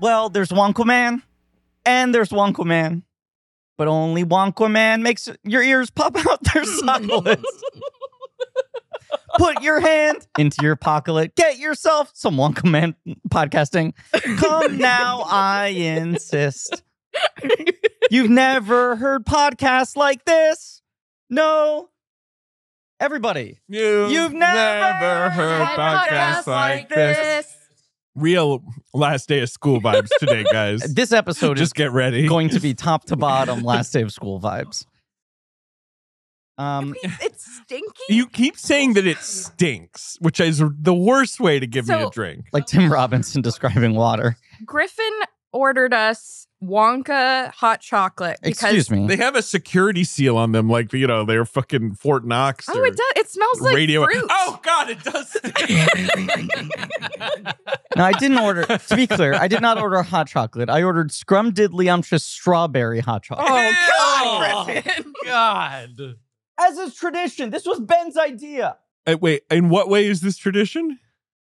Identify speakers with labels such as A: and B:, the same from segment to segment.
A: Well, there's Wonka Man, and there's Wonka Man, but only Wonka Man makes your ears pop out their sockets. Put your hand into your pocket. Get yourself some Wonka Man podcasting. Come now, I insist. You've never heard podcasts like this. No. Everybody,
B: You
A: You've never
B: heard
A: had
B: podcasts like this. Real last day of school vibes today, guys.
A: this episode is
B: Just get ready.
A: going to be top to bottom last day of school vibes. Um,
C: it's stinky.
B: You keep saying that it stinks, which is the worst way to give me a
C: So-
B: drink.
A: like Tim Robinson describing water.
C: Griffin ordered us Wonka hot chocolate because
A: Excuse
B: They
A: me.
B: have a security seal on them, like you know they're fucking Fort Knox.
C: oh,
B: or
C: it does. It smells like
B: radio.
C: fruit.
B: Oh God, it does. stink.
A: No, I didn't order. To be clear, I did not order hot chocolate. I ordered scrumdiddlyumptious strawberry hot chocolate.
C: oh God,
B: Ew.
C: Griffin.
B: God.
A: As is tradition, this was Ben's idea.
B: Uh, wait, in what way is this tradition?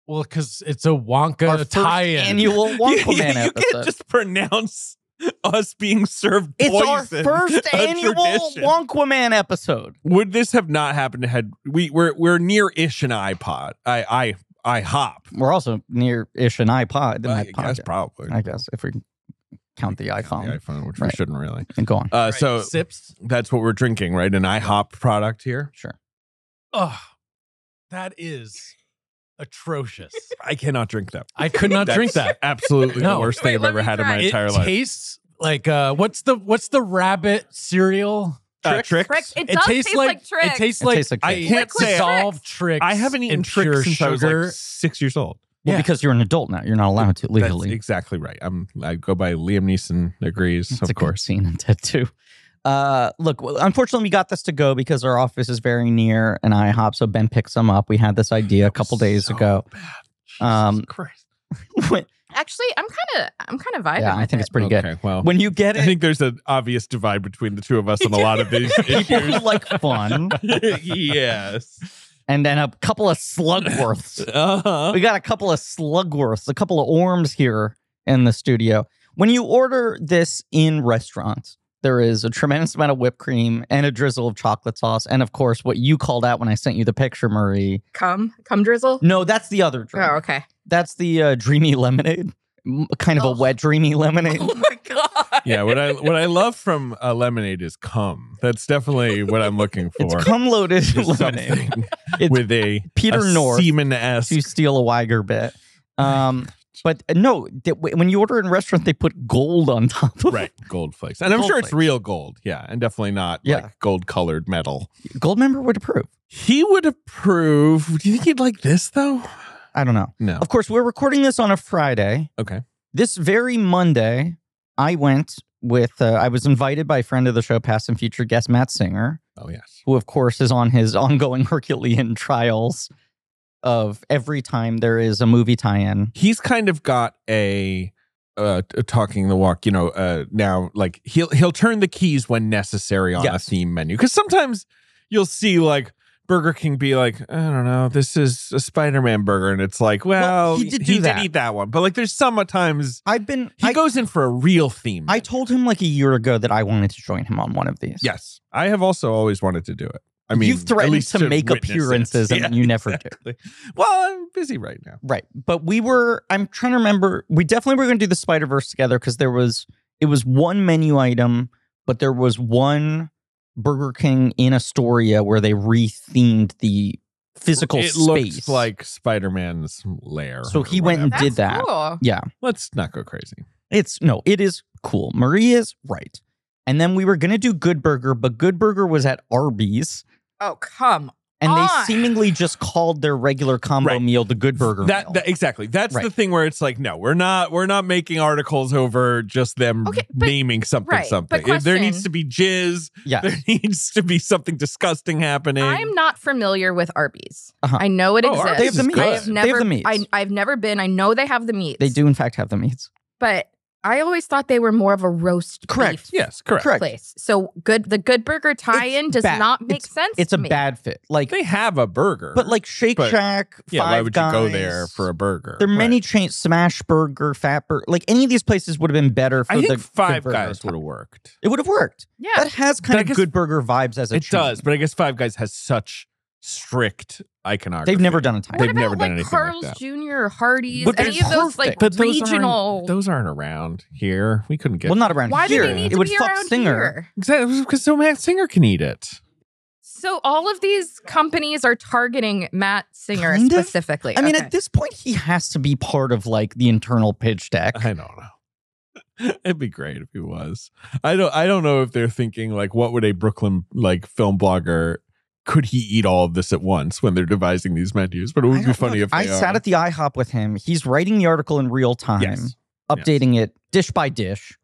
D: Well, because it's a Wonka
A: Our first
D: tie-in.
A: annual Wonka
B: you,
A: Man
B: you
A: episode.
B: can't just pronounce us being served
A: it's our
B: poison.
A: first
B: a
A: annual
B: tradition.
A: Wonka Man episode.
B: Would this have not happened had we we're we're near ish an iPod. I I I hop.
A: We're also near ish an iPod. An
B: I
A: iPod
B: guess probably.
A: I guess if we count the iPhone
B: The iPhone, which
A: Right.
B: we shouldn't really.
A: and go on.
B: Uh,
D: Right.
B: So
D: sips.
B: that's what we're drinking, right? An IHOP product here.
A: Sure.
D: Ugh, that is atrocious.
B: I cannot drink that.
D: I could not drink
B: That's
D: that.
B: Absolutely the
D: No.
B: worst
C: Wait,
B: thing I've
C: let
B: ever
C: me
B: had in my
C: try.
D: It
B: entire life.
D: tastes like uh, what's the what's the rabbit cereal?
B: Uh,
A: Tricks?
B: tricks.
C: Tricks. It, does
D: tastes
C: taste like, tricks.
D: it tastes
A: It
D: like
A: tastes like
D: I
A: Trix.
D: can't
C: Liquid
D: say solve
C: Tricks.
D: tricks.
B: I haven't eaten
D: and
B: tricks
D: pure
B: since I was
D: sugar.
B: like six years old.
A: Well,
D: Yeah.
A: because you're an adult now, you're not allowed to legally.
B: That's exactly right. I'm. I go by Liam Neeson agrees,
A: It's
B: of
A: a good
B: course.
A: scene in Ted Two. Uh, look, well, unfortunately, we got this to go because our office is very near an IHOP. So Ben picks them up. We had this idea a couple days
B: So
A: ago.
B: bad. Jesus
A: Um,
B: Christ.
A: When-
C: Actually, I'm kind of I'm kind of vibing.
A: yeah, I
C: with
A: think
C: it.
A: it's pretty good.
B: Okay, well,
A: When you get
B: I
A: it,
B: think there's an obvious divide between the two of us on a lot of these
A: people
B: issues.
A: who like fun,
B: yes.
A: and then a couple of slugworths.
B: Uh-huh.
A: We got a couple of slugworths, a couple of orms here in the studio. When you order this in restaurants, there is a tremendous amount of whipped cream and a drizzle of chocolate sauce, and of course, what you called out when I sent you the picture, Marie.
C: Come, come drizzle.
A: No, that's the other drink.
C: Oh, okay.
A: That's the uh, dreamy lemonade, M- kind of a
C: Ugh.
A: wet dreamy lemonade.
C: Oh my god.
B: Yeah, what I what I love from uh, lemonade is cum. That's definitely what I'm looking for.
A: It's cum loaded
B: Just
A: lemonade.
B: something
A: It's
B: with a
A: Peter
B: a Oh
A: North
B: semen
A: to
B: esque.
A: steal a Weiger bit. Um, but uh, no, th- w- when you order in restaurant, they put gold on top of
B: Right, gold flakes, and I'm
A: Gold
B: sure it's
A: flakes.
B: real gold. Yeah, and definitely not
A: Yeah.
B: like gold colored metal.
A: it. Gold member would approve.
B: He would approve. Do you think he'd like this though?
A: I don't know.
B: No.
A: Of course, we're recording this on a Friday.
B: Okay.
A: This very Monday, I went with, uh, I was invited by a friend of the show, past and future guest Matt Singer,
B: Oh yes.
A: who, of course, is on his ongoing Herculean trials of every time there is a movie tie in.
B: He's kind of got a uh t- talking the walk, you know, uh now like he'll he'll turn the keys when necessary on
A: Yes.
B: a theme menu cuz sometimes you'll see like Burger King be like, I don't know, this is a Spider-Man burger and it's like, well,
A: he did do that.
B: eat that one. But like there's sometimes
A: I've been.
B: he
A: I,
B: goes in for a real theme.
A: I
B: menu.
A: told him like a year ago that I wanted to join him on one of these.
B: Yes. I have also always wanted to do it. I mean,
A: You've threatened
B: at least
A: to make
B: witness it.
A: appearances and you never do.
B: do. Well, I'm busy right now.
A: Right. But we were, I'm trying to remember, we definitely were going to do the Spider Verse together because there was, it was one menu item, but there was one Burger King in Astoria where they rethemed the physical
B: it
A: space.
B: looks like Spider-Man's lair.
A: So
B: or
A: he went and
B: whatever.
A: did
C: That's
A: that.
C: Cool.
B: Let's not go crazy.
A: It's no, it is cool. Marie is right. And then we were going to do Good Burger, but Good Burger was at Arby's.
C: Oh, come.
A: And they
C: Ah.
A: seemingly just called their regular combo
B: Right.
A: meal the Good Burger
B: That,
A: meal.
B: that- exactly. That's the
A: Right.
B: thing where it's like, no, we're not. We're not making articles over just them
C: Okay, but-
B: naming something.
C: right, but
B: something. If there
C: question.
B: needs to be jizz.
A: yeah.
B: There needs to be something disgusting happening.
C: I'm not familiar with Arby's.
A: Uh-huh.
C: I know it
B: Oh,
C: exists.
B: Arby's They have the
C: I
B: meats.
C: have
A: They
C: never.
A: have the meats.
C: I, I've never been. I know they have the meats.
A: They do, in fact, have the meats.
C: but I always thought they were more of a roast
A: Correct.
C: beef
B: Yes, correct.
A: Correct.
C: place. So good, the Good Burger tie-in does
A: bad.
C: not make sense.
A: It's
C: to
A: a
C: me.
A: bad fit. Like,
B: They have a burger,
A: but like Shake
B: But-
A: Shack.
B: yeah, why
A: Five
B: would you go
A: Guys,
B: there for a burger?
A: There are
B: Right.
A: many chains, Smash Burger, Fat Burger. Like any of these places would have been better for
B: I
A: the
B: think
A: the
B: Five
A: burger
B: Guys
A: type.
B: would have worked.
A: It would have worked.
C: Yeah,
A: That has kind
B: I
A: of
B: guess-
A: good burger vibes as a
B: It
A: chain.
B: does, but I guess Five Guys has such strict iconography.
A: They've never done a time.
C: what
B: they've
C: about
B: never done
C: like
B: anything like
C: Carl's
B: that.
C: Jr. or Hardee's?
A: But
C: Any
A: they're
C: of those like
A: perfect. But
C: regional?
B: Aren't, those aren't around here. We couldn't get
A: Well, not around
C: why do
A: here.
C: they need
A: it
C: to
A: would
C: be
A: fuck
C: around
A: singer.
C: here?
B: exactly because so Matt Singer can eat it.
C: So all of these companies are targeting Matt Singer
A: Kind of?
C: specifically.
A: I mean,
C: Okay.
A: at this point, he has to be part of like the internal pitch deck.
B: I don't know. It'd be great if he was. I don't. I don't know if they're thinking like, what would a Brooklyn like film blogger? Could he eat all of this at once when they're devising these menus? But it
A: I
B: would be
A: don't
B: funny
A: know.
B: if they
A: I
B: are.
A: sat at the IHOP with him. He's writing the article in real time,
B: Yes.
A: updating it dish by dish,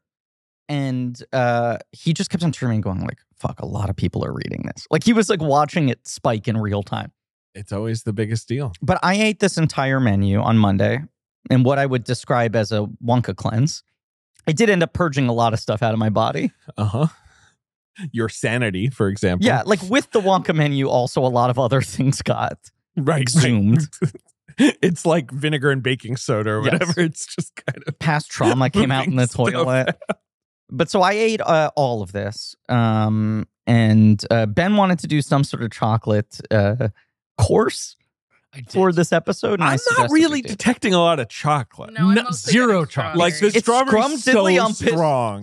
A: and uh, he just kept on turning and going like, "Fuck, a lot of people are reading this." Like he was like watching it spike in real time.
B: It's always the biggest deal.
A: But I ate this entire menu on Monday, and what I would describe as a Wonka cleanse. I did end up purging a lot of stuff out of my body.
B: Uh huh. Your sanity, for example.
A: Yeah, like with the Wonka menu, also a lot of other things got
B: Right. right.
A: exhumed.
B: it's like vinegar and baking soda or
A: Yes.
B: whatever. It's just kind of
A: Past trauma came out in the
B: Moving stuff.
A: toilet. But so I ate uh, all of this, um, and uh, Ben wanted to do some sort of chocolate uh, course
D: I did.
A: for this episode. And I
B: I'm not
A: suggested we
B: really
A: do.
B: detecting a lot of chocolate.
D: No,
C: I'm mostly
D: zero
C: getting
D: chocolate.
B: Like the
C: strawberry.
A: It's
B: strawberry so
A: scrum-diddly on piss-
B: strong.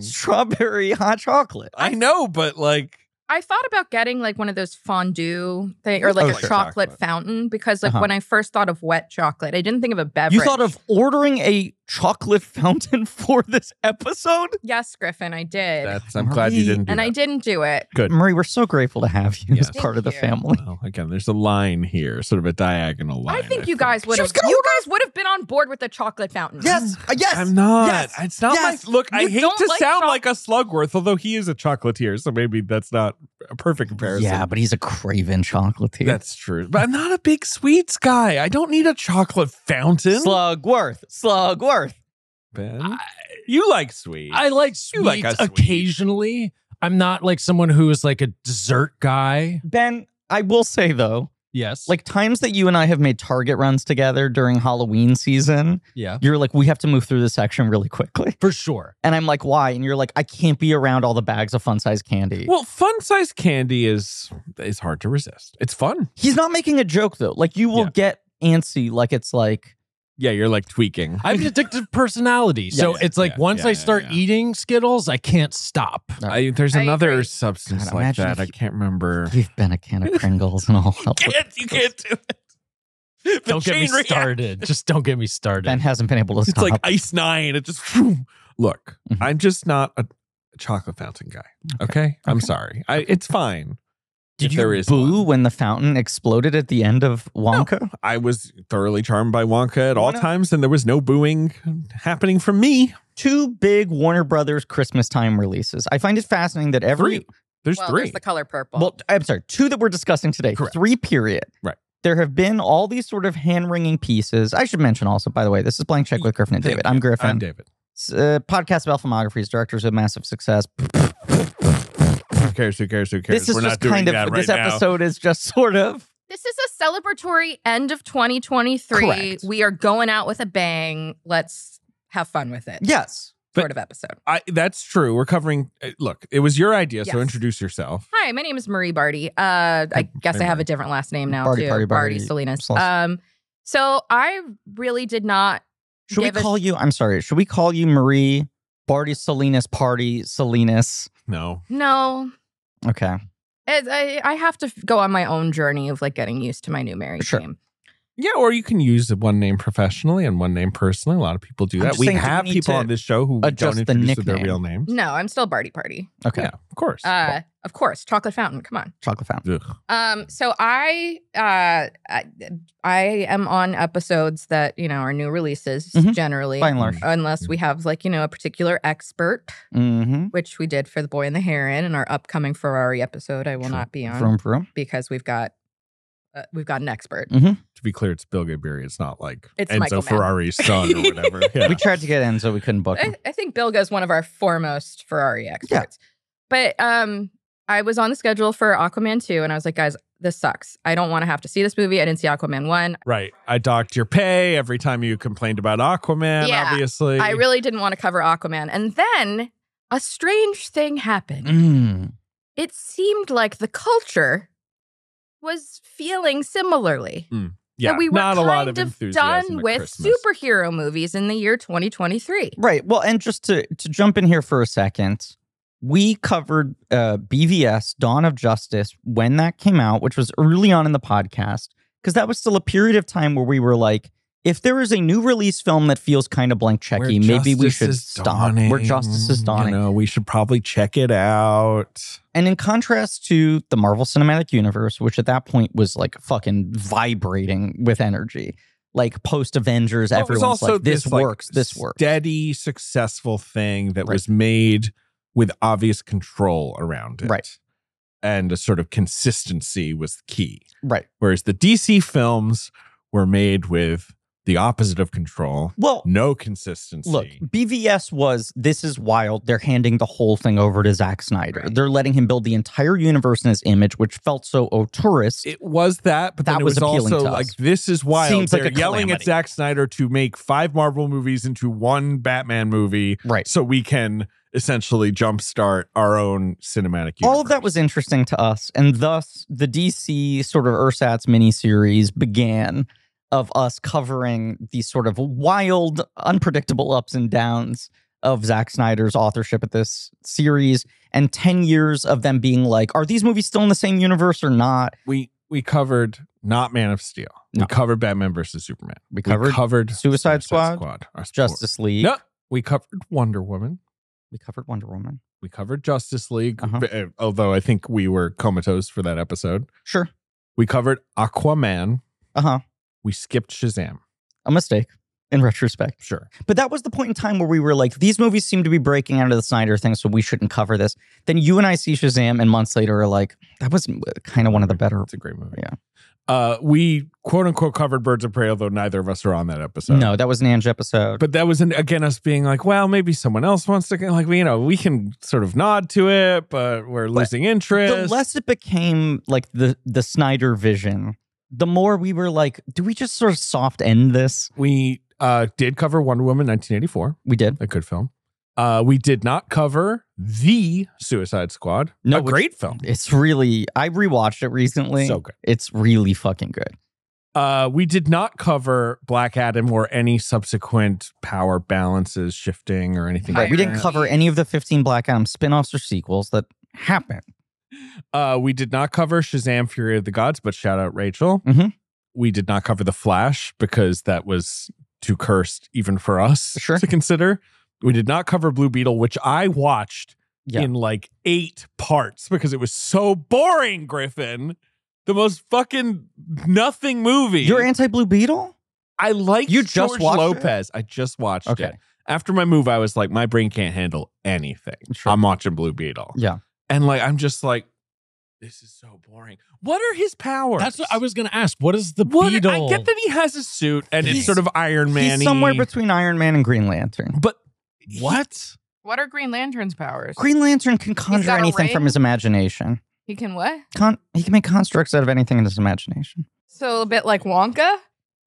A: strawberry hot chocolate.
B: I know, but like
C: I thought about getting like one of those fondue thing or like
A: Oh,
C: a
A: sure.
C: chocolate,
B: Chocolate.
C: fountain because like
A: Uh-huh.
C: when I first thought of wet chocolate, I didn't think of a beverage.
A: You thought of ordering a chocolate fountain for this episode,
C: yes, Griffin, I did,
B: that's. I'm glad you
A: Marie-
B: didn't. Do
C: and I
B: that.
C: didn't do it.
A: Marie. We're so grateful to have you
B: Yes.
A: as part of the
C: Thank you.
A: family.
B: Well, again, there's a line here, sort of a diagonal line.
C: I think you guys would
A: She
C: have.
A: was gonna
C: You guys would have been on board with the chocolate fountain.
A: Yes, uh, yes.
B: I'm not.
A: Yes.
B: It's not
A: Yes.
B: my look. I
C: You
B: hate
C: don't
B: to
C: like
B: sound
C: choc-
B: like a Slugworth, although he is a chocolatier, so maybe that's not a perfect comparison.
A: Yeah, but he's a craven chocolatier.
B: That's true. But I'm not a big sweets guy. I don't need a chocolate fountain.
A: Slugworth. Slugworth.
B: Ben,
D: I-
B: you like sweets.
D: I like
B: You
D: sweets
B: like a sweet.
D: occasionally. I'm not like someone who is like a dessert guy.
A: Ben, I will say though,
D: Yes.
A: like times that you and I have made Target runs together during Halloween season,
D: yeah.
A: you're like, we have to move through this section really quickly.
D: For sure.
A: And I'm like, why? And you're like, I can't be around all the bags of fun size candy.
B: Well, fun size candy is is hard to resist. It's fun.
A: He's not making a joke though. Like you will
B: Yeah.
A: get antsy, like it's like
B: Yeah, you're like tweaking.
D: I have an addictive personality. So
B: Yeah,
D: it's like
B: yeah,
D: once
B: yeah,
D: I
B: yeah,
D: start
B: yeah.
D: eating Skittles, I can't stop.
B: I, there's
C: I
B: another
C: agree.
B: substance
A: God,
B: like
A: imagine
B: that.
A: if
B: I
A: you-
B: can't remember.
A: you've been a can of Pringles and all. hell
B: You can't. You can't do it. The
D: don't get me
B: chain reaction.
D: started. Just don't get me started.
A: Ben hasn't been able to
B: It's
A: stop.
B: like ice nine. It just look.
A: Mhm.
B: I'm just not a chocolate fountain guy. Okay, I'm
A: Okay.
B: sorry. I, it's fine.
A: Did
B: if
A: you
B: there is
A: boo
B: one.
A: when the fountain exploded at the end of Wonka?
B: I was thoroughly charmed by Wonka at all
A: Why not?
B: times, and there was no booing happening from me.
A: Two big Warner Brothers Christmas time releases. I find it fascinating that every
B: Three. There's
C: well,
B: three.
C: there's the color purple.
A: Well, I'm sorry, two that we're discussing today,
B: Correct.
A: three period.
B: Right.
A: There have been all these sort of hand wringing pieces. I should mention also, by the way, this is Blank Check with Griffin and
B: Thank
A: David.
B: you.
A: I'm Griffin.
B: I'm David.
A: S- uh, podcast about filmographies, directors of massive success.
B: Who cares? Who cares? Who cares?
A: This is
B: We're
A: just
B: not doing
A: kind of,
B: that
A: this
B: right now.
A: episode is just sort of.
C: this is a celebratory end of 2023.
A: Correct.
C: We are going out with a bang. Let's have fun with it.
A: Yes.
B: But-
C: sort of episode.
B: I, that's true. We're covering. uh, Look, it was your idea, so
C: Yes.
B: introduce yourself.
C: Hi, my name is Marie Barty. Uh, I guess I
B: Marie
C: have
B: Barty.
C: a different last name now
A: Barty,
C: too.
A: Barty, Barty,
C: Salinas.
A: Salinas.
C: Um, so I really did not.
A: Should
C: give
A: we
C: a-
A: call you? I'm sorry. Should we call you Marie Barty Salinas Party Salinas?
B: No,
C: No,
A: Okay.
C: It- I, I have to f- go on my own journey of like getting used to my new married
A: Sure.
C: name.
B: yeah, or you can use one name professionally and one name personally. A lot of people do
A: I'm
B: that.
A: just
B: We
A: saying, do we
B: have
A: need
B: people
A: to
B: on this show who we don't
A: adjust the
B: introduce with their
A: nickname?
B: real names.
C: No, I'm still Barty Party.
A: Okay.
B: Yeah, of course.
C: Uh, of course, chocolate fountain. Come on.
A: Chocolate fountain.
B: Ugh.
C: Um, so I, uh, I, I am on episodes that you know are new releases
A: Mhm.
C: generally,
A: By and large.
C: unless we have like you know a particular expert,
A: Mm-hmm.
C: which we did for the Boy and the Heron, and our upcoming Ferrari episode. I will
B: Sure.
C: not be on.
A: Vroom, vroom.
C: because we've got uh, we've got an expert.
B: To be clear, it's Bill Gabiri. It's not like
C: It's
B: Enzo
C: Michael Mann.
B: Ferrari's son or whatever. Yeah.
A: We tried to get in, so we couldn't book him.
C: I, I think Bilga is one of our foremost Ferrari experts. But um, I was on the schedule for Aquaman 2, and I was like, guys, this sucks. I don't want to have to see this movie. I didn't see Aquaman 1.
B: Right. I docked your pay every time you complained about Aquaman,
C: Yeah.
B: obviously.
C: I really didn't want to cover Aquaman. And then a strange thing happened.
A: Mm.
C: It seemed like the culture was feeling similarly.
B: yeah,
C: that we were
B: not
C: kind
B: a lot of, enthusiasm
C: done
B: at
C: with
B: Christmas.
C: superhero movies in the year 2023.
A: Right. Well, and just to to jump in here for a second, we covered uh, BVS Dawn of Justice when that came out, which was early on in the podcast, because that was still a period of time where we were like, if there is a new release film that feels kind of blank
B: Where
A: checky, maybe we
B: justice
A: should
B: is
A: stop. Where justice is dawning.
B: You know, we should probably check it out.
A: And in contrast to the Marvel Cinematic Universe, which at that point was like fucking vibrating with energy, like post Avengers,
B: Well, it was
A: everyone's like, this,
B: like,
A: works, this works.
B: Steady, successful thing that
A: Right.
B: was made with obvious control around it.
A: Right.
B: And a sort of consistency was the key.
A: right.
B: Whereas the DC films were made with the opposite of control,
A: Well,
B: no consistency.
A: look, BVS was this is wild. They're handing the whole thing over to Zack Snyder.
C: Right.
A: They're letting him build the entire universe in his image, which felt so auteurist.
B: It was that, but
A: That
B: then it
A: was
B: was,
A: appealing
B: also
A: to us.
B: like this is wild.
A: Seems like
B: They're
A: a
B: yelling
A: calamity.
B: at Zack Snyder to make five Marvel movies into one Batman movie,
A: Right.
B: So we can essentially jumpstart our own cinematic. Universe.
A: All of that was interesting to us, and thus the DC sort of ersatz miniseries began of us covering these sort of wild, unpredictable ups and downs of Zack Snyder's authorship at this series, and 10 years of them being like, are these movies still in the same universe or not?
B: we we covered. Not Man of Steel.
A: No.
B: We covered Batman versus Superman.
A: We covered Suicide Squad,
B: Our sport.
A: Justice League.
B: No, we covered Wonder Woman.
A: We covered Wonder Woman.
B: We covered Justice League.
A: Uh-huh.
B: uh, Although I think we were comatose for that episode.
A: Sure.
B: We covered Aquaman.
A: Uh huh.
B: We skipped Shazam.
A: A mistake in retrospect.
B: Sure.
A: But that was the point in time where we were like, these movies seem to be breaking out of the Snyder thing, so we shouldn't cover this. Then you and I see Shazam, and months later are like, that was kind of one of the better.
B: It's a great movie.
A: Yeah.
B: Uh, we quote unquote covered Birds of Prey, although neither of us are on that episode.
A: No, that was an Ange episode.
B: But that was an, again us being like, well, maybe someone else wants to like we you know we can sort of nod to it, but we're losing
A: the
B: interest.
A: less it became like the the Snyder vision, the more we were like, do we just sort of soft end this?
B: we uh, did cover Wonder Woman 1984,
A: We did.
B: a good film. Uh, we did not cover the Suicide Squad.
A: No,
B: a
A: which-
B: great film.
A: It's really I rewatched it recently.
B: So good.
A: it's really fucking good.
B: Uh, we did not cover Black Adam or any subsequent power balances shifting or anything.
A: Right.
B: like
A: We didn't
B: that.
A: cover any of the 15 Black Adam spin-offs or sequels that happened.
B: Uh, we did not cover Shazam: Fury of the Gods, but shout out Rachel.
A: Mhm.
B: We did not cover the Flash because that was too cursed even for us
A: Sure.
B: to consider. We did not cover Blue Beetle, which I watched
A: Yeah.
B: in like eight parts because it was so boring. Griffin, the most fucking nothing movie.
A: You're anti-Blue Beetle?
B: I like
A: You just
B: George
A: watched it?
B: Lopez. I just watched
A: Okay.
B: it. After my move, I was like, my brain can't handle anything.
A: Sure.
B: I'm watching Blue Beetle.
A: Yeah.
B: And like I'm just like, this is so boring. What are his powers?
D: That's what I was gonna ask. What is the
B: What-
D: beetle?
B: I get that he has a suit and it's
A: He's-
B: sort of Iron Man.
A: He's somewhere between Iron Man and Green Lantern.
B: but
D: What?
C: What are Green Lantern's powers?
A: Green Lantern can conjure
C: got a
A: anything
C: ring?
A: from his imagination.
C: he can what?
A: Con- he can make constructs out of anything in his imagination.
C: So a bit like Wonka?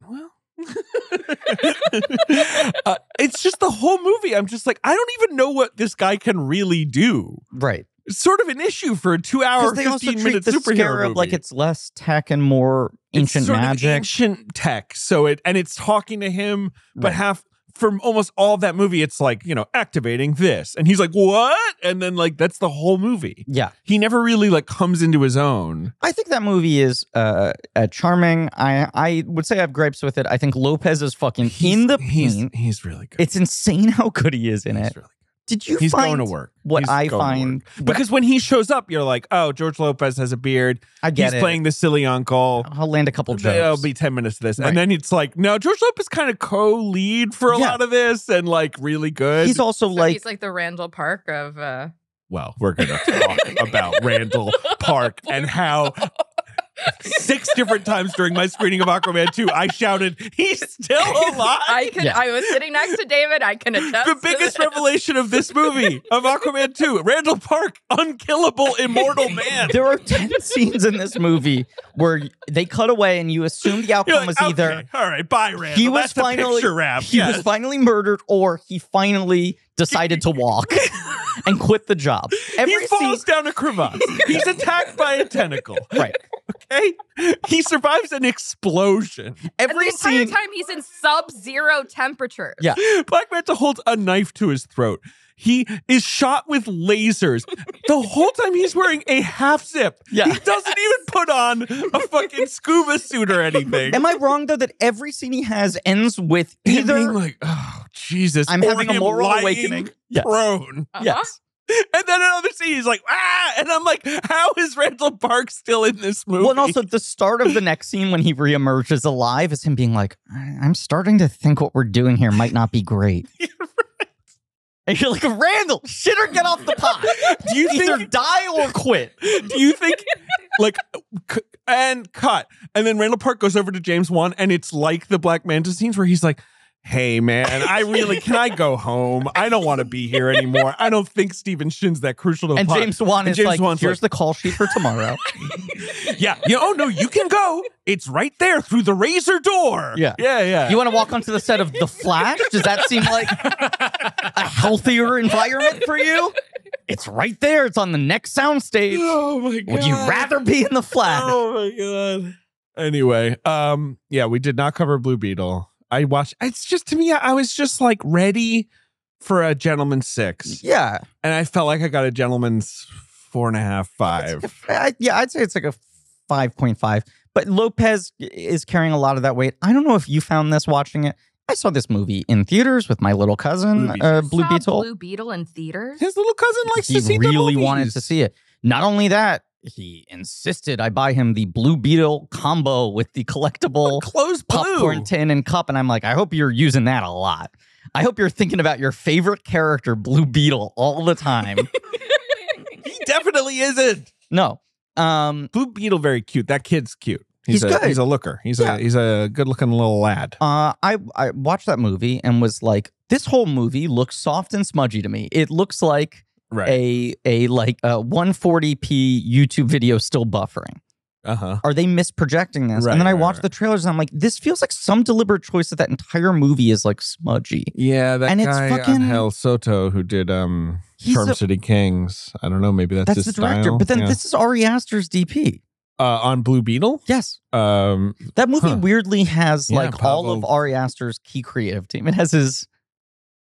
B: well. Uh, it's just the whole movie. I'm just like, I don't even know what this guy can really do.
A: Right.
B: It's sort of an issue for a two hour,
A: Because they
B: 15
A: also treat
B: minute
A: the
B: superhero
A: scarab
B: movie.
A: like it's less tech and more ancient
B: it's sort
A: magic.
B: of ancient tech. So it and it's talking to him, but
A: Right.
B: half from almost all of that movie, it's like you know activating this, and he's like what, and then like that's the whole movie.
A: yeah.
B: He never really like comes into his own.
A: I think that movie is uh, uh charming. I I would say I have gripes with it. I think Lopez is fucking in the
B: he's,
A: paint.
B: he's really good.
A: It's insane how good he is in
B: he's
A: it.
B: Really
A: Did you
B: good. He's
A: find
B: going to work.
A: what
B: He's
A: I
B: going to
A: find
B: work. because when he shows up, you're like, oh, George Lopez has a beard.
A: I get
B: he's
A: it.
B: playing the silly uncle.
A: I'll land a couple jokes.
B: It'll be 10 minutes of this.
A: Right.
B: And then it's like, no, George Lopez kind of co lead for a
A: Yeah.
B: lot of this and like really good.
A: he's also
C: So
A: like
C: he's like the Randall Park of uh
B: well, we're going to talk about Randall Park and how six different times during my screening of Aquaman 2. I shouted, he's still alive.
C: I can.
D: Yeah.
C: I was sitting next to David. I can attest.
B: the
C: to
B: biggest
C: this.
B: revelation of this movie of Aquaman 2 Randall Park, unkillable, immortal man.
A: There are 10 scenes in this movie where they cut away and you assume the
B: You're
A: outcome
B: like,
A: was
B: okay,
A: either
B: all right, bye, Randall.
A: he was
B: That's
A: finally
B: a picture wrap.
A: he
B: Yes.
A: was finally murdered or he finally decided to walk and quit the job. Every
B: he
A: scene
B: falls down a crevasse. He's attacked by a tentacle.
A: right.
B: Okay, he survives an explosion.
C: And
A: Every
C: the entire
A: scene
C: time he's in sub-zero temperatures.
A: Yeah.
B: Black Manta holds a knife to his throat. He is shot with lasers. The whole time he's wearing a half zip.
A: Yeah.
B: He doesn't even put on a fucking scuba suit or anything.
A: Am I wrong though that every scene he has ends with
B: Him being
A: either
B: like, oh Jesus,
A: I'm
B: or
A: having a
B: him
A: moral
B: lying
A: awakening. Yes.
B: prone.
C: Uh-huh.
A: Yes.
B: And then another scene, he's like, ah, and I'm like, how is Randall Park still in this movie?
A: Well, and also the start of the next scene when he reemerges alive is him being like, "I- "I'm starting to think what we're doing here might not be great." And you're like, Randall, shit or get off the pot.
B: do you
A: Either
B: think
A: die or quit.
B: do you think like c- and cut and then randall park goes over to james wan and it's like the black manta scenes where he's like hey man i really can i go home i don't want to be here anymore i don't think steven shin's that crucial to the
A: And
B: plot.
A: James Wan
B: And
A: is
B: James
A: like,
B: Wan's
A: here's
B: like-
A: the call sheet for tomorrow.
B: yeah yeah oh no you can go it's right there through the razor door
A: Yeah.
B: yeah yeah
A: You want to walk onto the set of The Flash? Does that seem like a healthier environment for you? It's right there. It's on the next soundstage.
B: oh my god
A: Would you rather be in The Flash?
B: oh my god anyway um yeah we did not cover blue beetle i watched it's just to me i I was just like ready for a gentleman six
A: Yeah.
B: and I felt like I got a gentleman's four and a half, five.
A: I, yeah, I'd say it's like a 5.5. But Lopez is carrying a lot of that weight. I don't know if you found this watching it. I saw this movie in theaters with my little cousin,
B: Blue Beetle.
A: uh, Blue
C: Saw
A: Beetle.
C: Blue Beetle in theaters.
B: His little cousin likes
A: he
B: to see the
A: really
B: movies.
A: wanted to see it. Not only that, he insisted I buy him the Blue Beetle combo with the collectible
B: Close blue.
A: popcorn tin and cup. And I'm like, I hope you're using that a lot. I hope you're thinking about your favorite character, Blue Beetle, all the time.
B: He definitely isn't.
A: no. Um,
B: Blue Beetle, very cute. That kid's cute.
A: He's
B: a,
A: good.
B: He's a looker. He's
A: Yeah.
B: a he's a good looking little lad.
A: uh, I, I watched that movie and was like, this whole movie looks soft and smudgy to me. It looks like
B: Right.
A: a a like uh, a 140p YouTube video still buffering.
B: Uh huh.
A: Are they misprojecting this?
B: Right,
A: and then I
B: right,
A: watched
B: right.
A: the trailers and I'm like, this feels like some deliberate choice that that entire movie is like smudgy.
B: Yeah, that
A: And it's
B: guy
A: fucking-
B: Angel Soto who did um
A: He's
B: Charm
A: a-
B: City Kings. I don't know. Maybe that's,
A: That's
B: his
A: the director.
B: style.
A: But then
B: Yeah.
A: this is Ari Aster's DP.
B: uh, on Blue Beetle.
A: Yes.
B: Um,
A: That movie
B: Huh.
A: weirdly has
B: Yeah,
A: like all of
B: Pablo-
A: Ari Aster's key creative team. It has his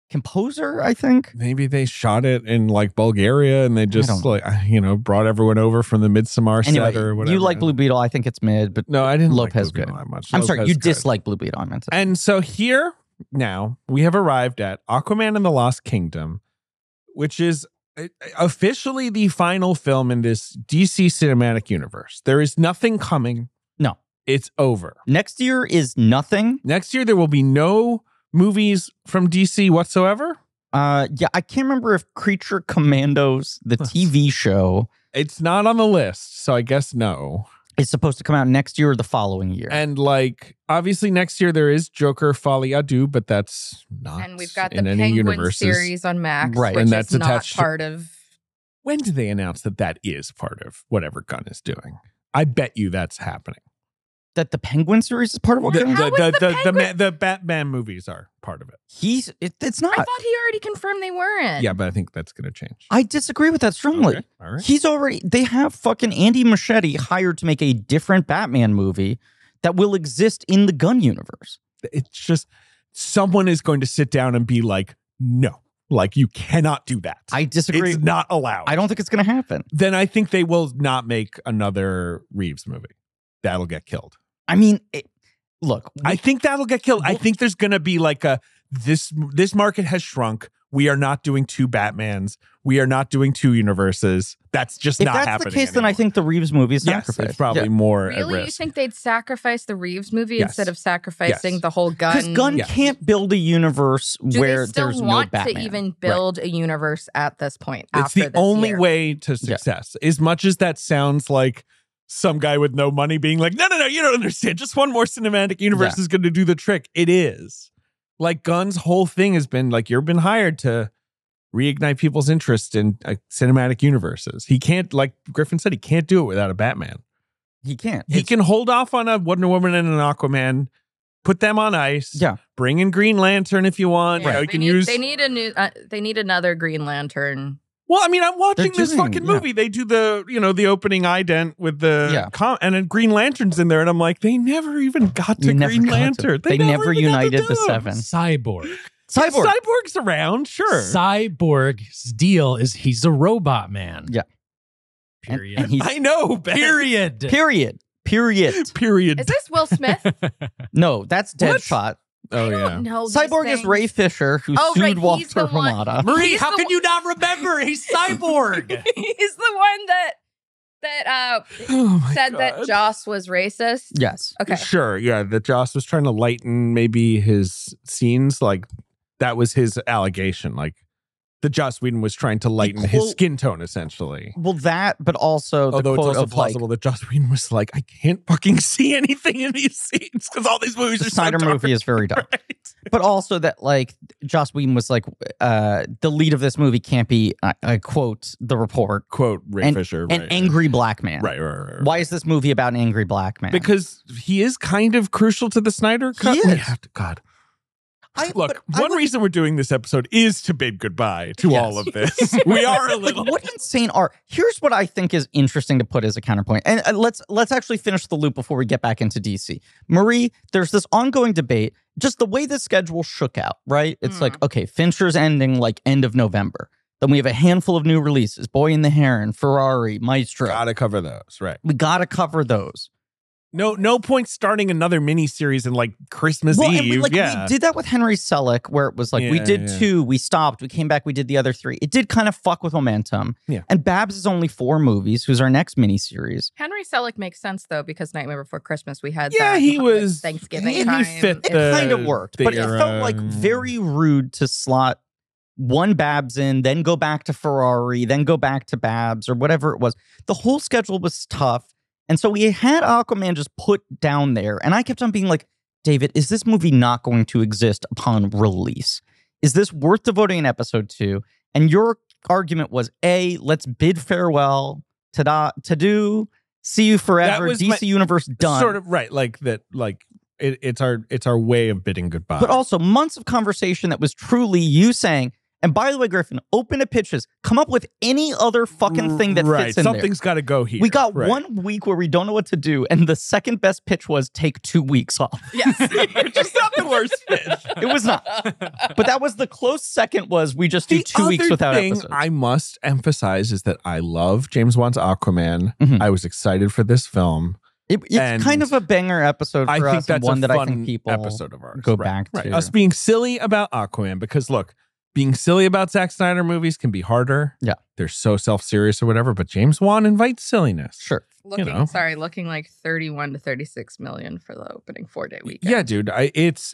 A: composer, I think.
B: maybe they shot it in like Bulgaria and they just
A: don't-
B: like you know brought everyone over from the Midsommar set or
A: Anyway,
B: whatever.
A: you like Blue Beetle. I think it's mid, but
B: No, I didn't
A: Lopez
B: like Blue Beetle
A: good.
B: that much.
A: I'm sorry,
B: Lopez
A: you
B: good.
A: dislike Blue Beetle. I meant to.
B: And so here now we have arrived at Aquaman and the Lost Kingdom, which is uh, officially the final film in this DC cinematic universe. There is nothing coming.
A: No.
B: It's over.
A: Next year is nothing.
B: Next year there will be no movies from DC whatsoever.
A: Uh, yeah, I can't remember if Creature Commandos, the
B: Yes.
A: TV show,
B: It's not on the list, so I guess no.
A: is supposed to come out next year or the following year.
B: And like obviously next year there is Joker Folly Adu, but that's not
C: And we've got the
B: in any
C: Penguin
B: universes.
C: series on Max,
A: Right.
C: which
B: And that's
C: is not
B: attached to-
C: part of.
B: When do they announce that that is part of whatever Gunn is doing? I bet you that's happening.
A: that the Penguin series is part of what?
B: the,
A: comes out?
B: the,
C: How is
B: the,
C: the
B: the, the,
C: Penguin-
B: Ma- the Batman movies are part of it.
A: He's it, it's
C: I
A: not.
C: thought he already confirmed they weren't.
B: Yeah, but I think that's going to change.
A: I disagree with that strongly.
B: Okay, All right.
A: He's already they have fucking Andy Machete hired to make a different Batman movie that will exist in the gun universe.
B: It's just someone is going to sit down and be like, no, like you cannot do that.
A: I disagree.
B: it's not allowed.
A: I don't think it's gonna happen.
B: Then I think they will not make another Reeves movie. That'll get killed.
A: I mean, it, look,
B: I think that'll get killed. I
A: Well-
B: think there's gonna be like a this this market has shrunk. We are not doing two Batmans. We are not doing two universes. That's just
A: if
B: not
A: that's the
B: happening.
A: case, then I
B: anymore.
A: think the Reeves movie is
B: yes,
A: sacrificed.
B: it's probably more at
C: Really, you
B: risk.
C: think they'd sacrifice the Reeves movie
B: Yes.
C: instead of sacrificing
B: Yes.
C: the whole
A: because
C: gun?
A: Gun
B: Yeah.
A: can't build a universe
C: Do
A: where
C: they still
A: there's
C: want
A: no Batman.
C: to even
A: Right.
C: build a universe at this point?
B: it's
C: after
B: the
C: this
B: only
C: year?
B: way to success. As much as that sounds like some guy with no money being like, no, no, no, you don't understand. Just one more cinematic universe is going to do the trick. It is. Like Gunn's whole thing has been like, you've been hired to reignite people's interest in uh, cinematic universes. He can't, like Griffin said, he can't do it without a Batman.
A: He can't.
B: He
A: It's-
B: can hold off on a Wonder Woman and an Aquaman, put them on ice.
A: Yeah.
B: Bring in Green Lantern if you want.
C: Yeah,
B: You know,
C: they
B: you can
C: need,
B: use.
C: They need a new. Uh, they need another Green Lantern.
B: Well, I mean, I'm watching
A: They're
B: this
A: doing-
B: fucking
A: yeah.
B: movie. They do the, you know, the opening ident with the
A: Yeah.
B: com- and then Green Lantern's in there, and I'm like, they never even got
A: They
B: to
A: never
B: Green
A: got to-
B: Lantern.
A: they never
B: even got to
A: united the
B: do 'em.
A: seven.
D: Cyborg.
A: Cyborg.
B: Cyborg's around, sure.
D: Cyborg's deal is he's a robot man.
A: Yeah. And-
D: Period.
A: And, he's,
B: I know, Ben.
D: Period.
A: period. Period.
B: Period.
C: Is this Will Smith?
B: Oh,
A: No, that's
B: What?
A: Deadshot.
B: oh
C: I don't know this
A: Cyborg is
C: thing.
A: Ray Fisher, who
C: Oh,
A: sued
C: right, he's
A: Walter
C: the one-
A: Hamada.
D: Marie,
C: He's
D: how
C: the
D: can
C: one-
D: you not remember? He's cyborg.
C: He's the one that that uh,
B: Oh my
C: said that
B: God.
C: Joss was racist.
A: Yes.
C: Okay.
B: Sure, yeah. That Joss was trying to lighten maybe his scenes. Like that was his allegation. Like the Joss Whedon was trying to lighten
A: quote-
B: his skin tone, essentially.
A: Well, that, but also the
B: Although it's
A: quote
B: also
A: of like
B: plausible that Joss Whedon was like, I can't fucking see anything in these scenes because all these movies
A: the
B: are
A: Snyder
B: so dark.
A: movie is very dark.
B: Right.
A: but also that like Joss Whedon was like, uh, the lead of this movie can't be, I, I quote the report,
B: Quote Ray
A: An-
B: Fisher,
A: an angry black man.
B: Right, right, right, right.
A: Why is this movie about an angry black man?
B: Because he is kind of crucial to the Snyder cut.
A: He
B: We
A: is.
B: have to, God,
A: I,
B: look.
A: but I
B: One
A: would-
B: reason we're doing this episode is to bid goodbye to
A: Yes.
B: all of this. we are a
A: like
B: little.
A: what insane art here's what i think is interesting to put as a counterpoint and uh, let's let's actually finish the loop before we get back into dc marie there's this ongoing debate just the way the schedule shook out right it's
C: Hmm.
A: like okay fincher's ending like end of november then we have a handful of new releases boy in the heron ferrari maestro
B: Gotta cover those, right?
A: we gotta cover those
B: No, no point starting another mini series in like Christmas
A: well,
B: Eve.
A: and we, like
B: yeah,
A: we did that with henry selick where it was like we
B: Yeah,
A: did
B: yeah.
A: two we stopped we came back we did the other three it did kind of fuck with momentum
B: Yeah.
A: and babs is only four movies who's our next miniseries
C: Henry Selick makes sense though because Nightmare Before Christmas we had
B: Yeah,
C: that
B: he
C: like,
B: was-
C: Thanksgiving
B: he- he
C: time.
B: fit
C: It's-
B: the-
A: it kind of worked, but it
B: their,
A: felt like
B: um,
A: very rude to slot one Babs in, then go back to Ferrari, then go back to Babs or whatever it was. The whole schedule was tough. And so we had Aquaman just put down there. And I kept on being like, David, is this movie not going to exist upon release? Is this worth devoting an episode to? And your argument was A, let's bid farewell, ta da, to do, see you forever,
B: was
A: DC
B: my-
A: Universe done.
B: Sort of right, like that. Like it, it's our it's our way of bidding goodbye.
A: but also months of conversation that was truly you saying, and by the way, Griffin, open to pitches. Come up with any other fucking thing that
B: Mm, right,
A: fits in
B: something's got to go here.
A: there. We got
B: Right.
A: one week where we don't know what to do, and the second best pitch was take two weeks off.
C: yes.
B: which is not the worst pitch.
A: It was not, but that was the close second. Was we just do
B: The
A: two weeks
B: other
A: without
B: thing
A: episodes?
B: I must emphasize is that I love James Wan's Aquaman.
A: Mhm.
B: I was excited for this film.
A: It-
B: and
A: it's kind of a banger episode for
B: I think
A: us, and
B: that's
A: one
B: a
A: that
B: fun
A: I think people
B: episode of ours.
A: go
B: Right,
A: back
B: right.
A: to.
B: Us being silly about Aquaman because look, being silly about Zack Snyder movies can be harder.
A: Yeah.
B: they're so self serious or whatever. But James Wan invites silliness.
A: Sure,
C: looking,
B: know.
C: sorry, looking like 31 to 36 million for the opening four day weekend.
B: Yeah, dude. I it's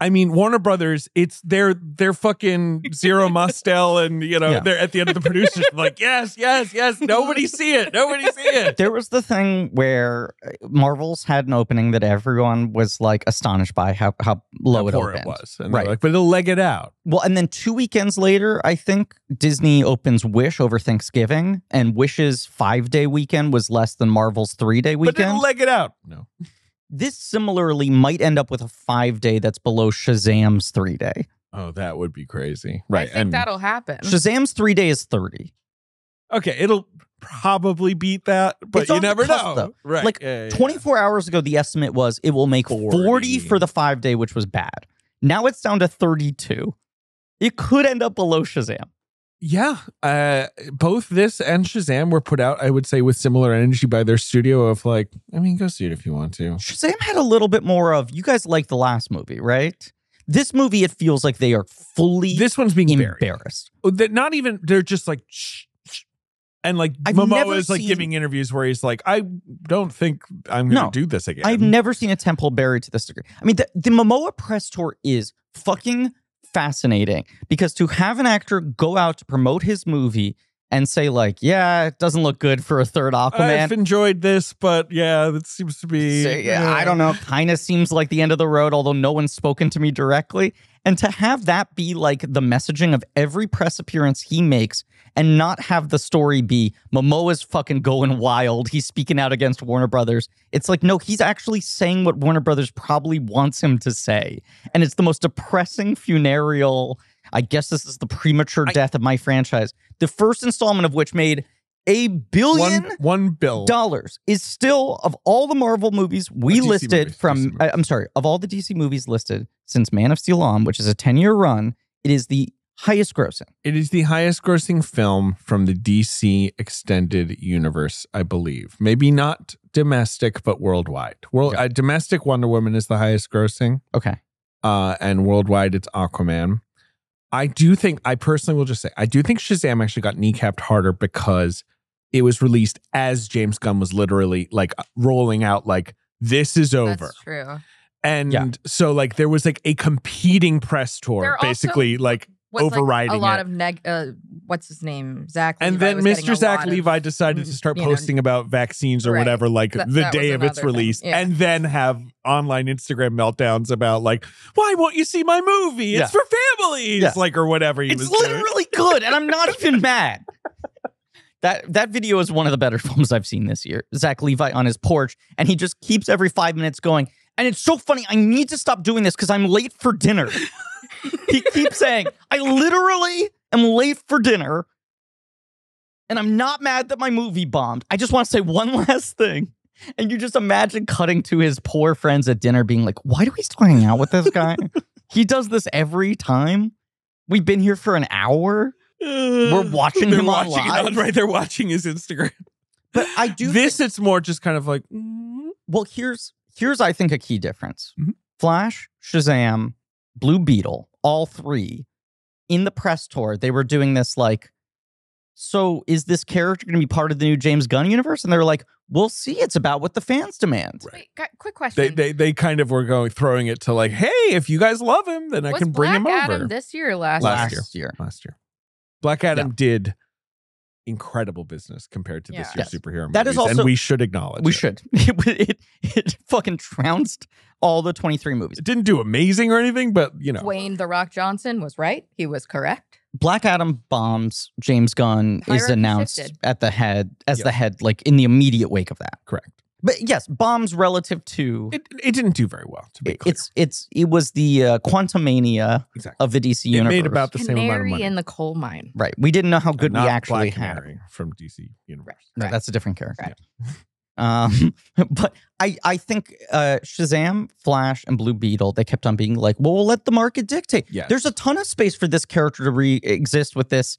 B: I mean Warner Brothers, it's their their fucking Zero Mostel and you know,
A: Yeah.
B: they're at the end of the producers like, yes, yes, yes, nobody see it. Nobody see it.
A: there was the thing where uh, Marvels had an opening that everyone was like astonished by how how low
B: How
A: it
B: poor
A: opened.
B: it was. And right.
A: Right.
B: like, but it'll leg it out.
A: Well, and then two weekends later, I think Disney opens Wish over Thanksgiving, and Wish's five day weekend was less than Marvel's three day
B: But it'll
A: weekend.
B: leg it out. No.
A: this similarly might end up with a five day that's below Shazam's three day.
B: Oh, that would be crazy.
C: I
B: Right.
C: think
B: And
C: that'll happen.
A: Shazam's three day is 30.
B: okay, it'll probably beat that, but
A: It's
B: you
A: on the
B: never
A: cusp,
B: know.
A: though.
B: Right.
A: Like,
B: Yeah, yeah, yeah.
A: 24 hours ago, the estimate was it will make 40,
B: 40
A: for the five day, which was bad. Now it's down to 32. It could end up below Shazam.
B: Yeah. Uh, both this and Shazam were put out, I would say, with similar energy by their studio of like, I mean, go see it if you want to.
A: Shazam had a little bit more of you guys like the last movie, right? This movie, it feels like they are fully
B: This one's being buried.
A: embarrassed.
B: Oh, that not even they're just like shh, shh. and like
A: I've never
B: Momoa is like
A: seen-
B: giving interviews where he's like, I don't think I'm gonna
A: No.
B: do this again.
A: I've never seen a temple buried to this degree. I mean, the, the Momoa press tour is fucking fascinating because to have an actor go out to promote his movie and say like, yeah, it doesn't look good for a third Aquaman.
B: I've enjoyed this, but yeah, it seems to be.
A: So, yeah, I don't know. Kind of seems like the end of the road, although no one's spoken to me directly. And to have that be like the messaging of every press appearance he makes and not have the story be Momoa's fucking going wild. He's speaking out against Warner Brothers. It's like, no, he's actually saying what Warner Brothers probably wants him to say. And it's the most depressing funereal. I guess this is the premature
B: I-
A: death of my franchise. The first installment of which made a billion
B: One, one bill.
A: dollars is still of all the Marvel movies we
B: Uh, DC
A: listed
B: movies,
A: from
B: DC
A: I, am sorry of all the DC movies listed since Man of Steel on, which is a 10 year run, it is the highest grossing.
B: It is the highest grossing film from the DC extended universe, I believe. Maybe not domestic, but worldwide. World,
A: Yeah.
B: uh, domestic Wonder Woman is the highest grossing,
A: Okay,
B: uh, and worldwide it's Aquaman. I do think, I personally will just say, I do think Shazam actually got kneecapped harder because it was released as James Gunn was literally like uh, rolling out, like, this is over.
C: That's true.
B: And
A: Yeah.
B: so, like, there was like a competing press
C: There
B: tour,
C: also
B: basically, like,
C: Was, like,
B: Overriding
C: a
B: it.
C: lot of neg. Uh, what's his name? Zach.
B: and
C: Levi
B: then
C: was getting a
B: Mr. Zach
C: lot of- mm,
B: Levi decided to start
C: you know,
B: posting about vaccines or
C: right.
B: whatever, like
C: That-
B: the
C: that was
B: day of its
C: another thing.
B: release,
C: Yeah.
B: and then have online Instagram meltdowns about like, why won't you see my movie? It's for families,
A: Yeah.
B: like or whatever he
A: it's
B: was doing.
A: literally good, and I'm not even mad. That that video is one of the better films I've seen this year. Zach Levi on his porch, and he just keeps every five minutes going. And it's so funny. I need to stop doing this because I'm late for dinner. he keeps saying, "I literally am late for dinner." And I'm not mad that my movie bombed. I just want to say one last thing. And you just imagine cutting to his poor friends at dinner being like, why do we still hang out with this guy? he does this every time. We've been here for an hour. We're watching
B: They're
A: him on
B: watching
A: live.
B: it on- right? They're watching his Instagram.
A: But I do
B: this it's more just kind of like, mm,
A: well here's here's i think a key difference
B: Mhm.
A: flash shazam blue beetle all three in the press tour they were doing this like so is this character going to be part of the new james gunn universe and they were like we'll see it's about what the fans demand
C: Wait, gu- quick question.
B: they, they they kind of were going throwing it to like, hey, if you guys love him, then I
C: was
B: can bring
C: Black
B: him over.
C: Adam this year, or last,
B: Last
C: year.
B: year. last year. Black Adam did incredible business compared to this
C: Yeah.
B: year's superhero
A: That is
B: movies,
A: also-
B: and we should acknowledge
A: we
B: it.
A: should it, it, it fucking trounced all the 23 movies
B: It didn't do amazing or anything, but you know,
C: Dwayne the Rock Johnson was right. He was correct.
A: Black Adam bombs. James Gunn is
C: Hierarchy
A: announced
C: shifted.
A: at the head as
B: Yeah.
A: the head, like in the immediate wake of that.
B: Correct.
A: But yes, bombs relative to
B: it, it didn't do very well. To be clear,
A: it's it's it was the uh, Quantum Mania
B: exactly.
A: of the DC
B: It
A: universe.
B: made about the same amount of
C: Canary
B: money.
C: in the coal mine.
A: right. We didn't know how
B: And
A: good we
B: not
A: actually
B: Black
A: had.
B: Canary from DC Universe.
A: No,
C: Correct.
A: that's a different character.
C: Correct.
A: Um, but I, I think uh, Shazam, Flash, and Blue Beetle, they kept on being like, well, we'll let the market dictate.
B: Yes.
A: There's a ton of space for this character to re exist with this.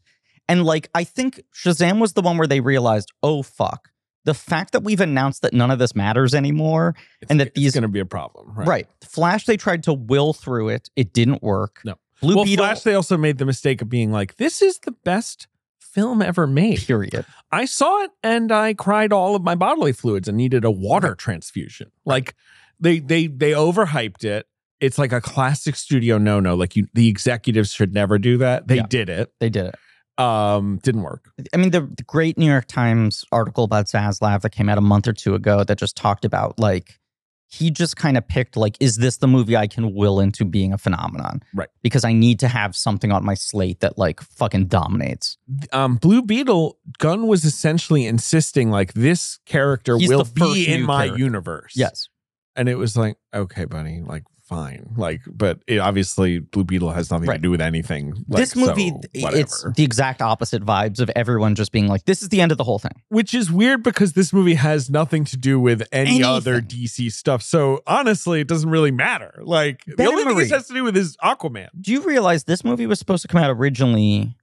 A: And like, I think Shazam was the one where they realized, oh, fuck, the fact that we've announced that none of this matters anymore.
B: It's-
A: and that these-
B: it's going to be a problem, right?
A: Right. Flash, they tried to will through it. It didn't work.
B: No.
A: Blue
B: well,
A: Beetle,
B: Flash. They also made the mistake of being like, "This is the best film ever made."
A: period.
B: I saw it and I cried all of my bodily fluids and needed a water transfusion. Like they they they overhyped it. It's like a classic studio no no. Like you, the executives should never do that. They
A: Yeah.
B: did it.
A: They did it.
B: Um, didn't work.
A: I mean, the, the great New York Times article about Zaslav that came out a month or two ago that just talked about like he just kind of picked like, is this the movie I can will into being a phenomenon?
B: Right.
A: Because I need to have something on my slate that like fucking dominates.
B: Um, Blue Beetle Gunn was essentially insisting like this character
A: He's the
B: will
A: first
B: be in
A: new
B: my
A: character.
B: universe.
A: Yes.
B: and it was like okay, buddy, like fine, like but it, obviously Blue Beetle has nothing
A: Right.
B: to do with anything. Like,
A: this movie,
B: so
A: it's
B: whatever.
A: the exact opposite vibes of everyone just being like, this is the end of the whole thing.
B: which is weird because this movie has nothing to do with any
A: Anything.
B: other DC stuff. So honestly, it doesn't really matter. Like the
A: Ben
B: only thing this
A: Marie.
B: has to do with is Aquaman.
A: Do you realize this movie was supposed to come out originally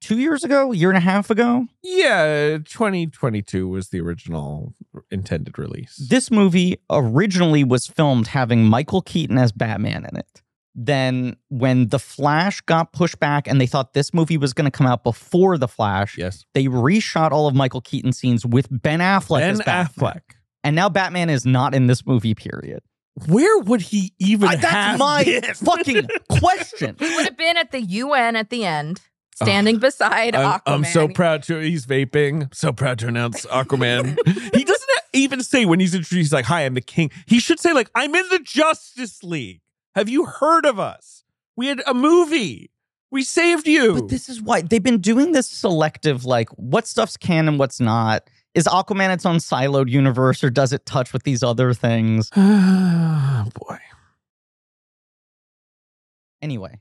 A: two years ago, a year and a half ago?
B: Yeah, 2022 was the original intended release.
A: This movie originally was filmed having Michael Keaton as Batman in it. Then, when The Flash got pushed back and they thought this movie was going to come out before The Flash,
B: yes,
A: they reshot all of Michael Keaton scenes with Ben Affleck
B: Ben
A: as Batman.
B: Affleck.
A: And now Batman is not in this movie, period.
B: Where would he even?
A: I- that's
B: have
A: my
B: been?
A: fucking question.
C: Would have been at the UN at the end. standing beside
B: I'm,
C: Aquaman.
B: I'm so proud to. He's vaping. I'm so proud to announce Aquaman. he doesn't even say when he's introduced. He's like, "Hi, I'm the king." He should say like, "I'm in the Justice League." Have you heard of us? We had a movie. We saved you.
A: But this is why they've been doing this selective, like what stuff's canon, what's not. Is Aquaman its own siloed universe, or does it touch with these other things?
B: Ah, boy.
A: Anyway,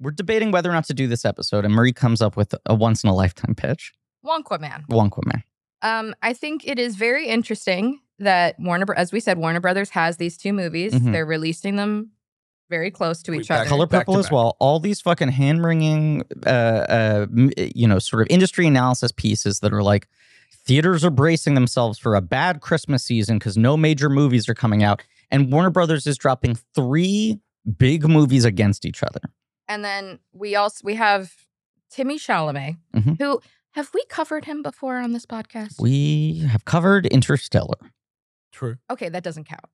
A: we're debating whether or not to do this episode, and Marie comes up with a once in a lifetime pitch.
C: Wonkaman.
A: Aquaman.
C: Um, I think it is very interesting that Warner, Bro- as we said, Warner Brothers has these two movies.
A: Mhm.
C: They're releasing them very close to
B: We
C: each
B: back-
C: other.
A: Color
B: back to
A: Purple as
B: back.
A: well. All these fucking hand wringing, uh, uh, m- you know, sort of industry analysis pieces that are like theaters are bracing themselves for a bad Christmas season because no major movies are coming out. And Warner Brothers is dropping three big movies against each other.
C: And then we also we have Timmy Chalamet,
A: Mhm.
C: who have we covered him before on this podcast?
A: We have covered Interstellar.
B: True.
C: okay, that doesn't count.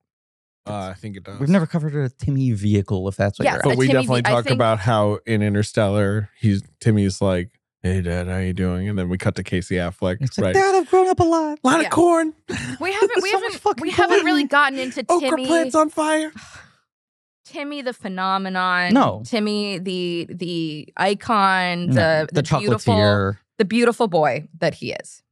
B: Uh, I think it does.
A: We've never covered a Timmy vehicle, if that's what
C: Yeah,
A: you're
C: but
B: But
A: asking.
C: Uh,
B: we
C: Timmy
B: definitely
C: V- I
B: talk
C: think-
B: about how in Interstellar, he's Timmy's like, "Hey, Dad, how you doing?" And then we cut to Casey Affleck.
A: It's like,
B: right.
A: Dad, I've grown up a lot.
B: lot
C: Yeah.
B: of corn.
C: We haven't we
A: So much
C: haven't
A: fucking Oh,
C: we haven't really
A: corn.
C: gotten into
B: Okra
C: Timmy
B: plants on fire.
C: Timmy the phenomenon.
A: No.
C: Timmy the the icon,
A: No,
C: the the, beautiful
A: chocolatier.
C: the beautiful boy that he is.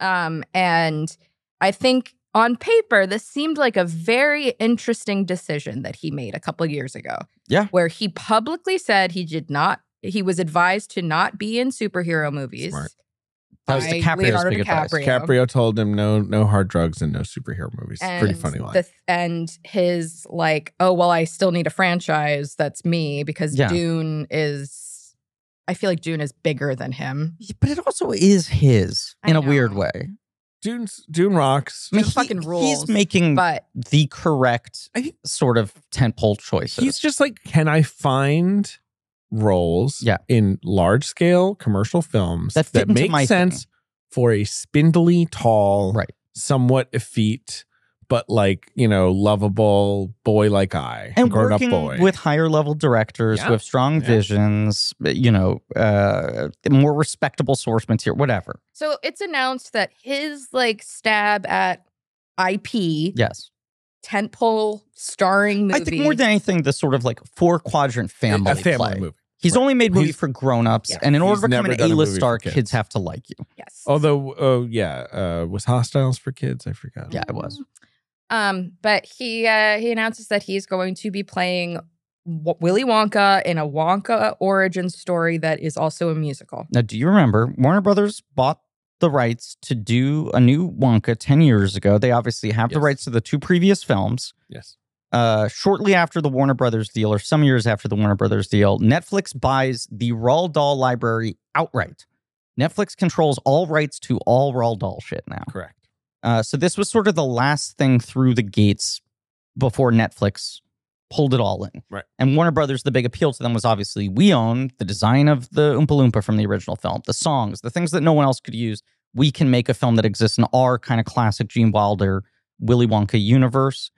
C: Um, and I think on paper, this seemed like a very interesting decision that he made a couple years ago.
A: Yeah.
C: Where he publicly said he did not, he was advised to not be in superhero movies.
B: Smart.
A: That was
C: by
A: DiCaprio's
C: Leonardo
A: big advice.
C: DiCaprio.
B: Caprio told him no, no hard drugs and no superhero movies. It's a Pretty funny line.
C: the- and his like, oh well, I still need a franchise that's me because
A: Yeah.
C: Dune is. I feel like Dune is bigger than him.
A: Yeah, But it also is his
C: I
A: in a
C: know.
A: weird way.
B: Dune's, Dune rocks.
A: I mean,
C: It fucking rules,
A: He's
B: Mm.
A: making
C: But
A: the correct
B: I think-
A: sort of tentpole choices.
B: He's just like, can I find roles
A: Yeah.
B: in large scale commercial films
A: That
B: that,
A: fit into
B: make
A: my
B: sense for a spindly, tall,
A: Right.
B: somewhat effete, but like, you know, lovable boy like I,
A: and
B: grown up
A: working
B: boy.
A: with higher level directors
B: Yeah.
A: who have strong
B: Yeah.
A: visions, you know, uh, more respectable source material, whatever.
C: so it's announced that his like stab at IP
A: Yes.
C: tentpole starring movie.
A: I think more than anything, the sort of like four quadrant family,
B: a family
A: play.
B: movie.
A: He's
B: Right.
A: only made movies
B: He's-
A: for grown ups,
C: Yeah.
A: and in order
B: He's
A: to become
B: never
A: an
B: done a movie
A: A-list
B: for
A: star,
B: kids.
A: kids. have to like you.
C: yes.
B: Although, oh, yeah, uh, was Hostiles for Kids? I forgot.
A: Yeah, it was.
C: Mm-hmm. Um, but he uh, he announces that he's going to be playing W- Willy Wonka in a Wonka origin story that is also a musical.
A: Now, do you remember Warner Brothers bought the rights to do a new Wonka 10 years ago? They obviously have the
B: Yes.
A: rights to the two previous films.
B: Yes.
A: uh, shortly after the Warner Brothers deal, or some years after the Warner Brothers deal, Netflix buys the Roald Dahl library outright. Netflix controls all rights to all Roald Dahl shit now.
B: Correct.
A: Uh, so this was sort of the last thing through the gates before Netflix pulled it all in.
B: Right.
A: And Warner Brothers, the big appeal to them was obviously we own the design of the Oompa Loompa from the original film, the songs, the things that no one else could use. We can make a film that exists in our kind of classic Gene Wilder, Willy Wonka universe.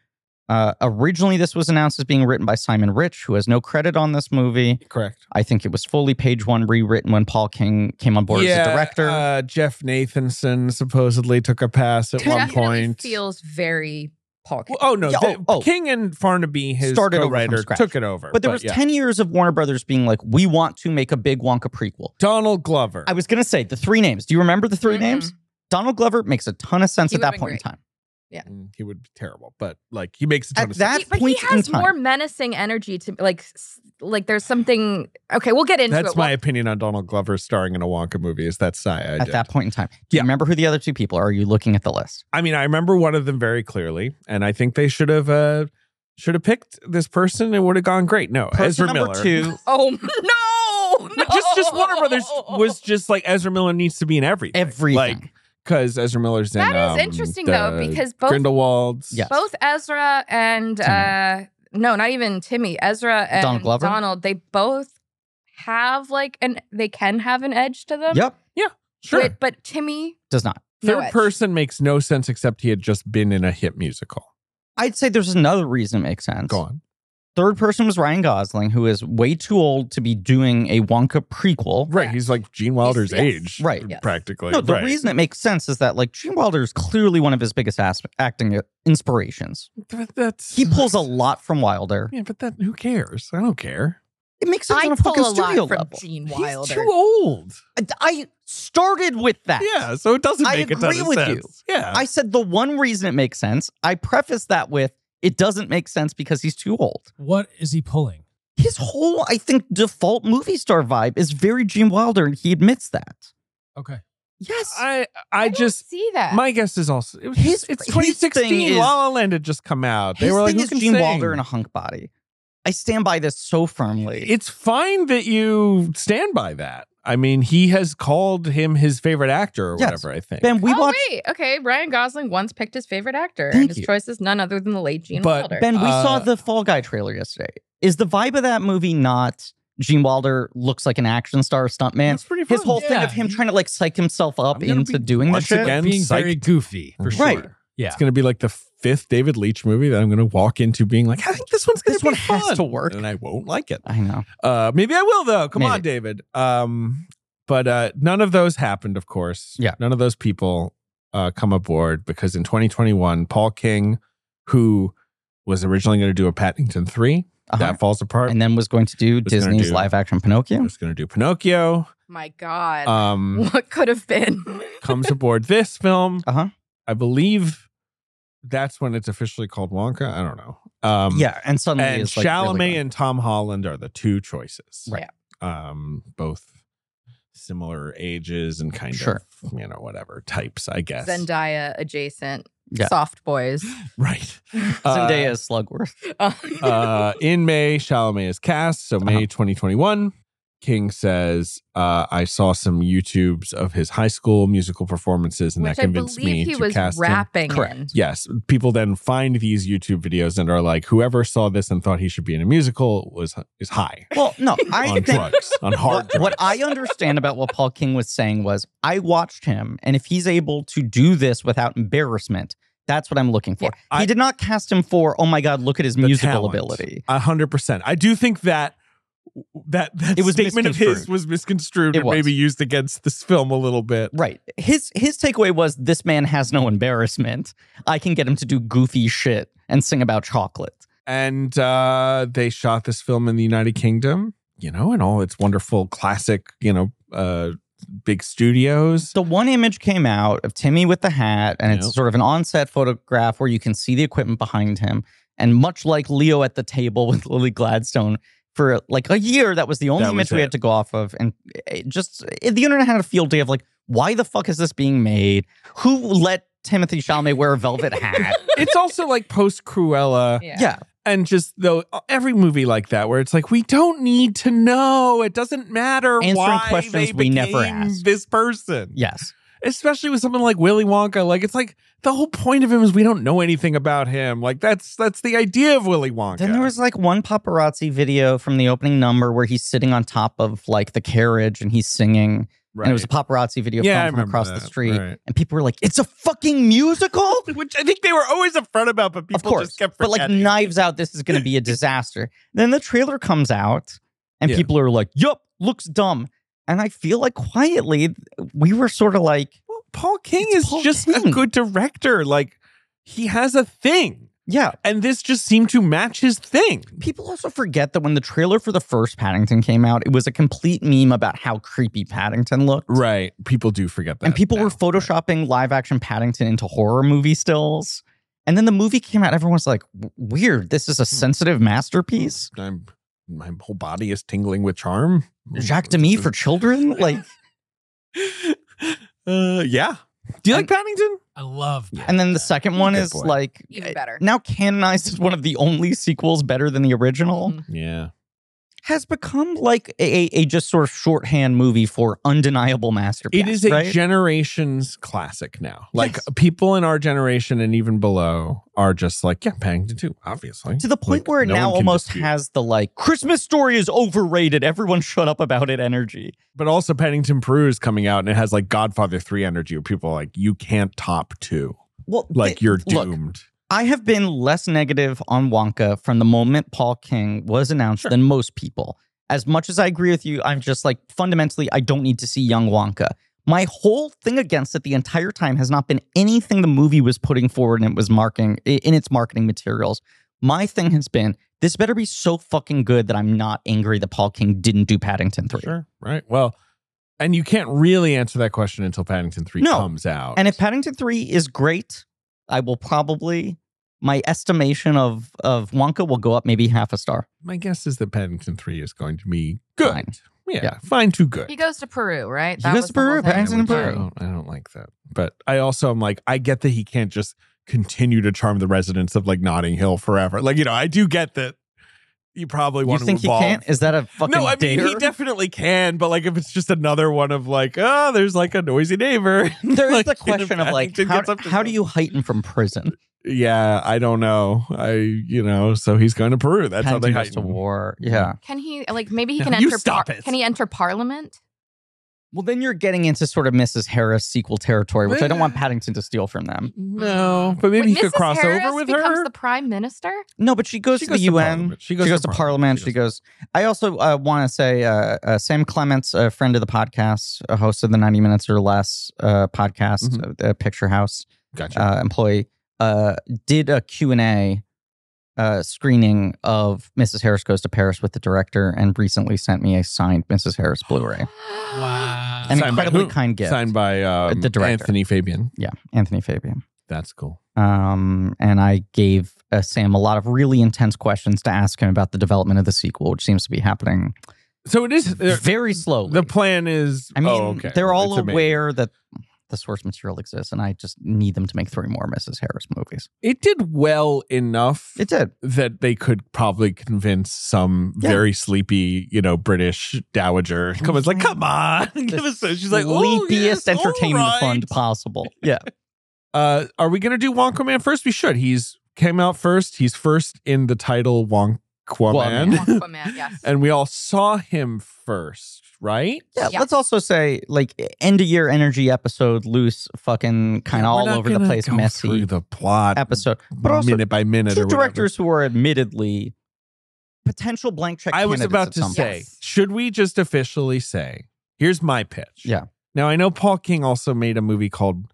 A: Uh, originally, this was announced as being written by Simon Rich, who has no credit on this movie.
B: Correct.
A: I think it was fully page one rewritten when Paul King came on board as a director.
B: Uh, Jeff Nathanson supposedly took a pass at one
C: Definitely
B: point.
C: feels very Paul.
B: Well, oh no!
A: Yeah,
B: the-
A: oh, oh.
B: King and Farnaby, his
A: Started over from
B: co-writer,
A: scratch.
B: took it over.
A: But there was
B: yeah.
A: 10 years of Warner Brothers being like, we want to make a big Wonka prequel.
B: Donald Glover.
A: I was going to say the three names. Do you remember the 3
C: Mhm.
A: names? Donald Glover makes a ton of sense
C: He
A: at that
C: would've
A: point in
C: been
A: time.
B: Mm, he would be terrible, but like he makes a ton
A: At
B: of
A: that
C: He- but he
A: point in
C: has
A: time.
C: more menacing energy to like s- like there's something okay we'll get
B: sense.
C: into
B: That's
C: it
B: my
C: We'll-
B: opinion on Donald Glover starring in a Wonka movie. Is that Saya? I
A: at
B: did.
A: that point in time. Do you
B: Yeah.
A: remember who the other two people are? Are you looking at the list?
B: I mean, I remember one of them very clearly, and I think they should have uh, should have picked this person. It would have gone great. No,
A: Person
B: Ezra
A: number
B: Miller.
A: two,
C: oh no, no
B: Just, just Warner Brothers was just like Ezra Miller needs to be in everything.
A: everything.
B: Like, because Ezra Miller's in.
C: That is
B: um,
C: interesting
B: the
C: though because both
B: Grindelwald's.
A: Yes.
C: both Ezra and uh
A: Timmy.
C: no, not even Timmy. Ezra and
A: Donald Glover?
C: Donald, they both have like an they can have an edge to them.
A: yep,
B: Sure.
C: But, but Timmy,
A: does not.
C: no
B: Third
C: edge.
B: person makes no sense except he had just been in a hit musical.
A: I'd say there's another reason it makes sense.
B: Go on.
A: Third person was Ryan Gosling, who is way too old to be doing a Wonka prequel.
B: Right. He's like Gene Wilder's
C: yes.
B: age.
A: Right.
C: Yes.
B: Practically.
A: No, the
B: right.
A: reason it makes sense is that like Gene Wilder is clearly one of his biggest as- acting uh, inspirations.
B: Th- that's
A: He pulls a lot from Wilder.
B: Yeah, but that who cares? I don't care.
A: It makes sense
C: I
A: on a
C: pull
A: fucking
C: a lot
A: studio
C: from
A: level.
C: Gene
B: He's
C: Wilder.
B: too old.
A: I- I started with that.
B: Yeah, so it doesn't
A: I
B: make a ton
A: agree
B: of
A: with you.
B: sense. Yeah.
A: I said the one reason it makes sense. I preface that with it doesn't make sense because he's too old.
D: What is he pulling?
A: His whole, I think, default movie star vibe is very Gene Wilder, and he admits that.
D: Okay.
A: Yes.
B: I I
C: don't
B: just
C: see that.
B: my guess is also it was
A: His-
B: just- it's
A: his
B: 2016.
A: thing is-
B: La La Land had just come out. They
A: His
B: were like,
A: thing
B: who
A: is
B: can
A: Gene
B: sing?
A: Wilder in a hunk body. I stand by this so firmly.
B: It's fine that you stand by that. I mean, he has called him his favorite actor or
A: Yes.
B: whatever. I think.
A: ben, we
C: oh
A: watched.
C: wait, okay. Ryan Gosling once picked his favorite actor,
A: Thank
C: and his
A: you.
C: choice is none other than the late Gene
B: But
C: Wilder.
A: Ben, we saw
B: Uh,
A: the Fall Guy trailer yesterday. Is the vibe of that movie not Gene Wilder looks like an action star stuntman?
B: That's pretty
A: His
B: fun.
A: whole thing
D: Yeah.
A: of him trying to like psych himself up
B: I'm gonna
A: into
B: be-
A: doing this
B: once
A: shit.
B: again
D: Being
B: psyched-
D: very goofy for
A: Right.
D: sure. Yeah.
B: It's going to be like the fifth David Leitch movie that I'm going to walk into being like, I think this one's going
A: this
B: to be
A: one
B: fun. Uh,
A: has to work.
B: and I won't like it.
A: I know.
B: Uh, maybe I will though. Come on,
A: Maybe.
B: David. Um, but uh, none of those happened, of course.
A: Yeah.
B: none of those people uh, come aboard because in 2021, Paul King, who was originally going to do a Paddington 3
A: Uh-huh.
B: that falls apart.
A: and then was going to do
B: Was gonna
A: Disney's
B: do-
A: live action Pinocchio.
B: was going to do Pinocchio.
C: my God,
B: Um,
C: what could have been?
B: comes aboard this film.
A: Uh-huh.
B: I believe that's when it's officially called Wonka. I don't know. Um,
A: yeah, and suddenly
B: and
A: it's like
B: Chalamet
A: really
B: and Tom Holland are the two choices.
A: Right.
B: Um, both similar ages and kind
A: Sure.
B: of you know whatever types, I guess.
C: Zendaya adjacent,
A: Yeah.
C: soft boys. Um,
B: Right.
A: good.
B: Uh,
A: Zendaya is Slugworth.
B: uh, in May, Chalamet is cast. So May
A: Uh-huh.
B: 2021. King says, uh, "I saw some YouTubes of his high school musical performances, and
C: which
B: that
C: I
B: convinced me
C: believe he
B: to
C: was
B: cast him."
C: rapping
A: Correct.
C: in.
B: Yes, people then find these YouTube videos and are like, "Whoever saw this and thought he should be in a musical was is high
A: Well, no, I
B: on
A: think
B: drugs, on hard
A: what,
B: drugs."
A: what I understand about what Paul King was saying was I watched him, and if he's able to do this without embarrassment, that's what I'm looking for.
B: Yeah,
A: he
B: I-
A: did not cast him for, oh my God, look at his
B: The
A: musical
B: talent.
A: ability.
B: A hundred percent. I do think that that that
A: It was
B: statement of his
A: misconstrued.
B: was misconstrued
A: It
B: and
A: was.
B: maybe used against this film a little bit.
A: Right. His his takeaway was this man has no embarrassment. I can get him to do goofy shit and sing about chocolate.
B: And uh, they shot this film in the United Kingdom, you know, and all its wonderful classic, you know, uh, big studios.
A: The one image came out of Timmy with the hat, and it's
B: Yep.
A: sort of an onset photograph where you can see the equipment behind him. And much like Leo at the table with Lily Gladstone, for like a year, that was the only
B: That was
A: image we
B: it.
A: had to go off of. And it just it, the internet had a field day of like, why the fuck is this being made? Who let Timothy Chalamet wear a velvet hat?
B: It's also like post Cruella.
A: yeah.
B: and just though uh, every movie like that where it's like we don't need to know it doesn't matter
A: Answering
B: why
A: questions
B: they
A: we never
B: became
A: asked.
B: this person
A: Yes.
B: Oh especially with someone like willy wonka like it's like the whole point of him is we don't know anything about him like that's that's the idea of willy wonka
A: Then there was like one paparazzi video from the opening number where he's sitting on top of like the carriage and he's singing.
B: right.
A: And it was a paparazzi video
B: Yeah, I
A: filmed from
B: remember
A: across the
B: that.
A: street.
B: Right.
A: And people were like, it's a fucking musical?
B: which i think they were always upfront about but people
A: of course.
B: just kept
A: but
B: forgetting
A: like Knives Out, this is going to be a disaster. then the trailer comes out and
B: Yeah.
A: people are like, yup, looks dumb. And I feel like quietly we were sort of like,
B: well, paul king
A: It's
B: is
A: Paul
B: just a
A: King.
B: good director like he has a thing
A: yeah.
B: and this just seemed to match his thing
A: People also forget that when the trailer for the first Paddington came out, it was a complete meme about how creepy Paddington looked.
B: right people do forget that
A: and people were
B: now. Right.
A: photoshopping live action Paddington into horror movie stills. And then the movie came out, everyone was like, "W- weird, this is a
B: Hmm.
A: sensitive masterpiece.
B: I'm my whole body is tingling with charm.
A: Jacques Demy for children? Like,
B: uh, yeah. Do you like Paddington?
D: I love
A: and then the second one
B: Good
A: is
B: boy.
A: like eh,
C: Even better.
A: now canonized as one of the only sequels better than the original.
C: Mhm.
B: Yeah.
A: Has become like a, a just sort of shorthand movie for undeniable masterpiece.
B: it is a
A: right?
B: generations classic now. Like
A: Yes.
B: people in our generation and even below are just like, yeah, Paddington too, obviously.
A: to the point
B: Like,
A: where it
B: no
A: now
B: one can
A: almost
B: dispute.
A: has the like Christmas story is overrated. Everyone shut up about it energy.
B: But also Paddington Peru is coming out and it has like Godfather 3 energy where people are like, you can't top two.
A: Well,
B: Like
A: thi-
B: you're
A: look,
B: doomed.
A: I have been less negative on Wonka from the moment Paul King was announced
B: Sure.
A: than most people. As much as I agree with you, I'm just like fundamentally, I don't need to see young Wonka. My whole thing against it the entire time has not been anything the movie was putting forward and it was marking i- in its marketing materials. My thing has been this better be so fucking good that I'm not angry that Paul King didn't do Paddington 3.
B: Sure. Right. Well, and you can't really answer that question until Paddington 3
A: No.
B: comes out.
A: And if Paddington 3 is great, I will probably my estimation of of Wonka will go up maybe half a star.
B: my guess is that Paddington 3 is going to be good.
A: Fine.
B: Yeah,
A: Yeah.
B: Fine to good.
C: He goes to Peru, right?
A: He goes
C: was
A: to
C: the whole
A: Peru,
C: thing.
A: Paddington in
B: I
A: Peru.
B: don't, I don't like that. But I also am like, I get that he can't just continue to charm the residents of like Notting Hill forever. Like, you know, I do get that you probably
A: You
B: want
A: think
B: to
A: he
B: evolve.
A: can't? Is that a fucking
B: no, I mean
A: dare?
B: he definitely can, but like if it's just another one of like, oh, there's like a noisy neighbor.
A: There is
B: Like,
A: the
B: if
A: question of like,
B: Paddington
A: how,
B: gets up to
A: how do
B: something.
A: you heighten from prison?
B: Yeah, I don't know. I you know, so he's going to Peru. That's how they
A: Paddington goes
B: heighten.
A: to war. Yeah.
C: Can he like maybe he
B: No,
C: can
B: you
C: enter?
B: stop
C: par-
B: it.
C: Can he enter Parliament?
A: Well, then you're getting into sort of Mrs. Harris sequel territory, which I don't want Paddington to steal from them.
B: No, but maybe
C: When
B: he could
C: Mrs.
B: cross
C: Harris
B: over with
C: becomes
B: her.
C: the prime minister.
A: No, but she goes
B: She
A: to
B: goes
A: the
B: to
A: UN.
B: Parliament.
A: She goes, to Parliament. She goes. I also uh, want to say uh, uh, Sam Clements, a friend of the podcast, a host of the 90 Minutes or Less uh, podcast,
B: Mhm.
A: uh, the Picture House.
B: Gotcha.
A: uh, employee uh, did a Q&A uh, screening of Mrs. Harris Goes to Paris with the director and recently sent me a signed Mrs. Harris Blu-ray.
D: Wow.
A: An
B: Signed by
A: incredibly
B: who?
A: kind gift.
B: Signed by um,
A: the director.
B: Anthony Fabian.
A: yeah, Anthony Fabian.
B: That's cool.
A: Um, and I gave uh, Sam a lot of really intense questions to ask him about the development of the sequel, which seems to be happening
B: So it is they're-
A: very slowly.
B: the plan is.
A: I mean,
B: oh, okay.
A: they're all
B: It's amazing.
A: aware that the source material exists, and I just need them to make three more Mrs. Harris movies.
B: It did well enough
A: It did.
B: that they could probably convince some
A: Yeah.
B: very sleepy, you know, British dowager. Come it's like, come on, give us. some." She's like, oh, yes,
A: leapiest
B: all
A: entertainment
B: right."
A: fund possible. Yeah.
B: Uh, are we gonna do Wonka Man first? We should. He's came out first. He's first in the title Wonka Man,
A: Wonka
C: Man. Wonka Man, yes.
B: and we all saw him first, right?
A: Yeah,
C: Yeah.
A: let's also say like e, end of year energy episode, loose, fucking kind of
B: We're
A: all
B: not
A: over the
B: gonna
A: place,
B: go
A: messy
B: through the plot
A: episode. But also
B: minute by minute.
A: two
B: or whatever.
A: directors who are admittedly potential blank check.
B: I was
A: candidates
B: about
A: at
B: to
A: some
B: say,
A: point.
C: Yes.
B: should we just officially say, here's my pitch?
A: Yeah.
B: Now, I know Paul King also made a movie called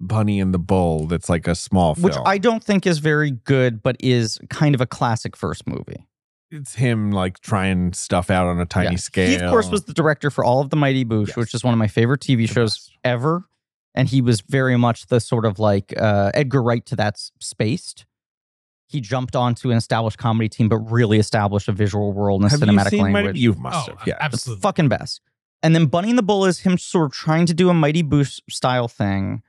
B: Bunny and the Bull that's like a small film.
A: which I don't think is very good, but is kind of a classic first movie.
B: It's him like trying stuff out on a tiny
A: Yeah.
B: scale.
A: He of course was the director for all of the Mighty Boosh,
B: Yes.
A: which is one of my favorite TV
B: The
A: shows
B: best.
A: ever. And he was very much the sort of like uh, Edgar Wright to that s- spaced. He jumped onto an established comedy team, but really established a visual world and a
B: Have you
A: cinematic
B: seen Mighty-
A: language.
B: You
D: Oh,
B: must have. Yeah.
A: It's the
D: absolutely.
A: fucking best. And then Bunny and the Bull is him sort of trying to do a Mighty Boosh style thing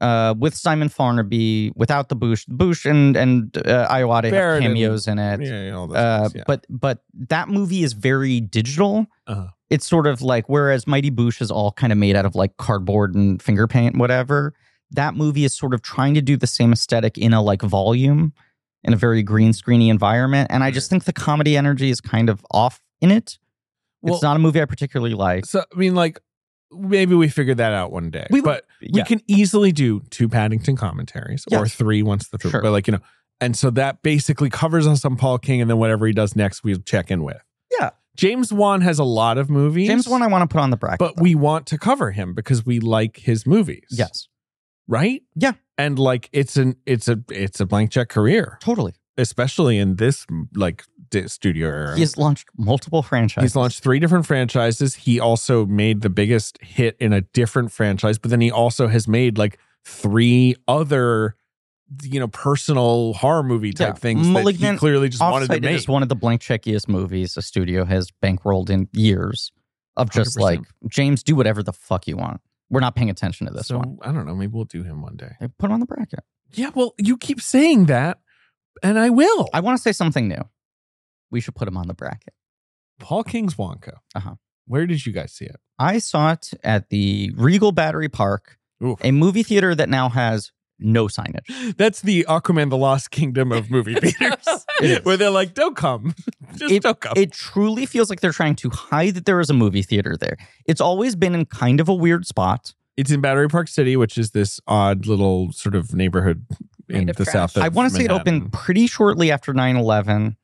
A: uh, with Simon Farnaby without the Boosh. Boosh and and uh, Iowade have
B: Barrett and-
A: cameos in it.
B: Yeah, yeah, all those
A: Uh,
B: things, yeah.
A: but but that movie is very digital.
B: Uh-huh.
A: It's sort of like whereas Mighty Boosh is all kind of made out of like cardboard and finger paint, whatever. That movie is sort of trying to do the same aesthetic in a like volume, in a very green screeny environment, and I just think the comedy energy is kind of off in it.
B: Well-
A: it's not a movie I particularly like.
B: so, I mean, like, maybe we figure that out one day.
A: We-
B: but we
A: Yeah.
B: can easily do two Paddington commentaries or
A: Yes.
B: three once the three,
A: Sure.
B: but like you know, and so that basically covers us on Paul King, and then whatever he does next, we check in with.
A: Yeah.
B: James Wan has a lot of movies.
A: James one I want to put on the bracket,
B: but
A: though.
B: we want to cover him because we like his movies.
A: yes,
B: right.
A: Yeah.
B: and like it's an it's a it's a blank check career,
A: totally.
B: especially in this like di- studio era.
A: He has launched multiple franchises.
B: He's launched three different franchises. He also made the biggest hit in a different franchise, but then he also has made like three other, you know, personal horror movie type
A: Yeah.
B: things that he
A: Malignant,
B: clearly just wanted to
A: Offsite
B: make.
A: is one of the blank checkiest movies a studio has bankrolled in years of just
B: 100%.
A: like James, do whatever the fuck you want. We're not paying attention to this
B: so
A: one.
B: I don't know. Maybe we'll do him one day.
A: I Put him on the bracket.
B: Yeah. Well, you keep saying that, and I will.
A: I want to say something new. We should put him on the bracket.
B: Paul King's Wonka.
A: Uh-huh.
B: Where did you guys see it?
A: I saw it at the Regal Battery Park,
B: Ooh.
A: a movie theater that now has no signage.
B: That's the Aquaman: The Lost Kingdom of movie theaters,
A: It is.
B: where they're like, "Don't come, just
A: It-
B: don't come."
A: It truly feels like they're trying to hide that there is a movie theater there. It's always been in kind of a weird spot.
B: It's in Battery Park City, which is this odd little sort of neighborhood in
C: Native
B: the
C: trash.
B: south. Of
C: That's
A: I want to say it
B: Manhattan.
A: opened pretty shortly after 9 11,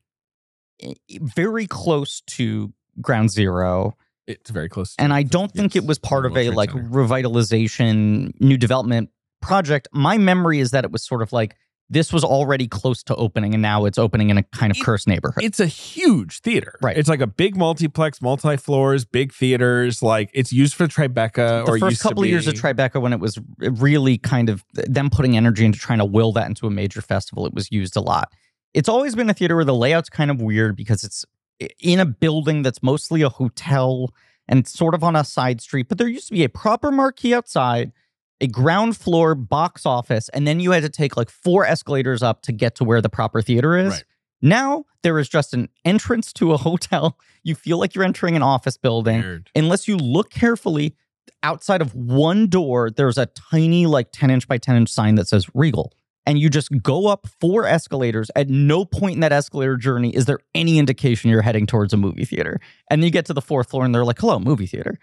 A: very close to ground zero.
B: It's very close. to-
A: And I don't think
B: Yes,
A: it was part
B: the
A: of
B: World
A: a
B: Trade
A: like
B: Center.
A: revitalization, new development project. My memory is that it was sort of like this was already close to opening and now it's opening in a kind of
B: It-
A: cursed neighborhood.
B: it's a huge theater.
A: Right.
B: It's like a big multiplex, multi floors, big theaters. Like it's used for Tribeca or
A: the first
B: used to
A: couple of years of
B: be.
A: Tribeca, when it was really kind of them putting energy into trying to will that into a major festival, it was used a lot. It's always been a theater where the layout's kind of weird because it's in a building that's mostly a hotel and it's sort of on a side street. But there used to be a proper marquee outside, a ground floor box office, and then you had to take like four escalators up to get to where the proper theater is.
B: Right.
A: Now there is just an entrance to a hotel. You feel like you're entering an office building
B: Weird.
A: unless you look carefully outside of one door there's a tiny like 10 inch by 10 inch sign that says regal and you just go up four escalators at no point in that escalator journey is there any indication you're heading towards a movie theater and you get to the fourth floor and they're like hello movie theater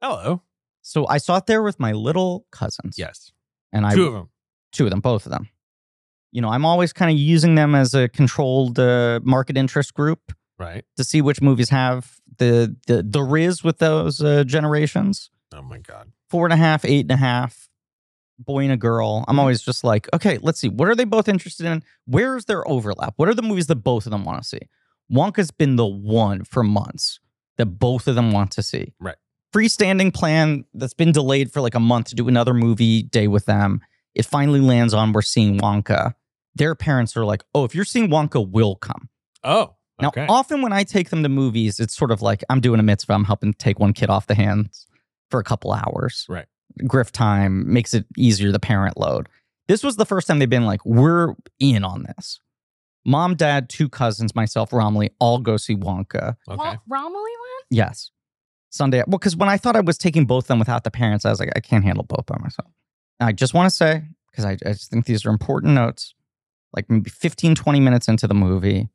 B: Hello.
A: so i saw it there with my little cousins
B: Yes.
A: and i
B: Two of them.
A: two of them both of them you know i'm always kind of using them as a controlled uh, market interest group
B: Right.
A: to see which movies have the the the riz with those uh, generations
B: Oh my God.
A: four and a half, eight and a half, boy and a girl. I'm always just like, okay, let's see. What are they both interested in? Where's their overlap? What are the movies that both of them want to see? Wonka's been the one for months that both of them want to see.
B: Right.
A: Freestanding plan that's been delayed for like a month to do another movie day with them. It finally lands on we're seeing Wonka. Their parents are like, oh, if you're seeing Wonka, we'll come.
B: Oh.
A: Now,
B: okay.
A: often when I take them to movies, it's sort of like I'm doing a mitzvah. I'm helping take one kid off the hands for a couple hours.
B: Right.
A: Griff time makes it easier the parent load. This was the first time they've been like, we're in on this. Mom, dad, two cousins, myself, Romley, all go see Wonka.
B: okay. Uh,
C: Romilly one?
A: Yes. Sunday. Well, because when I thought I was taking both of them without the parents, I was like, I can't handle both by myself. And I just want to say, because I, I just think these are important notes, like maybe 15, 20 minutes into the movie,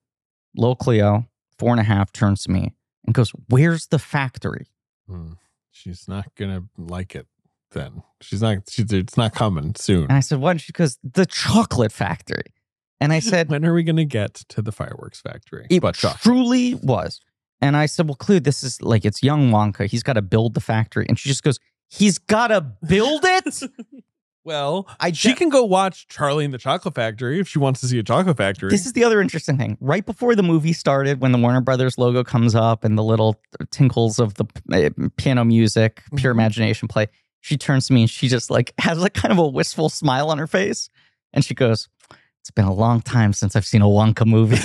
A: Lil Cleo, four and a half, turns to me and goes, Where's the factory?
B: Hmm. She's not gonna like it. Then she's not. She's. It's not coming soon.
A: And I said, What? And she goes, The chocolate factory. And I said,
B: when are we gonna get to the fireworks factory?
A: It
B: But uh, shock.
A: truly was. And I said, Well, Clue, this is like it's young Wonka. He's got to build the factory. And she just goes, He's got to build it?
B: Well,
A: I
B: she can go watch Charlie and the Chocolate Factory if she wants to see a chocolate factory.
A: This is the other interesting thing. Right before the movie started, when the Warner Brothers logo comes up and the little tinkles of the uh, piano music, pure
B: Mhm.
A: imagination play, she turns to me and she just like has like kind of a wistful smile on her face, and she goes, "It's been a long time since I've seen a Wonka movie.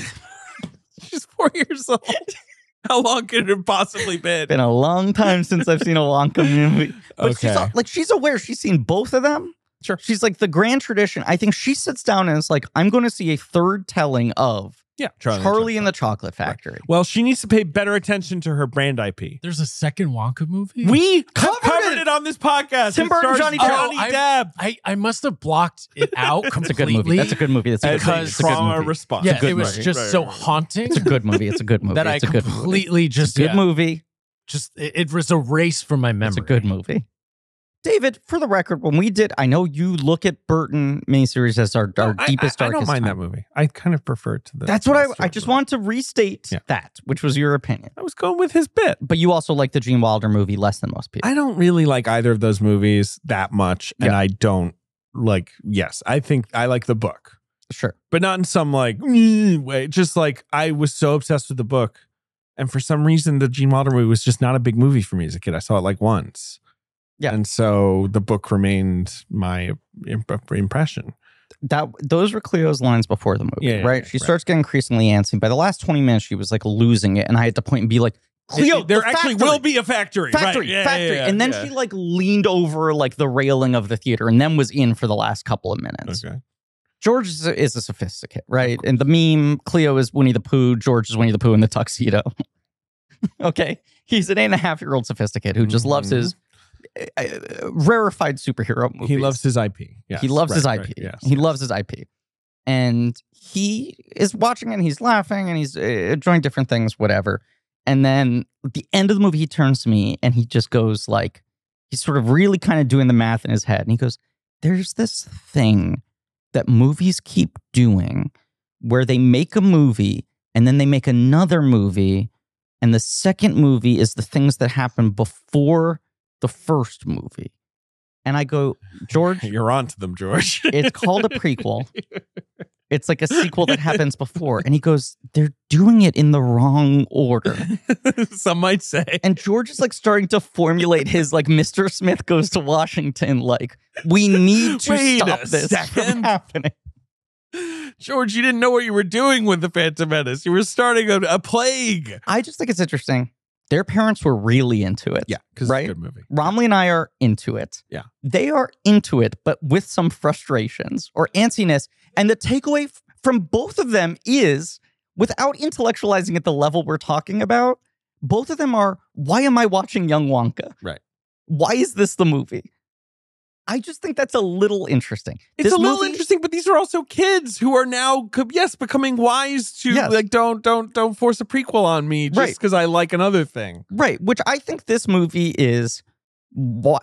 A: it's
B: She's four years old. How long could it have possibly been?
A: been a long time since I've seen a Wonka movie." But she's
B: Okay.
A: al- like she's aware she's seen both of them.
B: Sure.
A: She's like the grand tradition. I think she sits down and is like, "I'm going to see a third telling of
B: Yeah,
A: Charlie, and the Chocolate Factory."
B: Well, she needs to pay better attention to her brand IP.
D: There's a second Wonka movie.
B: We
A: Covered
B: covered, covered
A: it!
B: it. on this podcast.
A: Tim
B: It
A: Burton,
B: stars
A: Johnny
D: Depp.
B: Johnny
D: Oh, I-
B: Depp.
D: I, I must have blocked it out
A: It's
D: completely.
A: a good movie. That's a good movie. That's a good
B: As
A: movie.
B: a
D: Because
A: It's a good
B: trauma
A: movie.
B: response.
D: Yeah,
A: good
D: it was
A: movie.
D: just
B: Right,
D: so
B: right, right.
D: haunting
A: It's a good movie. It's a good movie.
D: that I
A: it's a good movie.
D: completely just
A: It's a good
D: yeah,
A: movie.
D: just it, it was erased from my memory.
A: It's a good movie. David, for the record, when we did, I know you look at Burton miniseries as our, our
B: No, I-
A: deepest,
B: I, I,
A: darkest.
B: don't mind
A: time.
B: that movie. I kind of prefer it to the.
A: That's what I.
B: Western
A: I just
B: movie.
A: want to restate
B: Yeah.
A: that, which was your opinion.
B: I was going with his bit.
A: But you also like the Gene Wilder movie less than most people.
B: I don't really like either of those movies that much, and
A: Yeah.
B: I don't like. Yes, I think I like the book.
A: sure.
B: but not in some like "Mm," way. Just like I was so obsessed with the book, and for some reason, the Gene Wilder movie was just not a big movie for me as a kid. I saw it like once,
A: Yeah.
B: and so the book remained my imp- impression.
A: That those were Cleo's lines before the movie,
B: Yeah, yeah,
A: right?
B: yeah,
A: she
B: right.
A: starts getting increasingly antsy. By the last twenty minutes, she was like losing it, and I had to point and be like, "Cleo,
B: It- there
A: the
B: actually
A: factory.
B: will be a factory, Right.
A: factory,
B: Yeah, yeah,
A: factory.
B: yeah,
A: and then
B: yeah.
A: she like leaned over like the railing of the theater and then was in for the last couple of minutes.
B: Okay.
A: George is a, is a sophisticate, right? And the meme, Cleo is Winnie the Pooh, George is Winnie the Pooh in the tuxedo. okay. He's an eight and a half year old sophisticate who just loves
B: Mhm.
A: his uh, uh, rarefied superhero movies.
B: He loves his IP. Yes,
A: He loves his
B: right,
A: IP.
B: right, yes.
A: he loves his IP. And he is watching it and he's laughing and he's uh, enjoying different things, whatever. And then at the end of the movie, he turns to me and he just goes like, he's sort of really kind of doing the math in his head. And he goes, There's this thing that movies keep doing where they make a movie and then they make another movie. And the second movie is the things that happen before the first movie. And I go, George,
B: You're on to them, George.
A: it's called a prequel. It's like a sequel that happens before. And he goes, They're doing it in the wrong order.
B: Some might say.
A: And George is like starting to formulate his like Mr. Smith goes to Washington, like, we need to
B: Wait
A: stop
B: a
A: this from
B: second.
A: happening.
B: George, you didn't know what you were doing with the Phantom Menace. You were starting a, a plague.
A: I just think it's interesting. Their parents were really into it.
B: because
A: Right?
B: it's a good movie.
A: Romley and I are into it.
B: Yeah.
A: They are into it, but with some frustrations or antsiness. And the takeaway f- from both of them is without intellectualizing at the level we're talking about, both of them are why am I watching Young Wonka?
B: Right.
A: Why is this the movie? I just think that's a little interesting.
B: It's
A: This
B: a little
A: movie-
B: interesting, but these are also kids who are now, co- yes, becoming wise to
A: Yes.
B: like, don't, don't, don't force a prequel on me
A: Right.
B: just because I like another thing.
A: Right, which I think this movie is wi-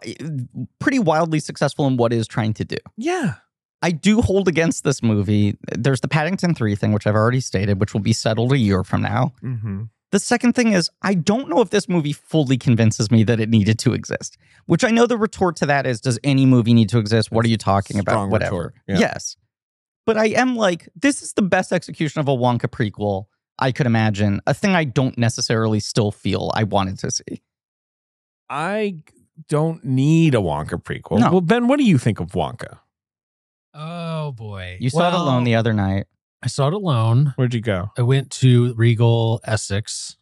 A: pretty wildly successful in what it is trying to do.
B: Yeah,
A: I do hold against this movie. There's the Paddington 3 thing, which I've already stated, which will be settled a year from now.
B: mm-hmm.
A: The second thing is, I don't know if this movie fully convinces me that it needed to exist, which I know the retort to that is, does any movie need to exist? What are you talking about?
B: Strong
A: Whatever.
B: retort, yeah.
A: Yes. But I am like, this is the best execution of a Wonka prequel I could imagine, a thing I don't necessarily still feel I wanted to see.
B: I don't need a Wonka prequel.
A: No.
B: Well, Ben, what do you think of Wonka?
D: Oh boy.
A: You saw it
D: Well,
A: alone the other night.
D: I saw it alone.
B: Where'd you go?
D: I went to Regal Essex,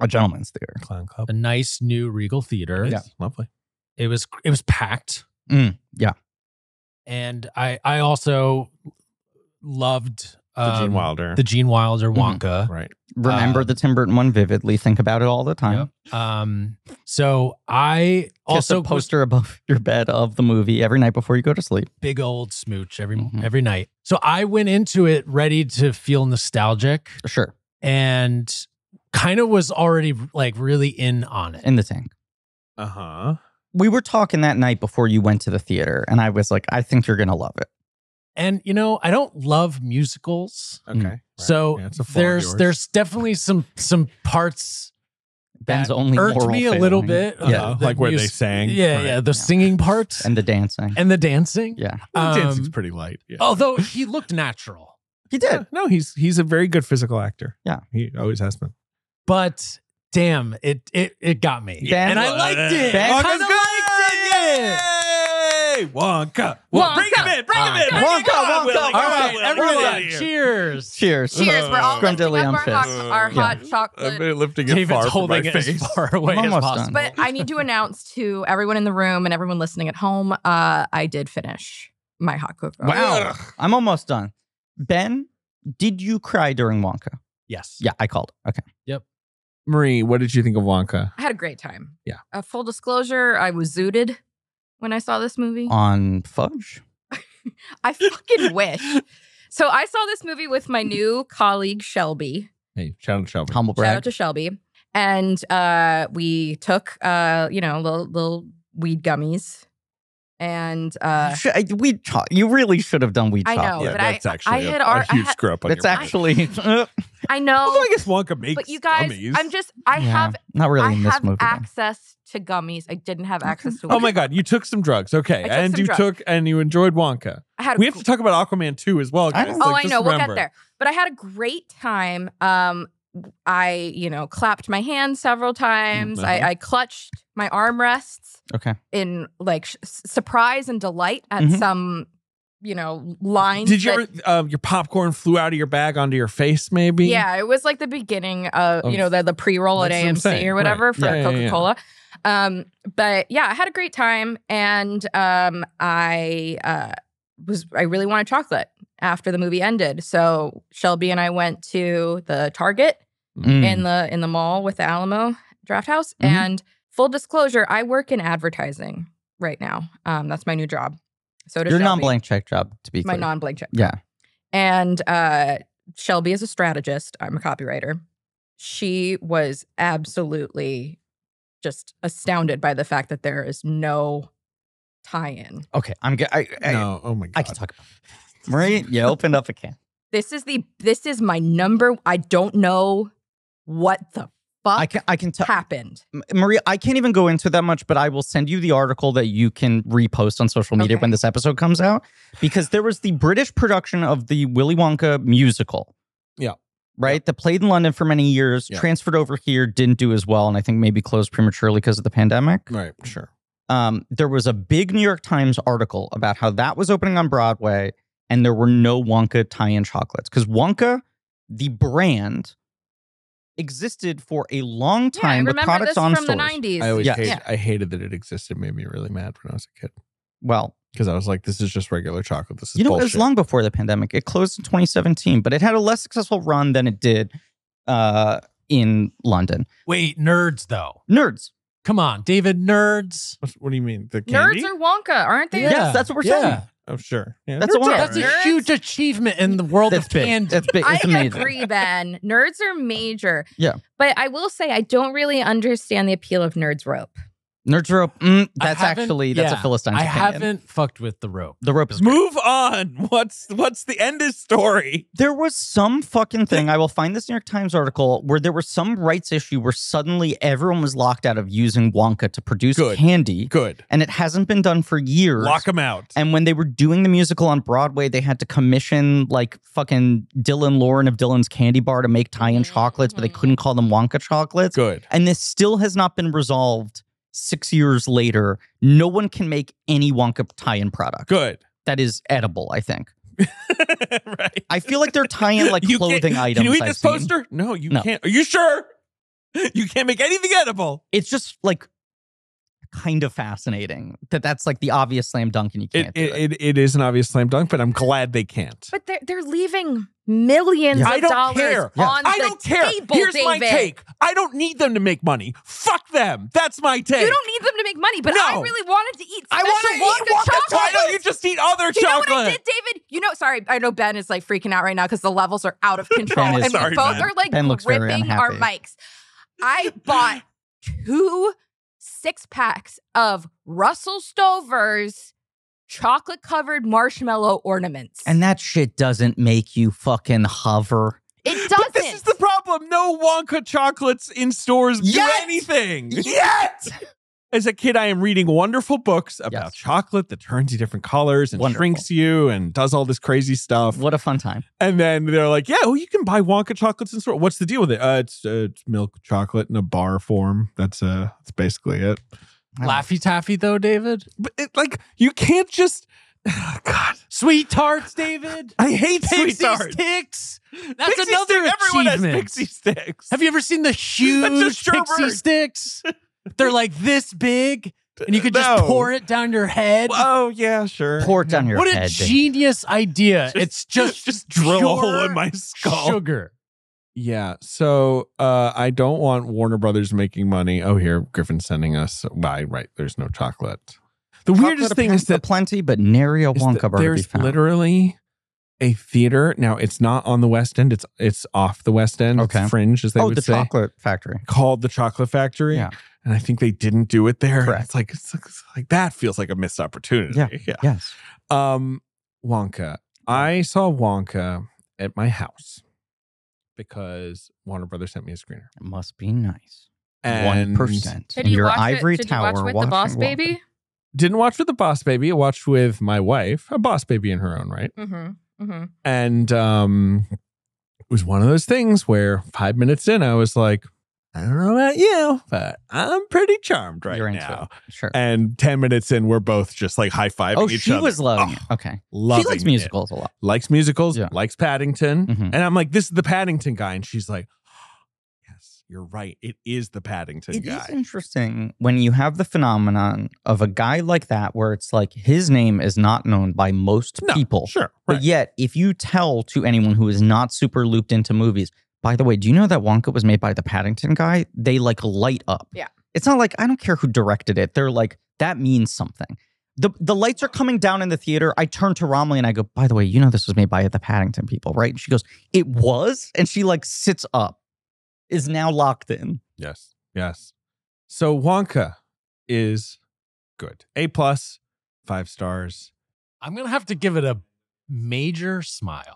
A: A gentleman's theater.
B: Clown Club.
D: a nice new Regal theater.
A: Yeah.
B: lovely.
D: It was it was packed.
A: Mm, yeah.
D: And I I also loved
B: The
D: um,
B: Gene Wilder.
D: The Gene Wilder
A: Mhm.
D: Wonka.
B: right.
A: Remember
D: Um,
A: the Tim Burton one vividly. Think about it all the time.
D: Yep. Um so I
A: also
D: also
A: a
D: was
A: poster above your bed of the movie every night before you go to sleep.
D: big old smooch every
A: Mhm.
D: every night. So I went into it ready to feel nostalgic
A: Sure,
D: and kind of was already like really in on it.
A: in the tank.
B: Uh huh.
A: We were talking that night before you went to the theater, and I was like, I think you're gonna love it.
D: And you know, I don't love musicals.
B: Okay.
A: Mm.
B: Right.
D: So
B: Yeah, it's a flaw of
D: there's
B: yours.
D: there's definitely some some parts
A: Ben's
D: that
A: only
D: irked
A: moral
D: me a little
A: failing.
D: bit.
B: yeah,
D: uh, the
B: like where they
D: mus-
B: sang.
D: Yeah,
B: Right.
D: yeah, the
A: Yeah.
D: singing parts and,
A: and the dancing.
D: the dancing.
A: yeah,
B: Well,
D: Um,
B: dancing's pretty light. Yeah.
D: Although he looked natural,
A: Oh, he did.
B: Yeah, No, he's he's a very good physical actor.
A: Yeah.
B: he always has been.
D: but damn, it it it got me,
A: Ben-
D: and I
B: uh,
D: liked it.
A: Ben-
D: I
B: Wonka's
D: kind of liked it.
B: good! Yay! Wonka. Well, Bring
C: Wonka.
B: him in. Bring him in. Bring
A: Wonka,
B: him in. Come
A: Wonka,
B: on, Willie.
A: Wonka.
D: All
B: Come on, Willie.
D: right,
B: Get out of
D: everyone,
B: here.
D: cheers.
A: Cheers.
C: Cheers. We're all lifting up our
A: Scrumdiddlyumptious.
C: hot, our hot
A: Yeah.
B: I've
C: chocolate.
B: been lifting it far
D: David's
B: from my
D: holding it
B: face.
D: as far away
A: I'm
D: as
A: almost done.
D: possible.
C: But I need to announce to everyone in the room and everyone listening at home, uh, I did finish my hot cocoa.
A: Wow,
B: Ugh.
A: I'm almost done. Ben, did you cry during Wonka?
D: Yes.
A: Yeah, I called. Okay,
B: Marie, what did you think of Wonka?
C: I had a great time.
B: Yeah.
C: Uh, full disclosure, I was zooted when I saw this movie.
A: on Fudge.
C: I fucking wish. So I saw this movie with my new colleague Shelby.
B: Hey, shout out Shelby.
A: Humble
C: Shout
A: brag.
C: out to Shelby. And uh, we took uh, you know, little little weed gummies. And uh,
A: Sh- I- weed cho- You really should have done weed
C: I know,
A: chocolate.
C: but I-
B: that's actually
C: I
B: a-
C: had
B: a
C: our- I
B: huge
C: had-
B: screw up on
A: That's
B: your
A: actually.
C: I know
B: Although I guess Wonka makes
C: but you guys
B: gummies.
C: I'm just I
A: Yeah,
C: have
A: not really
C: I
A: in this
C: have
A: movie. though.
C: access to gummies. I didn't have access to
B: Oh my god, you took some drugs. Okay.
C: took
B: And
C: some
B: you
C: drugs.
B: took and you enjoyed Wonka.
C: I had a
B: We have
C: gr-
B: to talk about Aquaman 2 as well,
A: I
B: guys.
A: know.
C: Oh,
B: Like,
C: I
B: just
C: know. We'll get
B: remember.
C: there. But I had a great time. Um, I, you know, clapped my hands several times.
B: uh-huh.
C: I, I clutched my armrests
A: Okay.
C: in like sh- s- surprise and delight at
A: Mhm.
C: some, you know, lines.
B: Mm-hmm. Did you
C: that-
B: ever, uh, your popcorn flew out of your bag onto your face, maybe?
C: Yeah, it was like the beginning of, you
B: Of-
C: know, the, the pre roll at
B: That's what I'm
C: AMC
B: saying,
C: or whatever
B: right.
C: for
B: Yeah, yeah, yeah.
C: Coca Cola. Um, but yeah, I had a great time, and um, I uh, was I really wanted chocolate after the movie ended. So Shelby and I went to the Target
A: Mm.
C: in the in the mall with the Alamo Draft House.
B: Mm-hmm.
A: Mhm.
C: And full disclosure, I work in advertising right now. Um, that's my new job. So does
A: Your
C: Shelby.
A: non-blank check job, to be
C: my
A: clear.
C: non blank check
A: yeah.
C: and uh, Shelby is a strategist. I'm a copywriter. She was absolutely just astounded by the fact that there is no tie-in.
A: Okay. I'm. ge- I, I,
B: No. Oh my god.
A: I can talk about. Marie, you opened up a can.
C: This is the this is my number. I don't know what the fuck
A: I can I can tell
C: happened.
A: Marie, I can't even go into that much, but I will send you the article that you can repost on social media
C: Okay.
A: when this episode comes out because there was the British production of the Willy Wonka musical.
B: Yeah.
A: Right? That played in London for many years,
B: Yeah.
A: transferred over here, didn't do as well, and I think maybe closed prematurely because of the pandemic.
B: Right, sure.
A: um, there was a big New York Times article about how that was opening on Broadway and there were no Wonka tie in chocolates. Because Wonka, the brand, existed for a long
C: yeah, I
A: time with
C: remember
A: products
C: this
A: on
C: from
A: stores.
C: the nineties.
B: I always
A: Yeah.
B: hated,
C: Yeah.
B: I hated that it existed. It made me really mad when I was a kid
A: Well,
B: because I was like, this is just regular chocolate. This is
A: you know, it was
B: bullshit.
A: long before the pandemic. It closed in 2017, but it had a less successful run than it did uh, in London.
D: Wait, nerds though.
A: Nerds.
D: Come on, David, nerds.
B: What, what do you mean? The candy?
C: Nerds are Wonka, aren't they?
D: Yeah.
A: Yes, that's what we're saying.
B: oh, sure. Yeah,
A: That's a
B: nerds
A: one-
B: are
D: That's
B: alright.
D: a huge achievement in the world
A: That's
D: of
A: big.
D: candy.
A: That's big.
C: I
A: It's amazing.
C: agree, Ben. Nerds are major.
A: Yeah.
C: But I will say I don't really understand the appeal of nerds rope.
A: Nerds rope. Mm,
D: I
A: that's
D: haven't-
A: actually that's
D: yeah,
A: a Philistine's
D: I
A: opinion.
D: haven't fucked with the rope.
A: The rope is great.
B: Move on. What's what's the end of story?
A: There was some fucking thing. I will find this New York Times article where there was some rights issue where suddenly everyone was locked out of using Wonka to produce
B: Good.
A: candy,
B: Good.
A: and it hasn't been done for years.
B: Lock them out.
A: and when they were doing the musical on Broadway, they had to commission like fucking Dylan Lauren of Dylan's Candy Bar to make tie-in
C: Mhm.
A: chocolates, but they couldn't call them Wonka chocolates.
B: Good.
A: And this still has not been resolved. Six years later, no one can make any Wonka tie-in product
B: Good.
A: that is edible. I think.
B: right.
A: I feel like they're tying like
B: You
A: clothing
B: can't-
A: items.
B: Can you eat
A: I've
B: this
A: seen.
B: poster? No, you
A: No.
B: can't. Are you sure? You can't make anything edible.
A: It's just like kind of fascinating that that's like the obvious slam dunk, and you
B: It,
A: can't do it.
B: it, it, it is an obvious slam dunk, but I'm glad they can't.
C: But they're they're leaving millions
B: I
C: of
B: don't
C: dollars
B: care.
A: Yeah.
C: on
B: I
C: the
B: don't care.
C: table,
B: Here's
C: David.
B: my take. I don't need them to make money. Fuck them. That's my take.
C: You don't need them to make money, but I
B: No.
C: really wanted to eat
B: I
C: special
B: want to eat
C: Wonka
B: Wonka chocolate. Why don't you just eat other
C: Do you know
B: chocolate?
C: what I did, David? You know, sorry, I know Ben is like freaking out right now because the levels are out of control,
A: Ben is-
C: and
B: Sorry,
C: we both
B: Ben.
C: are like
A: Ben looks very
C: ripping our
A: unhappy.
C: mics. I bought two six packs of Russell Stover's chocolate covered marshmallow ornaments,
A: and that shit doesn't make you fucking hover.
C: it
B: But
C: doesn't.
B: this is the problem. No Wonka chocolates in stores
A: Yet!
B: do anything.
A: Yet
B: As a kid, I am reading wonderful books about
A: Yes.
B: chocolate that turns you different colors and
A: Wonderful.
B: shrinks you and does all this crazy stuff.
A: what a fun time.
B: And then they're like, "Yeah, well, you can buy Wonka chocolates in store. What's the deal with it? Uh, it's, uh, it's milk chocolate in a bar form. That's uh, that's basically it.
D: Laffy Taffy though, David.
B: But it, like, you can't just. God,
D: Sweet tarts, David.
B: I hate
D: Pixie
B: sweet tarts.
D: sticks. That's
B: Pixie
D: another
B: stick- Everyone has
D: achievement.
B: pixie sticks.
D: Have you ever seen the huge
B: Sherbert.
D: pixie sticks? They're like this big, and you could just
B: No.
D: pour it down your head.
B: Oh yeah, sure.
A: Pour it down your
D: what a
A: head. Dave.
D: genius idea!
B: Just-
D: it's just
B: just drill a hole
D: pure
B: in my skull.
D: sugar.
B: Yeah. So uh, I don't want Warner Brothers making money. Oh, here Griffin's sending us. Why? right. There's no chocolate. The weirdest
A: Chocolate
B: thing is
A: apparently
B: that,
A: plenty, but nary a
B: is that
A: Wonka bar to be
B: there's
A: found.
B: literally a theater. Now it's not on the West End. It's it's off the West End. It's
A: Okay.
B: fringe, as they
A: oh,
B: would
A: the
B: say.
A: chocolate factory.
B: Called the Chocolate Factory.
A: Yeah.
B: And I think they didn't do it there.
A: Correct.
B: It's like it's like, it's like that feels like a missed opportunity.
A: Yeah.
B: yeah.
A: Yes.
B: Um, Wonka. I saw Wonka at my house because Warner Brothers sent me a screener.
A: It must be nice. One
B: And
A: percent.
C: Did you
A: Your
C: watch
A: ivory
C: it? Did you
A: tower
C: watch with the
A: watching
C: boss
A: Wonka.
C: baby?
B: Didn't watch with the Boss Baby. I watched with my wife, a Boss Baby in her own right.
C: Mm-hmm. Mm-hmm.
B: And um, it was one of those things where five minutes in, I was like, I don't know about you, but I'm pretty charmed right
A: You're into
B: now.
A: it. Sure.
B: And ten minutes in, we're both just like high fiving
A: oh,
B: each
A: she
B: other.
A: was loving
B: Oh,
A: it. Okay.
B: loving
A: she likes
B: it.
A: musicals a lot.
B: likes musicals,
A: Yeah.
B: likes Paddington.
A: Mhm.
B: And I'm like, this is the Paddington guy. And she's like, yes, you're right. It is the Paddington
A: It is
B: guy.
A: interesting when you have the phenomenon of a guy like that where it's like his name is not known by most
B: No,
A: people.
B: Sure.
A: But yet, if you tell to anyone who is not super looped into movies, by the way, do you know that Wonka was made by the Paddington guy? They like light up.
C: Yeah.
A: It's not like I don't care who directed it. They're like, that means something. The, the lights are coming down in the theater. I turn to Romley and I go, by the way, you know this was made by the Paddington people, right? And she goes, it was? And she like sits up, is now locked in.
B: Yes. Yes. So Wonka is good. A plus, five stars.
D: I'm gonna have to give it a major smile.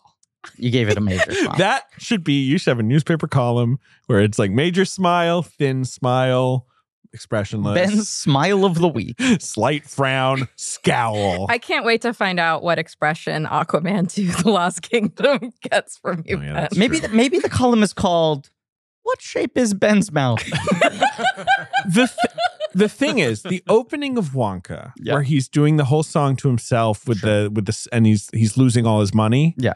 A: You gave it a major smile.
B: That should be, you should have a newspaper column where it's like major smile, thin smile,
A: Ben's
B: expressionless,
A: smile of the week.
B: slight frown, scowl.
C: I can't wait to find out what expression Aquaman 2 The Lost Kingdom gets from you.
B: Oh, yeah,
C: Ben.
B: that's-
A: Maybe
B: True.
A: the, maybe the column is called "What shape is Ben's mouth?"
B: the th- the thing is the opening of Wonka
A: Yeah.
B: where he's doing the whole song to himself with the with this and he's he's losing all his money.
A: Yeah.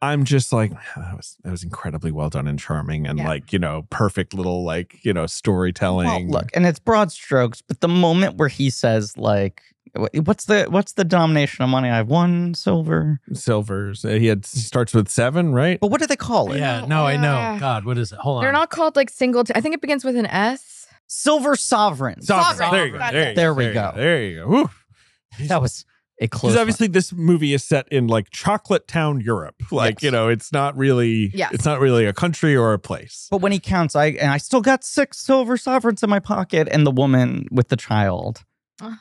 B: I'm just like "Man, that was that was incredibly well done and charming and
C: Yeah.
B: like, you know, perfect little like, you know,
A: well,
B: storytelling.
A: look, and it's broad strokes, but the moment where he says like, wh- "What's the what's the denomination of money?" I have one silver.
B: Silvers. Uh, He had he starts with 7, right?
A: But what do they call it?
D: Yeah, no, I
C: Yeah.
D: know. God, what is it? Hold on.
C: They're not called like single. I think it begins with an S.
A: Silver sovereign.
B: Sovereign.
C: Sovereign.
B: There you go.
C: That's
B: There,
C: it.
B: you
A: There we go.
B: There you go. Woo.
A: That was a close.
B: Because
A: one.
B: obviously this movie is set in like chocolate town Europe. Like,
A: Yes.
B: you know, it's not really
C: Yes.
B: it's not really a country or a place.
A: But when he counts, I and I still got six silver sovereigns in my pocket, and the woman with the child.
C: Ugh.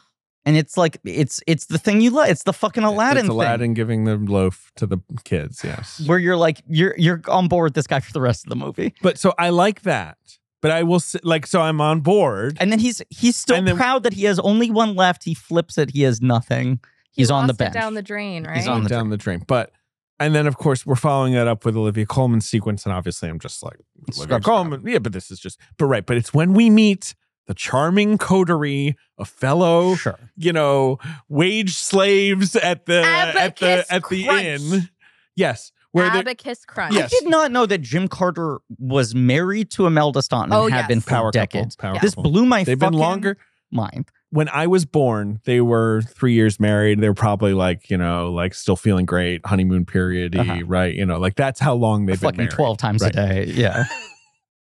A: And it's like it's it's the thing you love. Ah. It's the fucking Aladdin
B: It's
A: thing
B: Aladdin giving the loaf to the kids. Yes.
A: where you're like you're you're on board with this guy for the rest of the movie.
B: But so I like that. But I will s like so I'm on board.
A: And then he's he's still
B: And then-
A: proud that he has only one left. He flips it. He has nothing. He's
C: He
A: on the
C: lost it
A: bench.
C: down the drain, right?
A: He's on the
B: down the drain. But and then of course we're following that up with Olivia Coleman's sequence, and obviously I'm just like Olivia
A: Scrub, scrub.
B: Coleman. Yeah, but this is just but right. But it's when we meet the charming coterie of fellow,
A: sure.
B: you know, wage slaves at the at the
C: Abacus
B: at the
C: Crunch.
B: inn. Yes, where the
C: Abacus Crunch.
B: Yes.
A: I did not know that Jim Carter was married to Imelda Staunton
C: Oh,
A: and had
C: yes.
A: been for
B: power
A: decades.
B: couple, power
A: This
B: couple.
A: blew my
B: They've been
A: fucking
B: longer.
A: mind.
B: when I was born, they were three years married. They were probably like, you know, like still feeling great, honeymoon period,
A: Uh-huh.
B: right? You know, like that's how long they've been
A: Fucking
B: married.
A: twelve times
B: Right.
A: a day. Yeah.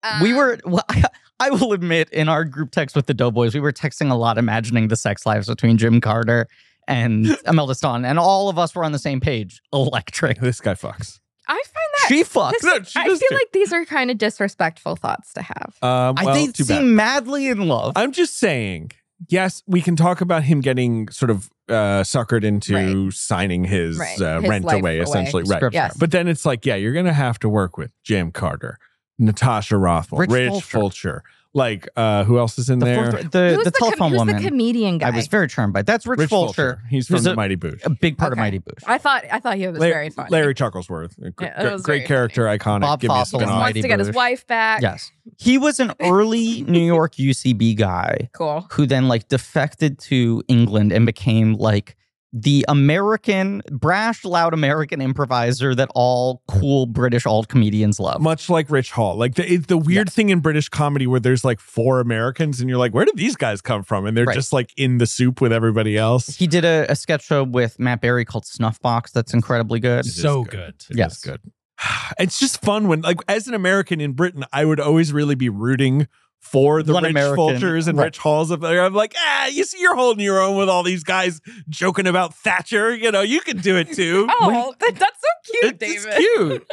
C: Um,
A: we were well, I, I will admit in our group text with the doughboys we were texting a lot imagining the sex lives between jim carter and imelda staunton and all of us were on the same page electric
B: This guy fucks.
C: I find that.
A: she fucks
B: No, she
C: I feel
B: does too.
C: like these are kind of disrespectful thoughts to have.
B: Um,
A: I
B: well,
A: they
B: too
A: seem
B: bad.
A: madly in love
B: I'm just saying. Yes, we can talk about him getting sort of uh, suckered into
C: Right.
B: signing his,
C: Right.
B: uh,
C: His
B: rent
C: life
B: away,
C: away.
B: essentially, right?
A: Script-
C: Yes.
B: But then it's like, yeah, you're gonna have to work with Jim Carter, Natasha Rothwell,
A: Rich Fulcher.
B: Rich, Fulcher. like uh, who else is in
A: the,
B: there?
A: fourth- the,
C: who's
A: the
C: com-
A: telephone
C: who's
A: woman
C: the comedian guy?
A: i was very charmed by that's rich, fulcher,
B: He's
A: who's
B: from the
A: a-
B: Mighty Boosh.
A: a big part of
C: Okay.
A: mighty boosh
C: I thought I thought he was
B: Larry,
C: very funny.
B: Larry Chucklesworth, a gr-
C: Yeah, that
B: gr-
C: was
B: great
C: very
B: character, iconic.
A: Bob
B: Give me
A: Fossel
B: a
C: just
A: and
B: spin-off.
C: wants
A: Mighty
C: to get his
A: Boosh.
C: wife back.
A: yes he was an early new york ucb guy
C: Cool.
A: who then like defected to England and became like the American brash, loud American improviser that all cool British alt comedians love.
B: Much like Rich Hall, like the it's the weird thing in British comedy where there's like four Americans and you're like, where did these guys come from? And they're
A: Right.
B: just like in the soup with everybody else.
A: He did a, a sketch show with Matt Berry called Snuffbox that's incredibly good.
B: It is
D: so
B: good.
D: good.
B: It is
A: Yes.
B: good. It's just fun when, like, as an American in Britain, I would always really be rooting for the
A: One
B: Rich
A: American.
B: Fulchers and
A: Right.
B: Rich Halls up there. I'm like, ah, you see, you're holding your own with all these guys joking about Thatcher. You know, you can do it too.
C: Oh, that, that's so cute,
B: It's-
C: David.
B: it's cute.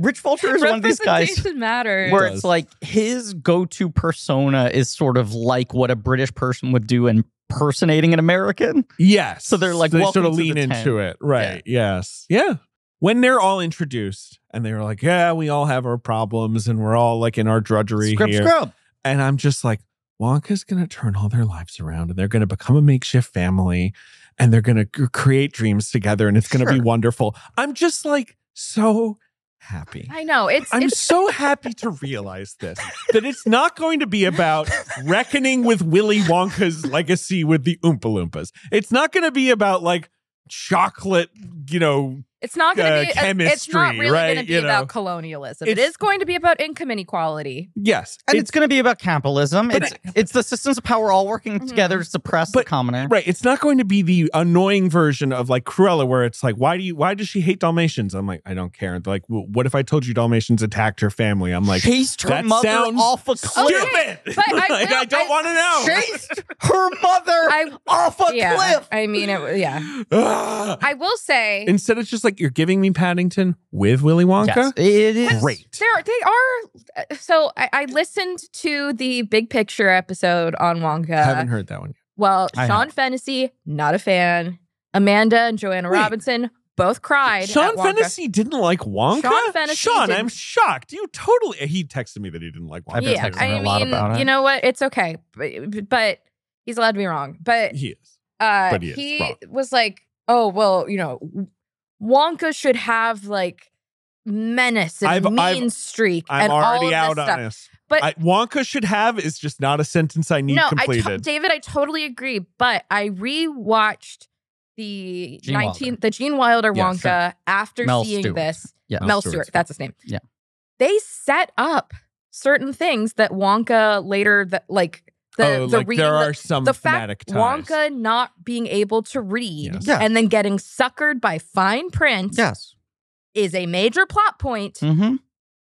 A: Rich Fulcher is one of these guys
C: Representation matters.
A: where
B: does.
A: it's like his go to persona is sort of like what a British person would do impersonating an American.
B: Yes.
A: So they're like,
B: they
A: "Welcome
B: sort of
A: to
B: lean
A: the
B: into
A: tent."
B: it. Right. Yes. Yeah. When they're all introduced and they're like, yeah, we all have our problems and we're all like in our drudgery
A: Scrub,
B: here.
A: scrub.
B: And I'm just like, Wonka's going to turn all their lives around and they're going to become a makeshift family and they're going to c- create dreams together and it's going to be
A: Sure.
B: wonderful. I'm just like so happy.
C: I know it's
B: I'm
C: it's
B: so happy to realize this that it's not going to be about reckoning with Willy Wonka's legacy with the Oompa Loompas. It's not going to be about like chocolate, you know,
C: it's not going to
B: uh,
C: be It's
B: chemistry,
C: not really going
B: right,
C: to be
B: you know.
C: about colonialism. It
B: It's-
C: is going to be about income inequality.
B: yes.
A: And
B: it's-
A: it's, going to be about capitalism.
B: But
A: It's it's the systems of power all working
C: Mhm.
A: together to suppress
B: But-
A: the commoner.
B: Right, it's not going to be the annoying version of like Cruella, where it's like, why do you, why does she hate Dalmatians? I'm like, I don't care. They're like, well, what if I told you Dalmatians attacked her family? I'm like,
A: chased her
B: that
A: mother
B: sounds
A: off a
B: stupid.
A: cliff.
C: but I
B: like,
C: will-
B: I don't
C: I-
B: want to know.
A: Chased her mother
C: I
A: off a
C: yeah.
A: cliff.
C: I mean it. Yeah.
B: Ugh.
C: I will say
B: Instead, it's just like you're giving me Paddington with Willy Wonka.
A: it is
B: Great.
C: There, they are. So I, I listened to the big picture episode on Wonka.
B: Haven't heard that one.
C: well,
A: I
C: Sean Fennessy, not a fan. Amanda and Joanna
B: Wait.
C: Robinson, both cried.
B: Sean
C: at Wonka.
B: Fennessy didn't like Wonka.
C: Sean Fennessy
B: Sean,
C: didn't-
B: I'm shocked. You totally. He texted me that he didn't like Wonka.
A: I've been
C: yeah,
A: texting
C: I
A: her a lot
C: mean,
A: about it.
C: you know what? It's okay, but, but he's allowed to be wrong. But
B: He is.
C: uh,
B: But he is wrong.
C: was like, oh well, you know, Wonka should have like menace and
B: I've-
C: mean
B: I've-
C: streak
B: I'm
C: and all of
B: already
C: this
B: out
C: stuff.
B: on this.
C: But-
B: I, Wonka should have is just not a sentence I need
C: no,
B: completed.
C: I to- David, I totally agree. But I rewatched the
A: Gene
C: nineteen,
A: Wilder.
C: the Gene Wilder
B: Yeah,
C: Wonka after
A: Mel
C: seeing
A: Stewart.
C: this.
A: Yeah.
C: Mel,
B: Mel
C: Stewart,
B: Stewart's
C: that's his name.
A: Yeah.
C: they set up certain things that Wonka later that like the
B: oh,
C: the
B: like
C: reading
B: there are
C: the,
B: some
C: the
B: thematic
C: fact
B: ties.
C: Wonka not being able to read
B: Yes.
A: Yeah.
C: and then getting suckered by fine print
A: Yes.
C: is a major plot point
B: Hmm.
A: Mm-hmm.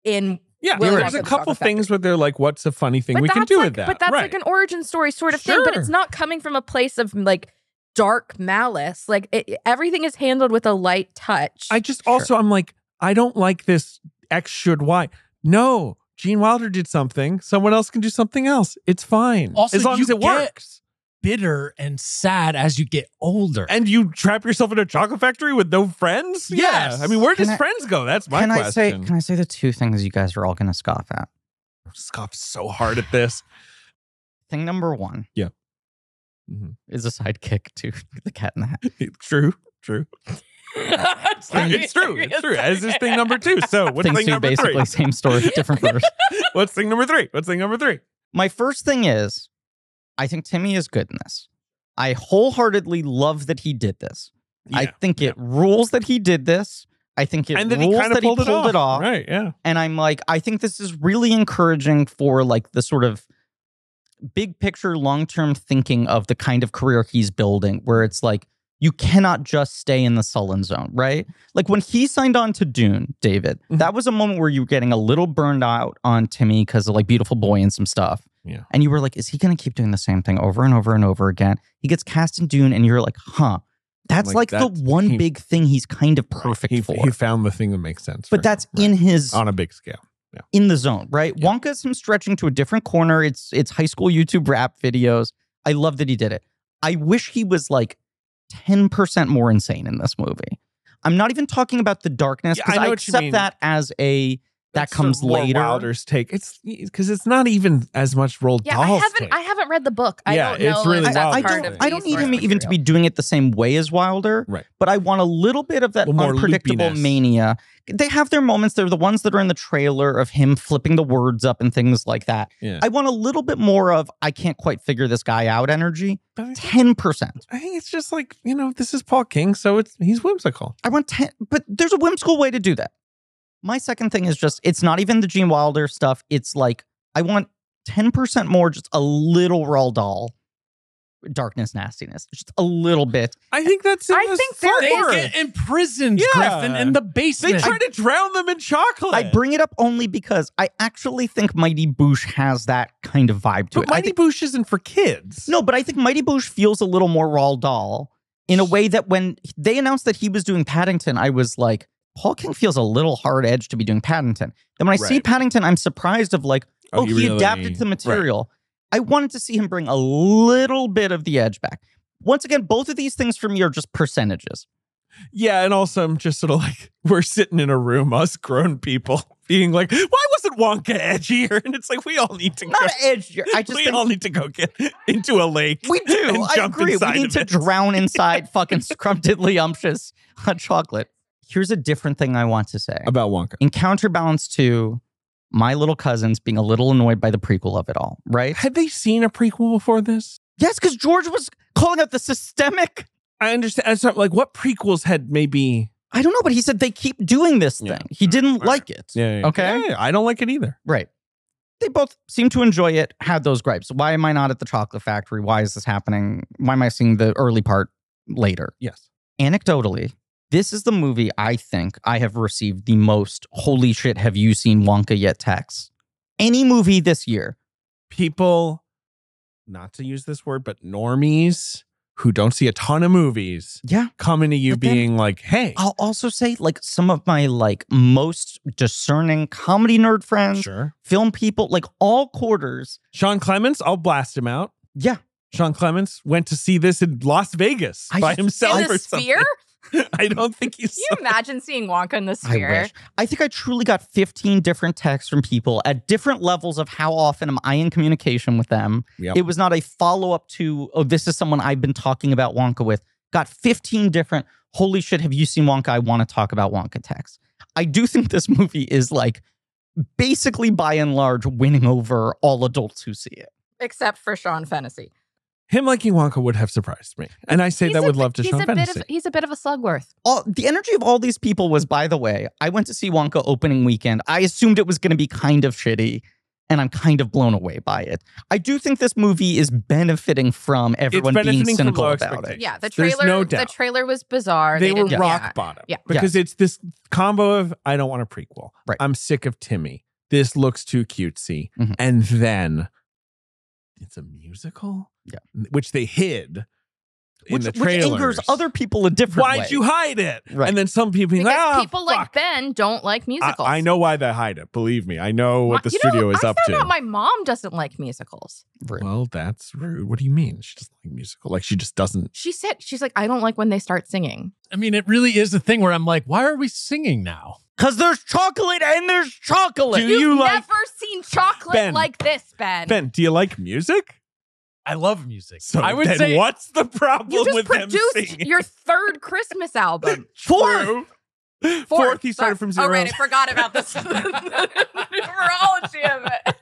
C: in
B: Yeah,
C: Willy
B: there's
C: Wonka
B: a
C: the
B: couple
C: Chocolate
B: things
C: Factory.
B: where they're like, "What's a funny thing
C: but
B: we can
C: that's
B: do
C: like,
B: with that?"
C: But that's
B: right.
C: like an origin story sort of thing. But it's
B: Sure.
C: not coming from a place of like dark malice. Like it, everything is handled with a light touch.
B: I just also I'm like, I don't like this X should Y. No, Gene Wilder did something. Someone else can do something else. It's fine
D: Also,
B: as long
D: you
B: as it
D: get-
B: works.
D: bitter and sad as you get older.
B: And you trap yourself in a chocolate factory with no friends.
D: Yes.
B: Yeah, I mean, where
A: Can
B: does
A: I-
B: friends go? That's my
A: Can I say?
B: question.
A: Can I say the two things you guys are all going to scoff at?
B: scoff so hard at this.
A: Thing number one.
B: Yeah. Mhm.
A: Is a sidekick to the Cat in the Hat.
B: It's true. True. It's true. It's true. As is thing number two. So what's
A: Things
B: thing
A: two
B: number
A: basically
B: three?
A: same story, different verse.
B: What's thing number three? What's thing number three?
A: My first thing is, I think Timmy is good in this. I wholeheartedly love that he did this. I
B: Yeah.
A: think it rules that he did this. I think it
B: and then
A: rules
B: he kind
A: that
B: of pulled,
A: he pulled
B: it, off. Right. Yeah.
A: and I'm like, I think this is really encouraging for like the sort of big picture, long term thinking of the kind of career he's building, where it's like you cannot just stay in the sullen zone, right? Like when he signed on to Dune, David,
B: Mhm.
A: that was a moment where you were getting a little burned out on Timmy because of like Beautiful Boy and some stuff.
B: Yeah.
A: And you were like, is he going to keep doing the same thing over and over and over again? He gets cast in Dune, and you're like, huh, that's like,
B: Like,
A: the
B: that's-
A: one
B: he-
A: big thing he's kind of perfect
B: He,
A: for.
B: he found the thing that makes sense. for
A: but that's
B: him, right?
A: in his
B: on a big scale.
A: in the zone, right?
B: Yeah.
A: Wonka's him stretching to a different corner. It's it's high school YouTube rap videos. I love that he did it. I wish he was like 10% more insane in this movie. I'm not even talking about the darkness
B: Yeah,
A: because
B: I know
A: I,
B: what you
A: accept
B: mean.
A: that as a that
B: That's
A: comes
B: sort of more
A: later.
B: Wilder's take. It's because it's not even as much Roald
C: Yeah, I
B: Dahl's
C: haven't.
B: take.
C: I haven't read the book. I
B: Yeah,
C: don't know.
B: it's really
A: I,
C: if that's
A: I
B: wild.
C: part
A: don't
C: of
A: I don't
C: the
A: need him
C: source
A: even to be
C: material.
A: doing it the same way as Wilder.
B: Right.
A: But I want a little bit of that
B: Well, more
A: unpredictable
B: loopiness.
A: mania. They have their moments. They're the ones that are in the trailer of him flipping the words up and things like that.
B: Yeah.
A: I want a little bit more of I can't quite figure this guy out energy.
B: But I, think-
A: Ten percent.
B: I think it's just like you know, this is Paul King, so it's he's whimsical.
A: I want ten. But there's a whimsical way to do that. My second thing is just it's not even the Gene Wilder stuff. It's like I want ten percent more, just a little Roald Dahl darkness nastiness, just a little bit.
B: I think that's. In
C: I
B: this
C: think there
D: They
B: artwork.
D: get imprisoned,
B: Yeah.
D: Griffin, in the
B: They
D: basement.
B: try to drown them in chocolate.
A: I bring it up only because I actually think Mighty Boosh has that kind of vibe to
B: but
A: it. I
B: Mighty
A: think,
B: Boosh isn't for kids.
A: no, but I think Mighty Boosh feels a little more Roald Dahl in a way that when they announced that he was doing Paddington, I was like, Paul King feels a little hard edged to be doing Paddington. Then when I see
B: Right.
A: Paddington, I'm surprised of like, oh, he, adapted to the material. I wanted to see him bring a little bit of the edge back. Once again, both of these things for me are just percentages.
B: Yeah, and also I'm just sort of like we're sitting in a room, us grown people, being like, "Why wasn't Wonka edgier?" And it's like we all need to go.
A: Not edge. I just
B: we
A: think
B: all need to go get into a lake.
A: We do.
B: and
A: I
B: jump
A: agree. We
B: inside
A: need
B: of
A: to
B: it.
A: drown inside fucking scrumptiddly umptious hot chocolate. Here's a different thing I want to say.
B: about Wonka.
A: In counterbalance to my little cousins being a little annoyed by the prequel of it all, right?
B: Had they seen a prequel before this?
A: Yes, because George was calling out the systemic.
B: I understand. I saw, like what prequels had maybe.
A: I don't know, but he said they keep doing this thing.
B: Yeah.
A: He didn't
B: Alright.
A: like it.
B: Yeah.
A: Okay.
B: I don't like it either.
A: Right. They both seem to enjoy it, had those gripes. Why am I not at the chocolate factory? Why is this happening? Why am I seeing the early part later?
B: Yes.
A: anecdotally, this is the movie I think I have received the most holy shit, have you seen Wonka yet texts? Any movie this year.
B: People, not to use this word, but normies who don't see a ton of movies
A: Yeah.
B: coming to you
A: But then-
B: being like, "Hey,
A: I'll also say like some of my like most discerning comedy nerd friends,
B: sure,
A: film people, like all quarters.
B: Sean Clements, I'll blast him out."
A: Yeah.
B: Sean Clements went to see this in Las Vegas
A: I
B: by
A: just-
B: himself
C: in
B: or
C: the
B: something.
C: sphere.
B: I don't think he's.
C: Can you imagine seeing Wonka in the
A: I
C: sphere?
A: wish. I think I truly got 15 different texts from people at different levels of how often am I in communication with them.
B: Yep.
A: It was not a follow up to, oh, this is someone I've been talking about Wonka with. Got 15 different, holy shit, have you seen Wonka? I want to talk about Wonka texts. I do think this movie is like basically by and large winning over all adults who see it.
C: Except for Sean Fantasy.
B: Him liking Wonka would have surprised me, and I say that with love to
C: he's
B: Sean
C: a bit
B: Fantasy.
C: of He's a bit of a slugworth.
A: All, the energy of all these people was, by the way, I went to see Wonka opening weekend. I assumed it was going to be kind of shitty, and I'm kind of blown away by it. I do think this movie is benefiting from everyone being
B: benefiting from
A: cynical
B: low
A: about it.
B: expectations.
C: Yeah, the
B: There's
C: trailer.
B: no
C: the
B: doubt.
C: trailer was bizarre.
B: they, were
C: didn't-
B: rock
C: yeah.
B: bottom
C: Yeah.
B: because it's this combo of I don't want a prequel.
A: Right.
B: I'm sick of Timmy. This looks too cutesy,
C: Mm-hmm.
A: Mhm.
B: and then it's a musical.
A: Yeah.
B: which they hid in
A: Which,
B: the
A: which
B: trailers.
A: angers other people a different
B: Why'd
A: way.
B: you hide it?
A: Right.
B: And then some people being
C: Because
B: like, "Ah,
C: people
B: fuck."
C: like Ben don't like
B: I,
C: musicals.
B: I know why they hide it. Believe me, I know what
C: My-
B: the
C: you know,
B: studio is
C: I
B: up
C: found
B: to.
C: out my mom doesn't like musicals.
A: Rude.
B: well, that's rude. What do you mean? She doesn't like musical. Like she just doesn't.
C: She said she's like, I don't like when they start singing.
D: I mean, it really is a thing where I'm like, why are we singing now?
A: Cause there's chocolate and there's chocolate.
B: Do you
C: You've
B: like
C: never seen chocolate
B: Ben.
C: like this, Ben.
B: Ben? Do you like music?
D: I love music.
B: So
D: I would
B: then
D: say
B: what's the problem
C: you just
B: with them
C: produced
B: singing?
C: your third Christmas album.
A: Fourth.
B: True. Fourth, he
C: Sorry.
B: started from zero.
C: Oh, right. I forgot about this. the numerology of it.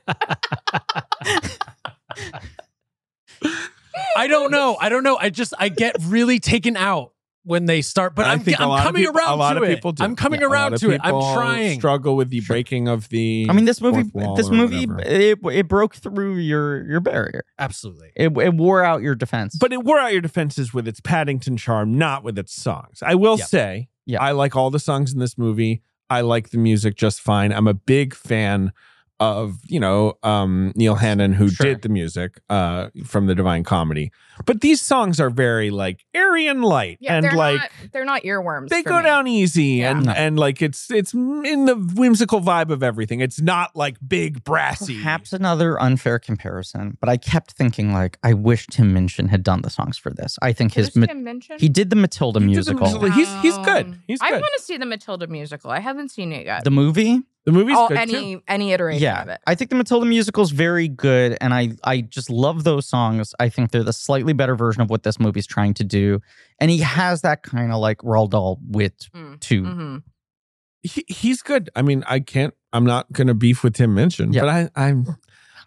D: I don't know. I don't know. I just I get really taken out when they start, but
B: I
D: I'm,
B: think a
D: I'm
B: lot of
D: coming
B: people-
D: around
B: a lot
D: to
B: of
D: it.
B: people do.
D: I'm coming
B: Yeah, a lot
D: around
B: of
D: to it.
B: people
D: I'm trying.
B: Struggle with the breaking of the.
A: I mean, this movie,
B: fourth wall
A: this
B: or
A: movie,
B: whatever.
A: it, it broke through your your barrier.
D: Absolutely.
A: It, it wore out your defense.
B: but it wore out your defenses with its Paddington charm, not with its songs. I will
D: Yeah.
B: say,
A: Yeah.
B: I like all the songs in this movie. I like the music just fine. I'm a big fan of you know um, Neil Hannon who
A: Sure.
B: did the music uh, from the Divine Comedy, but these songs are very like airy and light
C: Yeah,
B: and
C: they're
B: like.
C: not, they're not earworms.
B: they
C: for
B: go
C: me.
B: down easy and
A: Yeah.
B: and like it's it's in the whimsical vibe of everything it's not like big brassy
A: Perhaps another unfair comparison, but I kept thinking like I wish Tim Minchin had done the songs for this. I think his
C: Who's
A: Ma-
C: Tim Minchin?
A: he did the Matilda
B: He did the
A: musical. The,
B: Matilda- He's- he's good.
C: Um,
B: He's
C: I
B: good.
C: want to see the Matilda musical. I haven't seen it yet.
A: movie?
B: the movie's
C: All,
B: good
C: any
B: too.
C: any iteration
A: yeah.
C: of it.
A: I think the Matilda musical is very good and I I just love those songs. I think they're the slightly better version of what this movie's trying to do. And he has that kind of like Roald Dahl wit
C: Mm,
A: to
B: Mm-hmm.
C: mhm.
B: he, he's good i mean i can't i'm not gonna beef with tim minchin
A: Yeah.
B: but i i'm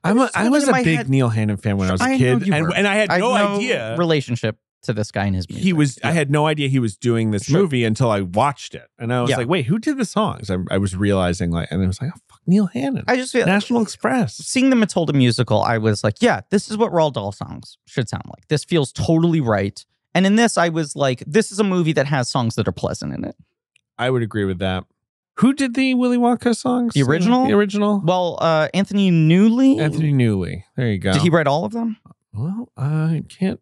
B: I'm a,
A: just
B: I
A: holding
B: was
A: in
B: a
A: my
B: big
A: head-
B: Neil Hannon fan when I was a
A: I know
B: kid,
A: you
B: and,
A: were.
B: and I had
A: I have
B: no idea
A: relationship to this guy and his music.
B: he was. I
A: Yeah.
B: had no idea he was doing this
A: Sure.
B: movie until I watched it, and I was
A: Yeah.
B: like, "Wait, who did the songs?" I, I was realizing, like, and it was like, "Oh fuck, Neil Hannon,
A: I just feel
B: National Express."
A: seeing the Matilda musical, I was like, yeah, this is what Roald Dahl songs should sound like. This feels totally right. And in this, I was like, this is a movie that has songs that are pleasant in it.
B: I would agree with that. Who did the Willy Wonka songs?
A: The original?
B: The original.
A: Well, uh, Anthony Newley,
B: Anthony Newley. There you go.
A: did he write all of them?
B: well, I can't.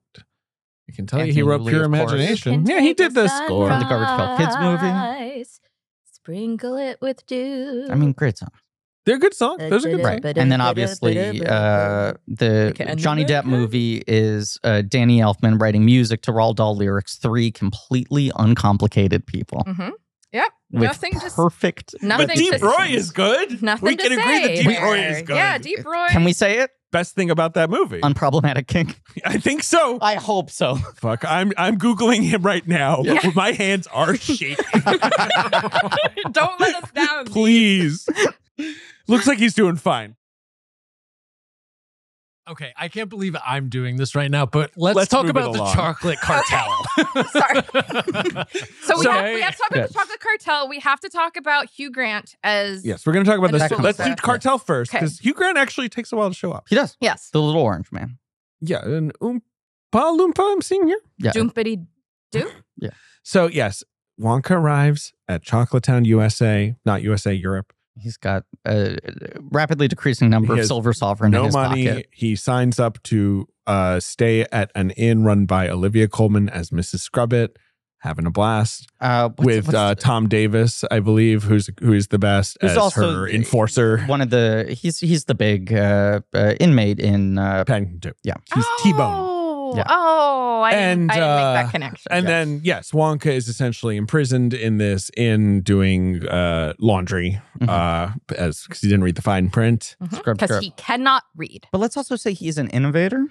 B: I can tell you, he
A: Anthony
B: wrote
A: Newley,
B: Pure
A: of course.
B: Imagination. Yeah, he did the score.
A: From the Garbage Pail Kids movie.
E: movie. Sprinkle it with dew.
A: I mean, great song,
B: They're good songs. Those are good songs.
A: right? And then obviously, uh, the
C: Okay, and
A: Johnny
C: then-
A: Depp movie is uh, Danny Elfman writing music to Roald Dahl lyrics. Three completely uncomplicated people
C: Mhm. Yep.
A: with
C: Nothing just
A: perfect.
C: nothing.
B: But Deep
C: to,
B: Roy is good.
C: Nothing
B: we
C: to
B: can agree that
C: say
B: Deep Roy
C: there.
B: is good.
C: Yeah, Deep Roy.
A: Can we say it?
B: Best thing about that movie.
A: Unproblematic kink.
B: I think so.
A: I hope so.
B: Fuck, I'm I'm googling him right now.
C: Yeah.
B: My hands are shaking.
C: Don't let us down.
B: Please. Looks like he's doing fine.
D: Okay, I can't believe I'm doing this right now, but let's,
B: Let's
D: talk
B: move it
D: about the
B: along.
D: chocolate cartel.
C: Sorry. So we,
D: So-
C: have, we have to talk about
A: Yes.
C: the chocolate cartel. We have to talk about Hugh Grant as
B: Yes, we're gonna talk about
C: That
B: this.
A: comes
B: Let's do
A: back.
B: cartel first
C: Okay.
B: because Hugh Grant actually takes a while to show up.
A: He does.
C: yes.
A: The little orange man.
B: Yeah, and Um Oompa Loompa I'm seeing here.
A: Yeah.
C: Doompity doop.
B: So yes, Wonka arrives at Chocolate Town, USA, not USA, Europe.
A: He's got a rapidly decreasing number
B: He
A: of
B: has
A: silver sovereign in
B: no
A: his
B: money.
A: pocket.
B: He signs up to uh, stay at an inn run by Olivia Coleman as Mrs. Scrubbit, having a blast
A: Uh, what's-
B: with
A: what's
B: uh, Tom Davis, I believe, who's who is the best
A: Who's
B: as
A: also
B: her
A: the-
B: enforcer.
A: one of the he's he's the big uh, uh, inmate in uh,
B: Paddington Two.
A: Yeah.
B: he's T-Bone.
C: Oh,
A: Yeah.
C: Oh, I,
B: And,
C: didn't, I didn't make
B: uh,
C: that connection.
B: And then yes, Wonka is essentially imprisoned in this inn doing uh, laundry
A: Mhm.
B: uh, as because he didn't read the fine print.
A: Scrub,
C: Mm-hmm. because
A: scrub.
C: he cannot read.
A: But let's also say he's an innovator.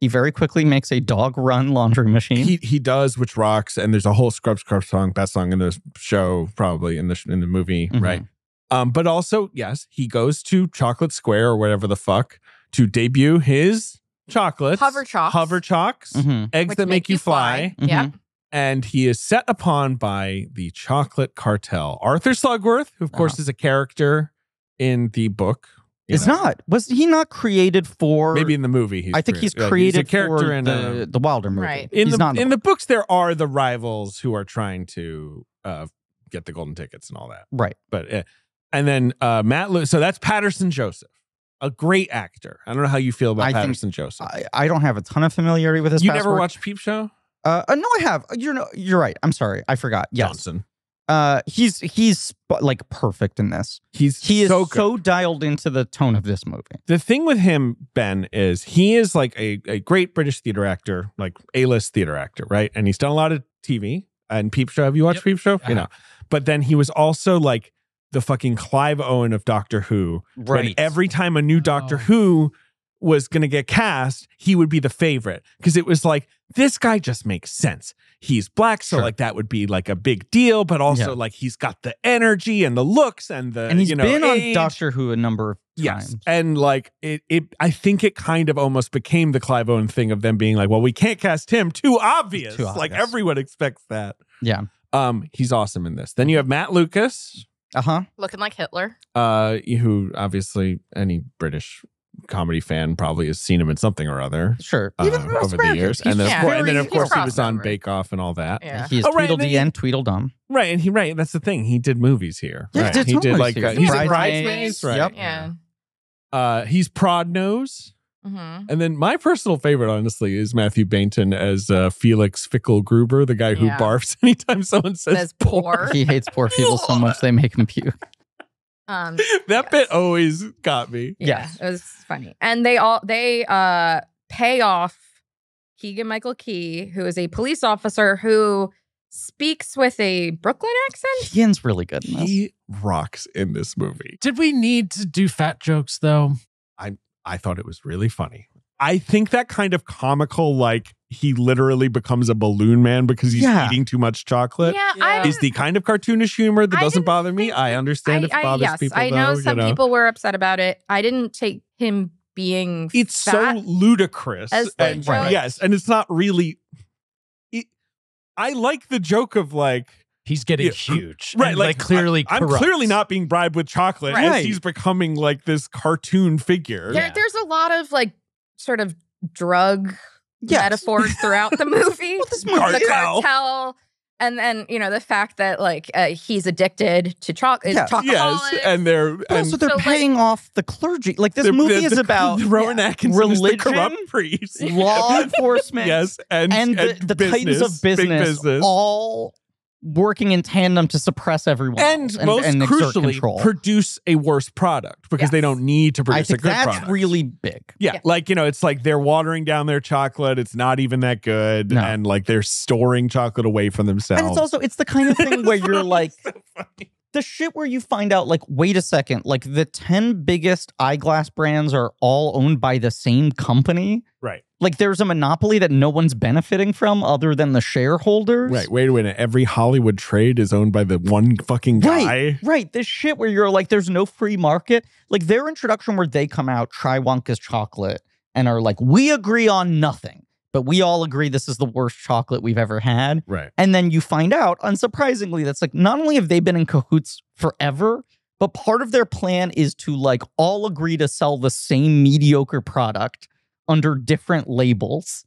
A: He very quickly makes a dog run laundry machine.
B: He he does, which rocks. And there's a whole Scrub Scrub song, best song in the show, probably in the sh- in the movie,
A: Mhm.
B: right? Um, but also yes, he goes to Chocolate Square or whatever the fuck to debut his chocolates,
C: Hover chocks.
B: hover chocks,
A: Mhm.
B: eggs
C: Which
B: that make, you fly.
A: fly.
C: Yeah.
B: and he is set upon by the chocolate cartel. Arthur Slugworth, who of course
A: Uh-huh.
B: is a character in the book. you
A: It's
B: know.
A: not. Was he not created for?
B: maybe in the movie. He's
A: I think
B: crea-
A: he's
B: like,
A: created
B: a character
A: for
B: in
A: the,
B: a,
A: the Wilder movie.
C: Right.
B: in
A: he's
B: the
A: not
B: in the books. There are the rivals who are trying to uh, get the golden tickets and all that.
A: right.
B: But eh. and then uh, Matt. Lew- so that's Patterson Joseph, a great actor. I don't know how you feel about
A: I think-
B: Patterson Joseph.
A: I, I don't have a ton of familiarity with his.
B: you
A: past
B: never
A: work.
B: watched Peep Show?
A: Uh, uh, no, I have. You're no, you're right. I'm sorry. I forgot. Yes.
B: Johnson.
A: Uh, he's he's sp- like perfect in this.
B: He's
A: He is
B: so,
A: so,
B: good.
A: dialed into the tone of this movie.
B: The thing with him, Ben, is he is like a, a great British theater actor, like A list theater actor, right? And he's done a lot of TV and Peep Show. Have you watched
D: Yep.
B: Peep Show?
D: I
B: You know. But then he was also like the fucking Clive Owen of Doctor Who. when every time a new Doctor
D: Oh.
B: Who was going to get cast, he would be the favorite because it was like, this guy just makes sense. He's black, so
A: Sure.
B: like that would be like a big deal, but also
A: Yeah.
B: like he's got the energy and the looks and the
A: and he's
B: uh, you know
A: been on
B: age.
A: Doctor Who a number of
B: Yes.
A: times.
B: And like it, it I think it kind of almost became the Clive Owen thing of them being like, well, we can't cast him. Too obvious.
A: Too
B: Like
A: obvious.
B: everyone expects that.
A: Yeah.
B: Um, he's awesome in this. Then you have Matt Lucas,
A: Uh huh.
C: Looking like Hitler.
B: uh, who obviously any British comedy fan probably has seen him in something or other.
A: Sure.
B: uh,
A: Even most
B: over the
A: Americans,
B: years.
A: he's
B: And then, of
C: Yeah.
B: course, and then,
C: very-
B: of course, he
C: he's
B: was on
C: crossover.
B: Bake Off and all that.
C: Yeah.
A: He is
B: Oh, right, and then
A: Tweedledee
B: he-
A: and Tweedledum.
B: Right. And he, right. That's the thing. He did movies here.
A: Yeah, he
B: right.
A: did
B: he did
A: movies
B: like,
A: here.
B: uh, he was in
A: Bridesmaids.
B: Bridesmaids. Right.
A: Yep.
C: Yeah.
B: Uh, he's Prod Nose.
C: hmm
B: And then my personal favorite, honestly, is Matthew Bainton as uh, Felix Fickle Gruber, the guy who
C: Yeah.
B: barfs anytime someone says,
C: Says poor.
A: He hates poor people so much they make him puke.
C: Um,
B: That
C: Yes.
B: bit always got me.
C: yeah,
A: Yes.
C: it was funny. And they all they uh pay off Keegan Michael Key, who is a police officer who speaks with a Brooklyn accent.
A: Ian's really good in this.
B: He rocks in this movie.
D: Did we need to do fat jokes though?
B: I thought it was really funny. I think that kind of comical, like he literally becomes a balloon man because he's
A: Yeah.
B: eating too much chocolate,
C: yeah,
D: Yeah.
C: I
B: is the kind of cartoonish humor that
C: I
B: doesn't
C: didn't
B: bother me.
C: think-
B: I understand
C: I,
B: if it
C: I,
B: bothers
C: yes,
B: people.
C: I know
B: though,
C: some
B: you know.
C: people were upset about it. I didn't take him being
B: it's so
C: fat.
B: ludicrous
C: as the
B: and
A: joke.
B: yes and it's not really it, i like the joke of like
D: He's getting
B: Yeah.
D: huge.
B: right
D: and,
B: like,
D: like, clearly
B: I, am
D: corrupt.
B: clearly not being bribed with chocolate as
A: Right.
B: he's becoming like this cartoon figure
C: There,
D: Yeah.
C: There's a lot of like sort of drug
A: Yes.
C: metaphors throughout the movie.
A: Well, this
C: The
A: movie-
B: Cartel.
C: cartel, And then you know the fact that like uh, he's addicted to uh, chocolate,
A: Yeah.
C: is chocoholic.
B: yes and they're
A: But also,
B: and
A: they're
C: So, like-
A: paying off the clergy. Like this
B: they're-
A: movie
B: the-
A: is
B: the-
A: about
B: rowan atkinson is the
A: Religion,
B: corrupt priest
A: law enforcement
B: yes and
A: and the, the titans of
B: big
A: business,
B: business.
A: all working in tandem to suppress everyone
B: and
A: else
B: most
A: and exert
B: crucially
A: control.
B: produce a worse product because
C: Yes.
B: they don't need to
A: I
B: produce
A: think
B: a good
A: that's
B: product
A: really big.
B: Yeah,
C: Yeah.
B: like you know, it's like they're watering down their chocolate. It's not even that good,
A: No.
B: and like they're storing chocolate away from themselves.
A: And it's also it's the kind of thing where you're like
B: So funny.
A: the shit where you find out like wait a second, like the 10 biggest eyeglass brands are all owned by the same company.
B: right,
A: Like there's a monopoly that no one's benefiting from other than the shareholders.
B: right. Wait a minute. Every Hollywood trade is owned by the one fucking guy.
A: Right, right. This shit where you're like, there's no free market. Like their introduction where they come out, try Wonka's chocolate, and are like, we agree on nothing, but we all agree this is the worst chocolate we've ever had.
B: Right.
A: And then you find out, unsurprisingly, that's like not only have they been in cahoots forever, but part of their plan is to like all agree to sell the same mediocre product under different labels.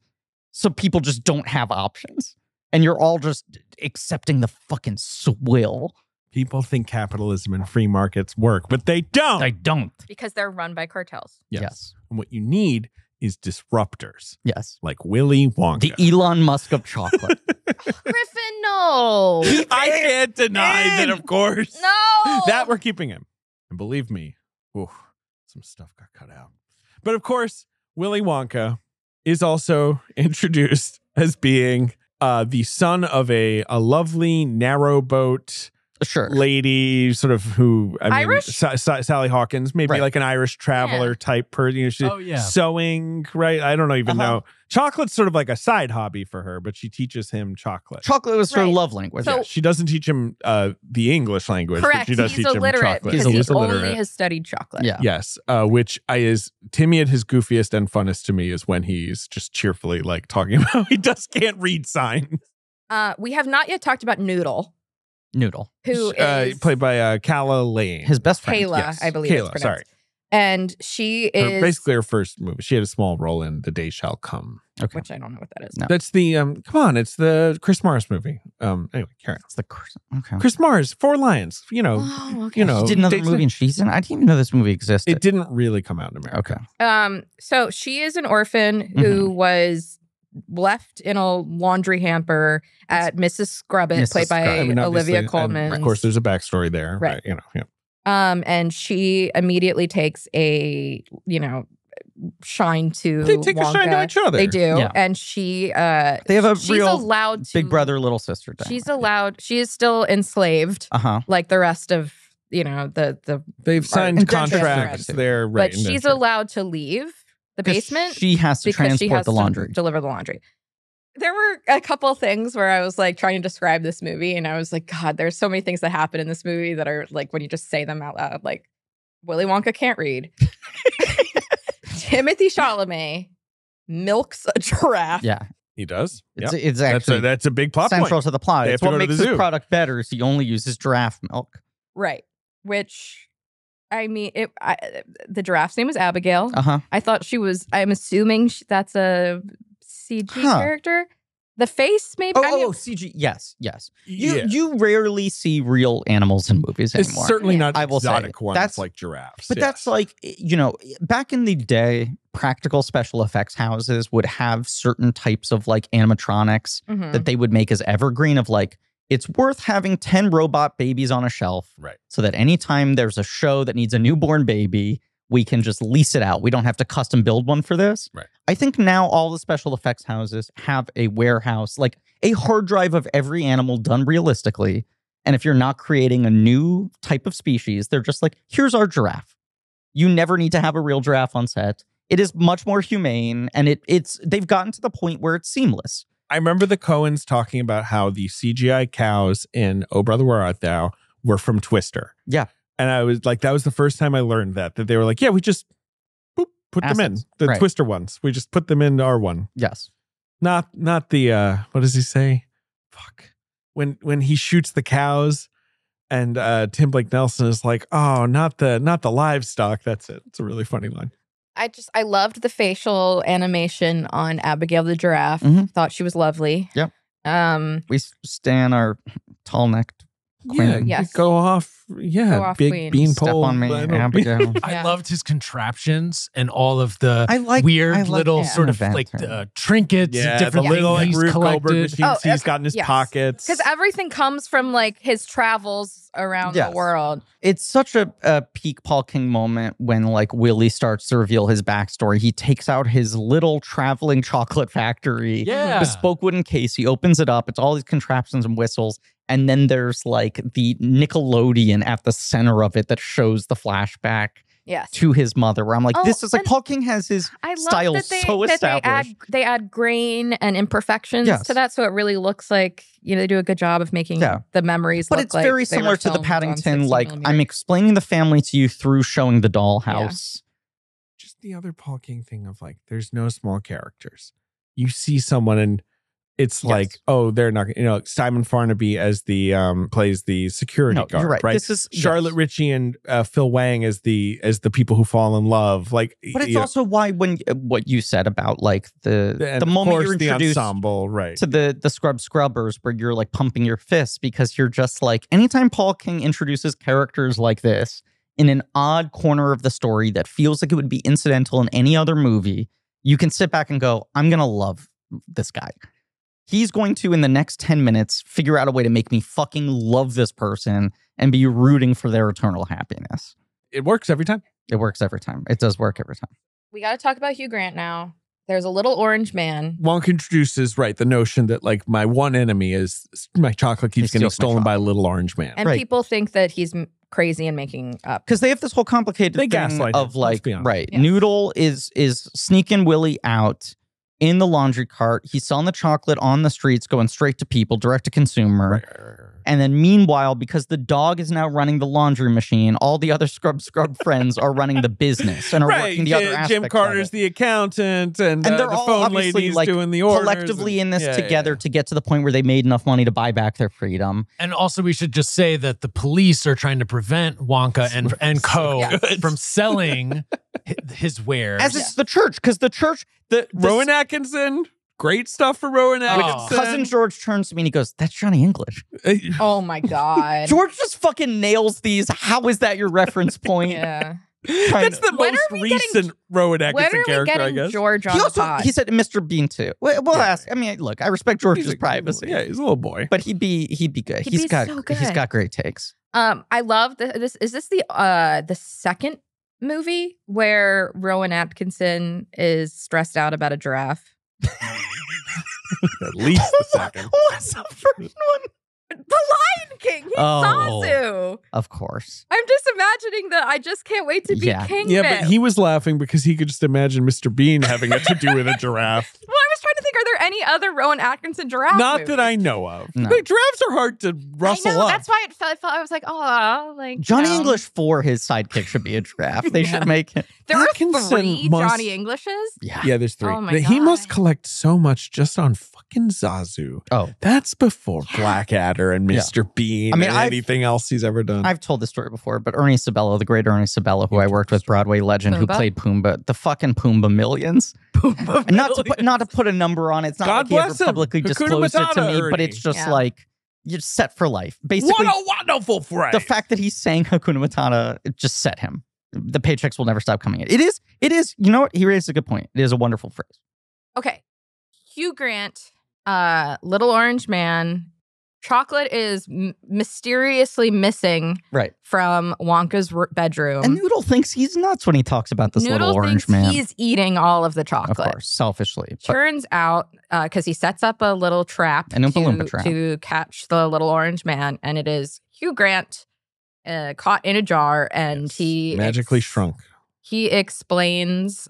A: So people just don't have options. And you're all just accepting the fucking swill.
B: People think capitalism and free markets work, but they don't.
A: I don't.
C: because they're run by cartels.
A: Yes.
B: And what you need is disruptors
A: Yes.
B: like Willy Wonka.
A: The Elon Musk of chocolate.
C: Griffin, no,
B: I can't deny that, of course.
A: Oh.
C: no.
B: that we're keeping him. And believe me, oof, some stuff got cut out. But of course, Willy Wonka is also introduced as being uh, the son of a, a lovely narrowboat
A: Sure.
B: lady, sort of who I mean,
C: Irish?
B: Sa- Sa- Sally Hawkins, maybe
A: Right.
B: like an Irish traveler type person. You know, she,
D: Oh, yeah.
B: sewing, right? I don't know, even
A: Uh-huh.
B: know. Chocolate's sort of like a side hobby for her, but she teaches him chocolate.
A: Chocolate was her
C: Right.
A: love language.
C: So-
B: she doesn't teach him uh, the English language, but
C: Correct.
B: she does
C: He's
B: teach him
C: illiterate
B: chocolate.
C: because
A: He's
C: he
B: illiterate.
C: only has studied chocolate.
A: yeah.
B: Yes, uh, which I is Timmy at his goofiest and funnest to me is when he's just cheerfully like talking about he just can't read signs.
C: Uh, we have not yet talked about Noodle,
A: Noodle.
C: who is
B: uh, played by uh, Calla Lane?
A: His best friend.
C: Kayla,
B: yes.
C: I believe. it's
B: Kayla,
C: pronounced.
B: sorry.
C: And she
B: Her-
C: is
B: basically her first movie. She had a small role in The Day Shall Come.
A: Okay.
C: which I don't know what that is.
A: No.
B: That's the um. Come on, it's the Chris Morris movie. Um. Anyway, Karen.
A: It's the cr- okay.
B: Chris Morris, Four Lions. You know,
C: Oh, okay.
B: you know,
A: she did another
B: dates-
A: movie and she's in. I didn't even know this movie existed.
B: It didn't really come out in America.
A: Okay.
C: Um, so she is an orphan who
B: Mm-hmm.
C: was left in a laundry hamper at Mrs. Scrubbit,
A: Mrs.
C: played by
A: Scrubbit.
B: I mean, obviously,
C: Olivia
B: and
C: Colman.
B: Of course, there's a backstory there,
C: Right.
B: right? you know, yeah.
C: Um, and she immediately takes a you know shine to
B: they take a shine to
C: Wonka.
B: each other.
C: They do,
A: Yeah.
C: and she uh,
A: They have a
C: she's
A: real
C: allowed to
A: Big brother, little sister thing.
C: She's allowed. She is still enslaved,
B: Ah.
A: Uh huh.
C: like the rest of you know the the.
B: They've signed
A: indentured
B: contracts.
A: servants.
B: They're right.
C: but she's
B: indentured.
C: allowed to leave the basement
A: She has to
C: because
A: transport
C: she has
A: the
C: to
A: laundry.
C: deliver the laundry. There were a couple things where I was like trying to describe this movie, and I was like, God, there's so many things that happen in this movie that are like when you just say them out loud, like Willy Wonka can't read, Timothy Chalamet milks a giraffe.
A: yeah.
B: He does.
A: It's,
B: Yeah.
A: it's
B: That's a
A: actually
B: that's a big plot
A: central
B: point.
A: to the plot.
B: They
A: it's
B: have to
A: what
B: go to
A: makes
B: the
A: this
B: zoo.
A: product better is he only uses giraffe milk.
C: right. Which I mean, it. I, the giraffe's name was Abigail.
A: Uh huh.
C: I thought she was. I'm assuming she, that's a CG
A: Huh.
C: character. The face, maybe.
A: Oh,
C: I mean,
A: oh, CG. Yes, yes. You
B: Yeah.
A: you rarely see real animals in movies
B: It's
A: anymore.
B: certainly not
A: I will say,
B: exotic ones
A: that's-
B: like giraffes.
A: But
B: yeah.
A: that's like, eh, you know, back in the day, practical special effects houses would have certain types of like animatronics
C: mhm.
A: that they would make as evergreen of like, it's worth having 10 robot babies on a shelf.
B: Right.
A: So that anytime there's a show that needs a newborn baby, we can just lease it out. We don't have to custom build one for this.
B: Right.
A: I think now all the special effects houses have a warehouse, like a hard drive of every animal done realistically. And if you're not creating a new type of species, they're just like, here's our giraffe. You never need to have a real giraffe on set. It is much more humane and it it's they've gotten to the point where it's seamless.
B: I remember the Coens talking about how the CGI cows in Oh Brother Where Art Thou were from Twister.
A: Yeah.
B: And I was like, that was the first time I learned that that they were like, yeah, we just boop, put them in
A: Assets.
B: the
A: Right.
B: Twister ones. We just put them into our one.
A: Yes.
B: Not not the uh what does he say? Fuck. When when he shoots the cows. And uh, Tim Blake Nelson is like, oh, not the not the livestock. That's it. It's a really funny line.
C: I just I loved the facial animation on Abigail the giraffe.
A: Mhm.
C: Thought she was lovely.
A: Yep.
C: Um.
A: We s- stand our tall necked queen.
B: Yeah,
C: Yes.
B: go off. Yeah,
C: Go off
B: big
C: queen.
B: bean
A: Step
B: pole.
A: on me,
B: I don't-
A: Abigail.
C: Yeah.
D: I loved his contraptions and all of the
A: I like
D: weird
A: I like
D: little
A: that.
D: sort of
A: Event
D: like
A: term.
D: uh, trinkets
B: Yeah,
D: and different
B: the little like
D: things
B: Rube Goldberg
D: collected.
B: machines
C: Oh,
B: he's got in his
C: yes.
B: pockets.
C: Because everything comes from like his travels around
A: Yes.
C: the world.
A: it's such a, a peak Paul King moment when like Willie starts to reveal his backstory. He takes out his little traveling chocolate factory,
D: Yeah.
A: bespoke wooden case. He opens it up. It's all these contraptions and whistles. And then there's like the Nickelodeon at the center of it that shows the flashback
C: Yes.
A: to his mother. Where I'm like,
C: Oh,
A: this is like
C: and-
A: Paul King has his
C: I love
A: style
C: that they,
A: so
C: that they add
A: established.
C: they add grain and imperfections
A: Yes.
C: to that, so it really looks like you know they do a good job of making
A: Yeah.
C: the memories.
A: But
C: look
A: it's
C: like
A: very
C: they were
A: similar to the
C: filmed on
A: Paddington.
C: 16
A: Like
C: millimeter.
A: I'm explaining the family to you through showing the dollhouse.
B: just the other Paul King thing of like, there's no small characters. You see someone and it's
A: Yes.
B: like, oh, they're not. You know, Simon Farnaby as the um plays the security
A: No,
B: guard,
A: you're right.
B: right?
A: This is
B: Charlotte
A: yes.
B: Ritchie and uh, Phil Wang as the as the people who fall in love. Like,
A: But it's
B: you know,
A: also why when uh, what you said about like the
B: and
A: the
B: of
A: moment you're
B: course, the
A: introduced
B: ensemble, right?
A: to the the scrub scrubbers where you're like pumping your fists because you're just like anytime Paul King introduces characters like this in an odd corner of the story that feels like it would be incidental in any other movie, you can sit back and go, I'm gonna love this guy. He's going to in the next 10 minutes figure out a way to make me fucking love this person and be rooting for their eternal happiness.
B: it works every time.
A: It works every time. It does work every time.
C: we got to talk about Hugh Grant now. There's a little orange man.
B: Wonk introduces right the notion that like my one enemy is my chocolate keeps
A: He
B: getting
A: steals my
B: stolen by a
A: chocolate.
B: little orange man.
C: And
A: Right.
C: people think that he's m- crazy and making up.
A: because they have this whole complicated
B: They
A: thing
B: gaslight him,
A: of
B: let's
A: like
B: be honest.
A: right
C: Yeah.
A: noodle is is sneaking willie out in the laundry cart he's selling the chocolate on the streets going straight to people direct to consumer
B: Right, right, right, right.
A: and then meanwhile because the dog is now running the laundry machine all the other scrub scrub friends are running the business and are
B: Right,
A: working the
B: Jim-
A: other aspects
B: Jim
A: of
B: Carter's
A: it.
B: the accountant, and, uh,
A: they're
B: the
A: all
B: phone
A: obviously,
B: lady's
A: like,
B: doing the orders.
A: collectively
B: and-
A: in this
B: Yeah, yeah,
A: together
B: yeah.
A: to get to the point where they made enough money to buy back their freedom
D: And also, we should just say that the police are trying to prevent Wonka and and Co
C: Yeah.
D: from selling hi- his wares.
A: as it's the church because the church the, the
B: Rowan Atkinson, great stuff for Rowan
D: Oh.
B: Atkinson. Uh,
A: cousin george turns to me and he goes that's johnny english
C: Oh my god.
A: George just fucking nails these. How is that your reference point?
C: yeah.
A: Kind
B: That's
A: of.
B: the
C: When are
B: most
C: we getting-
B: recent Rowan
C: When
B: Atkinson
C: are we
B: character, I
C: getting
B: guess.
C: George on
A: He also
C: the pod?
A: he said Mr. Bean too. We'll, we'll
B: Yeah.
A: ask. I mean, look, I respect
B: He's
A: George's
B: a-
A: privacy,
B: Yeah, he's a little boy.
A: but he'd be he'd be good.
C: He'd
A: he's
C: be
A: got
C: so good.
A: he's got great takes.
C: Um, I love the, this. Is this the uh the second movie where Rowan Atkinson is stressed out about a giraffe?
B: At least the second.
A: What's the first one?
C: The Lion King. He's
A: Oh.
C: Zazu.
A: Of course.
C: I'm just imagining that. I just can't wait to be
A: Yeah.
C: king.
B: Yeah,
C: bit.
B: but he was laughing because he could just imagine Mr. Bean having it to do with a giraffe.
C: Well, I was trying to think. Are there any other Rowan Atkinson giraffe?
B: Not
C: movies?
B: that I know of.
A: No.
B: But giraffes are hard to rustle
E: I know.
B: up.
E: That's why it felt, it felt. I was like, oh, like
A: Johnny
E: no.
A: English for his sidekick should be a giraffe. They
C: Yeah.
A: should make it.
C: There are
B: Atkinson
C: three
B: must-
C: Johnny Englishes.
A: Yeah.
B: yeah, there's three.
E: Oh my
B: But he must
E: God.
B: collect so much just on fucking Zazu.
A: Oh.
B: That's before
E: Yeah.
B: Blackadder and
A: Yeah.
B: Mr. Bean
A: I mean,
B: and
A: I've-
B: anything else he's ever done.
A: I've told this story before, but Ernie Sabella, the great Ernie Sabella, who I worked with, Broadway legend, who
C: Pumbaa?
A: played Pumbaa, the fucking Pumbaa millions. And not to put, not to put a number on it. It's not
B: God
A: like he ever
B: bless him.
A: publicly
B: Hakuna
A: disclosed it to
B: Matata,
A: me, but
B: Ernie.
A: it's just
C: Yeah.
A: like you're set for life. Basically,
B: what a wonderful phrase.
A: the fact that he sang Hakuna Matata it just set him. The paychecks will never stop coming in. It is, it is. You know what? He raised a good point. It is a wonderful phrase.
C: Okay. Hugh Grant, uh, Little Orange Man. Chocolate is m- mysteriously missing
A: Right.
C: from Wonka's r- bedroom.
B: Um,
A: And Noodle thinks he's nuts when he talks about this
C: Noodle
A: little orange
C: thinks
A: man.
C: he's eating all of the
A: of
C: chocolate.
A: course, selfishly. But
C: Turns out, because he sets up a little trap,
A: An Oompa
C: to,
A: Loompa trap.
C: to catch the little orange man, and it is Hugh Grant uh, caught in a jar, and
B: Yes.
C: he
B: magically
C: ex-
B: shrunk.
C: He explains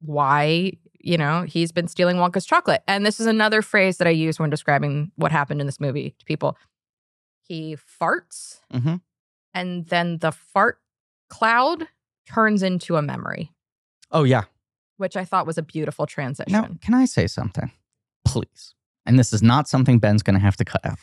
C: why you know he's been stealing Wonka's chocolate, and this is another phrase that I use when describing what happened in this movie to people. He farts,
A: Mhm.
C: and then the fart cloud turns into a memory,
A: oh yeah.
C: which I thought was a beautiful transition.
A: Now, can I say something, please? And this is not something Ben's going to have to cut out.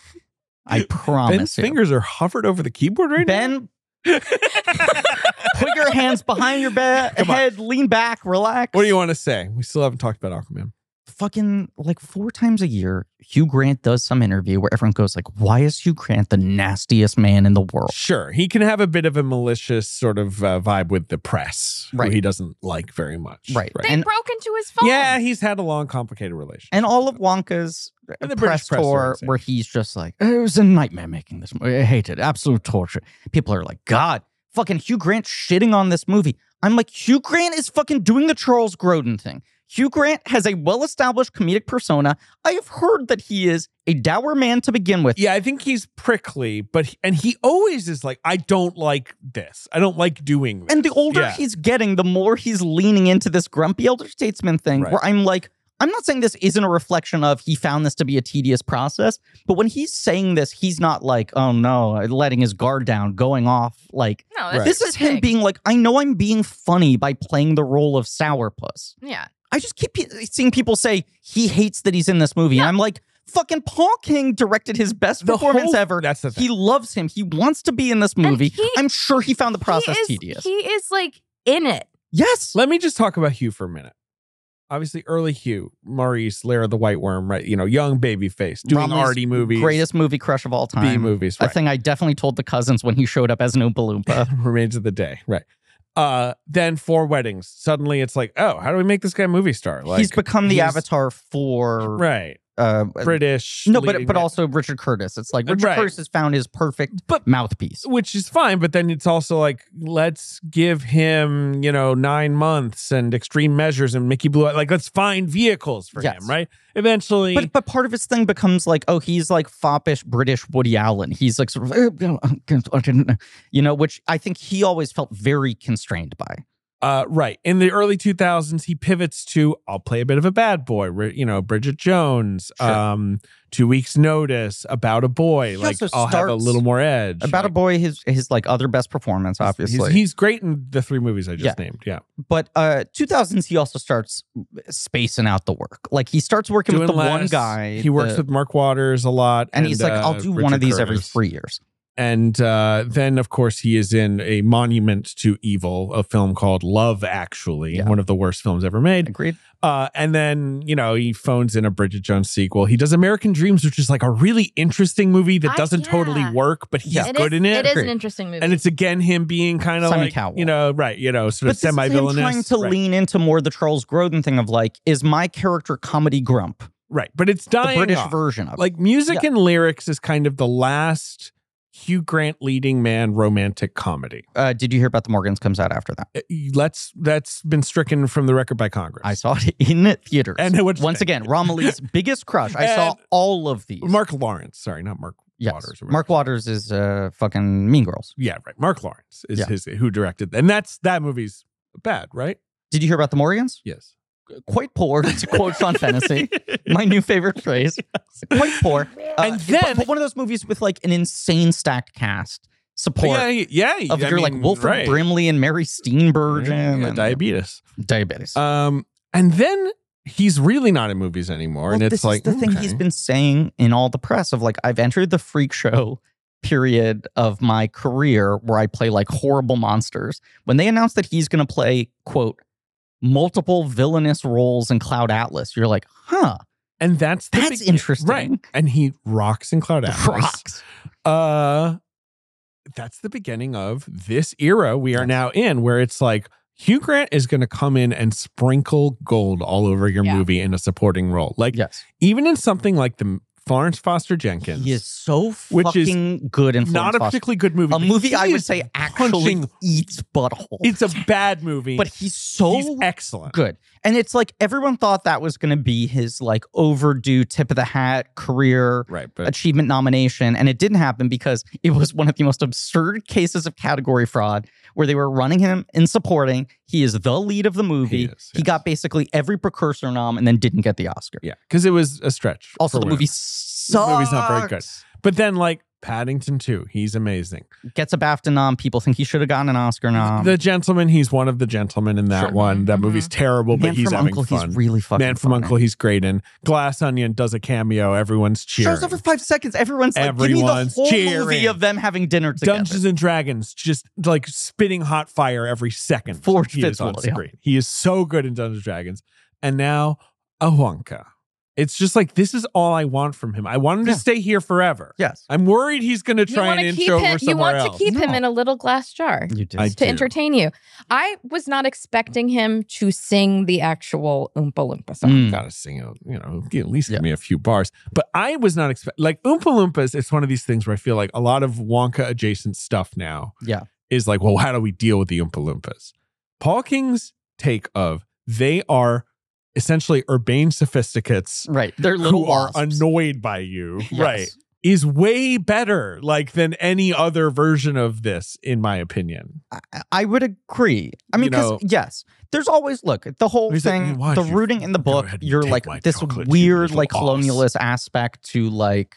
A: I
B: Ben's
A: promise you.
B: fingers are hovered over the keyboard right now.
A: ben, put your hands behind your be-
B: Come on.
A: head, lean back, relax.
B: What do you want to say? We still haven't talked about Aquaman.
A: fucking like four times a year, Hugh Grant does some interview where everyone goes like, "Why is Hugh Grant the nastiest man in the world?"
B: Sure, he can have a bit of a malicious sort of uh, vibe with the press, who
A: Right.
B: he doesn't like very much.
A: Right.
C: They
A: And-
C: broke into his phone.
B: Yeah, he's had a long, complicated relationship.
A: And all of Wonka's uh,
B: And the
A: press
B: British press, I
A: tour,
B: would say.
A: where he's just like, "Oh, "It was a nightmare making this movie. I hate it. Absolute torture." People are like, "God, fucking Hugh Grant shitting on this movie." I'm like, Hugh Grant is fucking doing the Charles Grodin thing. Hugh Grant has a well-established comedic persona. I have heard that he is a dour man to begin with.
B: yeah, I think he's prickly, but he- and he always is like, I don't like this. I don't like doing this.
A: And the older
B: Yeah.
A: he's getting, the more he's leaning into this grumpy elder statesman thing
B: Right.
A: where I'm like, I'm not saying this isn't a reflection of he found this to be a tedious process, but when he's saying this, he's not like, oh no, letting his guard down, going off. Like,
C: No,
B: Right.
C: that's
A: this
C: just
A: is
C: his
A: him
C: thing.
A: being like, I know I'm being funny by playing the role of sourpuss.
C: Yeah.
A: I just keep pe- seeing people say he hates that he's in this movie. And I'm like, fucking Paul King directed his best
B: The
A: performance
B: whole-
A: ever.
B: That's the thing.
A: He loves him. He wants to be in this movie.
C: he-
A: I'm sure he found the process
C: he is,
A: tedious.
C: He is like in it.
A: yes.
B: Let me just talk about Hugh for a minute. Obviously, early Hugh, Maurice, Lair of the White Worm, right? You know, young baby face, doing
A: Romney's
B: arty movies,
A: Greatest movie crush of all time.
B: B movies,
A: A
B: right?
A: thing I definitely told the cousins when he showed up as an Oompa Loompa.
B: Remains of the Day, right? Uh, then four weddings. Suddenly, it's like, oh, how do we make this guy a movie star? Like,
A: he's become the
B: he's-
A: avatar for
B: right?
A: uh,
B: British.
A: no, but
B: leading
A: but
B: man.
A: also Richard Curtis. It's like Richard
B: Right.
A: Curtis has found his perfect
B: But-
A: mouthpiece.
B: which is fine, but then it's also like let's give him you know nine months and extreme measures and Mickey Blue. Eye- Like let's find vehicles for
A: Yes.
B: him, right? Eventually,
A: But but part of his thing becomes like, oh, he's like foppish British Woody Allen. He's like sort "Oh, of, you know, which I think he always felt very constrained by.
B: Uh, right. In the early 2000s, he pivots to I'll play a bit of a bad boy, ri- you know, Bridget Jones,
A: Sure.
B: um, Two Weeks Notice, About a Boy.
A: He
B: like,
A: also
B: I'll have a
A: starts
B: little more edge.
A: About a
B: Like,
A: boy, his his like other best performance,
B: he's-
A: obviously.
B: He's, he's great in the three movies I just named. Yeah.
A: but uh 2000s, he also starts spacing out the work. Like he starts working with the one
B: less.
A: guy.
B: He works
A: the-
B: with Mark Waters a lot.
A: and, he's like,
B: uh,
A: I'll do one
B: Richard
A: of these every
B: Curtis.
A: three years.
B: And uh, then, of course, he is in a monument to evil, a film called Love Actually,
A: Yeah.
B: one of the worst films ever made.
A: Agreed.
B: Uh, and then, you know, he phones in a Bridget Jones sequel. He does American Dreams, which is like a really interesting movie that
E: I-
B: doesn't totally
E: yeah.
B: work, but he's
A: Yeah.
B: good in
E: It
B: it.
E: is an
A: Great.
E: interesting movie.
B: and it's again him being kind of
A: Simon
B: like,
A: Cowell.
B: you know, right, you know,
A: But
B: sort of
A: this is
B: semi
A: him trying
B: villainous.
A: to
B: Right,
A: lean into more the Charles Grodin thing of like, is my character comedy grump?
B: right. But it's
A: The
B: dying.
A: British
B: off.
A: version of it.
B: Like music
A: Yeah.
B: and lyrics is kind of the last Hugh Grant leading man romantic comedy.
A: Uh, did you hear about the Morgans comes out after that?
B: Uh, Let's that's been stricken from the record by Congress.
A: I saw it in theaters.
B: And it would-
A: once again, Romilly's biggest crush. I saw
B: And-
A: all of these.
B: Mark Lawrence, sorry, not Mark
A: yes.
B: Waters. or whatever.
A: Mark Waters is uh, fucking Mean Girls.
B: yeah, right. Mark Lawrence is
A: Yeah.
B: his who directed, and that's that movie's bad, right?
A: Did you hear about the Morgans?
B: Yes.
A: Quite poor, to quote Sean Fantasy. My new favorite phrase. Quite poor. Uh,
B: And then-
A: but, but one of those movies with like an insane stacked cast support
B: yeah, yeah.
A: of
B: I
A: your
B: mean,
A: like Wilford
B: right.
A: Brimley and Mary Steenburgen
B: Yeah,
A: and
B: diabetes.
A: diabetes.
B: Um, and then he's really not in movies anymore, and
A: Well,
B: it's
A: this
B: like
A: is the thing
B: okay.
A: he's been saying in all the press of like I've entered the freak show period of my career where I play like horrible monsters. When they announced that he's going to play quote multiple villainous roles in Cloud Atlas, you're like, huh,
B: and that's the
A: that's
B: big-
A: interesting.
B: right? And he rocks in Cloud Atlas.
A: Rocks.
B: Uh, that's the beginning of this era we are
A: Yes.
B: now in, where it's like. Hugh Grant is going to come in and sprinkle gold all over your
E: Yeah.
B: movie in a supporting role. Like
A: Yes,
B: even in something like the Florence Foster Jenkins,
A: he is so
B: Which is
A: fucking good in
B: not a
A: Florence Foster.
B: particularly good movie.
A: a
B: but
A: movie
B: he
A: I would
B: is
A: say actually
B: punching-
A: eats butthole.
B: It's a bad movie,
A: but he's so
B: he's excellent.
A: good. And it's like everyone thought that was going to be his like overdue tip of the hat career
B: Right, but
A: achievement nomination and it didn't happen because it was one of the most absurd cases of category fraud where they were running him in supporting he is the lead of the movie he,
B: is, yes.
A: got basically every precursor nom and then didn't get the oscar
B: yeah, because it was a stretch.
A: also
B: for
A: the
B: women.
A: movie sucks.
B: movie's not very good. But then, like Paddington too, he's amazing.
A: gets a bafta nom people think he should have gotten an oscar nom
B: the Gentleman, he's one of the gentlemen in that
A: Um, Sure. Mm-hmm.
B: one. That
E: Mhm.
B: movie's terrible,
A: man
B: but he's
A: from
B: having
A: uncle
B: fun.
A: he's really fucking
B: Man from
A: funny.
B: Uncle, he's great in. Glass Onion does a cameo. Everyone's cheering.
A: shows up for five seconds everyone's like give me the
B: Everyone's
A: whole movie
B: cheering.
A: of them having dinner together
B: Dungeons and Dragons, just like spitting hot fire every second.
A: Forge
B: he is on
A: Fitzwilliam.
B: screen. He is so good in Dungeons and Dragons. And now a Wonka. It's just like this is all I want from him. I want him
A: Yeah.
B: to stay here forever.
A: yes
B: I'm worried he's going to
E: you
B: try
E: wanna
B: and inch
E: keep
B: over
E: him, You
B: somewhere
E: want
B: else.
E: to keep him
A: No.
E: in a little glass jar
A: you did
B: I
E: to
B: do.
E: entertain you. I was not expecting him to sing the actual Oompa Loompa song.
A: Mm.
B: Gotta sing, a, you know, at least
A: Yeah.
B: give me a few bars. But I was not expecting, like, Oompa Loompas, it's one of these things where I feel like a lot of Wonka adjacent stuff now
A: Yeah.
B: is like, well, how do we deal with the Oompa Loompas? Paul King's take of they are essentially urbane sophisticates
A: right Mm. they're little
B: who are
A: wasps.
B: annoyed by you,
A: Yes.
B: right? Is way better, like, than any other version of this, in my opinion.
A: I- I would agree. I
B: You
A: mean, because
B: know-
A: yes, there's always look the whole
B: He's like,
A: thing,
B: "Why
A: the
B: don't you
A: rooting in the
B: go
A: book.
B: ahead and
A: You're
B: take
A: like
B: my
A: this
B: chocolate, you
A: weird,
B: little
A: like
B: ass."
A: colonialist aspect to like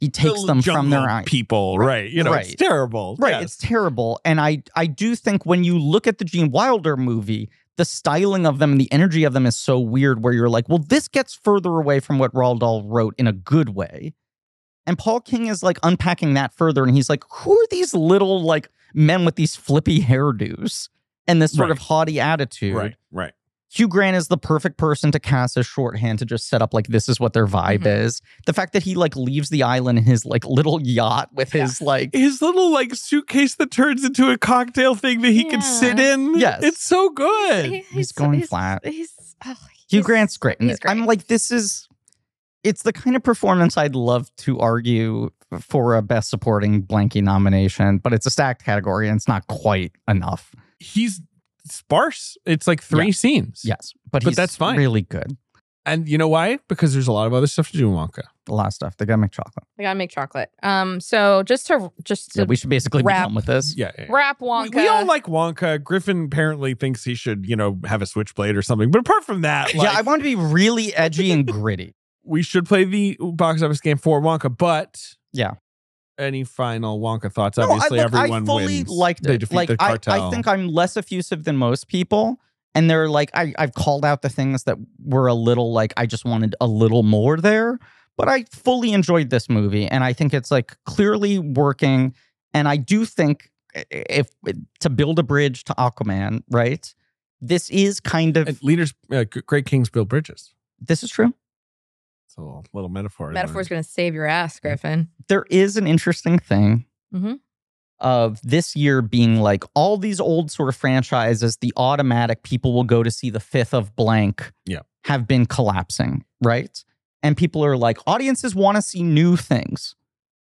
A: he takes
B: Little
A: them from their
B: jungle
A: own
B: people, right? You know,
A: Right.
B: it's terrible,
A: Right,
B: Yes.
A: it's terrible, and I I do think when you look at the Gene Wilder movie, the styling of them and the energy of them is so weird. Where you're like, well, this gets further away from what Roald Dahl wrote in a good way, and Paul King is like unpacking that further, and he's like, who are these little like men with these flippy hairdos and this sort
B: Right.
A: of haughty attitude?
B: right, right.
A: Hugh Grant is the perfect person to cast as shorthand to just set up like this is what their vibe
B: Mm-hmm.
E: Mhm.
A: is. The fact that he like leaves the island in his like little yacht with his like
B: his little like suitcase that turns into a cocktail thing that he can
E: Yeah.
B: sit in.
A: Yes.
B: It's so good.
E: He-
A: he's going flat.
E: He's, oh,
A: Hugh
E: he's-
A: Grant's great. in
E: he's
A: it. I'm
E: great.
A: like this is it's the kind of performance I'd love to argue for a best supporting blankie nomination, but it's a stacked category and it's not quite enough.
B: He's sparse. It's like three scenes.
A: Yes, but,
B: But
A: he's
B: that's fine.
A: Really good.
B: And you know why? Because there's a lot of other stuff to do in Wonka.
A: A lot of stuff. They gotta make chocolate.
C: I gotta make chocolate. Um, so just to just to
A: Yeah, we should basically be
C: wrap.
A: done with this.
B: Yeah. yeah, yeah.
C: wrap
B: We,
C: Wonka.
B: we all like Wonka. Griffin apparently thinks he should, you know, have a switchblade or something. But apart from that, like,
A: yeah, I want to be really edgy and gritty.
B: we should play the box office game for Wonka. But
A: Yeah.
B: any final Wonka thoughts?
A: No,
B: Obviously,
A: I, look,
B: everyone
A: I fully
B: wins.
A: liked
B: They
A: it.
B: defeat
A: like
B: the
A: I,
B: cartel.
A: I think I'm less effusive than most people. And they're like, I, I've called out the things that were a little like I just wanted a little more there. But I fully enjoyed this movie, and I think it's like clearly working. And I do think i- if to build a bridge to Aquaman, right? This is kind of
B: And leaders, uh, g- great kings build bridges.
A: this is true.
B: It's a little, little metaphor. in
C: metaphor's
B: there.
C: gonna save your ass, Griffin.
A: there is an interesting thing
C: Mhm.
A: of this year being like all these old sort of franchises, the automatic people will go to see the fifth of blank
B: Yeah.
A: have been collapsing, right? And people are like, audiences want to see new things.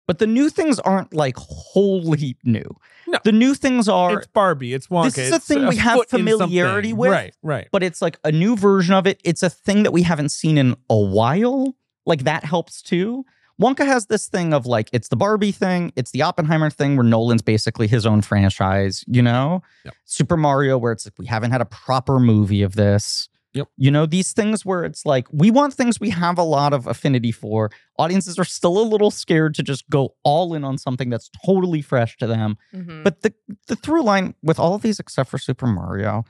A: But the new things aren't like wholly new.
B: No.
A: The new things are
B: It's Barbie. It's Wonka.
A: is a
B: it's
A: thing we have
B: foot in
A: familiarity
B: something.
A: with.
B: Right, right.
A: but it's like a new version of it. It's a thing that we haven't seen in a while. Like that helps too. Wonka has this thing of like it's the Barbie thing, it's the Oppenheimer thing where Nolan's basically his own franchise, you know?
B: Yep.
A: Super Mario where it's like we haven't had a proper movie of this.
B: Yep.
A: You know, these things where it's like we want things we have a lot of affinity for. Audiences are still a little scared to just go all in on something that's totally fresh to them.
C: Mhm.
A: But the the through line with all of these except for Super Mario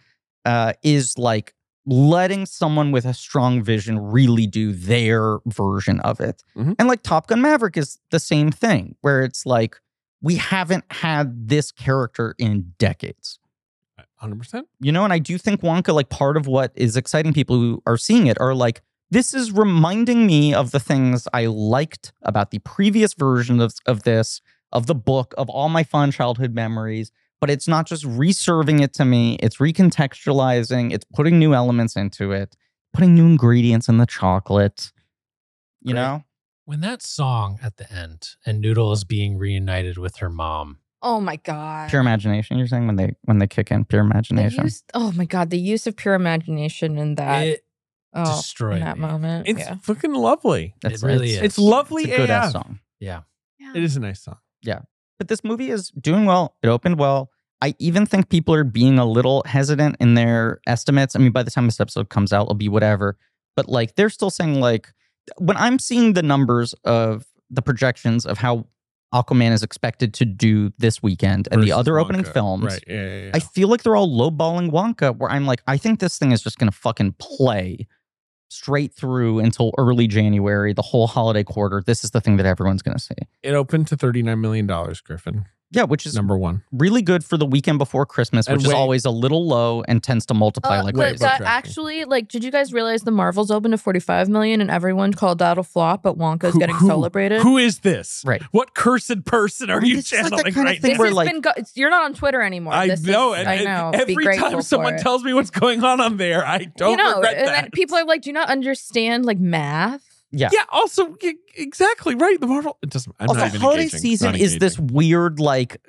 A: uh, is like letting someone with a strong vision really do their version of it.
B: Mhm.
A: And like Top Gun Maverick is the same thing where it's like we haven't had this character in decades
B: Hundred percent.
A: you know and i do think wonka like part of what is exciting people who are seeing it are like this is reminding me of the things i liked about the previous version of, of this of the book of all my fun childhood memories but it's not just reserving it to me it's recontextualizing it's putting new elements into it putting new ingredients in the chocolate you
B: Great.
A: know
D: When that song at the end and Noodle is being reunited with her mom,
C: oh my god.
A: pure imagination you're saying when they when they kick in pure
C: The
A: imagination
C: use- oh my god, the use of pure imagination in that
D: it,
C: oh,
D: destroyed
C: in that
D: me.
C: moment.
B: It's
C: yeah.
B: fucking lovely.
A: That's-
D: really
A: it's,
D: is.
B: It's lovely
A: it's a good ass
B: AF.
A: song
B: It is a nice song.
A: But this movie is doing well. It opened well. I even think people are being a little hesitant in their estimates. I mean, by the time this episode comes out, it'll be whatever. But like, they're still saying like, when I'm seeing the numbers of the projections of how Aquaman is expected to do this weekend and the
B: Versus
A: other opening
B: Wonka.
A: films,
B: Right. Yeah, yeah, yeah.
A: I feel like they're all lowballing Wonka. Where I'm like, I think this thing is just gonna fucking play straight through until early January, the whole holiday quarter. This is the thing that everyone's gonna see.
B: it opened to thirty nine million dollars. Griffin
A: Yeah, which is
B: number one.
A: really good for the weekend before Christmas,
B: And
A: which is
B: wait-
A: always a little low and tends to multiply
C: Uh,
A: like
C: but
B: wait,
A: crazy.
C: that
B: wait.
C: actually, like, did you guys realize the Marvels opened to 45 million and everyone called that a flop, but Wonka's
B: Who-
C: getting
B: who-
C: celebrated?
B: Who is this?
A: Right.
B: What cursed person are you
A: It's like that
B: channeling
A: kind of
B: right
A: thing
C: this
B: now?
A: where-
C: has
A: like-
C: been go- it's- you're not on Twitter anymore.
B: I
C: This is-
B: know. and-
C: I
B: and
C: know. Be
B: every
C: grateful
B: time
C: for
B: someone
C: it.
B: tells me what's going on on there, I don't
C: you know,
B: regret
C: and
B: that.
C: then people are like, "Do you not understand like math?"
A: yeah.
B: yeah. Also, y- exactly right. The Marvel. It doesn't. I'm
A: Also,
B: not even
A: holiday
B: engaging.
A: season
B: Not
A: is this
B: engaging.
A: weird, like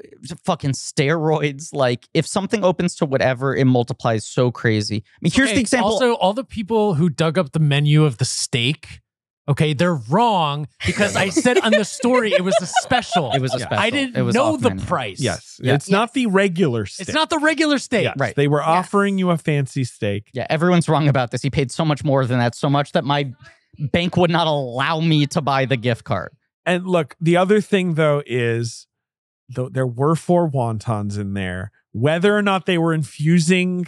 A: fucking steroids. Like if something opens to whatever, it multiplies so crazy. I mean, here's
D: Okay,
A: the example.
D: Also, all the people who dug up the menu of the steak, okay, they're wrong because I said on the story it was a special.
A: it was a
B: Yeah.
A: special.
D: I didn't
A: it was
D: know
A: off
D: the
A: menu.
D: price.
B: Yes.
A: Yeah.
B: It's not the regular steak.
D: It's not the regular steak.
B: Yes,
A: Right.
B: They were
C: Yeah.
B: offering you a fancy steak.
A: Yeah, everyone's wrong about this. He paid so much more than that, so much that my bank would not allow me to buy the gift card.
B: And look, the other thing though is though there were four wontons in there. Whether or not they were infusing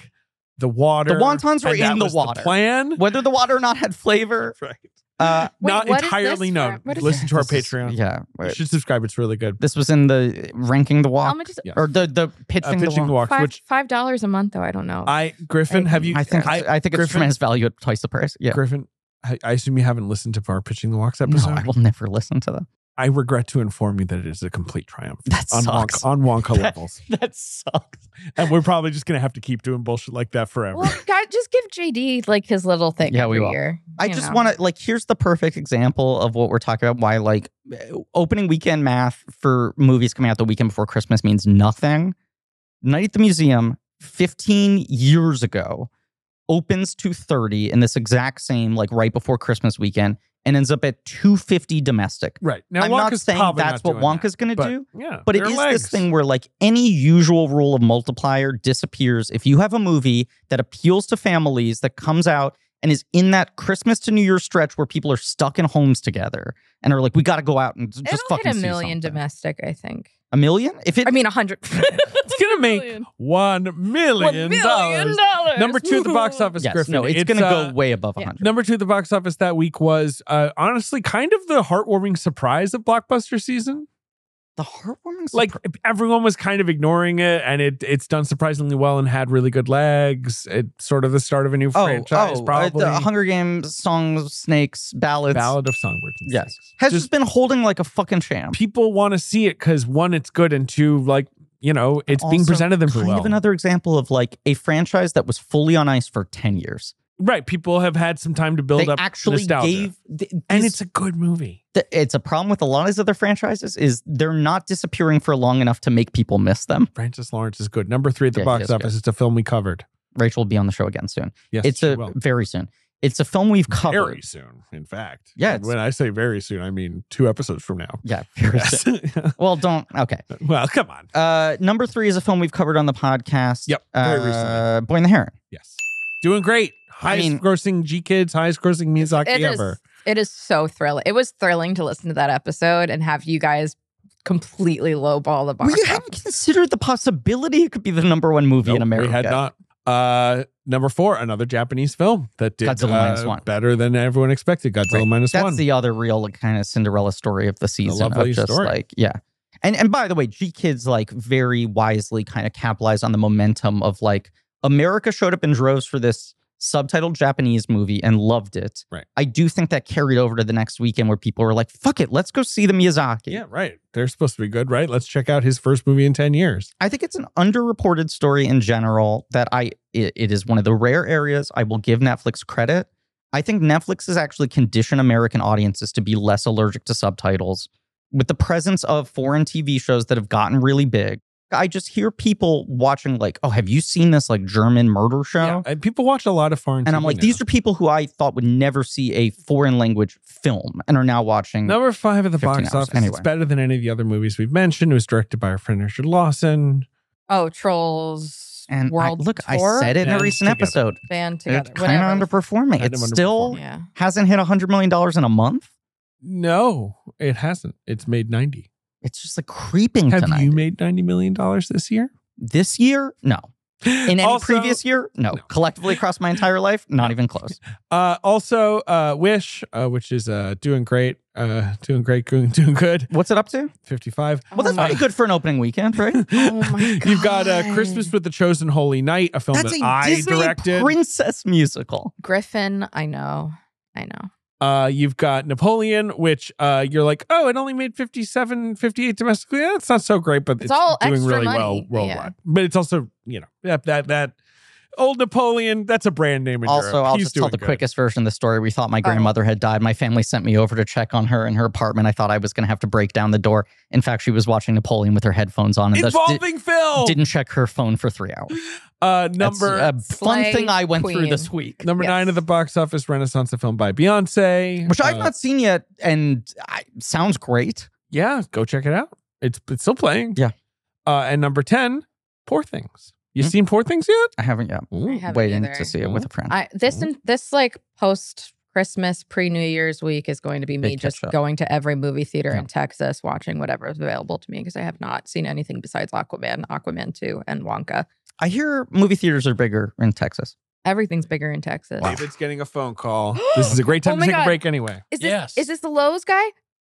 B: the water,
A: wontons were
B: and that
A: in the
B: was
A: water.
B: plan,
A: Whether the water or not had flavor.
B: That's right?
A: Uh,
C: Wait,
B: not
C: what is
B: entirely
C: this
B: known.
C: from- what is
B: Listen to our
A: this is-
B: Patreon.
A: Yeah.
B: You should subscribe. It's really good.
A: This was in the ranking the
C: How
A: walk
C: much is
B: Yeah.
A: or the the
B: Uh,
A: pitching,
B: pitching the
A: the walk.
B: walk,
C: five
B: which
C: five dollars a month though? I don't know.
B: I Griffin, have you?
A: I think
B: I,
A: I, think it's
B: Griffin-
A: tremendous value at twice the price. Yeah.
B: Griffin, I, I assume you haven't listened to our pitching the walks
A: No,
B: episode.
A: I will never listen to them.
B: I regret to inform you that it is a complete triumph
A: That
B: on
A: sucks.
B: Wonka, on Wonka
A: That-
B: levels,
A: That sucks.
B: and we're probably just gonna have to keep doing bullshit like that forever.
E: Well, God, just give JD like his little thing.
A: Yeah, we
E: every
A: will.
E: Year,
A: I
E: you
A: just
E: know?
A: want to like here's the perfect example of what we're talking about why like opening weekend math for movies coming out the weekend before Christmas means nothing. Night at the Museum 15 years ago opens to 30 in this exact same like right before Christmas weekend and ends up at 250 domestic.
B: right now,
A: I'm not
B: Wonka's
A: saying
B: probably
A: that's
B: not
A: what
B: doing
A: Wonka's going
B: that,
A: to do.
B: But, yeah,
A: But it
B: there are
A: is
B: legs.
A: this thing where like any usual rule of multiplier disappears if you have a movie that appeals to families that comes out and is in that Christmas to New Year's stretch where people are stuck in homes together and are like, we got to go out and just
E: It'll
A: fucking
E: hit a
A: see
E: million
A: something."
E: domestic, I think.
A: A million? If it,
E: I mean, a hundred.
B: It's gonna make
E: Million.
B: one million dollars.
E: dollars.
B: Number two at the box office.
A: yes,
B: Griffin.
A: no, it's, going to
B: uh,
A: go way above a
E: yeah.
A: 100.
B: Number two at the box office that week was uh, honestly kind of the heartwarming surprise of blockbuster season.
A: The heartwarming,
B: Like e,
A: like,
B: everyone was kind of ignoring it, and it it's done surprisingly well and had really good legs. It's sort of the start of a new
A: oh,
B: franchise,
A: oh, uh,
B: probably.
A: the Hunger Games, songs, snakes, ballads,
B: Ballad of Songbirds. and
A: Yes.
B: Snakes.
A: has
B: Just-
A: just been holding like a fucking champ.
B: People want to see it because one, it's good, and two, like you know, it's being
A: Also,
B: presented them for
A: Kind
B: well.
A: of another example of like a franchise that was fully on ice for 10 years.
B: right? People have had some time to build
A: they
B: up
A: actually
B: nostalgia,
A: gave th-
B: and
A: this-
B: it's a good movie.
A: th- it's a problem with a lot of these other franchises is they're not disappearing for long enough to make people miss them
B: Francis Lawrence is good. Number three at the
A: Yeah, he
B: box
A: is good.
B: office. It's a film we covered.
A: rachel will be on the show again soon
B: Yes,
A: it's
B: she
A: a
B: will.
A: very soon it's a film we've covered
B: very soon. In fact,
A: Yeah,
B: And
A: it's-
B: When I say very soon, I mean two episodes from now.
A: yeah very soon. well don't okay
B: well, come on.
A: uh number three is a film we've covered on the podcast
B: Yep, very
A: uh,
B: recently.
A: boy and the heron
B: Yes, doing great. Highest
A: mean-
B: grossing G Kids, highest grossing Miyazaki
E: It is.
B: ever.
E: It is so thrilling. It was thrilling to listen to that episode and have you guys completely lowball the box
A: we
E: office.
A: hadn't considered the possibility it could be the number one movie in
B: Nope,
A: america
B: we had not. Uh, number four, another Japanese film that did
A: Godzilla
B: uh,
A: Minus One.
B: better than everyone expected. Godzilla
A: Right.
B: Minus
A: That's
B: One.
A: the other real like, kind of Cinderella story of the season. Of
B: lovely
A: just
B: story.
A: like yeah. And and by the way, G Kids like very wisely kind of capitalized on the momentum of like America showed up in droves for this subtitled Japanese movie and loved it.
B: Right.
A: I do think that carried over to the next weekend where people were like, fuck it, let's go see the Miyazaki.
B: yeah, right. They're supposed to be good, right? Let's check out his first movie in ten years.
A: I think it's an underreported story in general that I it, it is one of the rare areas I will give Netflix credit. I think Netflix has actually conditioned American audiences to be less allergic to subtitles with the presence of foreign TV shows that have gotten really big. I just hear people watching like, "Oh, have you seen this like German murder show?"
B: Yeah, and people watch a lot of foreign.
A: Oh. And I'm
B: TV
A: like,
B: now.
A: these are people who I thought would never see a foreign language film and are now watching.
B: Number five at the
A: 15
B: box
A: hours.
B: office.
A: Anyway.
B: It's better than any of the other movies we've mentioned. It was directed by our friend Richard Lawson.
E: Oh, Trolls
A: and I-
E: World
A: look,
E: Tour
A: I said it in a
B: Bands
A: recent
B: together.
A: episode.
E: band
A: It's
E: together.
A: kind
E: whatever.
A: of underperforming.
B: Kind of
A: it's still
B: underperforming.
E: yeah.
A: hasn't hit $100 million in a month.
B: No, it hasn't. It's made 90.
A: It's just like creeping
B: Have
A: tonight.
B: you made 90 million dollars this year?
A: this year? No. In any
B: Also-
A: previous year? No.
B: No.
A: Collectively across my entire life? Not even close.
B: Uh, also, uh, Wish, uh, which is uh, doing great, uh, doing great, doing, doing good.
A: What's it up to?
B: 55.
A: Well,
E: Oh
A: that's
E: my-
B: Um,
A: pretty good for an opening weekend, right?
E: Oh my
B: You've got uh,
E: God.
B: Christmas with the Chosen Holy Night, a film
A: That's
B: that
A: a
B: I
A: Disney
B: directed.
A: princess musical.
E: Griffin. I know. I know.
B: Uh, you've got Napoleon, which uh, you're like, oh, it only made 57, 58 domestically. Yeah, it's not so great, but it's,
E: all
B: doing
E: extra
B: really
E: money.
B: well worldwide.
E: Yeah.
B: But it's also, you know, that that that old Napoleon, that's a brand name in
A: Also,
B: Europe.
A: I'll
B: He's
A: just tell
B: doing
A: the
B: good.
A: quickest version of the story. We thought
E: Oh.
A: my grandmother had died. My family sent me over to check on her in her apartment. I thought I was going to have to break down the door. In fact, she was watching Napoleon with her headphones on and thus di-
B: Involving Phil.
A: didn't check her phone for three hours.
B: Uh,
A: That's
B: number
A: a fun
E: Slay
A: thing I went through
E: queen.
A: this week.
B: number
E: yes.
B: nine of the box office, Renaissance, a film by Beyonce,
A: which I've
B: Uh,
A: not seen yet, and I, sounds great.
B: Yeah, go check it out. It's it's still playing.
A: Yeah.
B: Uh, and number ten, Poor Things. You
A: Hmm.
B: seen Poor Things yet?
A: I haven't yet.
E: I haven't
A: Waiting
E: either.
A: to see it with a
C: Mm-hmm.
A: friend.
E: I this and this like post Christmas pre New Year's week is going to be me
A: Big
E: just
A: catch-up.
E: going to every movie theater
A: Yeah.
E: in Texas watching whatever is available to me because I have not seen anything besides Aquaman, Aquaman 2 and Wonka.
A: I hear movie theaters are bigger in Texas.
E: Everything's bigger in Texas.
B: David's getting a phone call. this is a great time
E: Oh
B: to
E: my
B: take a
E: God.
B: break anyway.
E: Is this
D: Yes.
E: is this the Lowe's guy?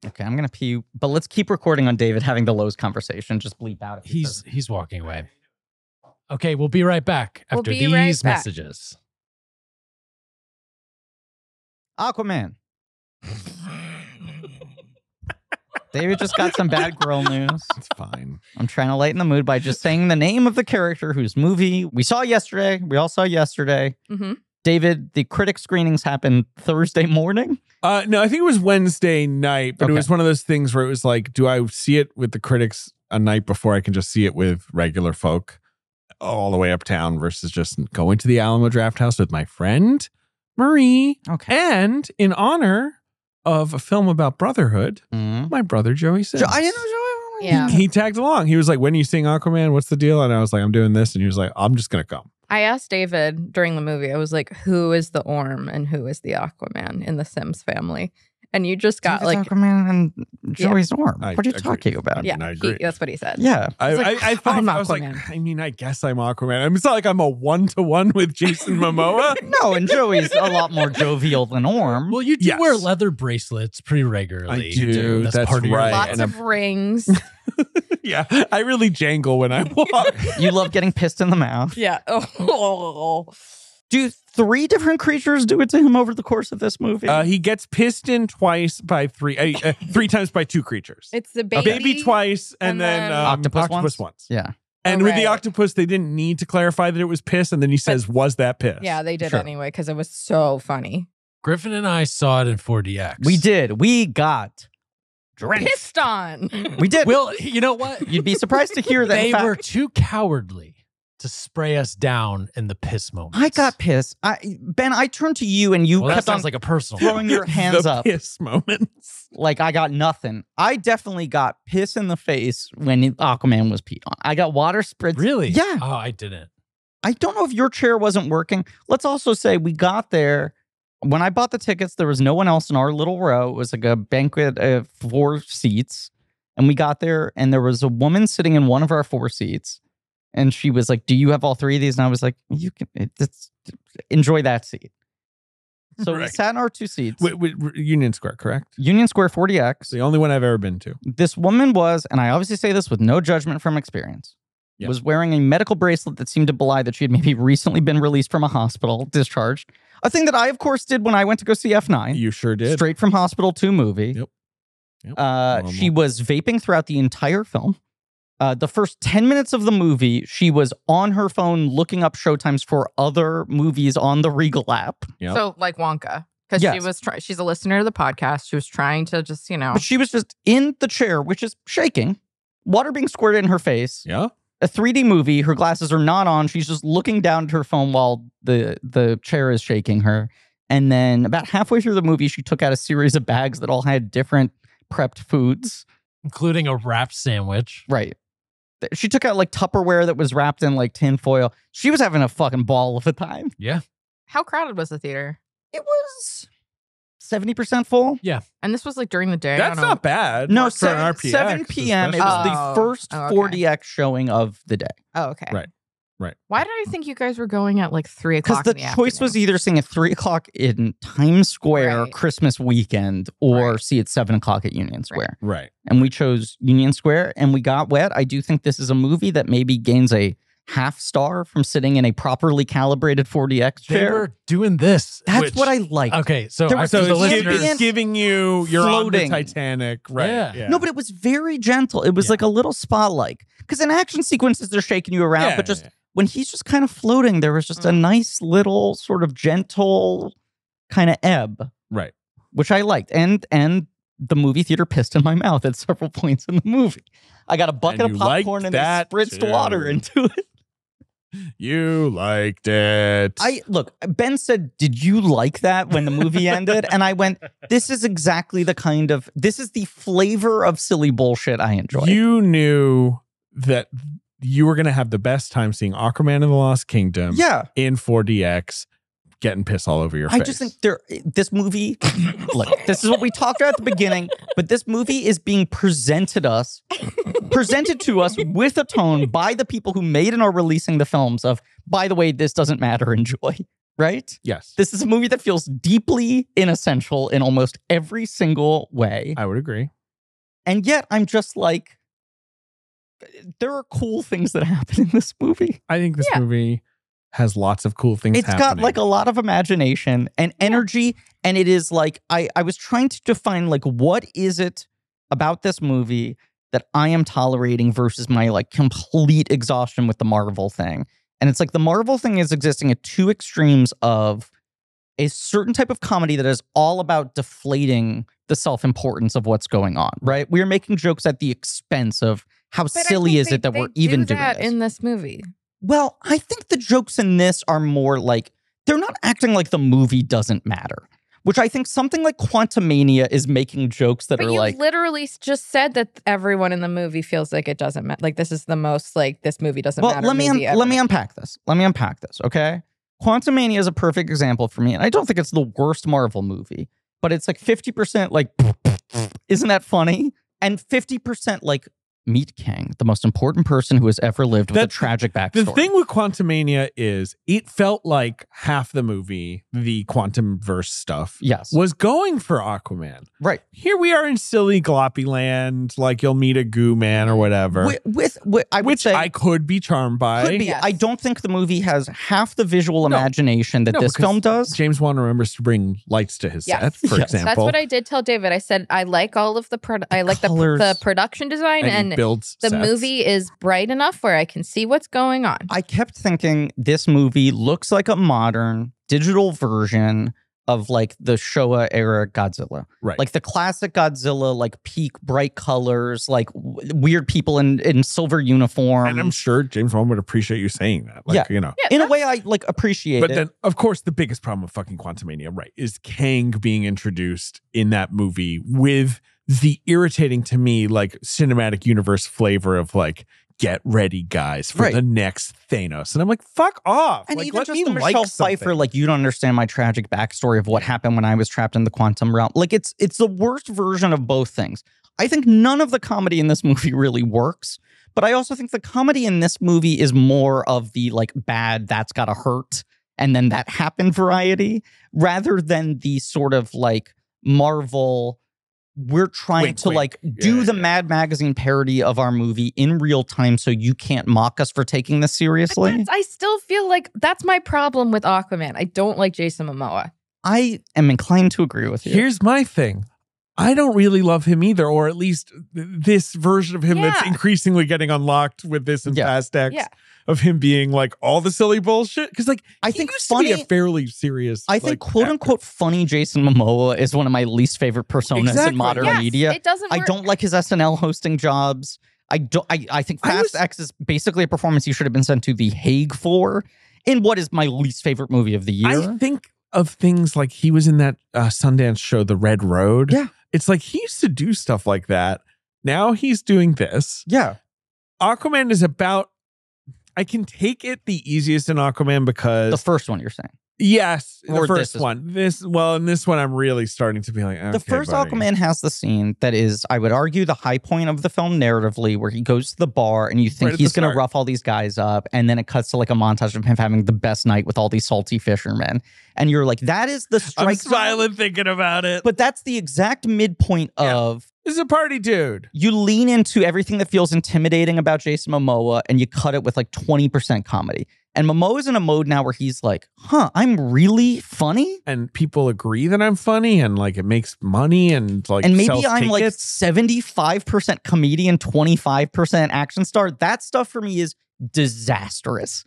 A: Okay, I'm gonna pee, but let's keep recording on David having the Lowe's conversation. Just bleep out. if he
D: He's
A: says-
D: he's walking away. Okay, we'll be right back
E: We'll
D: after
E: be
D: these
E: right back.
D: messages.
A: Aquaman. David just got some bad girl news.
B: It's fine.
A: I'm trying to lighten the mood by just saying the name of the character whose movie we saw yesterday. We all saw yesterday.
C: Mhm.
A: David, the critic screenings happened Thursday morning.
B: Uh, no, I think it was Wednesday night, but
A: Okay.
B: it was one of those things where it was like, do I see it with the critics a night before I can just see it with regular folk all the way uptown versus just going to the Alamo Draft House with my friend Marie
A: Okay.
B: and in honor of a film about brotherhood,
A: Mhm.
B: my brother Joey Sims.
A: Jo- I didn't know Joey.
E: Yeah.
B: He tagged along. He was like, "When are you seeing Aquaman? What's the deal?" And I was like, "I'm doing this," and he was like, "I'm just gonna come."
E: I asked David during the movie, I was like, who is the Orm and who is the Aquaman in the Sims family? And you just got
A: David
E: like,
A: Zuckerman and
E: Yeah.
A: Joey's Norm.
B: I
A: What are you
B: agree.
A: talking
B: I
A: about?
B: mean,
E: yeah,
B: I
E: he-
B: agree.
E: that's what he said.
A: Yeah.
B: I,
E: was like,
B: I, I thought
E: "I'm
B: I was like,
E: Aquaman."
B: I mean, I guess I'm Aquaman. I mean, it's not like I'm a one to one with Jason Momoa.
A: No, and Joey's a lot more jovial than Orm.
D: Well, you do
B: Yes.
D: wear leather bracelets pretty regularly.
B: I do. That's right.
D: life.
E: Lots
B: and
E: of rings.
B: yeah, I really jangle when I walk.
A: You love getting pissed in the mouth.
E: yeah. Oh.
A: Do three different creatures do it to him over the course of this movie?
B: uh, he gets pissed in twice by three, uh, uh, three times by two creatures.
E: It's the
B: A
E: baby.
B: baby, twice, and,
E: and
B: then,
E: then-
B: um,
A: Octopus once? yeah.
B: And
E: Oh,
B: with the
E: right.
B: octopus, they didn't need to clarify that it was piss, and then he says, "Was that piss?"
E: Yeah, they did
A: Sure.
E: anyway because it was so funny.
D: Griffin and I saw it in 4DX.
A: We did. We got drenched.
E: Pissed on.
A: We did.
D: Well, you know what?
A: You'd be surprised to hear that. in
D: they
A: fact,
D: were too cowardly to spray us down in the piss moment.
A: I got pissed. I Ben, I turned to you and you
D: Well, that
A: kept on
D: sounds like a personal.
A: throwing your hands
B: the
A: up
B: Piss moments.
A: like I got nothing. I definitely got piss in the face when Aquaman was peed on. I got water spritz.
D: Really?
A: Yeah.
D: Oh, I didn't.
A: I don't know if your chair wasn't working. Let's also say we got there. When I bought the tickets, there was no one else in our little row. It was like a banquet of four seats. And we got there, and there was a woman sitting in one of our four seats. And she was like, Do you have all three of these? And I was like, You can it- it's, enjoy that seat. So we
B: Right.
A: sat in our two seats,
B: Wait, wait, Union Square, correct?
A: Union Square 40X.
B: It's the only one I've ever been to.
A: This woman was, and I obviously say this with no judgment from experience,
B: Yeah.
A: was wearing a medical bracelet that seemed to belie that she had maybe recently been released from a hospital, discharged. A thing that I, of course, did when I went to go see F9,
B: You sure did.
A: straight from hospital to movie.
B: Yep. Yep.
A: Uh,
B: Normal.
A: she was vaping throughout the entire film. Uh, the first 10 minutes of the movie, she was on her phone looking up showtimes for other movies on the Regal app.
B: Yep.
C: So like Wonka, because she
A: Yes.
C: was try- she's a listener to the podcast. She was trying to just you know
A: But she was just in the chair, which is shaking, water being squirted in her face.
B: Yeah.
A: a 3D movie. Her glasses are not on. She's just looking down at her phone while the the chair is shaking her. And then about halfway through the movie, she took out a series of bags that all had different prepped foods.
D: Including a wrap sandwich.
A: Right. Th- She took out like Tupperware that was wrapped in like tin foil. She was having a fucking ball of a time.
C: how crowded was the theater?
A: It was 70% full.
C: And this was like during the day. I
B: That's
C: don't know.
B: not bad.
A: No,
B: For
A: 7,
B: an RPX,
A: 7 p.m. It was
B: Uh,
C: Oh.
A: the first
C: Oh, okay.
A: 40X showing of the day.
C: Oh, okay.
B: Right. Right.
C: Why did I think you guys were going at like three
A: Because
C: o'clock?
A: the,
C: in
A: choice was
C: afternoon?
A: either seeing at three o'clock in Times Square
C: Right.
A: Christmas weekend or
C: Right.
A: see at seven o'clock at Union Square.
B: right.
A: And we chose Union Square and we got wet. I do think this is a movie that maybe gains a half star from sitting in a properly calibrated 40X
D: They
A: chair.
D: were doing this.
A: That's
D: which-
A: what I like.
D: Okay, so
A: There
D: I,
A: was
D: for
B: So
D: the
B: it's
A: Ambient-
D: listeners,
B: giving, giving you you're
A: Floating.
B: on the Titanic, right?
D: Yeah.
A: No, but it was very gentle. It was
D: Yeah.
A: like a little spotlight. Because in action sequences, they're shaking you around,
B: Yeah,
A: but just
B: yeah,
A: when he's just kind of floating, there was just a nice little sort of gentle kind of ebb.
B: Right.
A: Which I liked. And and the movie theater pissed in my mouth at several points in the movie. I got a bucket
B: And
A: of
B: you liked
A: popcorn and I
B: that
A: spritzed
B: too.
A: water into it.
B: yeah. you liked it.
A: I look, Ben said, Did you like that when the movie ended? And I went, This is exactly the kind of this is the flavor of silly bullshit I enjoy.
B: you knew that you were gonna have the best time seeing Aquaman and the Lost Kingdom
A: yeah.
B: in 4DX, getting piss all over your
A: I
B: face.
A: just think there eh, this movie look, this is what we talked about at the beginning, but this movie is being presented us presented to us with a tone by the people who made and are releasing the films of by the way, this doesn't matter, enjoy. Right?
B: yes,
A: This is a movie that feels deeply inessential in almost every single way.
B: I would agree.
A: And yet I'm just like there are cool things that happen in this movie.
B: I think this
E: Yeah.
B: movie has lots of cool things.
A: It's got like a lot of imagination and energy and it is like I I was trying to define like what is it about this movie that I am tolerating versus my like complete exhaustion with the Marvel thing. And it's like the Marvel thing is existing at two extremes of a certain type of comedy that is all about deflating the self-importance of what's going on, right? We are making jokes at the expense of how
E: But I
A: silly
E: think
A: is
E: they-
A: it that
E: they
A: we're even
E: do
A: doing
E: that
A: this?
E: in this movie.
A: Well, I think the jokes in this are more like they're not acting like the movie doesn't matter, which I think something like Quantumania is making jokes that
E: But
A: are
E: you
A: like,
E: literally s- just said that everyone in the movie feels like it doesn't matter. Like this is the most like this movie doesn't
A: well,
E: matter.
A: let me un-
E: movie ever.
A: let me unpack this. Let me unpack this, okay? Quantumania is a perfect example for me, and I don't think it's the worst Marvel movie, but it's like fifty percent like, isn't that funny? And fifty percent like. Meet Kang, the most important person who has ever lived with a
B: That's-
A: tragic
B: The
A: backstory.
B: thing with Quantumania is it felt like half the movie, the quantum verse stuff,
A: yes,
B: was going for Aquaman.
A: right.
B: Here we are in silly gloppy land, like you'll meet a goo man or whatever.
A: With, with, with I would
B: which
A: say,
B: I could be charmed by.
A: Could be.
E: Yes.
A: I don't think the movie has half the visual
B: No.
A: imagination that
B: No,
A: this
B: because
A: film does.
B: James Wan remembers to bring lights to his
E: Yes.
B: set, for
A: Yes.
B: example.
E: That's what I did tell David. I said I like all of the pro- I like the,
A: colors.
E: the production design
B: and,
E: and,
B: he builds
E: the
B: sets.
E: movie is bright enough where I can see what's going on.
A: I kept thinking this movie looks like a modern digital version of like the Showa era Godzilla.
B: Right.
A: Like the classic Godzilla, like peak bright colors, like w- weird people in, in silver uniforms.
B: and I'm sure James Wan would appreciate you saying that. Like,
A: Yeah.
B: you know.
A: in a way, I like appreciate
B: But
A: it.
B: then, of course, the biggest problem with fucking Quantumania, right, is Kang being introduced in that movie with the irritating to me, like, cinematic universe flavor of, like, get ready, guys, for
A: Right.
B: the next Thanos. And I'm like, fuck off.
A: and
B: like,
A: even
B: let
A: just
B: me
A: the Michelle
B: like something.
A: Pfeiffer, like you don't understand my tragic backstory of what happened when I was trapped in the quantum realm. Like it's it's the worst version of both things. I think none of the comedy in this movie really works, but I also think the comedy in this movie is more of the like bad that's gotta hurt and then that happened variety rather than the sort of like Marvel. We're trying
B: Wink,
A: to
B: wink.
A: like do
B: Yeah,
A: the
B: yeah.
A: Mad Magazine parody of our movie in real time, so you can't mock us for taking this
E: But
A: seriously.
E: that's- I still feel like that's my problem with Aquaman. I don't like Jason Momoa.
A: I am inclined to agree with you.
B: Here's my thing. I don't really love him either, or at least th- this version of him that's
E: Yeah.
B: increasingly getting unlocked with this and
A: Yeah.
B: Fast X
E: Yeah.
B: of him being like all the silly bullshit. Because like
A: I
B: I
A: think
B: think used
A: funny.
B: to be a fairly serious.
A: I think
B: like,
A: quote
B: actor.
A: unquote funny Jason Momoa is one of my least favorite personas in
B: Exactly.
A: modern
E: Yes,
A: media.
E: it doesn't.
A: I
E: work.
A: don't like his SNL hosting jobs. I don't. I, I think
B: I
A: Fast
B: was-
A: X is basically a performance he should have been sent to the Hague for. In what is my least favorite movie of the
B: I
A: year?
B: think of things like he was in that uh, Sundance show, The Red Road.
A: Yeah.
B: It's like he used to do stuff like that. Now he's doing this.
A: yeah,
B: Aquaman is about. I can take it the easiest in Aquaman because
A: the first one you're saying.
B: Yes, the
A: Or
B: first
A: this is-
B: one. This well, in this one, I'm really starting to be like
A: the
B: okay,
A: first
B: buddy.
A: Aquaman has the scene that is, I would argue, the high point of the film narratively, where he goes to the bar and you think
B: Right at the
A: he's going to
B: start.
A: rough all these guys up. And then it cuts to like a montage of him having the best night with all these salty fishermen. And you're like, that is the
B: I'm
A: strike. zone,
B: smiling thinking about it. But
A: But that's the exact midpoint
B: Yeah.
A: of
B: this is a party dude.
A: you lean into everything that feels intimidating about Jason Momoa and you cut it with like 20% comedy. And Momoa's in a mode now where he's like, huh, I'm really funny.
B: And people agree that I'm funny and like it makes money and like
A: and maybe
B: sells
A: I'm like
B: tickets.
A: 75% comedian, 25% action star. That stuff for me is disastrous.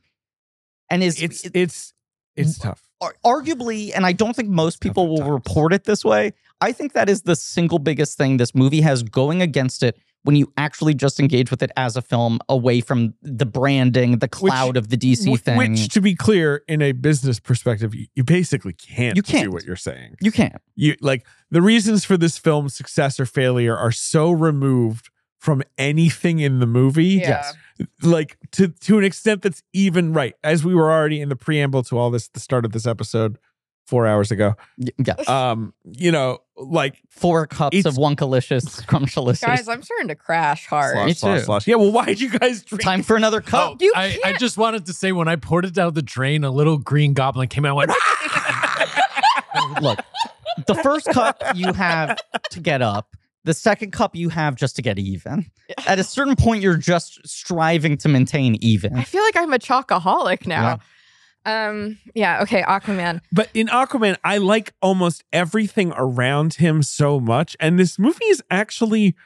A: And is
B: it's
A: it-
B: it's it's tough.
A: ar- arguably, and I don't think most
B: Tough
A: people
B: at
A: will
B: times.
A: report it this way. I think that is the single biggest thing this movie has going against it when you actually just engage with it as a film away from the branding, the
B: Which-
A: cloud of the DC
B: Wh-
A: thing.
B: Which, to be clear, in a business perspective, you, you basically can't,
A: You can't.
B: do what you're saying.
A: you can't.
B: You like the reasons for this film's success or failure are so removed from anything in the movie.
A: Yes.
B: like to to an extent that's even right as we were already in the preamble to all this at the start of this episode 4 hours ago
A: Y- Yeah.
B: um you know like
A: Four cups
B: It's-
A: of Wonkalicious,
E: Guys,
A: Scrumptious.
E: I'm starting to crash hard.
A: Slosh. Me too.
B: yeah well why'd you guys drink
A: Time for another cup.
E: You
D: I, I
E: can't-
D: just wanted to say when I poured it down the drain, a little green goblin came out and went,
A: look, the first cup you have to get up, the second cup you have just to get even. At a certain point, you're just striving to maintain
E: I
A: even.
E: feel like I'm a chocoholic now. Um. Yeah. Okay. Aquaman.
B: but in aquaman i like almost everything around him so much and this movie is actually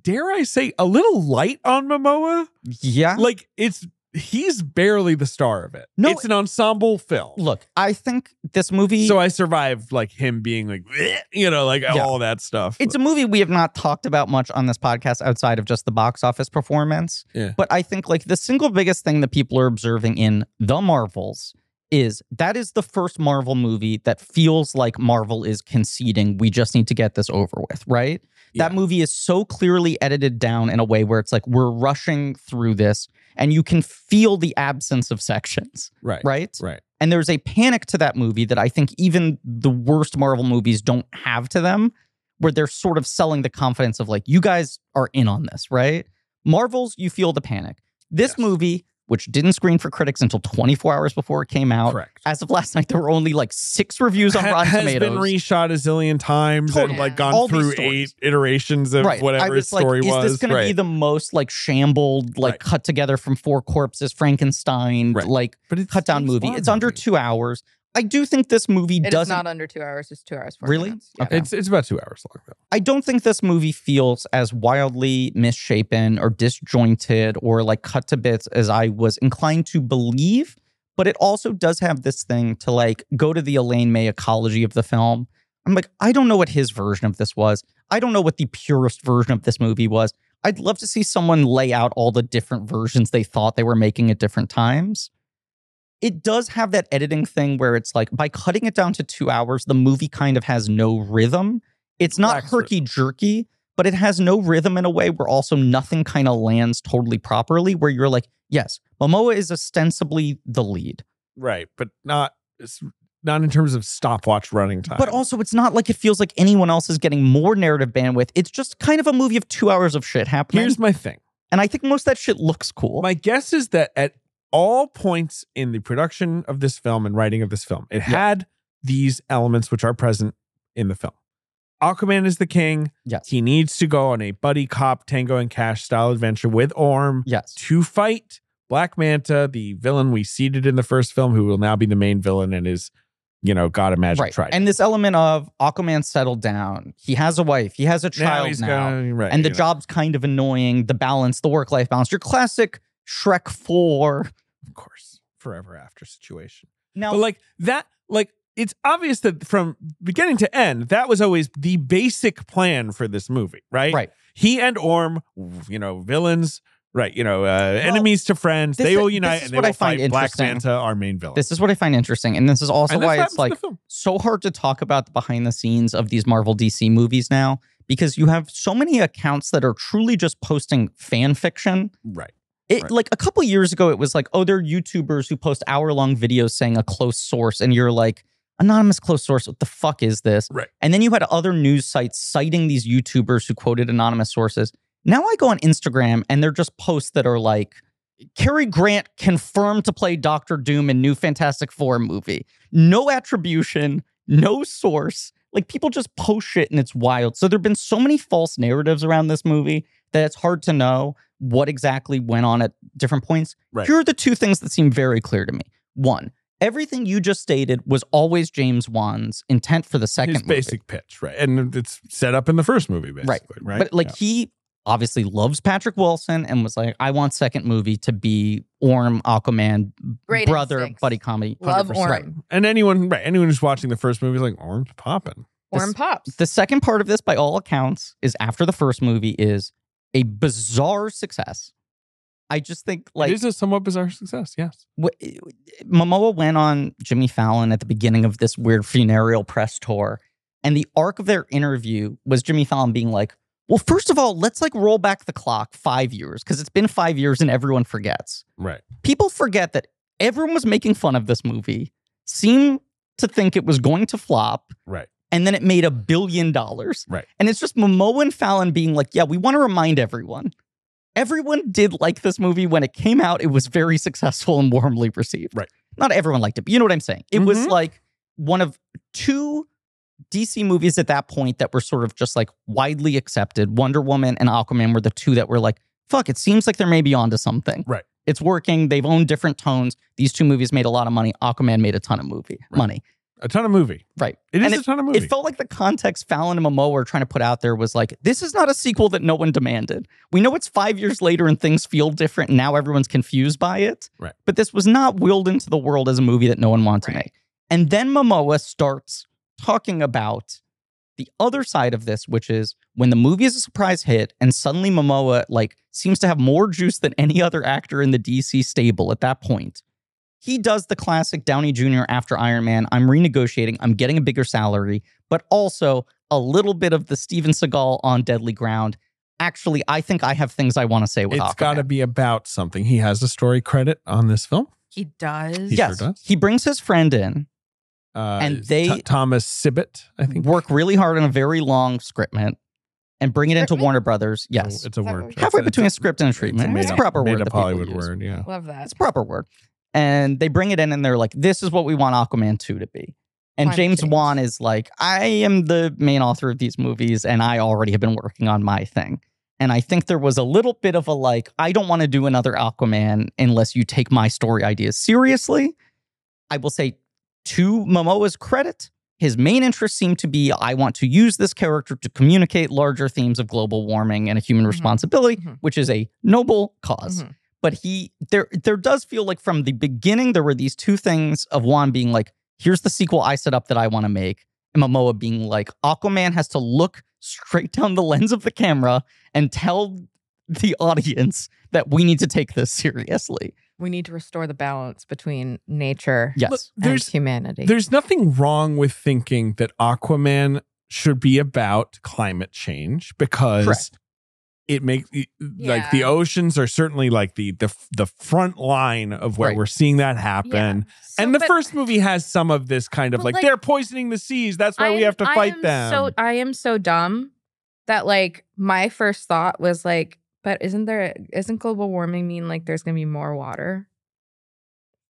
B: dare I say, a little light on Momoa.
A: Yeah.
B: Like it's he's barely the star of it.
A: No,
B: it's an ensemble film.
A: Look, I think this movie.
B: so I survived like him being like, "Bleh," you know, like
A: Yeah.
B: all that stuff.
A: It's a movie we have not talked about much on this podcast outside of just the box office performance.
B: Yeah.
A: But I think like the single biggest thing that people are observing in The Marvels is that is the first Marvel movie that feels like Marvel is conceding we just need to get this over with, right? That
B: Yeah.
A: movie is so clearly edited down in a way where it's like we're rushing through this and you can feel the absence of sections,
B: right,
A: right?
B: right.
A: And there's a panic to that movie that I think even the worst Marvel movies don't have to them, where they're sort of selling the confidence of like, you guys are in on this, right? Marvel's, you feel the panic. This
B: Yes.
A: movie, which didn't screen for critics until 24 hours before it came out,
B: Correct.
A: as of last night, there were only like six reviews on
B: Ha-
A: Rotten
B: has
A: Tomatoes.
B: been reshot a zillion times
A: Totally.
B: and like gone
A: All these
B: through
A: stories.
B: eight iterations of
A: right. I
B: whatever
A: was
B: his story
A: like,
B: was.
A: is this going to be
B: right.
A: the most like shambled, like
B: Right.
A: cut together from four corpses, Frankenstein,
B: Right.
A: like
B: but it's
A: cut down
B: James
A: movie?
B: Bond
A: It's under
B: movie.
A: two hours. I do think this movie
E: It is
A: doesn't
E: not under two hours. It's two hours. 40
A: Really?
E: minutes. Yeah.
A: Okay.
B: It's it's about two hours long though.
A: I don't think this movie feels as wildly misshapen or disjointed or like cut to bits as I was inclined to believe, but it also does have this thing to like go to the Elaine May ecology of the film. I'm like, I don't know what his version of this was. I don't know what the purest version of this movie was. I'd love to see someone lay out all the different versions they thought they were making at different times. It does have that editing thing where it's like by cutting it down to two hours, the movie kind of has no rhythm. It's not
B: Lacks
A: herky jerky, but it has no rhythm in a way where also nothing kind of lands totally properly, where you're like, yes, Momoa is ostensibly the lead.
B: Right, but not it's not in terms of stopwatch running time.
A: But also, it's not like it feels like anyone else is getting more narrative bandwidth. It's just kind of a movie of two hours of shit happening.
B: here's my thing.
A: and I think most of that shit looks cool.
B: My guess is that at all points in the production of this film and writing of this film, it had these elements which are present in the film. Aquaman is the king.
A: Yes.
B: He needs to go on a buddy cop, tango and cash style adventure with Orm
A: yes.
B: to fight Black Manta, the villain we seeded in the first film, who will now be the main villain and is, you know, God of Magic
A: Right.
B: Trident.
A: And this element of Aquaman settled down. He has a wife. He has a
B: now
A: child
B: he's
A: now.
B: gonna- right,
A: and the
B: you know.
A: job's kind of annoying. The balance, the work life balance. Your classic Shrek 4.
B: of course, forever after situation.
A: Now,
B: But like that, like it's obvious that from beginning to end, that was always the basic plan for this movie, right?
A: Right.
B: He and Orm, you know, villains, right? You know, uh, enemies to friends.
A: this
B: They will
A: is-
B: unite
A: this is
B: and they
A: what
B: will
A: I find
B: fight Black
A: interesting.
B: Manta, our main villain.
A: this is what I find interesting. And this is also
B: And that's
A: why
B: what
A: it's
B: happens in
A: like
B: the film.
A: so hard to talk about the behind the scenes of these Marvel DC movies now because you have so many accounts that are truly just posting fan fiction.
B: right?
A: It,
B: Right.
A: Like a couple years ago, it was like, oh, they're YouTubers who post hour long videos saying a close source, and you're like, anonymous close source, what the fuck is this?
B: Right.
A: And then you had other news sites citing these YouTubers who quoted anonymous sources. Now I go on Instagram and they're just posts that are like, Cary Grant confirmed to play Doctor Doom in new Fantastic Four movie. No attribution, no source. Like people just post shit and it's wild. So there have been so many false narratives around this movie that it's hard to know what exactly went on at different points.
B: Right.
A: Here are the two things that seem very clear to me. One, everything you just stated was always James Wan's intent for the second
B: His
A: movie.
B: basic pitch, right? And it's set up in the first movie,
A: Right.
B: basically, right?
A: But like
B: Yeah.
A: he obviously loves Patrick Wilson and was like, I want second movie to be Orm, Aquaman,
E: Great
A: brother,
E: instincts.
A: buddy comedy.
E: Love
B: 100%.
E: Orm.
A: Right.
B: and anyone, right? Anyone who's watching the first movie is like, Orm's popping.
E: Orm
A: This-
E: pops.
A: The second part of this, by all accounts, is after the first movie is a bizarre success. I just think like
B: it is a somewhat bizarre success. Yes.
A: Wh- eh, Momoa went on Jimmy Fallon at the beginning of this weird funereal press tour, and the arc of their interview was Jimmy Fallon being like, "Well, first of all, let's like roll back the clock five years because it's been five years and everyone forgets.
B: Right.
A: People forget that everyone was making fun of this movie, seemed to think it was going to flop,
B: Right.
A: and then it made a billion dollars.
B: Right.
A: And it's just Momoa and Fallon being like, yeah, we want to remind everyone. Everyone did like this movie when it came out. It was very successful and warmly received.
B: Right.
A: Not everyone liked it, but you know what I'm saying. It was
B: Mhm.
A: like one of two DC movies at that point that were sort of just like widely accepted. Wonder Woman and Aquaman were the two that were like, fuck, it seems like they're maybe onto something.
B: Right.
A: It's working. They've owned different tones. These two movies made a lot of money. Aquaman made a ton of movie
B: Right.
A: money.
B: a ton of movie.
A: Right.
B: It is
A: And
B: a ton of movie.
A: It felt like the context Fallon and Momoa were trying to put out there was like, this is not a sequel that no one demanded. We know it's five years later and things feel different. Now everyone's confused by it.
B: Right.
A: But this was not willed into the world as a movie that no one wanted to
F: Right.
A: make. And then Momoa starts talking about the other side of this, which is when the movie is a surprise hit and suddenly Momoa like seems to have more juice than any other actor in the DC stable at that point. He does the classic Downey Jr. after Iron Man. I'm renegotiating. I'm getting a bigger salary, but also a little bit of the Steven Seagal on deadly ground. Actually, I think I have things I want to say with
B: it's
A: Aquaman.
B: got to be about something. He has a story credit on this film.
F: He does.
B: He
A: yes,
B: sure does.
A: he brings his friend in.
B: Uh,
A: And
B: it's
A: they-
B: Th- Thomas Sibbett, I think.
A: work really hard on a very long scriptment and bring it into
C: Scriptment?
A: Warner Brothers.
B: It's
A: Yes.
B: a- it's a
C: that
B: word.
C: what we-
A: Halfway
B: It's
A: between a
B: it's
A: script and a treatment.
B: made
A: It's a
B: up-
A: proper
B: made
A: word.
B: up
A: that people
B: Hollywood
A: use.
B: word. Yeah.
C: Love that.
A: It's a proper word. And they bring it in and they're like, this is what we want Aquaman 2 to be. And
C: Climate
A: James
C: change.
A: Wan is like, I am the main author of these movies and I already have been working on my thing. And I think there was a little bit of a like, I don't want to do another Aquaman unless you take my story ideas seriously. I will say, to Momoa's credit, his main interest seemed to be I want to use this character to communicate larger themes of global warming and a human
C: Mhm.
A: responsibility,
C: Mhm.
A: which is a noble because
E: Mm-hmm.
C: Mhm.
A: But he there there does feel like from the beginning there were these two things of Juan being like, here's the sequel I set up that I want to make, and Momoa being like, Aquaman has to look straight down the lens of the camera and tell the audience that we need to take this seriously.
C: We need to restore the balance between nature
A: Yes.
B: Look,
C: and
B: there's
C: humanity.
B: There's nothing wrong with thinking that Aquaman should be about climate change because
A: Correct.
B: it makes like
C: Yeah.
B: the oceans are certainly like the the the front line of where
A: Right.
B: we're seeing that happen.
F: So-
B: and the
F: but
B: first movie has some of this kind of
F: But,
B: like,
F: like,
B: they're poisoning the seas. That's why we
F: I'm-
B: have to
F: I
B: fight
F: am
B: them.
F: So
C: I am so dumb that like my first thought was like, but isn't there isn't global warming mean like there's gonna be more water?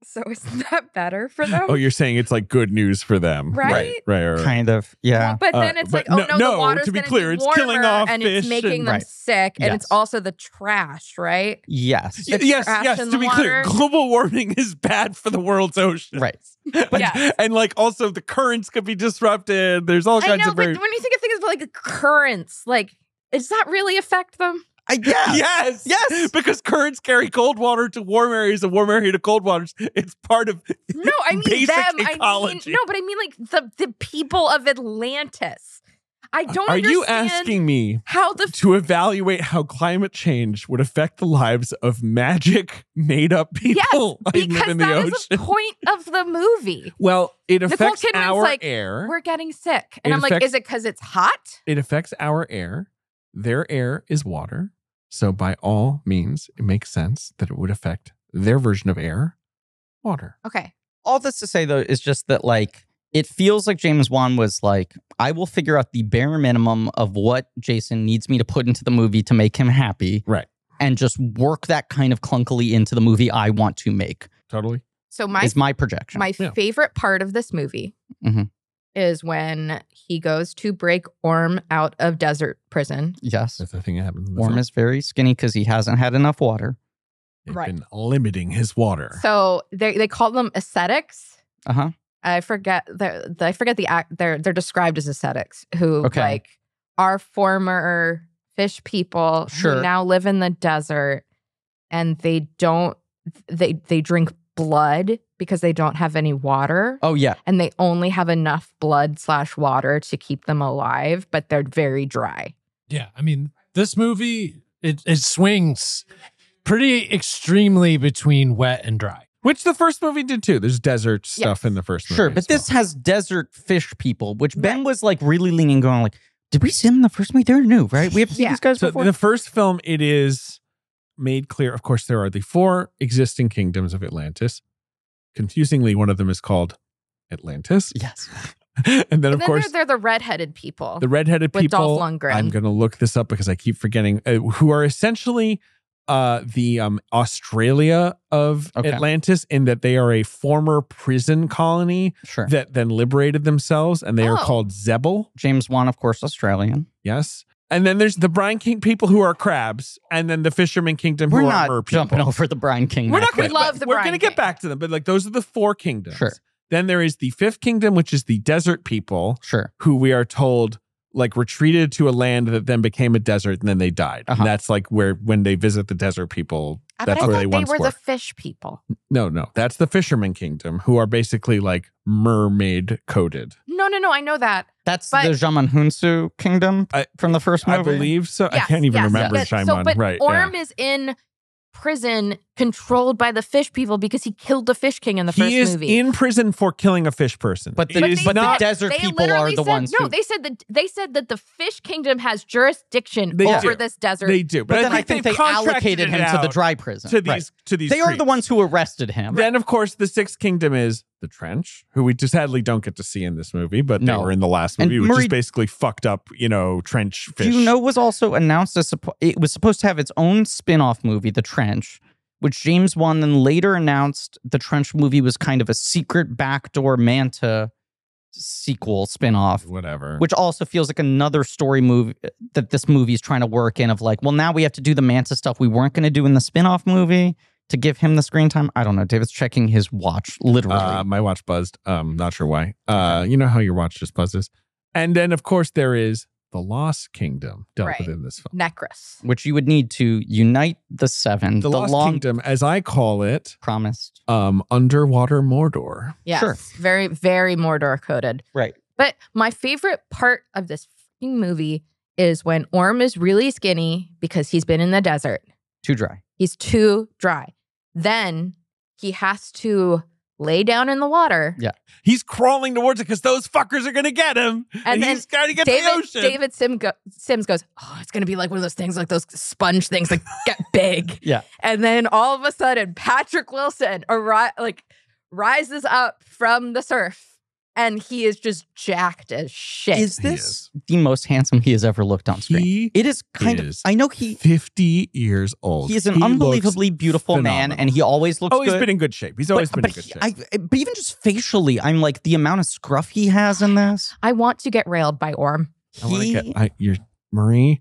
C: So isn't that better for them?
B: oh, you're saying it's like good news for them,
C: Right?
B: Right, right, right.
A: Kind of. Yeah.
C: But
B: Uh,
C: then it's
B: but
C: like, oh
B: no-
C: no,
B: no,
C: the water's
B: to be
C: gonna
B: clear, it's killing
C: warmer
B: off
C: and
B: fish
C: it's making
B: and-
C: them
A: Right.
C: sick, and
A: Yes.
C: it's also the trash, right?
A: Yes.
B: Y- yes,
C: trash
B: yes.
C: in
B: To
C: the
B: be clear,
C: water.
B: global warming is bad for the world's ocean,
A: Right.
B: and,
C: Yes.
B: and like also the currents could be disrupted. There's all
C: I
B: kinds
C: know,
B: of
C: but
B: very
C: when you think of things like currents, like does that really affect them?
A: I yeah.
B: Yes.
A: Yes.
B: Because currents carry cold water to warm areas and warm area to cold waters. It's part of
C: No, I mean
B: Basic
C: them. I
B: ecology.
C: mean, no, but I mean like the the people of Atlantis. I don't.
B: Are you
C: understand
B: asking me
C: how the
B: to evaluate how climate change would affect the lives of magic made up people living
C: because
B: in the
C: that
B: ocean?
C: is the point of the movie.
B: well, it
C: Nicole
B: affects
C: Kidman's
B: our
C: like,
B: air.
C: We're getting sick, and
B: It
C: I'm like,
B: affects-
C: is it because it's hot?
B: It affects our air. Their air is water. So by all means, it makes sense that it would affect their version of air, water.
C: Okay,
A: All this to say though is just that like it feels like James Wan was like, I will figure out the bare minimum of what Jason needs me to put into the movie to make him happy.
B: Right.
A: And just work that kind of clunkily into the movie I want to make.
B: Totally.
C: so my
A: is my projection.
C: my
B: Yeah. Mm-hmm.
C: favorite part of this movie
A: Mhm.
C: is when he goes to break Orm out of desert prison.
A: yes.
B: That's the thing that happens. in the
A: Worm
B: film.
A: is very skinny because he hasn't had enough water.
B: They've
C: Right.
B: been limiting his water.
C: So they they call them ascetics.
A: Uh
B: Uh-huh.
A: huh.
C: I forget the, the I forget the act. They're they're described as ascetics who
A: Okay.
C: like are former fish people
A: Sure.
C: who now live in the desert, and they don't they they drink blood because they don't have any water,
A: Oh yeah.
C: and they only have enough blood slash water to keep them alive, but they're very dry.
D: Yeah, I mean, this movie it it swings pretty extremely between wet and dry.
B: Which the first movie did too. There's desert stuff
C: Yes.
B: in the first movie.
A: Sure, but
B: as well.
A: this has desert fish people, which Ben was like really leaning, going like, "Did we see them in the first movie? They're new, right? We haven't seen
C: Yeah.
A: these guys
B: So
A: before."
B: in the first film, it is made clear. Of course, there are the four existing kingdoms of Atlantis. Confusingly, one of them is called Atlantis,
A: yes,
B: and then of
C: and then
B: course
C: they're, they're the redheaded people
B: the redheaded
C: with
B: people.
C: Dolph Lundgren.
B: I'm going to look this up because I keep forgetting uh, who are essentially uh, the um, Australia of
A: Okay.
B: Atlantis in that they are a former prison colony
A: sure.
B: that then liberated themselves and they are
C: Oh.
B: called Zebel.
A: James Wan, of course, Australian.
B: Yes. And then there's the Brine King people who are crabs, and then the Fisherman Kingdom
A: We're
B: who are
A: not
B: mer people.
A: jumping over the Brian King.
B: We're not
A: market.
B: going
C: We love the
B: We're
C: Brine
B: gonna get
C: King.
B: back to them, but like those are the four kingdoms.
A: Sure.
B: Then there is the fifth kingdom, which is the desert people
A: Sure.
B: who we are told like retreated to a land that then became a desert and then they died.
A: Uh-huh.
B: And that's like where when they visit the desert people,
C: I- Ah, but
B: that's
C: I
B: where
C: thought
B: they
C: they,
B: once
C: were
B: were.
C: the fish people.
B: no, no, that's the fisherman kingdom who are basically like mermaid coded.
C: No, no, no. I know that.
A: That's
C: But-
A: the Jaman Hunsu kingdom
B: I-
A: from the first movie.
B: I believe so. I
C: Yes,
B: can't even
C: yes,
B: remember
C: but-
B: Shimon.
C: So, but
B: right. yeah.
C: Orm is in prison, controlled by the fish people because he killed the fish king in the first
B: he is
C: movie.
B: in prison for killing a fish person.
A: But the,
B: It
A: but
B: is
C: they
A: the
C: said-
A: desert
C: They
A: people are
C: literally
A: the
C: said,
A: ones
C: No,
A: who.
C: they said that they said that the fish kingdom has jurisdiction
B: They
C: over
B: do.
C: this desert.
B: they do.
A: but, then I think,
B: they've
A: they
B: contracted
A: allocated
B: it
A: him to the
B: out
A: dry prison.
B: to these
A: Right.
B: to these.
A: They are the
B: creeks.
A: ones who arrested him.
B: Then, of course, the sixth kingdom is the trench, who we just sadly don't get to see in this movie, but
A: No.
B: they were in the last
A: And
B: movie, which
A: Marie-
B: is basically fucked up, you know, trench fish.
A: Do you know was also announced as suppo- it was supposed to have its own spin-off movie, The Trench, which James Wan then later announced the Trench movie was kind of a secret backdoor Manta sequel spin-off,
B: Whatever.
A: which also feels like another story movie that this movie is trying to work in of like, well, now we have to do the Manta stuff we weren't going to do in the spin-off movie to give him the screen time. I don't know. David's checking his watch literally.
B: uh, my watch buzzed. Um, not sure why. Uh, you know how your watch just buzzes. And then, of course, there is the Lost Kingdom dealt
C: Right.
B: with in this film.
C: Necros.
A: which you would need to unite the seven,
B: The,
A: the,
B: Lost
A: long
B: Kingdom, as I call it,
A: promised.
B: um, underwater Mordor.
C: Yes.
A: Sure.
C: Very, very Mordor coded.
A: Right.
C: But my favorite part of this fucking movie is when Orm is really skinny because he's been in the desert.
A: Too dry.
C: He's too dry. Then he has to lay down in the water.
B: He's crawling towards it because those fuckers are gonna get him, and,
C: then
B: he's gotta get to the
C: David
B: ocean.
C: David Sim go- Sims goes, "Oh, it's going to be like one of those things like those sponge things like get big."
A: Yeah.
C: And then all of a sudden Patrick Wilson arri- like rises up from the surf and he is just jacked as shit.
A: Is
B: He
A: this the most handsome he has ever looked on screen?
B: He
A: it is kind
B: is
A: of. I know he
B: fifty years old.
A: he is an
B: He looks-
A: unbelievably beautiful man,
B: phenomenal.
A: and he always looks.
B: Oh, he's
A: good.
B: been in good shape. He's
A: But-
B: always been
A: but
B: in good
A: he-
B: shape.
A: I, but even just facially, I'm like the amount of scruff he has in this.
C: I want to get railed by Orm.
B: I wanna
A: he-
B: get I, you're, Marie.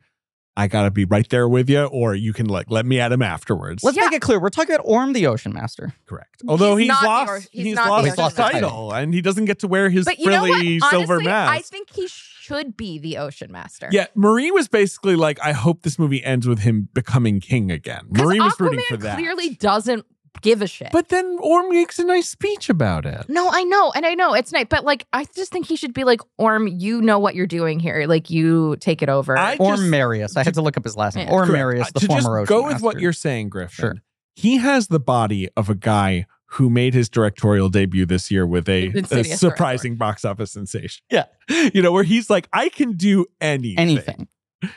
B: I gotta be right there with you, or you can like let me at him afterwards.
A: Let's
C: Yeah.
A: make it clear: we're talking about Orm the Ocean Master.
B: Correct. Although he's,
C: not the
B: lost,
C: or-
B: he's,
C: he's not
B: lost
C: the
B: his
A: Ocean Master.
B: title, and he doesn't get to wear his
C: But you know
B: frilly
C: what?
B: silver
C: Honestly,
B: mask.
C: I think he should be the ocean master.
B: yeah, Marie was basically like, "I hope this movie ends with him becoming king again."
C: 'Cause
B: Marie was rooting
C: Aquaman
B: for that.
C: Clearly doesn't give a shit.
B: But then Orm makes a nice speech about it.
C: no, I know, and I know it's nice, but like I just think he should be like Orm. You know what you're doing here. Like you take it over.
B: I
A: Orm
B: just-
A: Marius. I had
B: to-
A: to look up his last name.
C: Yeah.
A: Orm
B: Correct.
A: Marius,
B: Uh,
A: the
B: to
A: former
B: just
A: Ocean
B: go with what
A: Master.
B: you're saying, Griffin.
A: Sure.
B: He has the body of a guy who made his directorial debut this year with a,
C: Insidious
B: a
C: director.
B: surprising box office sensation.
A: Yeah.
B: You know, where he's like, I can do anything.
A: Anything.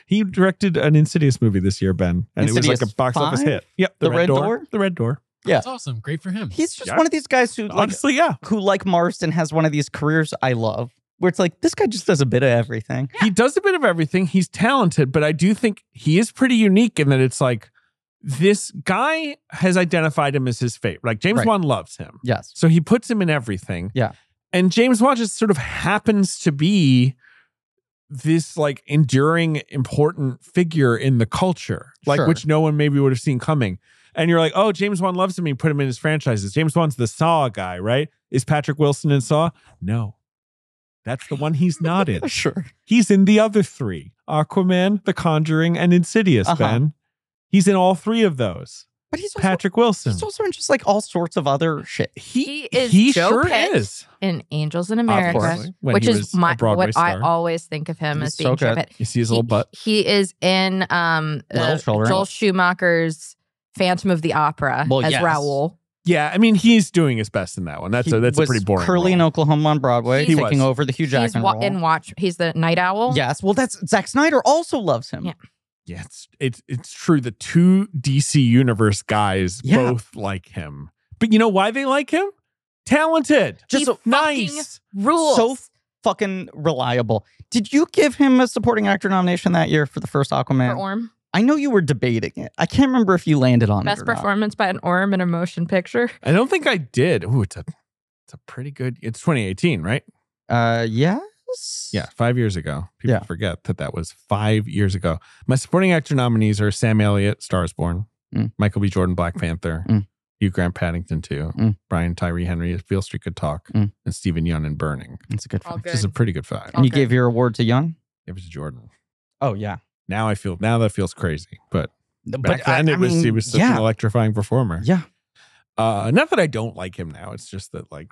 B: He directed an Insidious movie this year, Ben, and it was
A: Insidious
B: like a box office
A: five?
B: hit. Yep.
A: The Red Door?
B: The Red Door.
D: That's awesome. Great for him.
A: He's just
B: Yeah.
A: one of these guys who, like,
B: Honestly, yeah.
A: who like Marston has one of these careers I love, where it's like this guy just does a bit of everything.
B: he does a bit of everything. He's talented, but I do think he is pretty unique in that it's like this guy has identified him as his fate. Like James
A: Right.
B: Wan loves him.
A: Yes.
B: So he puts him in everything.
A: Yeah.
B: And James Wan just sort of happens to be this like enduring, important figure in the culture, like
A: Sure.
B: which no one maybe would have seen coming. And you're like, oh, James Wan loves him. He put him in his franchises. James Wan's the Saw guy, right? Is Patrick Wilson in Saw? No. That's the one he's not in.
A: Sure.
B: He's in the other three Aquaman, The Conjuring, and Insidious,
A: Uh-huh.
B: Ben. He's in all three of those.
A: But he's also,
B: Patrick Wilson.
A: he's also in just like all sorts of other shit.
C: He is
B: he
C: Joe
B: sure
C: Pitt
B: is.
C: in Angels in America,
B: obviously, when
C: which
B: he
C: is
B: was
C: my
B: a Broadway
C: what I
B: star.
C: always think of him
A: He's
C: as
A: so
C: being. Joe
A: good.
C: Pitt.
B: You see his little
C: He-
B: butt.
C: He is in um
A: Little Children.
C: Joel Schumacher's Phantom of the Opera
A: Well,
C: as
A: yes.
C: Raoul.
B: Yeah, I mean, he's doing his best in that one. That's
A: He
B: a that's a
A: was
B: pretty boring.
A: Curly in
B: role.
A: Oklahoma on Broadway,
C: He
A: taking
B: was.
A: over the Hugh
C: He's
A: Jackman
C: wa-
A: role.
C: in Watch. He's the Night Owl.
A: Yes, well, that's Zack Snyder also loves him.
C: Yeah.
B: yeah, it's, it's it's true. The two DC universe guys
A: Yeah.
B: both like him, but you know why they like him? Talented,
A: Just
C: He
A: so
B: nice.
C: Rules.
A: So fucking reliable. Did you give him a supporting actor nomination that year for the first
C: for
A: Aquaman?
C: Orm.
A: I know you were debating it. I can't remember if you landed on it.
C: Best
A: or not.
C: performance by an Orm in a motion picture.
B: I don't think I did. Ooh, it's a it's a pretty good. It's 2018, right?
A: Uh, yes.
B: Yeah, five years ago. People
A: Yeah.
B: forget that that was five years ago. My supporting actor nominees are Sam Elliott, Stars Born,
A: Mm.
B: Michael B. Jordan, Black Panther,
A: Mm.
B: You, Grant Paddington, too.
A: Mm.
B: Brian Tyree Henry, if Beale Street Could Talk,
A: Mm.
B: and Stephen Young and Burning,
A: That's a good Oh.
G: All
A: find.
B: which is a
G: good.
B: pretty good five.
A: And you
G: Okay.
A: gave your award to Young?
B: It was Jordan.
A: Oh, yeah.
B: Now I feel now that feels crazy, but
A: But
B: back then
A: I- I
B: it was he
A: mean,
B: was such an
A: yeah,
B: electrifying performer.
A: yeah.
B: Uh, not that I don't like him now. It's just that like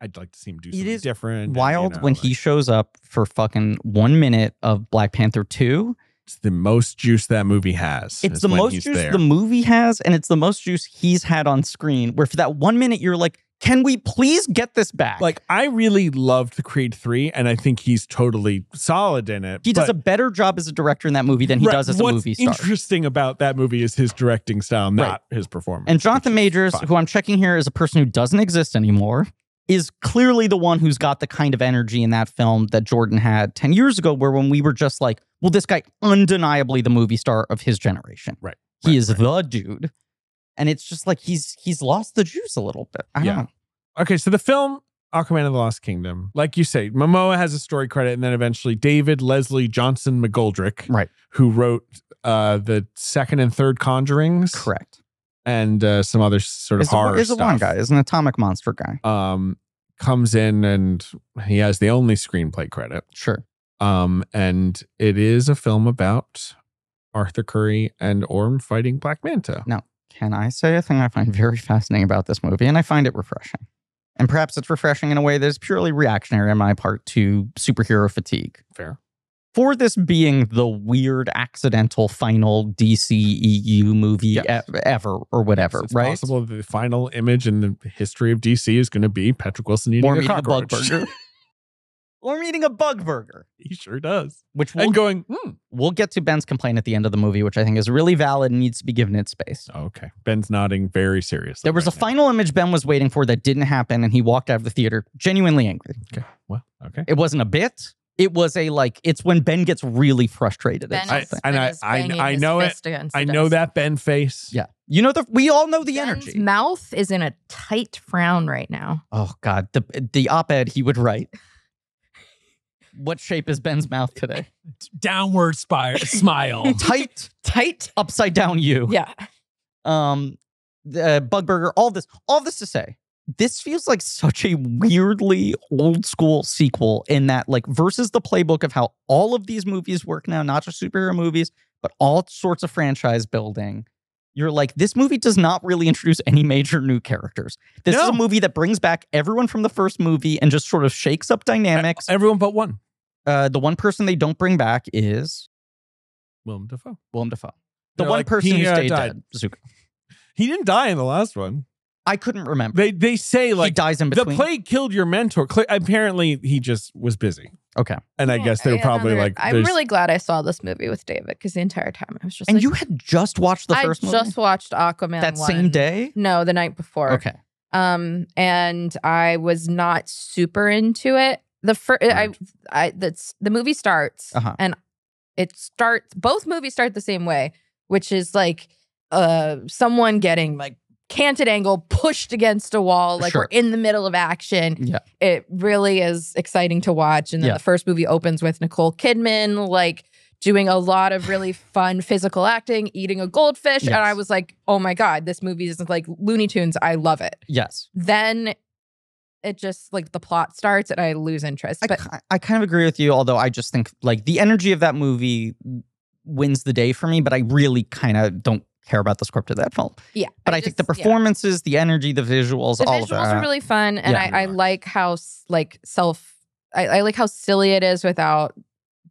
B: I'd like to see him do
A: It
B: something
A: is
B: different. and, you
A: Wild
B: know,
A: when
B: like,
A: he shows up for fucking one minute of Black Panther 2.
B: it's the most juice that movie has.
A: It's
B: is
A: the
B: when
A: most
B: he's
A: juice
B: there.
A: the movie has, and it's the most juice he's had on screen. Where for that one minute, you're like, can we please get this back?
B: Like I really loved Creed three, and I think he's totally solid in it.
A: he does
B: but-
A: a better job as a director in that movie than he
B: Right,
A: does as a
B: what's
A: movie star.
B: Interesting about that movie is his directing style, not his performance.
A: And Jonathan
B: which is
A: Majors,
B: fine.
A: who I'm checking here as a person who doesn't exist anymore, is clearly the one who's got the kind of energy in that film that Jordan had 10 years ago, where when we were just like, well, this guy undeniably the movie star of his generation.
B: Right,
A: He
B: right,
A: is the dude. And it's just like he's he's lost the juice a little bit. I
B: Yeah.
A: don't know.
B: okay, so the film Aquaman and the Lost Kingdom, like you say, Momoa has a story credit, and then eventually David Leslie Johnson McGoldrick,
A: Right.
B: who wrote uh, the second and third Conjurings,
A: Correct.
B: and uh, some other sort of
A: Is
B: horror
A: a, is a
B: stuff.
A: one guy, is an atomic monster guy.
B: Um, comes in and he has the only screenplay credit.
A: Sure.
B: Um, and it is a film about Arthur Curry and Orm fighting Black Manta.
A: Can I say a thing I find very fascinating about this movie? And I find it refreshing. And perhaps it's refreshing in a way that is purely reactionary on my part to superhero fatigue.
B: Fair.
A: for this being the weird accidental final DCEU movie
B: Yes.
A: e- ever or whatever,
B: It's- it's
A: right?
B: possible that the final image in the history of DC is going to be Patrick Wilson eating
A: Or
B: a
A: eating a bug
B: cockroach.
A: burger. Or eating a bug burger,
B: he sure does.
A: which we'll,
B: and going, hmm.
A: we'll get to Ben's complaint at the end of the movie, which I think is really valid and needs to be given its space.
B: Oh, okay. Ben's nodding very seriously.
A: There was a
B: right now.
A: final image Ben was waiting for that didn't happen, and he walked out of the theater genuinely angry.
B: Okay. Well, okay.
A: It wasn't a bit. It was a like, it's when Ben gets really frustrated at
G: Ben
B: I-
G: is,
A: something.
B: and
G: ben
B: I-
G: is
B: I-
G: banging
B: I
G: his
B: know it.
G: fist against
B: I
G: the
B: know
G: desk.
B: that Ben face.
A: yeah. You know, the we all know the
G: Ben's
A: energy.
G: mouth is in a tight frown right now.
A: Oh God, the the op-ed he would write. What shape is Ben's mouth today?
D: Downward spire, smile.
A: Tight,
G: Tight.
A: upside down U.
G: Yeah.
A: Um, the uh, bug burger. All this, all this to say, this feels like such a weirdly old school sequel in that, like, versus the playbook of how all of these movies work now, not just superhero movies, but all sorts of franchise building. You're like, this movie does not really introduce any major new characters. This is
B: No.
A: a movie that brings back everyone from the first movie and just sort of shakes up dynamics.
B: Everyone but one.
A: Uh, the one person they don't bring back is
B: Willem Dafoe.
A: Willem Dafoe. The
B: They're
A: one
B: like,
A: person
B: he,
A: who
B: uh,
A: stayed
B: died.
A: dead, Zuko.
B: He didn't die in the last one.
A: I couldn't remember.
B: They they say
A: he
B: like
A: dies in
B: the
A: between.
B: plague killed your mentor. Cle- apparently, he just was busy.
A: Okay.
B: And I
G: Yeah,
B: guess they were
G: yeah,
B: probably
G: another-
B: like,
E: I'm
B: there's-
E: really glad I saw this movie with David because the entire time I was just
A: and
E: like,
A: you had just watched the
E: I
A: first movie
E: just watched Aquaman
A: that
E: 1.
A: same day.
E: No, the night before.
A: Okay,
E: Um, and I was not super into it. The first, I,
B: Rude.
E: I, that's the movie starts,
A: Uh-huh.
E: and it starts. Both movies start the same way, which is like, uh, someone getting like canted angle pushed against a wall, like
A: Sure.
E: we're in the middle of action.
A: Yeah.
E: it really is exciting to watch. And then
A: Yeah.
E: the first movie opens with Nicole Kidman, like. Doing a lot of really fun physical acting, eating a goldfish. And
A: Yes.
E: I was like, oh my God, this movie is like Looney Tunes. I love it
A: yes,
E: then it just like the plot starts and I lose interest.
A: I,
E: But
A: ki- I kind of agree with you. Although I just think like the energy of that movie wins the day for me, but I really kind of don't care about the script of that film.
E: yeah,
A: But I, think the
E: just- yeah.
A: performances, the energy, the visuals,
E: the
A: all
E: visuals
A: of that.
E: are really fun, and
A: Yeah.
E: I, I like how s- like self, I, I like how silly it is without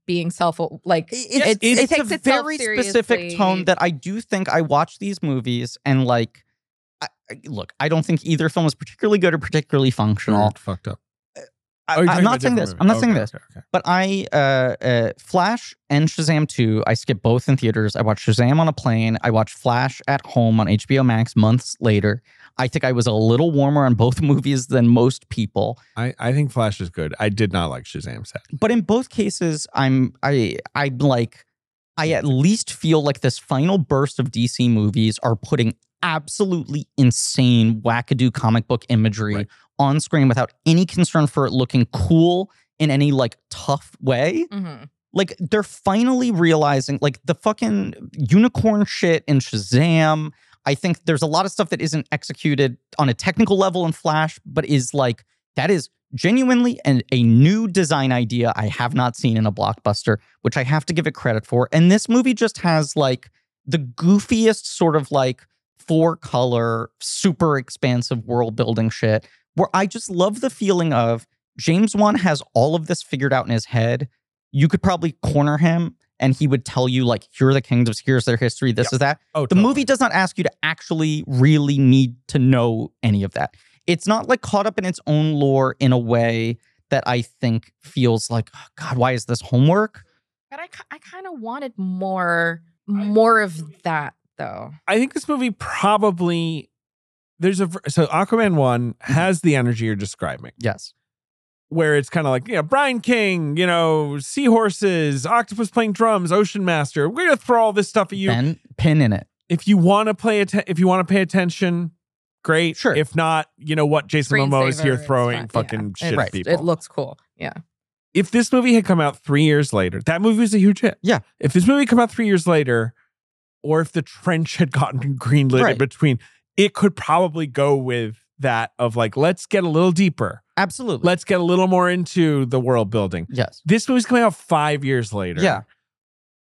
E: being self like
A: it's,
E: it-
A: it's,
E: it takes
A: a
E: itself
A: very specific
E: seriously.
A: tone that I do think I watch these movies and like. I, I- look, I don't think either film is particularly good or particularly functional.
B: fucked up.
A: I,
B: Mm. Oh, you're
A: I'm
B: talking about
A: not saying
B: different
A: this.
B: movie.
A: I'm not saying
B: Okay,
A: this.
B: okay, okay.
A: But I, uh, uh, Flash and Shazam 2, I skipped both in theaters. I watched Shazam on a plane. I watched Flash at home on HBO Max months later. I think I was a little warmer on both movies than most people.
B: I, I think Flash is good. I did not like Shazam set.
A: but in both cases i'm i i'm like i at least feel like this final burst of dc movies are putting absolutely insane wackadoo comic book imagery
B: Right.
A: on screen without any concern for it looking cool in any like tough way
E: Mhm.
A: like they're finally realizing like the fucking unicorn shit in shazam I think there's a lot of stuff that isn't executed on a technical level in Flash, but is like that is genuinely an, a new design idea I have not seen in a blockbuster, which I have to give it credit for. And this movie just has like the goofiest sort of like four color, super expansive world building shit where I just love the feeling of James Wan has all of this figured out in his head. You could probably corner him and he would tell you, like, here are the kingdoms, here's their history, this
B: Yep.
A: is that.
B: Oh,
A: The movie does not ask you to actually really need to know any of that. It's not like caught up in its own lore in a way that I think feels like, "Oh, God, why is this homework?
E: But I, ki- I kind of wanted more more of that though.
B: I think this movie probably there's a ver- so Aquaman one
A: Mm-hmm.
B: has the energy you're describing,
A: Yes.
B: where it's kind of like yeah, Brian King, you know, seahorses, octopus playing drums, Ocean Master. We're gonna throw all this stuff at you.
A: then pin in it.
B: If you want to play, atten- if you want to pay attention, great.
A: Sure.
B: If not, you know what, Jason Momoa is
E: Screensaver,
B: here
E: it's
B: throwing
E: fine.
B: fucking
E: Yeah.
B: shit
A: Eh, Right.
B: at people.
E: It looks cool. Yeah.
B: if this movie had come out three years later, that movie was a huge hit.
A: Yeah.
B: If this movie come out three years later, or if the trench had gotten greenlit
A: Right.
B: in between, it could probably go with that of like, let's get a little deeper.
A: Absolutely.
B: Let's get a little more into the world building.
A: yes.
B: This movie's coming out five years later.
A: Yeah.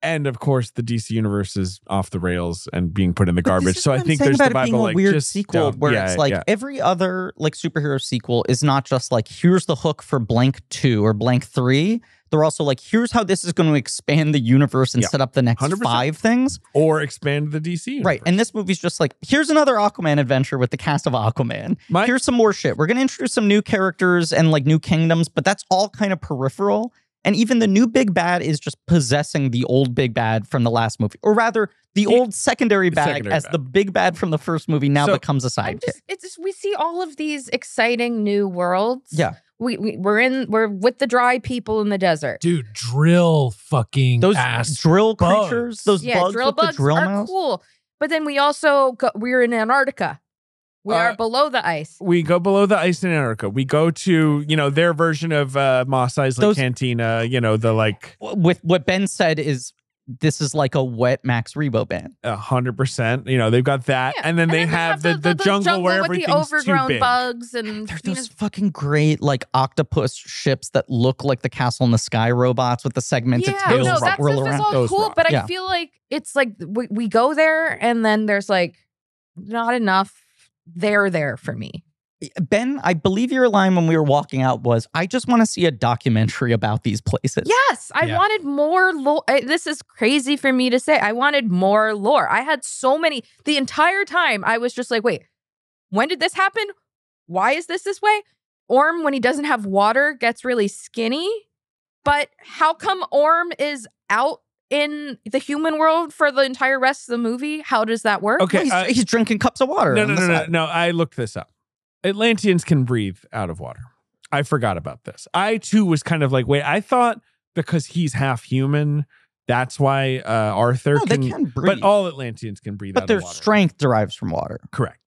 B: And of course, the DC universe is off the rails and being put in the
A: But this
B: garbage.
A: is
B: So
A: what
B: I
A: I'm
B: think
A: saying
B: there's
A: about
B: the
A: it
B: Bible
A: being a
B: like
A: weird
B: just
A: sequel
B: don't-
A: where
B: yeah,
A: it's like
B: yeah.
A: every other like superhero sequel is not just like here's the hook for blank two or blank three. They're also like here's how this is going to expand the universe and
B: Yeah.
A: set up the next
B: 100%.
A: five things.
B: or expand the DC universe.
A: Right. And this movie's just like, here's another Aquaman adventure with the cast of Aquaman.
B: My-
A: here's some more shit. We're going to introduce some new characters and like new kingdoms, but that's all kind of peripheral. And even the new big bad is just possessing the old big bad from the last movie, or rather, the
B: Yeah.
A: old secondary
B: The
A: bag
B: secondary
A: as
B: bad.
A: the big bad from the first movie now
B: So-
A: becomes a
E: I'm
A: sidekick.
E: just, it's just, we see all of these exciting new worlds.
A: Yeah.
E: We, we we're in we're with the dry people in the desert.
D: Dude, drill fucking
A: Those
D: ass.
A: drill
D: bugs.
A: creatures, those
E: yeah,
A: bugs
E: drill
A: with
E: bugs
A: the drill
E: are
A: mouse.
E: cool. But then we also go, we're in Antarctica. We
B: Uh,
E: are below the ice.
B: we go below the ice in Antarctica. We go to you know their version of uh, Moss Isley
A: Those-
B: Cantina. You know the like
A: With what Ben said is this is like a wet Max Rebo band.
B: hundred percent. You know they've got that,
E: Yeah.
B: and then they have, the, the, jungle, where
E: with
B: everything's
E: the overgrown
B: too big.
E: bugs and
A: There's
E: you know,
A: those fucking great like octopus ships that look like the Castle in the Sky robots with the segmented
E: yeah,
A: tails
E: no,
B: rock-
E: that
A: roll
E: stuff is
A: around.
E: all
B: Those
E: cool,
B: rock.
E: but
A: Yeah.
E: I feel like it's like we, we go there and then there's like not enough there there
B: Mm.
E: for me.
A: ben, I believe your line when we were walking out was, "I just want to see a documentary about these places."
E: Yes, I
D: Yeah.
E: wanted more lore. I- This is crazy for me to say. I wanted more lore. I had so many the entire time. I was just like, wait, when did this happen? Why is this this way? Orm, when he doesn't have water, gets really skinny. But how come Orm is out in the human world for the entire rest of the movie? How does that work?
B: Okay,
A: Well, he's,
B: uh,
A: he's drinking cups of water.
B: no,
A: on
B: no,
A: the
B: no, no,
A: side.
B: no. I looked this up. Atlanteans can breathe out of water. I forgot about this. I too was kind of like, wait, I thought because he's half human, that's why uh, Arthur
A: No, they
B: can,
A: can breathe,
B: But all Atlanteans can breathe
A: but
B: out
A: their
B: of water.
A: strength derives from water.
B: Correct.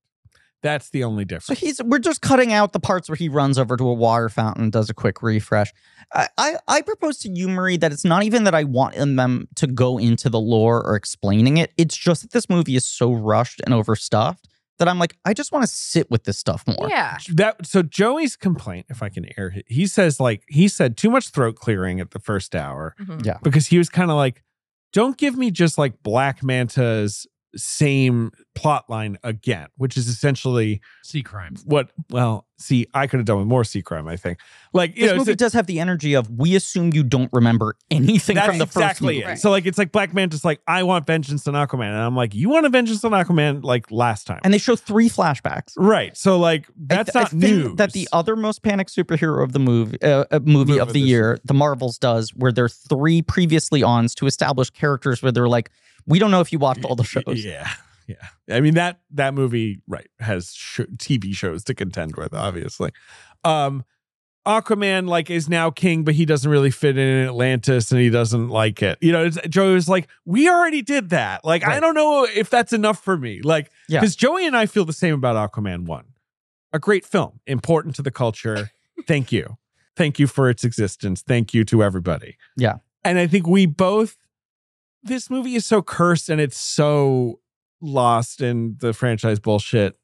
B: That's the only difference.
A: So he's we're just cutting out the parts where he runs over to a water fountain and does a quick refresh. I, I, I propose to you, Marie, that it's not even that I want in them to go into the lore or explaining it. It's just that this movie is so rushed and overstuffed that I'm like, I just want to sit with this stuff more.
E: Yeah.
B: that so Joey's complaint, if I can air it, he says like he said too much throat clearing at the first hour
E: Mhm.
A: Yeah.
B: because he was kind of like, don't give me just like Black Manta's same plot line again, which is essentially
D: Sea crime.
B: what. Well, see, I could have done with more sea crime. I think like you
A: This
B: know,
A: movie
B: so-
A: does have the energy of we assume you don't remember anything
B: that's
A: from the first
B: exactly
A: movie.
B: it. So like it's like Black Manta's like I want vengeance on Aquaman, and I'm like you want a vengeance on Aquaman like last time,
A: And they show three flashbacks.
B: right? So like
A: I
B: that's
A: th- I
B: not
A: think
B: new.
A: That the other most panicked superhero of the movie, uh, uh, movie
B: Movie
A: of the
B: this
A: year,
B: year.
A: the Marvels does, where there are three previously ons to establish characters where they're like, we don't know if you watched all the shows.
B: Yeah, yeah. I mean that that movie right has sh- TV shows to contend with, obviously. Um Aquaman like is now king, but he doesn't really fit in Atlantis, and he doesn't like it. You know, it's, Joey was like, "We already did that. Like, I
A: Right.
B: don't know if that's enough for me. Like,
A: Yeah.
B: because Joey and I feel the same about Aquaman One, a great film, important to the culture. Thank you, thank you for its existence. Thank you to everybody.
A: Yeah.
B: and I think we both. This movie is so cursed, and it's so Lost and the franchise bullshit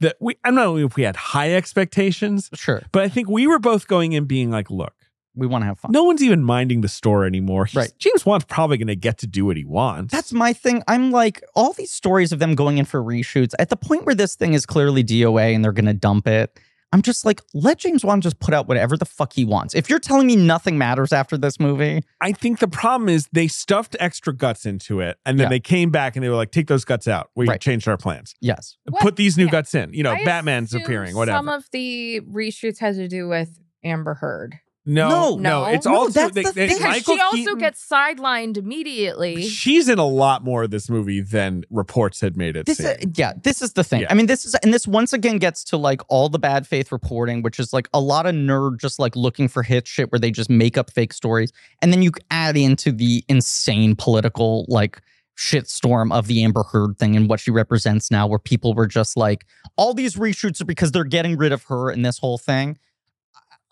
B: that we I'm not only if we had high expectations,
A: Sure.
B: but I think we were both going in being like, look,
A: We want to have fun.
B: no one's even minding the store anymore. He's-
A: Right.
B: James Wan's probably going to get to do what he wants.
A: That's my thing. I'm like, all these stories of them going in for reshoots, at the point where this thing is clearly DOA and they're going to dump it, I'm just like, let James Wan just put out whatever the fuck he wants. If you're telling me nothing matters after this movie,
B: I think the problem is they stuffed extra guts into it, and then
A: Yeah.
B: they came back and they were like, "Take those guts out. We
A: Right.
B: changed our plans.
A: yes.
E: What?
B: Put these new
E: Yeah.
B: guts in. You know,
E: I
B: Batman's
E: assume
B: appearing. Whatever.
E: Some of the reshoots has to do with Amber Heard.
B: no, no,
A: No.
B: It's
A: No,
B: all
A: that's
B: they,
A: the
B: they-
A: thing.
E: Because
B: Michael
E: she also
B: Keaton-
E: gets sidelined immediately.
B: She's in a lot more of this movie than reports had made it
A: This
B: seem.
A: is, yeah, this is the thing.
B: Yeah.
A: I mean, this is and this once again gets to like all the bad faith reporting, which is like a lot of nerd just like looking for hit shit where they just make up fake stories, and then you add into the insane political like shitstorm of the Amber Heard thing and what she represents now, where people were just like, all these reshoots are because they're getting rid of her and this whole thing.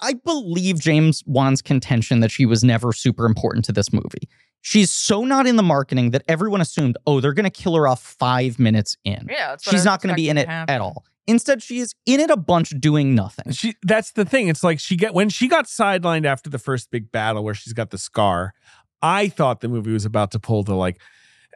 A: I believe James Wan's contention that she was never super important to this movie she's so not in the marketing that everyone assumed, oh, they're going to kill her off five minutes in.
E: yeah, that's what I
A: she's
E: was
A: not going to be in
E: expecting
A: it
E: happen.
A: at all. Instead, she is in it a bunch doing nothing.
B: she that's the thing. It's like she get when she got sidelined after the first big battle where she's got the scar. I thought the movie was about to pull the like.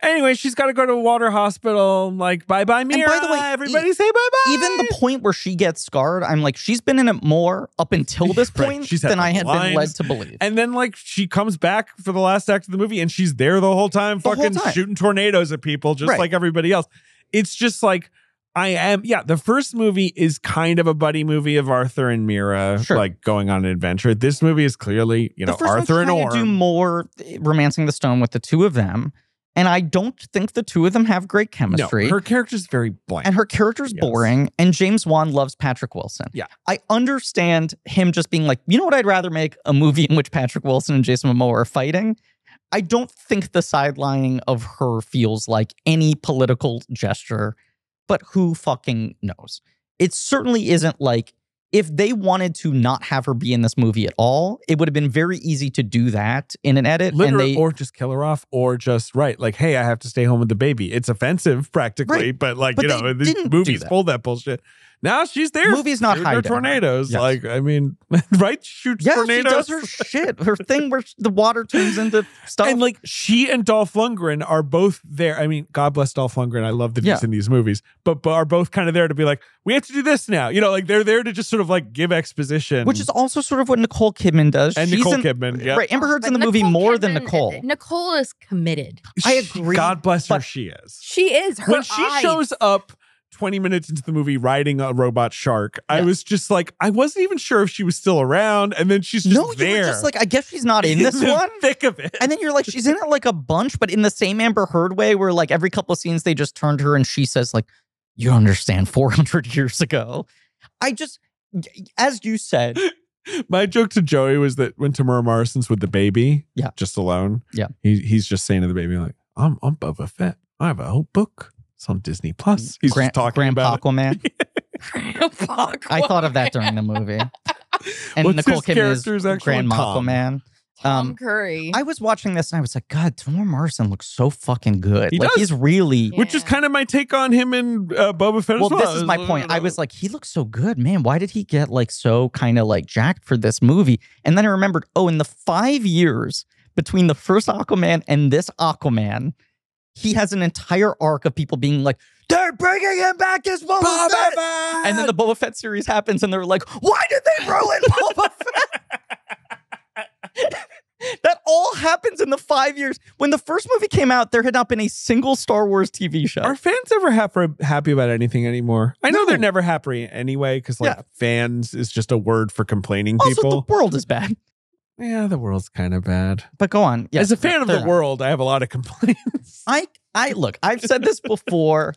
B: Anyway, she's got to go to a water hospital. Like bye bye
A: by
B: Mira.
A: the way, e-
B: everybody say bye bye.
A: Even the point where she gets scarred, I'm like, she's been in it more up until this
B: Right.
A: point
B: She's had
A: than I had been
B: lines.
A: led to believe.
B: And then like she comes back for the last act of the movie and she's there the whole time
A: The whole
B: fucking
A: time.
B: shooting tornadoes at people just
A: Right.
B: like everybody else. It's just like I am yeah, the first movie is kind of a buddy movie of Arthur and Mira
A: Sure.
B: like going on an adventure. This movie is clearly, you know,
A: the first
B: Arthur
A: one
B: and
A: tried
B: Orm.
A: to do more eh, romancing the stone with the two of them, and I don't think the two of them have great
B: no,
A: chemistry.
B: her character's very blank.
A: and her character's
B: Yes.
A: boring and james wan loves patrick wilson
B: Yeah.
A: i understand him just being like you know what i'd rather make a movie in which patrick wilson and jason momoa are fighting i don't think the sidelining of her feels like any political gesture but who fucking knows it certainly isn't like if they wanted to not have her be in this movie at all it would have been very easy to do that in an edit
B: Literally,
A: and they
B: or just kill her off, or just right, like, hey, I have to stay home with the baby. It's offensive, practically, but like,
A: But
B: you
A: they
B: know, these
A: didn't do
B: movies
A: that.
B: pull that bullshit. Now she's there.
A: Movie's not
B: shooting her
A: hiding.
B: tornadoes.
A: Yes.
B: Like, I mean, right? Shoots
A: yeah, she
B: tornadoes.
A: does her shit, her thing where the water turns into stuff.
B: and like, she and Dolph Lundgren are both there. I mean, God bless Dolph Lundgren. I love that
A: Yeah.
B: he's in these movies, but, but are both kind of there to be like, we have to do this now. You know, like they're there to just sort of like give exposition.
A: Which is also sort of what Nicole Kidman does.
B: and
A: She's
B: Nicole
A: in-
B: Kidman. Yeah.
A: Right, Amber Heard's in the
E: But
A: movie
E: Nicole
A: more than
E: Kidman-
A: Nicole.
C: uh,
E: Nicole is committed.
A: I
B: She-
A: agree,
B: God bless her.
A: but-
B: She is.
E: She is. Her
B: when she
E: eyes.
B: shows up 20 minutes into the movie riding a robot shark, I
A: Yeah.
B: was just like, I wasn't even sure if she was still around. And then she's just
A: no,
B: there.
A: you were just like, I guess she's not in this
B: the
A: one.
B: thick of it.
A: And then you're like, she's in it like a bunch, but in the same Amber Heard way, where like every couple of scenes they just turned her and she says like, "You understand, 400 years ago." I just, as you said,
B: My joke to Joey was that when Tamara Morrison's with the baby,
A: Yeah.
B: just alone,
A: Yeah.
B: he, he's just saying to the baby, like, I'm, I'm Boba Fett. I have a whole book. It's on Disney Plus. He's
A: Mm, Grand,
B: just talking
A: Grandpa
B: about it.
A: Aquaman. I thought of that during the movie. And
B: What's
A: Nicole
B: his
A: Kidman is
B: character's actual-
A: Grandma
B: Tom.
A: Aquaman.
E: Tom
A: um,
E: Curry.
A: I was watching this and I was like, God, Tamar Morrison looks so fucking good.
B: He
A: like
B: does.
A: he's really
B: Which is
E: Yeah.
B: kind of my take on him and uh, Boba Fett
A: well,
B: as well.
A: this is my point. I was like, he looks so good, man. Why did he get like so kind of like jacked for this movie? And then I remembered, oh, in the five years between the first Aquaman and this Aquaman, he has an entire arc of people being like, they're bringing him back as Boba,
B: Boba
A: Fett.
B: Fett!
A: And then the Boba Fett series happens, and they're like, why did they ruin Boba Fett? that all happens in the five years. When the first movie came out, there had not been a single Star Wars TV show.
B: Are fans ever hap- happy about anything anymore? I know
A: No.
B: they're never happy anyway, because like
A: Yeah.
B: fans is just a word for complaining
A: also,
B: people.
A: the world is bad.
B: yeah, the world's kind of bad.
A: But go on. Yes,
B: As a fan of
A: fair
B: the
A: enough.
B: world, I have a lot of complaints.
A: I I look, I've said this before.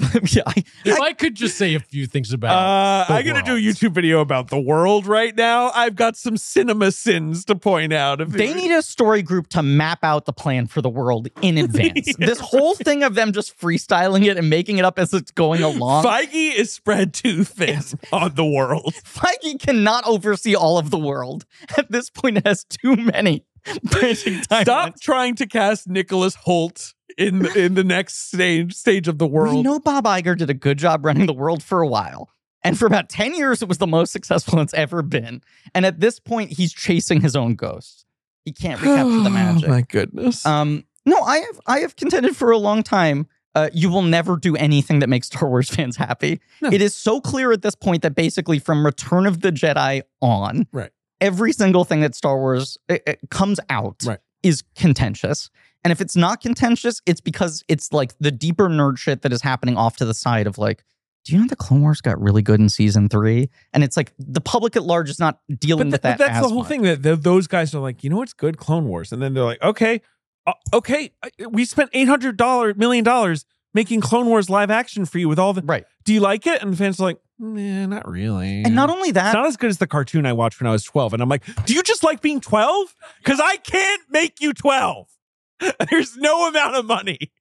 A: yeah, I,
D: If I could just say a few things about
B: Uh,
D: The
B: I'm gonna do a
D: world.
B: YouTube video about the world right now. I've got some cinema sins to point out. If
A: they need a story group to map out the plan for the world in advance. this whole thing of them just freestyling it and making it up as it's going along.
B: Feige is spread too thin on the world.
A: Feige cannot oversee all of the world. At this point, it has too many branching timelines.
B: Stop trying to cast Nicholas Holt in in the next stage stage of the world.
A: We know Bob Iger did a good job running the world for a while. And for about 10 years, it was the most successful it's ever been. And at this point, he's chasing his own ghost. He can't recapture the magic.
B: Oh my goodness.
A: Um, no, I have I have contended for a long time. Uh, you will never do anything that makes Star Wars fans happy.
B: No.
A: It is so clear at this point that basically from Return of the Jedi on,
B: Right.
A: every single thing that Star Wars it, it comes out
B: Right.
A: is contentious. And if it's not contentious, it's because it's like the deeper nerd shit that is happening off to the side of like, do you know the Clone Wars got really good in season three? And it's like the public at large is not dealing
B: but,
A: with
B: th-
A: that.
B: but that's
A: as
B: the whole
A: much.
B: thing that th- those guys are like, you know what's good? Clone Wars, and then they're like, okay, uh, okay, uh, we spent eight hundred dollar million dollars making Clone Wars live action for you with all the.
A: Right.
B: Do you like it? And the fans are like, nah, not really.
A: And not only that,
B: it's not as good as the cartoon I watched when I was twelve, and I'm like, do you just like being twelve? Because I can't make you twelve. There's no amount of money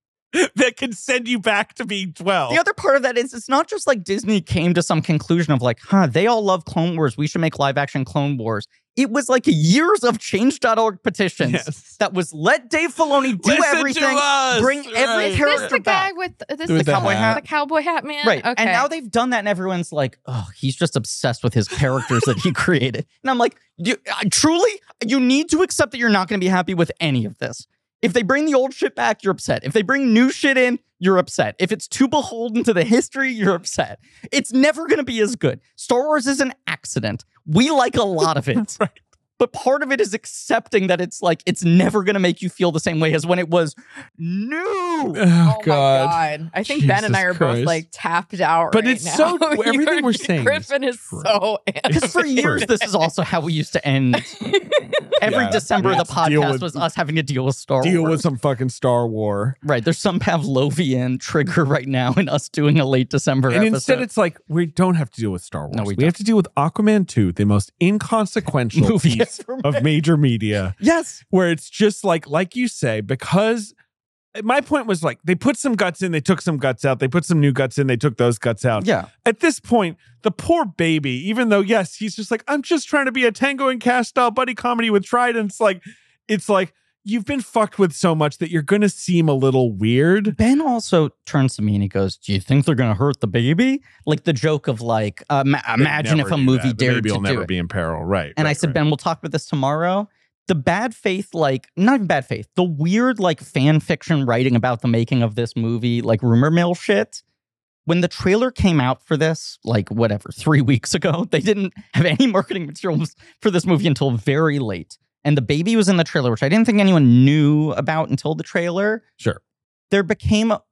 B: that can send you back to being twelve.
A: The other part of that is it's not just like Disney came to some conclusion of like, huh, they all love Clone Wars. We should make live action Clone Wars. It was like years of change.org petitions
B: Yes.
A: that was let Dave Filoni do
B: Listen to
A: everything.
B: us!
A: bring every
B: Right.
A: character-
E: This the guy
A: back.
E: with this
B: With
E: the
B: the
E: cowboy
B: hat.
E: hat. the cowboy hat man.
A: Right.
E: Okay.
A: And now they've done that, and everyone's like, oh, he's just obsessed with his characters that he created. And I'm like, you, uh, truly, you need to accept that you're not going to be happy with any of this. If they bring the old shit back, you're upset. If they bring new shit in, you're upset. If it's too beholden to the history, you're upset. It's never going to be as good. Star Wars is an accident. We like a lot of it.
B: Right.
A: But part of it is accepting that it's like, it's never going to make you feel the same way as when it was new.
B: Oh,
G: my
B: God.
G: god! I think Ben and I are
B: Jesus Christ.
G: both like tapped out.
B: But
G: right
B: it's
G: now.
B: so- everything
G: You're-
B: we're saying is
G: Griffin is,
B: true.
G: so.
A: Because for
B: It's
A: years,
B: true.
A: this is also how we used to end every
B: Yeah,
A: December.
B: we
A: The
B: used to deal
A: podcast
B: with-
A: was us having to deal with Star
B: Deal
A: Wars.
B: with some fucking Star War.
A: right. There's some Pavlovian trigger right now, and us doing a late December
B: and
A: episode.
B: instead it's like we don't have to deal with Star Wars.
A: No, we
B: we
A: don't.
B: have to deal with Aquaman 2, the most inconsequential
A: Movie
B: piece
A: ever
B: of major media,
A: yes,
B: where it's just like like you say because my point was like they put some guts in, they took some guts out, they put some new guts in, they took those guts out.
A: yeah.
B: At this point, the poor baby, even though yes, he's just like I'm just trying to be a Tango and Cash style buddy comedy with tridents like it's like you've been fucked with so much that you're going to seem a little weird.
A: Ben also turns to me and he goes, "Do you think they're gonna hurt the baby?" Like the joke of like, uh, ma-
B: They'd
A: imagine if
B: never
A: a
B: do
A: movie
B: that. The
A: dared
B: baby
A: to
B: will
A: do
B: never
A: it.
B: be in peril, right?
A: And I
B: right,
A: said,
B: right.
A: Ben, we'll talk about this tomorrow. The bad faith, like, not even bad faith, the weird, like, fan fiction writing about the making of this movie, like, rumor mill shit. When the trailer came out for this, like, whatever, three weeks ago, they didn't have any marketing materials for this movie until very late. And the baby was in the trailer, which I didn't think anyone knew about until the trailer.
B: Sure.
A: There became a-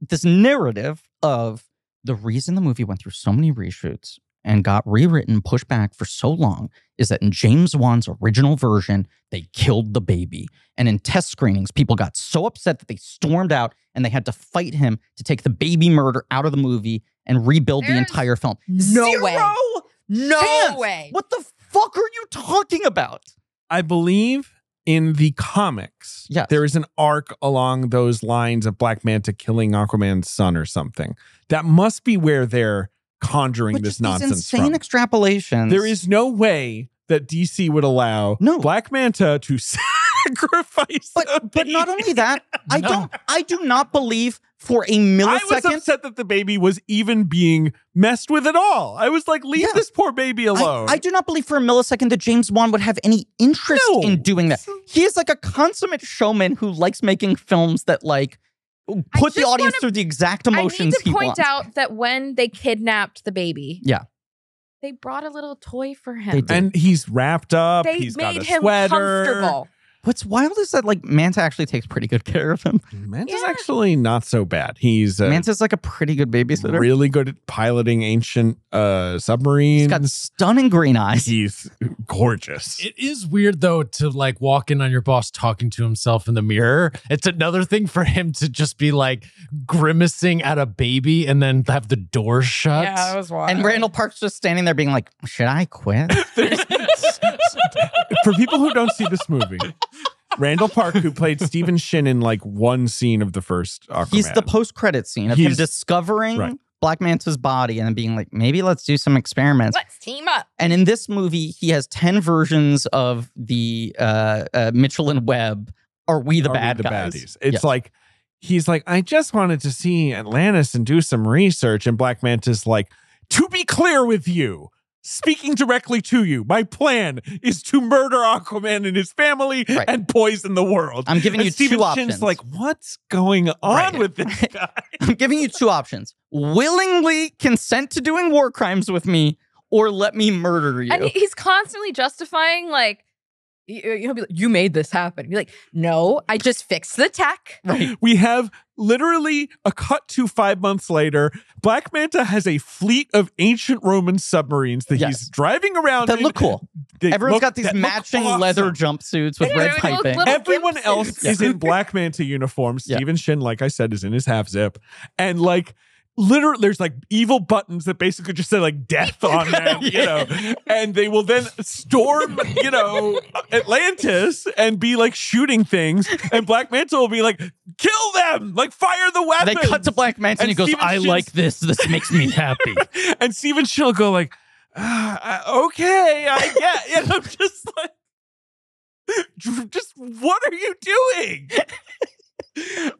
A: this narrative of the reason the movie went through so many reshoots and got rewritten, pushed back for so long is that in James Wan's original version, they killed the baby. And in test screenings, people got so upset that they stormed out and they had to fight him to take the baby murder out of the movie and rebuild the
E: There's
A: entire film.
G: no
A: Zero
G: way. No
A: chance.
G: way.
A: What the fuck are you talking about?
B: I believe in the comics,
A: Yes.
B: there is an arc along those lines of Black Manta killing Aquaman's son or something. That must be where they're conjuring
A: But
B: this
A: just
B: nonsense
A: these insane
B: from.
A: extrapolations.
B: There is no way that DC would allow
A: No.
B: Black Manta to sacrifice. a
A: but but not
B: baby.
A: only that, I
D: No.
A: don't I do not believe for a
B: I was
A: millisecond
B: upset that the baby was even being messed with at all. I was like, leave
A: Yeah.
B: this poor baby
A: I-
B: alone.
A: I, do not believe for a millisecond that James Wan would have any interest
B: No.
A: in doing that. He is like a consummate showman who likes making films that like put the
E: just
A: audience
E: wanna-
A: through the exact
E: I
A: emotions
E: need to
A: he
E: point
A: wants.
E: out that when they kidnapped the baby,
A: Yeah.
E: they brought a little toy for him.
A: They did.
B: and he's wrapped up.
E: They
B: he's
E: made
B: got a
E: him
B: sweater.
E: comfortable.
A: What's wild is that like Manta actually takes pretty good care of him.
B: Manta's
E: Yeah.
B: actually not so bad. He's uh,
A: Manta's like a pretty good babysitter.
B: really good at piloting ancient uh, submarines.
A: He's got stunning green eyes.
B: He's gorgeous.
D: It is weird though to like walk in on your boss talking to himself in the mirror. It's another thing for him to just be like grimacing at a baby and then have the door shut.
G: Yeah, it was wild.
A: And Randall Park's just standing there being like, should I quit?
B: For people who don't see this movie, Randall Park, who played Stephen Shin in like one scene of the first Aquaman,
A: He's the post credit scene of him
B: He's-
A: discovering
B: Right.
A: Black Manta's body and then being like, maybe let's do some experiments.
E: Let's team up.
A: And in this movie, he has 10 versions of the uh, uh, Mitchell and Webb. Are we the
B: Are we
A: bad guys?
B: baddies. It's
A: Yes.
B: like he's like, I just wanted to see Atlantis and do some research. And Black Manta's like, to be clear with you, speaking directly to you, my plan is to murder Aquaman and his family
A: Right.
B: and poison the world.
A: I'm giving
B: and
A: you
B: Stephen
A: two
B: Chin's
A: options.
B: like, what's going on
A: Right.
B: with this guy?
A: I'm giving you two options: willingly consent to doing war crimes with me, or let me murder you.
E: And he- he's constantly justifying like y- y- he'll be like, "You made this happen." You're like, "No, I just fixed the tech."
A: right.
B: we have literally a cut to five months later. Black Manta has a fleet of ancient Roman submarines that
A: Yes.
B: he's driving around.
A: That
B: in.
A: look cool.
B: They
A: Everyone's
B: look-
A: got these
B: that look
A: matching
B: awesome.
A: leather jumpsuits with
E: Yeah,
A: red
E: they look
A: piping.
E: little-
B: Everyone
E: gimp
B: else
E: suits.
B: is in Black Manta uniform.
A: Yeah.
B: Steven Shin, like I said, is in his half zip. And like literally there's like evil buttons that basically just say like death on them, you know. And they will then storm, you know, Atlantis and be like shooting things. And Black Manta will be like, kill them, like fire the
A: They
B: weapons.
A: cut to Black Manta and,
B: And
A: he goes,
B: Stephen
A: "I
B: Chin's-
A: like this. This makes me happy."
B: and Steven Shin will go like, "Ah, I- okay, I get. And I'm just like, "Dr- just what are you doing?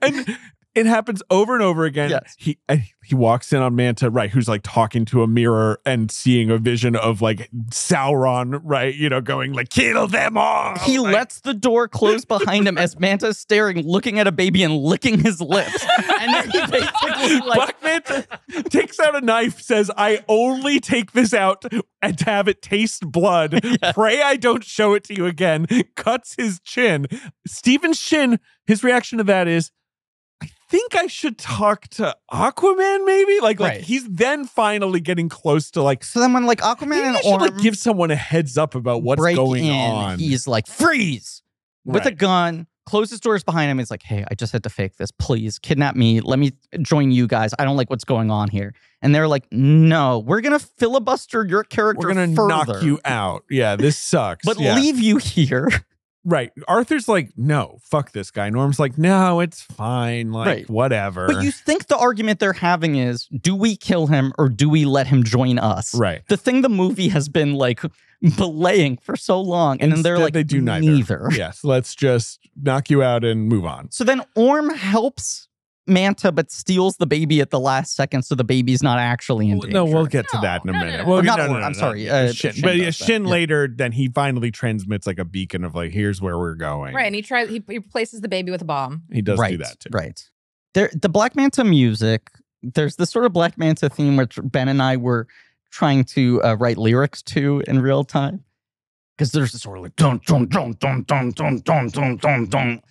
B: and it happens over and over again.
A: Yes.
B: He and he walks in on Manta, right? Who's like talking to a mirror and seeing a vision of like Sauron, right? You know, going like, kill them all.
A: He
B: like,
A: lets the door close behind him as Manta's staring, looking at a baby and licking his lips. And then he basically like
B: Black Manta takes out a knife, says, I only take this out and to have it taste blood. Pray I don't show it to you again. Cuts his chin. Stephen Shin, his reaction to that is, I think I should talk to Aquaman, maybe? Like, like
A: Right.
B: he's then finally getting close to like
A: so then when like Aquaman
B: maybe I
A: and
B: should like
A: Orm
B: give someone a heads up about what's
A: break
B: going
A: in,
B: on.
A: he's like freeze with a
B: Right.
A: gun. Closes doors behind him. He's like, "Hey, I just had to fake this. Please kidnap me. Let me join you guys. I don't like what's going on here." And they're like, "No, we're gonna filibuster your character.
B: We're gonna knock
A: further,
B: you out. Yeah, this sucks.
A: but
B: yeah.
A: leave you here."
B: Right. Arthur's like, no, fuck this guy. Norm's like, no, it's fine. Like,
A: Right.
B: whatever.
A: But you think the argument they're having is, do we kill him or do we let him join us?
B: right.
A: the thing the movie has been like belaying for so long, and then they're
B: Instead,
A: like,
B: they do neither. yes. Let's just knock you out and move on.
A: So then Orm helps Manta, but steals the baby at the last second, so the baby's not actually in
B: Well,
A: danger.
B: no, we'll get to
E: No,
B: that in a
E: no, no,
B: minute.
E: no.
B: Well,
A: Or not
B: no, no,
A: Orm,
B: no,
A: I'm
B: no,
A: sorry,
B: no,
A: uh,
B: Shin.
A: Shin
B: But yeah,
A: does that,
B: Shin
A: yeah.
B: later, then he finally transmits like a beacon of like, here's where we're going.
E: Right, and he tries he, he replaces the baby with a bomb.
B: He does
A: right,
B: do that too.
A: Right. There, the Black Manta music. There's this sort of Black Manta theme which Ben and I were trying to uh, write lyrics to in real time. Because there's this sort of like dun dun dun dun dun dun dun dun dun dun.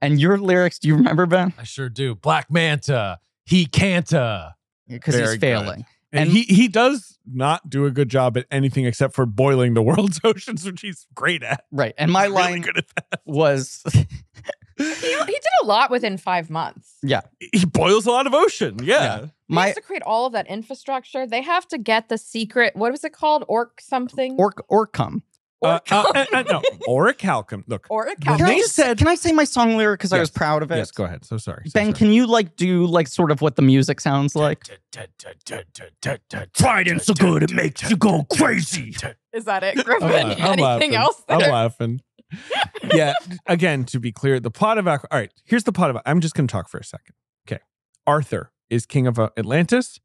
A: And your lyrics, do you remember Ben?
D: I sure do. Black Manta, he uh. canta.
A: Because
B: Very
A: he's
B: good.
A: failing.
B: And,
A: And-
B: he, he does not do a good job at anything except for boiling the world's oceans, which he's great at.
A: Right. And my
B: He's really
A: line
B: good at that.
A: was
E: He, he did a lot within five months.
B: He boils a lot of ocean. Yeah.
E: He
A: my
E: has to create all of that infrastructure. They have to get the secret. What was it called? Orc something.
A: orc orcum.
B: Uh, uh, uh, uh, no, orichalcum. Look,
E: Orc.
A: Can I, just, can I say my song lyric because I was
B: Yes.
A: proud of it?
B: Yes, go ahead. So sorry. So
A: Ben,
B: sorry.
A: can you like do like sort of what the music sounds like?
D: Trident's so good it makes you go crazy.
E: Is that it,
B: I'm,
E: Griffin?
B: la- I'm
E: Anything
B: laughing.
E: else?
B: I'm
E: there?
B: laughing. yeah. Again, to be clear, the plot of Aqu- all right. Here's the plot of. I'm just going to talk for a second. Okay. Arthur is king of uh, Atlantis,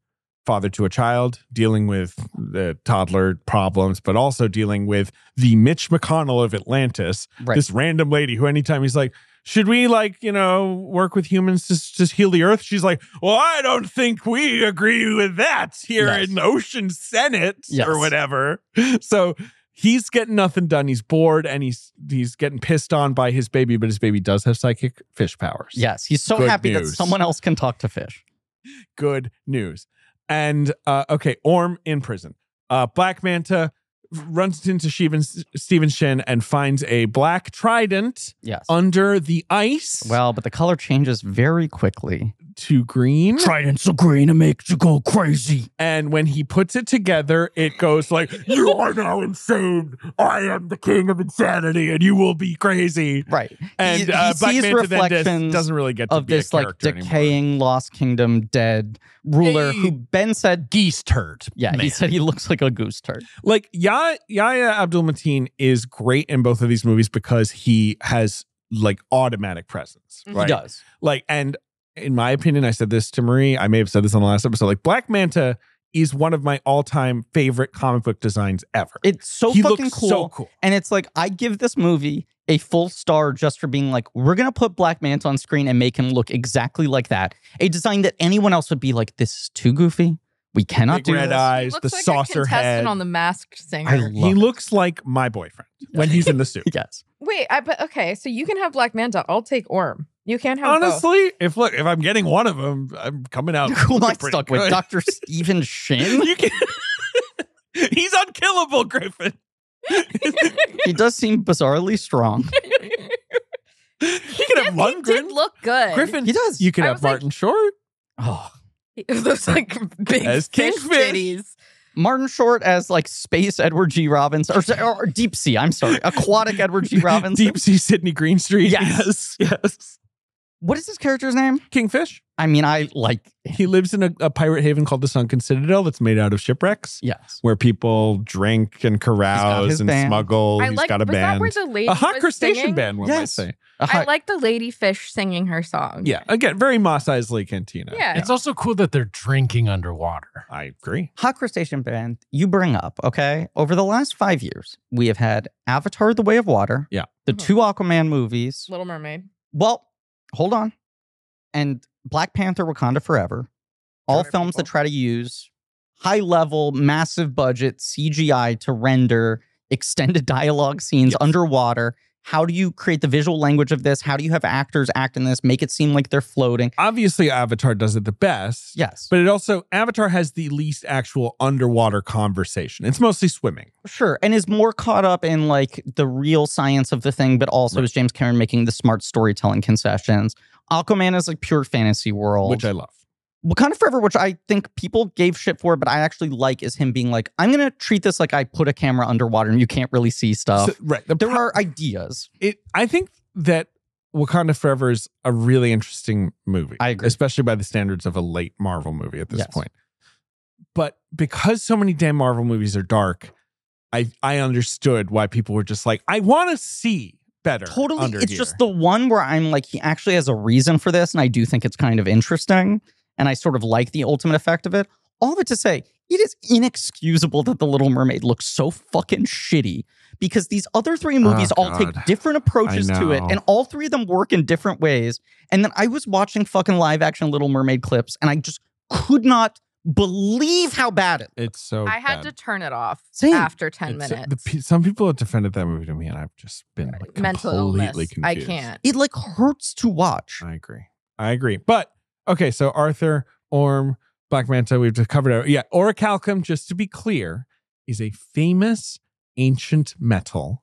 B: father to a child, dealing with the toddler problems, but also dealing with the Mitch McConnell of Atlantis,
A: Right.
B: this random lady who anytime he's like. Should we like you know work with humans to to heal the earth? She's like, well, I don't think we agree with that here
A: Yes.
B: in Ocean Senate
A: Yes.
B: or whatever. So he's getting nothing done. He's bored and he's he's getting pissed on by his baby, but his baby does have psychic fish powers.
A: Yes, he's so
B: Good
A: happy that
B: news.
A: someone else can talk to fish.
B: Good news. And uh, okay, Orm in prison. Uh, Black Manta runs into Steven, Steven Shin and finds a black trident
A: Yes.
B: under the ice
A: well, but the color changes very quickly.
B: to green.
A: Trident's so green it makes you go crazy.
B: And when he puts it together, it goes like, You are now insane. I am the king of insanity and you will be crazy.
A: Right.
B: and
A: he
B: uh, Black
A: sees
B: Manta then does-
A: reflections
B: doesn't really get to
A: Of
B: be a
A: this like
B: character anymore.
A: decaying lost kingdom dead ruler
D: Hey.
A: who Ben said
D: Geese turd.
A: yeah, he
D: man.
A: said he looks like a goose turd.
B: Like Ya- Yahya Abdul Mateen is great in both of these movies because he has like automatic presence,
E: Mhm.
B: right?
A: He does.
B: Like, and in my opinion, I said this to Marie. I may have said this on the last episode. Like Black Manta is one of my all-time favorite comic book designs ever.
A: It's so
B: he
A: fucking
B: looks
A: cool.
B: so cool.
A: And it's like I give this movie a full star just for being like, we're gonna put Black Manta on screen and make him look exactly like that. A design that anyone else would be like, this is too goofy. We cannot
B: Big
A: do
B: red
A: this.
B: eyes,
G: Looks
B: the
G: like a
B: saucer
G: contestant
B: head.
G: on the Masked Singer.
A: I love
B: he
A: it.
B: looks like my boyfriend when he's in the suit.
A: Yes.
G: Wait, I but okay, so you can have Black Manta. I'll take Orm. You can't have both.
B: Honestly, if look, if I'm getting one of them, I'm coming out.
A: Who am I
B: looking pretty
A: stuck with?
B: good.
A: Dr. Stephen Shin?
B: You can. he's unkillable, Griffin.
A: He does seem bizarrely strong.
B: You can have
G: He did
B: Lundgren.
G: look good.
B: Griffin.
A: He does.
B: You can
G: I
B: have
G: was like-
B: Martin Short.
A: Oh.
G: He- those like big
B: As
G: fish
B: kingfish.
G: titties.
A: Martin Short as like space Edward G. Robinson or, or deep sea. I'm sorry, aquatic Edward G. Robinson.
B: Deep Sea Sydney Greenstreet.
A: Yes.
B: yes. yes.
A: What is his character's name?
B: Kingfish.
A: I mean, I like
B: He lives in a, a pirate haven called the Sunken Citadel that's made out of shipwrecks
A: yes.
B: where people drink and
A: his
B: carouse and
A: band.
B: smuggle.
G: I
B: Oh, He's
G: like
B: got a
G: was that
B: band.
G: where the lady
B: a hot
G: was
B: crustacean
G: singing?
B: band, one
A: Yes.
B: might say.
A: A
G: I
A: hot-
G: like the ladyfish singing her song.
B: Yeah. Again, very Moss Eisley Cantina.
G: Yeah.
D: It's also cool that they're drinking underwater.
B: I agree.
A: Hot crustacean band you bring up, okay? Over the last five years, we have had Avatar The Way of Water,
B: Yeah.
A: the
G: Mhm.
A: two Aquaman movies.
G: Little Mermaid.
A: Well, hold on. And Black Panther Wakanda Forever, all
B: Sorry,
A: films that
B: people.
A: try to use high level, massive budget CGI to render extended dialogue scenes underwater. How do you create the visual language of this? How do you have actors act in this? Make it seem like they're floating.
B: Obviously, Avatar does it the best.
A: Yes.
B: But it also, Avatar has the least actual underwater conversation. It's mostly swimming.
A: Sure, and is more caught up in like the real science of the thing, but also
B: Right.
A: is James Cameron making the smart storytelling concessions. Aquaman is like pure fantasy world,
B: which I love.
A: Wakanda Forever, which I think people gave shit for, but I actually like is him being like, I'm gonna treat this like I put a camera underwater and you can't really see stuff.
B: So- right. The
A: there
B: pro-
A: are ideas.
B: it, I think that Wakanda Forever is a really interesting movie.
A: I agree.
B: Especially by the standards of a late Marvel movie at this
A: Yes.
B: point. But because so many damn Marvel movies are dark, I I understood why people were just like, I want to see better.
A: Totally,
B: under
A: it's
B: here."
A: just the one where I'm like, he actually has a reason for this, and I do think it's kind of interesting, and I sort of like the ultimate effect of it. All of it to say, it is inexcusable that The Little Mermaid looks so fucking shitty because these other three movies
B: Oh,
A: all take
B: God.
A: different approaches
B: I
A: to it,
B: know.
A: and all three of them work in different ways. And then I was watching fucking live action Little Mermaid clips, and I just could not believe how bad it.
B: it's so.
G: I had to
B: bad.
G: turn it off
A: Same.
G: after 10
B: Oh, It's- uh,
G: minutes.
B: the pe- some people have defended that movie to me, and I've just been like
G: Mental
B: completely
G: illness.
B: confused.
G: I can't.
A: It like hurts to watch.
B: I agree. I agree. But okay, so Arthur, Orm, Black Manta, we've just covered it. Yeah, orichalcum, just to be clear, is a famous ancient metal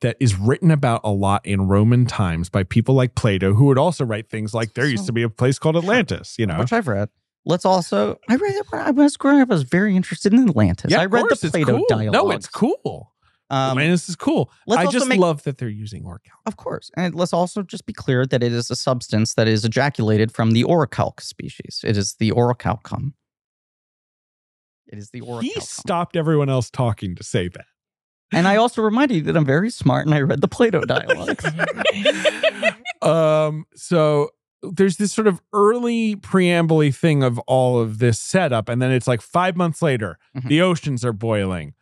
B: that is written about a lot in Roman times by people like Plato, who would also write things like there used to be a place called Atlantis, you know.
A: which I've read. Let's also, I read it when I was growing up. I was very interested in Atlantis. I
B: of
A: read
B: course,
A: the
B: it's
A: Plato
B: cool.
A: dialogue.
B: No, it's cool.
A: Um,
B: Atlantis is cool.
A: let's
B: I
A: also
B: just
A: make-
B: love that they're using orichalcum.
A: of course. And let's also just be clear that it is a substance that is ejaculated from the orichalc species. It is the orichalcum. It is the
B: He
A: orichalcum.
B: stopped everyone else talking to say that.
A: And I also reminded you that I'm very smart and I read the Plato dialogues.
B: um so there's this sort of early preamble thing of all of this setup and then it's like 5 months later
A: Mhm.
B: the oceans are boiling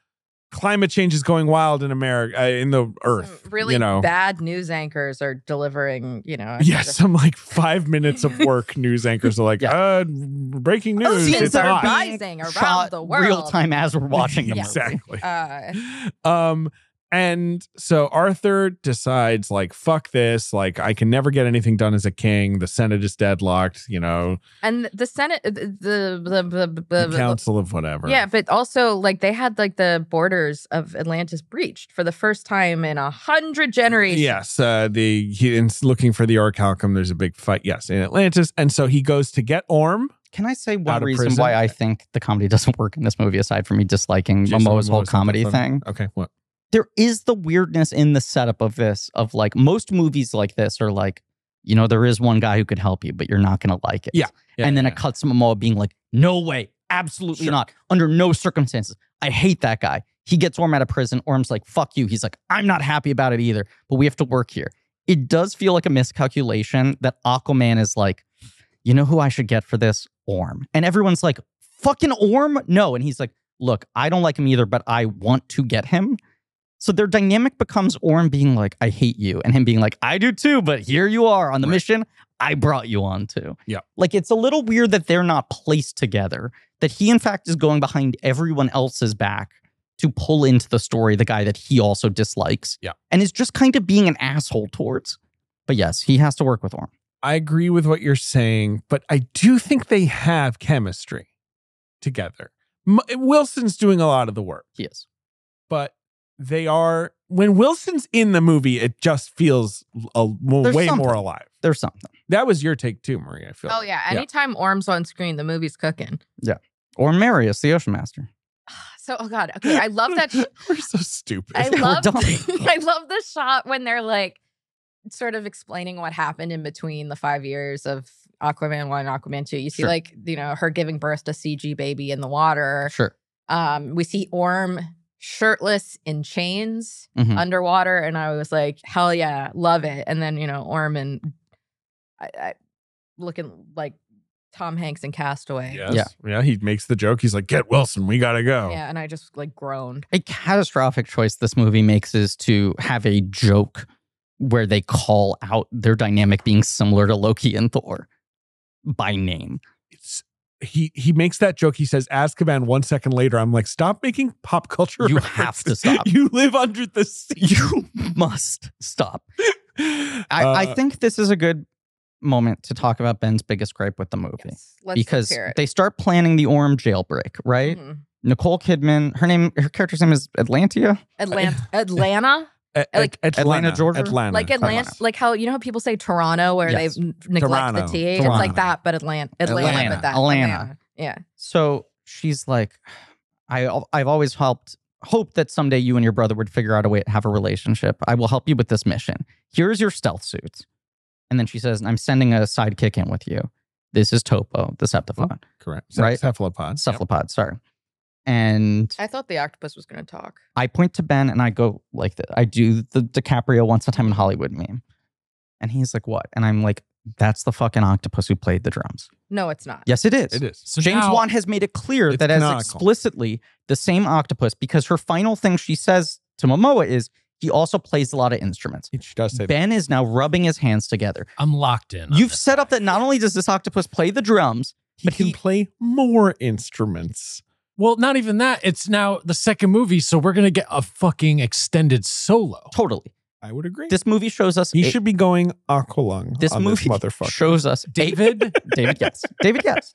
B: climate change is going wild in America uh, in the earth
G: Some really
B: you know
G: bad news anchors are delivering, you know.
B: yeah, some like five minutes of work news anchors are like,
A: Yeah.
B: uh, breaking news.
A: Oceans
B: It's
A: are
B: hot.
A: being
G: rising around
A: shot
G: the world.
A: real time as we're watching them.
B: exactly.
G: uh,
B: um and so arthur decides like fuck this like i can never get anything done as a king the senate is deadlocked you know
G: and the Senate,
E: uh,
G: the, the, the, the, the,
B: the council of whatever
G: yeah, but also like they had like the borders of Atlantis breached for the first time in a hundred generations.
B: yes uh the he is looking for the orichalcum there's a big fight yes in atlantis and so he goes to get orm
A: Can I say
B: Out
A: one
B: of
A: reason
B: prison?
A: why I think the comedy doesn't work in this movie, aside from me disliking
B: Jason
A: Momoa's whole
B: Momoa's
A: comedy
B: something.
A: thing?
B: okay what
A: there is the weirdness in the setup of this of like most movies like this are like you know there is one guy who could help you but you're not going to like it
B: Yeah,
A: and then
B: yeah.
A: it cuts to Momoa being like no way absolutely
B: Sure.
A: not under no circumstances i hate that guy he gets orm out of prison orm's like fuck you he's like i'm not happy about it either but we have to work here it does feel like a miscalculation that aquaman is like you know who I should get for this? Orm. And everyone's like, fucking Orm? No. And he's like, look, I don't like him either, but I want to get him. So their dynamic becomes Orm being like, I hate you, and him being like, I do too, but here you are on the
B: Right.
A: mission I brought you on to.
B: Yeah.
A: Like it's a little weird that they're not placed together, that he, in fact, is going behind everyone else's back to pull into the story the guy that he also dislikes.
B: Yeah.
A: And is just kind of being an asshole towards. But yes, he has to work with Orm.
B: I agree with what you're saying, but I do think they have chemistry together. M- Wilson's doing a lot of the work,
A: He is.
B: but they are when Wilson's in the movie, it just feels a, well,
A: There's
B: way
A: something.
B: more alive.
A: There's something.
B: That was your take too, Maria. I feel.
E: Oh yeah. Anytime Orm's on screen, the movie's cooking.
A: Or Marius, the Ocean Master.
E: So oh god. Okay. I love that.
B: We're so stupid.
E: I
A: We're
E: love
A: dumb.
E: I love the shot when they're like sort of explaining what happened in between the five years of Aquaman one and Aquaman two. You see
A: Sure.
E: like, you know, her giving birth to CG baby in the water.
A: Sure.
E: Um, we see Orm shirtless in chains
C: Uh,
A: Mhm.
E: underwater, and I was like, hell yeah, love it. And then, you know, Orm and I, I looking like Tom Hanks in Castaway.
B: Yes. Yeah. He makes the joke. He's like, "Get Wilson. We gotta
A: Oh.
B: go."
E: Yeah, and I just like groaned.
A: a catastrophic choice this movie makes is to have a joke where they call out their dynamic being similar to Loki and Thor by name.
B: It's, he he makes that joke. He says, "Azkaban." One second later, I'm like, "Stop making pop culture."
A: You
B: references.
A: have to stop.
B: You live under the sea.
A: You must stop. I, I
B: Uh,
A: think this is a good moment to talk about Ben's biggest gripe with the movie
E: Yes. Let's
A: because
E: hear it.
A: they start planning the Orm jailbreak, right?
E: Mhm.
A: Nicole Kidman, her name, her character's name is Atlantia.
E: Atlanta, Atlanta,
B: Uh, A-
E: Like-
B: At-
A: Atlanta, Georgia?
B: Atlanta.
E: like Atlanta, like how you know how people say Toronto where
A: Yes.
E: they n- neglect
B: Toronto.
E: the T. It's
A: Toronto.
E: like that, but Atlanta, Atlanta,
A: Atlanta.
E: but that
A: Atlanta.
E: Yeah,
A: So she's like, I I've always helped hope that someday you and your brother would figure out a way to have a relationship. I will help you with this mission. Here's your stealth suit. And then she says, I'm sending a sidekick in with you. This is Topo, the Septiphon.
B: Correct.
A: Right.
B: Cephalopod.
A: Cephalopod, sorry. And
E: I thought the octopus was going to talk.
A: I point to Ben and I go like th- I do the DiCaprio once a time in Hollywood meme. And he's like, what? And I'm like, that's the fucking octopus who played the drums.
E: No, it's not.
A: Yes, it is.
B: It is.
D: So
A: James
D: now-
A: Wan has made it clear
B: It's
A: that as
B: canonical.
A: explicitly the same octopus because her final thing she says to Momoa is he also plays a lot of instruments.
B: It does say that.
A: Ben is now rubbing his hands together.
D: I'm locked in. on
A: You've
D: this.
A: set up that not only does this octopus play the drums,
B: He
A: but
B: can
A: he-
B: play more instruments.
D: Well, not even that. It's now the second movie, so we're gonna get a fucking extended solo.
A: totally.
B: I would agree.
A: This movie shows us
B: he
A: a-
B: should be going aqualung.
A: this
B: on
A: movie
B: this motherfucker.
A: shows us a-
D: David,
A: David, yes. David, yes.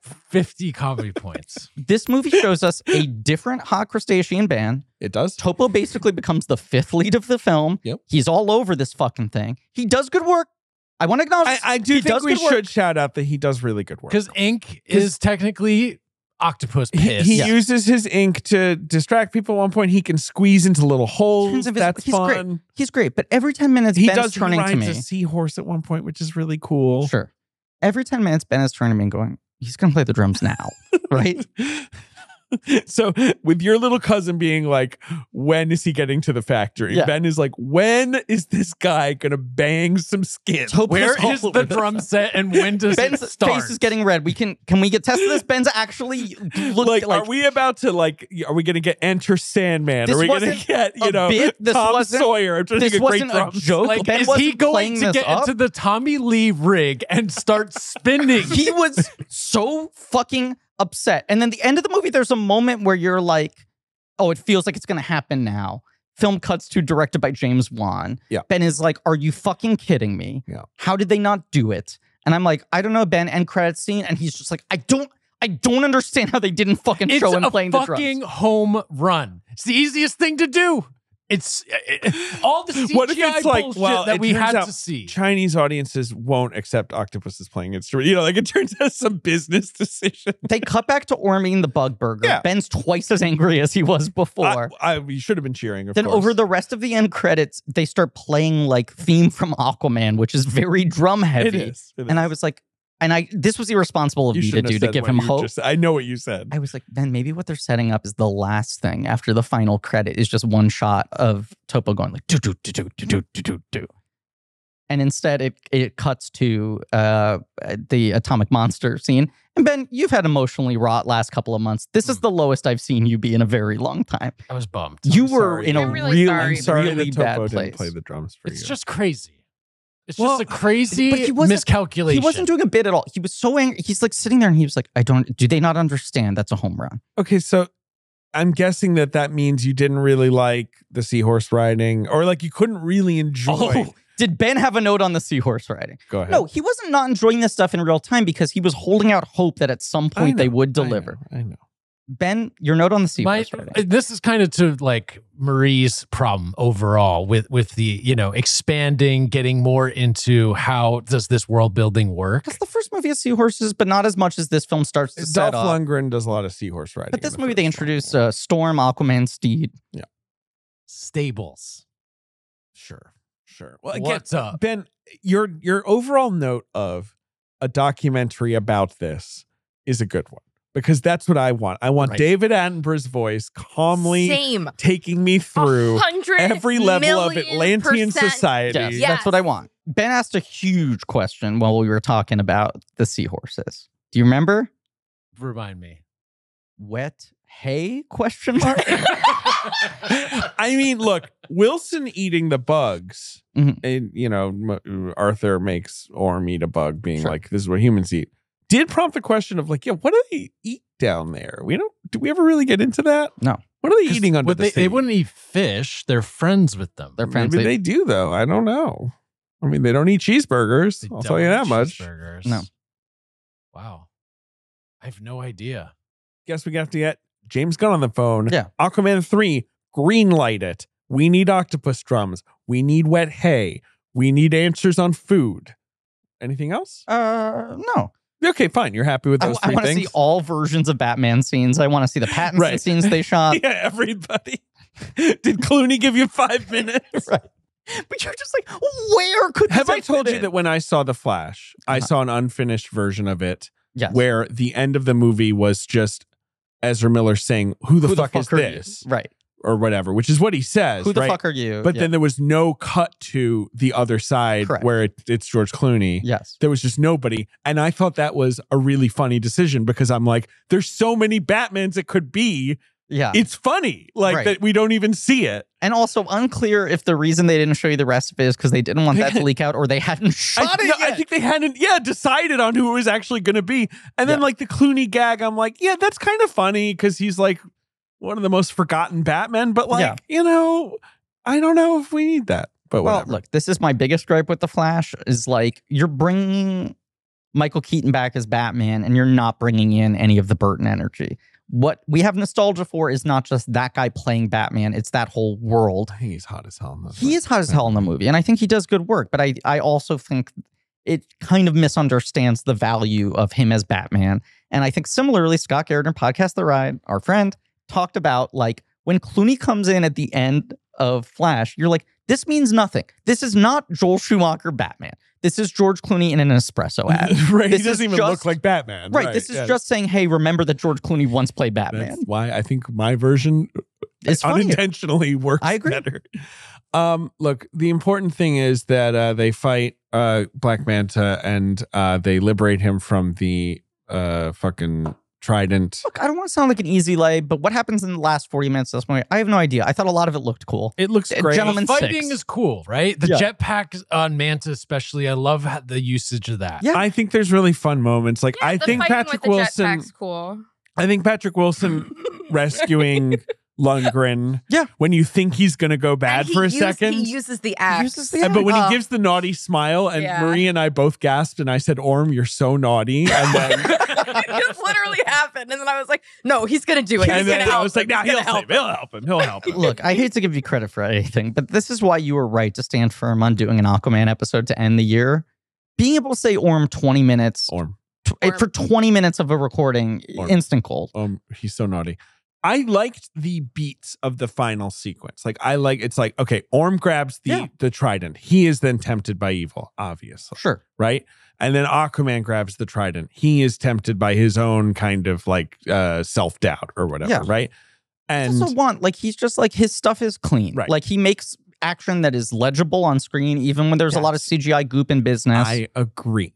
D: fifty comedy points.
A: This movie shows us a different hot crustacean band
B: it does.
A: Topo basically becomes the fifth lead of the film.
B: Yep.
A: He's all over this fucking thing. He does good work. I want to acknowledge.
B: I, I do
A: he
B: think
A: does
B: we
A: good work.
B: should shout out that he does really good work.
D: Because Ink is technically octopus
B: he,
D: piss.
B: he
A: Yeah.
B: uses his ink to distract people. At one point, he can squeeze into little holes.
A: terms of his-
B: That's
A: he's great.
B: fun.
A: He's great, but every ten minutes
B: He
A: Ben
B: does
A: is turning
B: he
A: to
B: rides
A: me.
B: a seahorse at one point, which is really cool.
A: Sure, every ten minutes Ben is turning to me and going, "He's gonna play the drums now, right?"
B: so with your little cousin being like, when is he getting to the factory?
A: Yeah.
B: Ben is like, when is this guy gonna bang some skin?
A: Topo's
D: Where
A: all
D: is
A: over
D: the
A: this.
D: drum set and when does
A: Ben's
D: it start?
A: face is getting red. We can can we get tested? This Ben's actually looked
B: Like,
A: like,
B: are we about to like? Are we gonna get Enter Sandman?
A: This
B: Are we gonna
A: wasn't
B: get you
A: a
B: know
A: bit. This
B: Tom
A: wasn't-
B: Sawyer? I'm trying to
A: this
B: think of great
A: wasn't a
B: drums.
A: joke.
D: like,
A: ben
D: is
A: wasn't
D: he
A: playing
D: going to
A: this
D: get
A: up?
D: into the Tommy Lee rig and start spinning?
A: he was so fucking upset. And then the end of the movie, there's a moment where you're like, oh, it feels like it's gonna happen now. Film cuts to directed by James Wan.
B: Yeah.
A: Ben is like, are you fucking kidding me?
B: Yeah.
A: How did they not do it? And I'm like, I don't know, Ben, end credits scene. And he's just like, I don't I don't understand how they didn't fucking
D: it's
A: show him
D: a
A: playing the drums.
D: fucking home run. It's the easiest thing to do. It's it- all the CGI
B: What if it's like,
D: bullshit
B: well,
D: that
B: it
D: we
B: turns
D: had
B: out
D: to see.
B: Chinese audiences won't accept octopuses playing instruments. You know, like it turns out some business decision.
A: they cut back to Orming the bug burger.
B: Yeah.
A: Ben's twice as angry as he was before.
B: I, I you should have been cheering. Of
A: Then
B: course.
A: over the rest of the end credits, they start playing like theme from Aquaman, which is very drum heavy.
B: it is, it
A: And I
B: is.
A: was like, and I this was irresponsible of
B: You
A: me to
B: shouldn't have
A: do to
B: said
A: give
B: what
A: him
B: you
A: hope.
B: just- I know what you said.
A: I was like, then maybe what they're setting up is the last thing after the final credit is just one shot of Topo going like do do do do do do do do. and instead it it cuts to uh, the atomic monster scene. And Ben, you've had emotionally wrought last couple of months. This is the lowest I've seen you be in a very long time.
D: I was bummed.
A: you
B: Hmm. I'm
A: were
B: sorry.
A: in a
E: I'm really
A: really,
E: sorry.
B: I'm sorry
A: really
B: that
A: bad
B: Topo
A: place.
B: didn't play the drums for
D: It's
B: you.
D: just crazy. It's
B: Well,
D: just a crazy
A: but he wasn't-
D: miscalculation.
A: He wasn't doing a bit at all. He was so angry. He's like sitting there and he was like, I don't, do they not understand that's a home run?
B: okay. So I'm guessing that that means you didn't really like the seahorse riding, or like you couldn't really enjoy.
A: Oh, did Ben have a note on the seahorse riding?
B: Go ahead.
A: No, he wasn't not enjoying this stuff in real time because he was holding out hope that at some
B: I
A: point they
B: know,
A: would
B: I know,
A: deliver.
B: I know.
A: Ben, your note on the
D: My, uh,
A: seahorse riding.
D: this is kind of to like Marie's problem overall with with the you know expanding, getting more into how does this world building work.
A: Because the first movie is seahorses, but not as much as this film starts to set up.
B: Dolph Lundgren does a lot of seahorse riding.
A: But
B: in
A: this
B: the
A: movie, they
B: first one.
A: introduce uh, Storm, Aquaman, Steed.
D: Stables.
B: Sure, sure. Well, again,
D: What's up?
B: Ben, your your overall note of a documentary about this is a good one because that's what I want. I want
D: Right.
B: David Attenborough's voice calmly
E: Same.
B: taking me through
E: hundred
B: every level of
E: million
B: Atlantean
E: percent.
B: society.
A: Yes,
E: Yes.
A: that's what I want. Ben asked a huge question while we were talking about the seahorses. Do you remember?
D: Remind me.
A: Wet hay? Question mark.
B: I mean, look, Wilson eating the bugs,
A: Mhm.
B: and you know, M- Arthur makes Orm eat a bug, being
A: Sure.
B: like, "This is what humans eat." Did prompt the question of like, "Yeah, what do they eat down there?" We don't. Do we ever really get into that?
A: No.
B: What are they eating under
D: Would
B: the
D: they,
B: sea?
D: they wouldn't eat fish. They're friends with them.
A: They're friends.
B: Maybe
A: They-
B: they do though. I don't know. I mean, they don't eat cheeseburgers.
D: They
B: I'll
D: don't
B: tell you
D: eat
B: that much.
D: cheeseburgers.
A: No.
D: Wow. I have no idea.
B: Guess we have to get James Gunn on the phone.
A: Yeah.
B: Aquaman three, green light it. We need octopus drums. We need wet hay. We need answers on food. Anything else?
A: uh, no.
B: Okay, fine. You're happy with
A: I,
B: those
A: I
B: three
A: want to
B: things.
A: see all versions of Batman scenes. I want to see the Pattinson
B: Right.
A: scenes they shot.
B: yeah, everybody. Did Clooney give you five minutes?
A: But you're just like, where could
B: Have
A: this
B: I told
A: fit
B: you
A: in?
B: that when I saw The Flash, I
A: Uh-huh.
B: saw an unfinished version of it
A: Yes.
B: where the end of the movie was just Ezra Miller saying, "Who the,
A: Who
B: fuck, is
A: are you?
B: this?"
A: Right.
B: or whatever, which is what he says,
A: Who the
B: right?
A: fuck are you?
B: but
A: Yeah.
B: then there was no cut to the other side
A: Correct.
B: where it, it's George Clooney.
A: yes.
B: There was just nobody, and I thought that was a really funny decision because I'm like, there's so many Batmans it could be.
A: Yeah.
B: It's funny, like
A: Right.
B: that we don't even see it.
A: and also unclear if the reason they didn't show you the rest of it is because they didn't want that to leak out or they hadn't
B: I,
A: shot
B: no,
A: it
B: I
A: yet.
B: think they hadn't, yeah, decided on who it was actually going to be. And then,
A: Yeah.
B: like, the Clooney gag, I'm like, yeah, that's kind of funny because he's like one of the most forgotten Batman. But, like,
A: Yeah.
B: you know, I don't know if we need that. But
A: well,
B: whatever.
A: look, this is my biggest gripe with the Flash is like you're bringing Michael Keaton back as Batman and you're not bringing in any of the Burton energy. What we have nostalgia for is not just that guy playing Batman, it's that whole world.
B: I think he's hot as hell. in this
A: he
B: one.
A: is hot as hell in the movie, and I think he does good work. But I, I also think it kind of misunderstands the value of him as Batman. And I think similarly, Scott Garrett in podcast The Ride, our friend, talked about like when Clooney comes in at the end of Flash, you're like, this means nothing. This is not Joel Schumacher Batman. This is George Clooney in an espresso ad.
B: right.
A: This
B: he doesn't
A: is
B: even look
A: just-
B: like Batman.
A: Right. This is
B: yes.
A: just saying, hey, remember that George Clooney once played
B: That's
A: Batman.
B: why I think my version
A: It's funny.
B: unintentionally works
A: I agree.
B: better. Um, look, the important thing is that uh, they fight uh, Black Manta and uh, they liberate him from the uh, fucking trident.
A: Look, I don't want to sound like an easy lay, but what happens in the last 40 minutes of this movie? I have no idea. I thought a lot of it looked cool.
B: It looks
A: Uh,
B: great.
A: gentlemen- And
D: Fighting
A: six.
D: is cool, right? The
A: Yeah.
D: jetpack on Manta, especially. I love how, the usage of that.
A: Yeah.
B: I think there's really fun moments. Like I
E: the
B: think
E: fighting
B: Patrick
E: with the
B: Wilson.
E: jetpack's cool.
B: I think Patrick Wilson rescuing Lundgren.
A: Yeah.
B: When you think he's gonna go bad
E: And he
B: for a
E: used-
B: second.
E: He uses the axe.
A: uses the
B: And- but when he
E: Oh.
B: gives the naughty smile, and
E: Yeah.
B: Marie and I both gasped, and I said, "Orm, you're so naughty." And then
E: it literally happened, and then I was like, "No, he's gonna do it. He's
B: and then
E: gonna help."
B: I was like,
E: him.
B: "Nah,
E: He's
B: he'll
E: gonna help."
B: save. He'll help him. He'll help him."
A: Look, I hate to give you credit for anything, but this is why you were right to stand firm on doing an Aquaman episode to end the year. Being able to say Orm 20 minutes
B: Orm,
A: tw- eh,
E: Orm.
A: for 20 minutes of a recording,
B: Orm.
A: instant cold.
B: um, he's so naughty. I liked the beats of the final sequence. Like I like it's like okay, Orm grabs the
A: Yeah.
B: the trident. He is then tempted by evil, obviously,
A: Sure.
B: right? And then Aquaman grabs the trident. He is tempted by his own kind of like uh self doubt or whatever,
A: Yeah.
B: right?
A: I
B: And
A: also want, like, he's just like, his stuff is clean.
B: Right.
A: Like, he makes action that is legible on screen, even when there's a lot of CGI goop in business.
B: I agree.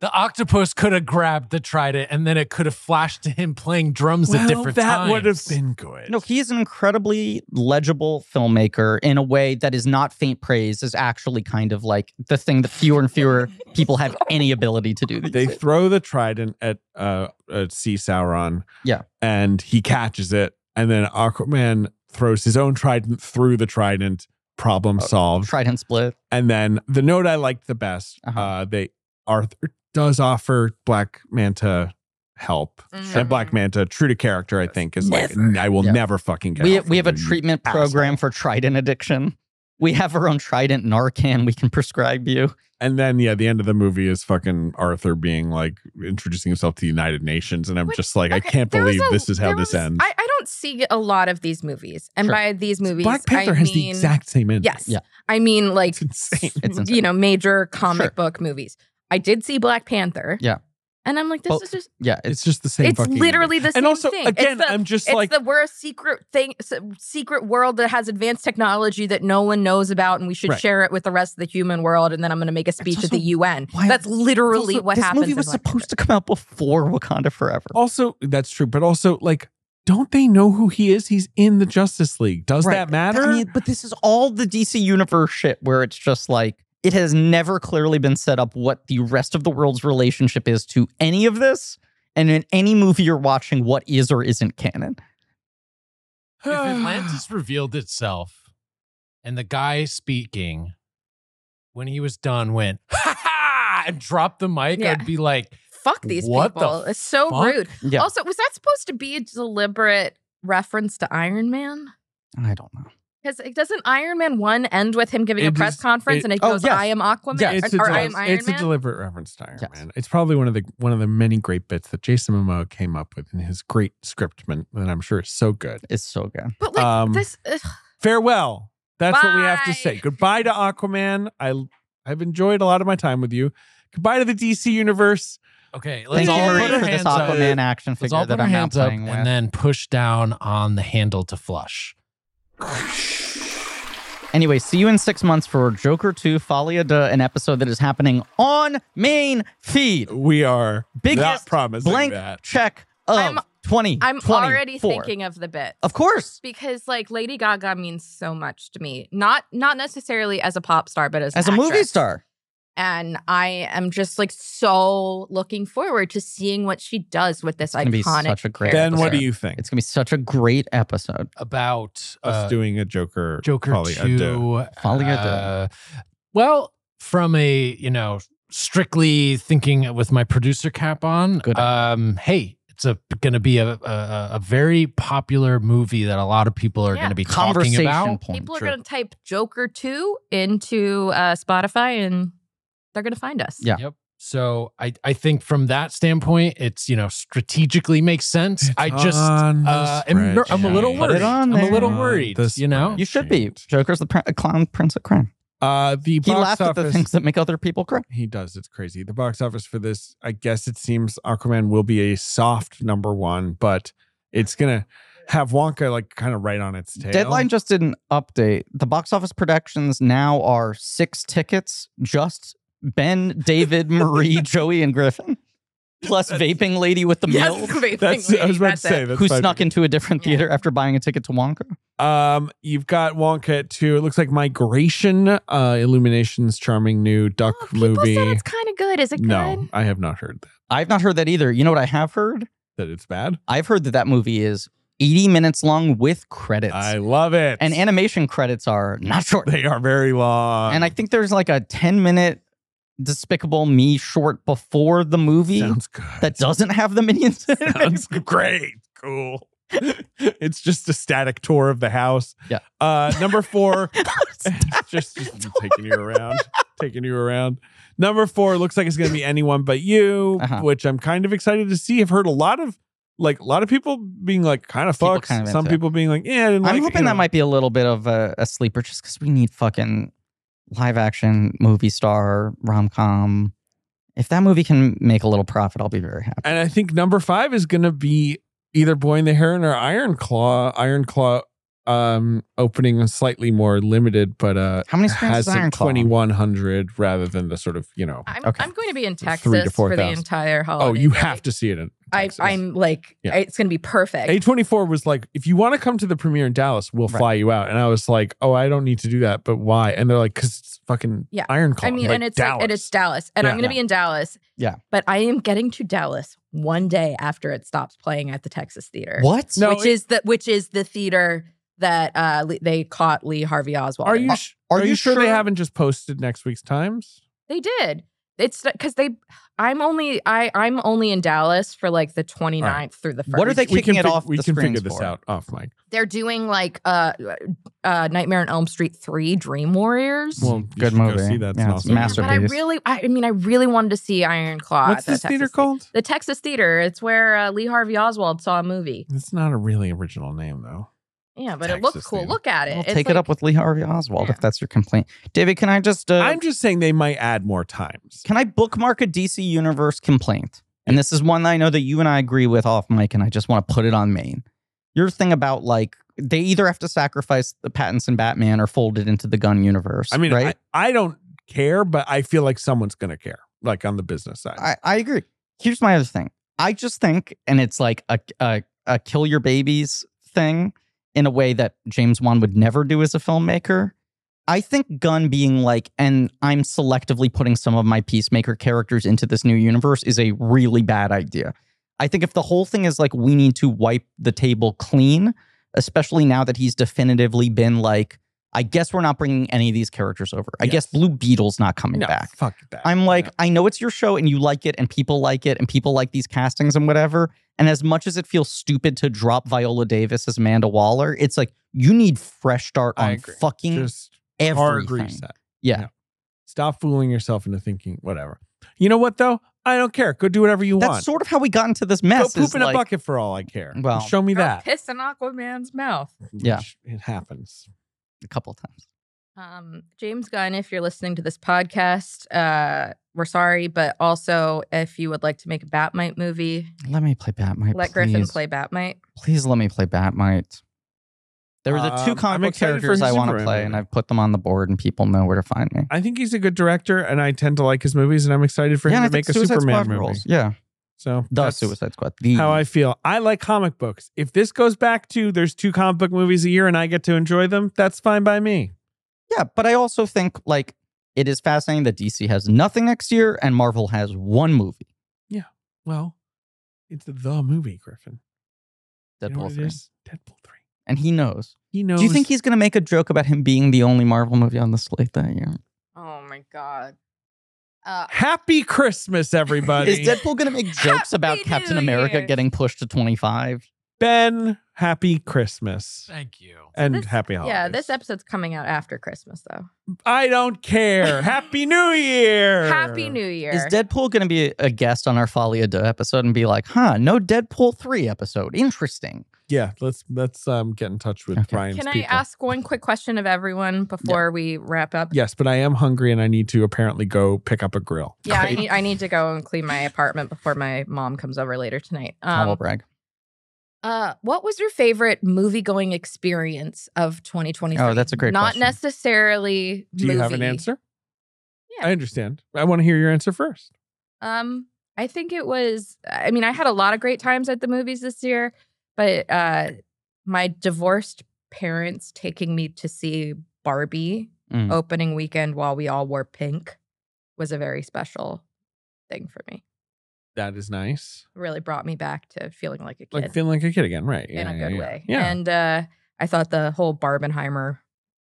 D: The octopus could have grabbed the trident and then it could have flashed to him playing drums at different
B: that
D: times.
B: would have been good.
A: no, he is an incredibly legible filmmaker in a way that is not faint praise, is actually kind of like the thing that fewer and fewer people have any ability to do. these
B: they
A: days.
B: throw the trident at uh at sea Sauron.
A: Yeah.
B: And he catches it and then Aquaman throws his own trident through the trident. Problem solved.
A: Trident split.
B: And then the note I liked the best, uh
A: Uh-huh.
B: they Arthur does offer Black Manta help. And Black Manta, true to character, I think, is like I will
A: Yeah.
B: never fucking get.
A: we
B: help
A: we have
B: from
A: a
B: you, you
A: treatment
B: asshole."
A: program for trident addiction. We have our own trident Narcan we can prescribe you.
B: And then yeah, the end of the movie is fucking Arthur being like introducing himself to the United Nations, and I'm
C: Which-
B: just like, I
C: Okay,
B: can't
C: there was
B: believe
C: a-
B: this is how
C: there
B: this
C: was-
B: ends.
C: I, I don't see a lot of these movies, and
A: Sure.
C: by these movies,
B: Black Panther
C: I
B: has the
C: mean-
B: exact same end.
C: Yes,
A: Yeah.
C: I mean like
B: It's insane.
A: It's insane.
C: you know major comic
A: Sure.
C: book movies. I did see Black Panther.
A: Yeah.
C: and I'm like, this
A: Well,
C: is just
A: Yeah,
B: It's
A: it's
B: just the same.
C: it's
B: fucking
C: literally the
B: movie.
C: same
B: And also,
C: thing.
B: again,
C: it's the,
B: I'm just
C: it's
B: like,
C: the we're a secret thing, s- secret world that has advanced technology that no one knows about, and we should
B: Right.
C: share it with the rest of the human world. And then I'm going to make a speech at
A: also-
C: the UN.
A: why-
C: That's literally
A: Also,
C: what
A: this
C: happens.
A: movie
C: in
A: was
C: Black
A: supposed to come out before Wakanda Forever.
D: Oh,
B: also that's true, but also like, don't they know who he is? He's in the Justice League. Does
A: Right.
B: that matter?
A: I mean, but this is all the DC universe shit where it's just like it has never clearly been set up what the rest of the world's relationship is to any of this. And in any movie you're watching, what is or isn't canon.
D: if Atlantis revealed itself and the guy speaking when he was done went ha ha and dropped the mic,
C: Yeah.
D: I'd be like,
C: Fuck these
D: What the
C: people. It's so
A: Oh,
D: fuck?
C: rude.
A: Yeah.
C: Also, was that supposed to be a deliberate reference to Iron Man?
A: I don't know.
C: Because doesn't Iron Man 1 end with him giving
B: It
C: a press
B: is-
C: conference
B: it-
C: and it
A: oh,
C: goes,
A: yes.
C: I am Aquaman?
A: Yes.
B: It's, a,
C: or, or I
B: deliberate-
C: am Iron
B: it's a
C: Man?
B: deliberate reference to Iron
A: Yes.
B: Man. It's probably one of the one of the many great bits that Jason Momoa came up with in his great scriptment that I'm sure is so good.
A: It's so good.
C: but like
B: um,
C: this, ugh,
B: Farewell. That's what we have to
C: Bye.
B: say. Goodbye to Aquaman. I I've enjoyed a lot of my time with you. Goodbye to the DC universe.
D: okay, let's
A: Thank
D: all
A: you,
D: put
A: Marie,
D: our
A: for this
D: hands up.
A: Aquaman action
D: Let's
A: figure
D: all put
A: that
D: our
A: I'm now
D: hands up
A: playing
D: and
A: with.
D: then push down on the handle to flush.
A: Anyway, see you in six months for Joker 2 Folia de, an episode that is happening on main feed.
B: We are not
A: Biggest
B: promising
A: Blank
B: that.
A: check of
C: I'm-
A: 20.
C: I'm already thinking of the bit.
A: Of course,
C: Because like Lady Gaga means so much to me. Not not necessarily as a pop star, but as, an
A: as a movie
C: actress.
A: star.
C: And I am just like so looking forward to seeing what she does with this
A: It's gonna be
C: iconic.
A: such a great
B: Ben, what
A: episode.
B: do you think?
A: It's gonna be such a great episode.
D: About
B: us
D: uh,
B: doing a Joker
D: Joker
B: probably a do.
D: two.
A: Folly Ado.
D: uh, well, from a you know strictly thinking with my producer cap on.
A: Good.
D: Um, hey, it's a going to be a, a a very popular movie that a lot of people are
C: Yeah.
D: going to be talking
A: Conversation
D: about.
A: point.
C: People are
A: Sure.
C: going to type Joker 2 into uh, Spotify and they're going to find us.
A: Yeah.
D: Yep. So I I think from that standpoint, it's you know strategically makes sense.
B: It's
D: I just
B: on the
D: uh, am, ner- I'm a little
B: spreadsheet.
A: Put it
D: worried.
A: on
D: I'm a little
B: there.
D: worried.
B: This
D: You know.
B: spreadsheet.
A: You should be. Joker's the pr- clown prince of crime.
B: Uh, the
A: He
B: box
A: laughs at the
B: office-
A: things that make other people cry.
B: He does. It's crazy. The box office for this, I guess it seems Aquaman will be a soft number one, but it's gonna have Wonka like kind of right on its tail.
A: Deadline just did an update. The box office productions now are six tickets, just Ben, David, Marie, Joey, and Griffin, plus vaping lady with the milk,
B: That's I was about to say. That's
A: who
B: five
A: snuck into a different
C: Yeah.
A: theater after buying a ticket to Wonka.
B: Um, you've got Wonka at two. It looks like Migration, uh, Illumination's charming new duck
C: Oh, people
B: movie.
C: said it's kind of good. Is it
B: no,
C: good?
B: I have not heard that,
A: I've not heard that either. You know what I have heard?
B: that it's bad.
A: I've heard that that movie is 80 minutes long with credits.
B: I love it.
A: and animation credits are not short.
B: they are very long.
A: and I think there's like a 10 minute Despicable Me short before the movie
B: sounds good.
A: that doesn't have the minions in it.
B: Sounds great. Cool. it's just a static tour of the house.
A: Yeah.
B: Uh, number four, it's just, just taking you around, taking you around. Number four looks like it's going to be anyone but you,
A: Uh-huh.
B: which I'm kind of excited to see. I've heard a lot of like a lot of people being like kind of
A: People
B: fucks.
A: kind of
B: Some
A: into it.
B: people being like, yeah. I didn't like
A: I'm
B: it,"
A: hoping
B: you
A: that
B: know.
A: might be a little bit of a, a sleeper just because we need fucking live action movie star rom com. If that movie can make a little profit, I'll be very happy.
B: And I think number five is going to be either Boy in the Heron or Iron Claw. Iron Claw um opening was slightly more limited, but uh
A: How many strands
B: has
A: is Iron Claw?
B: twenty one hundred rather than the sort of you know.
C: I'm,
A: Okay.
C: I'm going to be in
B: Three to
C: Texas
B: four
C: for the
B: thousand.
C: entire
B: Oh,
C: holiday.
B: you
C: break.
B: have to see it in.
C: I,
B: Texas.
C: I'm like,
B: Yeah.
C: it's going to be perfect.
B: A24 was like, if you want to come to the premiere in Dallas, we'll
A: Right.
B: fly you out. And I was like, oh, I don't need to do that. But why? And they're like, because it's fucking
C: Yeah.
B: Iron Claw.
C: I mean,
B: Like,
C: and it's like, and it's Dallas, and
B: Yeah.
C: I'm going to be in Dallas.
A: Yeah.
C: but I am getting to Dallas one day after it stops playing at the Texas Theater,
A: What?
B: No, it-
C: which is the which is the theater that uh, Le- they caught Lee Harvey Oswald.
B: Are
C: in.
B: you sh-
A: Are
B: are,
A: you
B: you sure, they
A: sure?
B: haven't just posted next week's times?
C: They did. It's because they. I'm only I I'm only in Dallas for like the 29th through the first.
A: What are they
B: we
A: kicking
B: can
A: it
B: fig-
A: off
B: We
A: the
B: can figure
A: screens
B: this
A: for?
B: out Oh, off mic.
C: They're doing like uh, uh Nightmare on Elm Street three Dream Warriors.
B: Well, you
A: Good
B: should go
A: movie.
B: see that. It's
A: Yeah,
B: an
A: it's a
B: awesome movie.
C: but I
A: masterpiece.
C: really, I, I mean, I really wanted to see Iron Claw.
B: What's
C: at the
B: this theater
C: Texas
B: called?
C: The Texas Theater. It's where uh, Lee Harvey Oswald saw a movie.
B: It's not a really original name, though.
C: Yeah, but it
B: Texas
C: looks cool.
B: Theater.
C: Look at it.
A: I'll
C: It's
A: take it
C: like-
A: up with Lee Harvey Oswald
C: Yeah.
A: if that's your complaint. David, can I just uh,
B: I'm just saying they might add more times.
A: can I bookmark a DC Universe complaint? And this is one that I know that you and I agree with off mic, and I just want to put it on main. Your thing about like they either have to sacrifice the patents in Batman or fold it into the gun universe.
B: I mean,
A: right?
B: I, I don't care, but I feel like someone's going to care, like on the business side.
A: I, I agree. Here's my other thing. I just think, and it's like a, a a kill your babies thing in a way that James Wan would never do as a filmmaker. I think Gunn being like, and I'm selectively putting some of my Peacemaker characters into this new universe is a really bad idea. I think if the whole thing is like, we need to wipe the table clean, especially now that he's definitively been like, I guess we're not bringing any of these characters over. I guess
B: Yes.
A: Blue Beetle's not coming
B: no,
A: back.
B: fuck that.
A: I'm like,
B: No.
A: I know it's your show and you like it and people like it and people like these castings and whatever. And as much as it feels stupid to drop Viola Davis as Amanda Waller, it's like you need fresh start
B: I
A: on
B: agree.
A: fucking
B: just hard
A: everything.
B: reset.
A: Yeah.
B: Stop fooling yourself into thinking whatever. You know what though? I don't care. Go do whatever you
A: That's
B: want.
A: sort of how we got into this
B: Go
A: mess.
B: poop
A: is
B: in a
A: like-
B: bucket for all I care.
A: Well-
B: show me
C: Go
B: that.
C: Piss in Aquaman's mouth.
A: Yeah.
B: Which it happens.
A: a couple times.
C: Um, James Gunn, if you're listening to this podcast, uh, we're sorry, but also if you would like to make a Batmite movie,
A: Let me play Batmite.
C: let
A: please.
C: Griffin play Batmite.
A: Please let me play Batmite. There were the two
B: Um,
A: comic
B: I'm
A: book
B: excited for
A: characters
B: his
A: I want to
B: Superman
A: play,
B: movie.
A: and I've put them on the board, and people know where to find me.
B: I think he's a good director, and I tend to like his movies, and I'm excited for
A: yeah, and
B: him
A: I
B: to
A: think
B: make a
A: Suicide
B: Superman
A: Squad
B: movie.
A: rules. Yeah,
B: So
A: the
B: that's
A: Suicide Squad. The
B: how I feel. I like comic books. If this goes back to there's two comic book movies a year and I get to enjoy them, that's fine by me.
A: Yeah, but I also think like it is fascinating that DC has nothing next year and Marvel has one movie.
B: Well, it's the movie, Griffin. You know
A: Deadpool
B: what it
A: three,
B: is? Deadpool three.
A: and he knows.
B: He knows.
A: Do you think he's going to make a joke about him being the only Marvel movie on the slate that year?
C: Oh my god. Uh,
B: Happy Christmas, everybody.
A: Is Deadpool going to make jokes about
C: Happy
A: Captain
C: New
A: America
C: Year.
A: getting pushed to twenty five?
B: Ben, happy Christmas
D: Thank you.
B: and
C: this-
B: happy holidays.
C: yeah, this episode's coming out after Christmas though.
B: I don't care. happy New Year.
C: Happy New Year.
A: Is Deadpool going to be a guest on our Folia de episode and be like, "Huh, no Deadpool three episode. Interesting."
B: Yeah, let's let's um get in touch with
A: Okay.
B: Ryan's
C: Can I
B: people.
C: ask one quick question of everyone before we wrap up?
B: Yes, but I am hungry and I need to apparently go pick up a grill.
C: Yeah, I need I need to go and clean my apartment before my mom comes over later tonight.
A: I will
C: Um,
A: brag.
C: uh, what was your favorite movie going experience of 2023?
A: Oh, that's a great
C: Not
A: question.
C: necessarily.
B: Do you have an
C: movie.
B: answer?
C: Yeah.
B: I understand. I want to hear your answer first.
C: Um, I think it was. I mean, I had a lot of great times at the movies this year, but uh, my divorced parents taking me to see Barbie
A: Mm.
C: opening weekend while we all wore pink was a very special thing for me.
B: That is nice.
C: Really brought me back to feeling like a kid.
B: Like feeling like a kid again, right?
C: in a
B: yeah,
C: good
B: yeah.
C: way.
B: Yeah.
C: And uh, I thought the whole Barbenheimer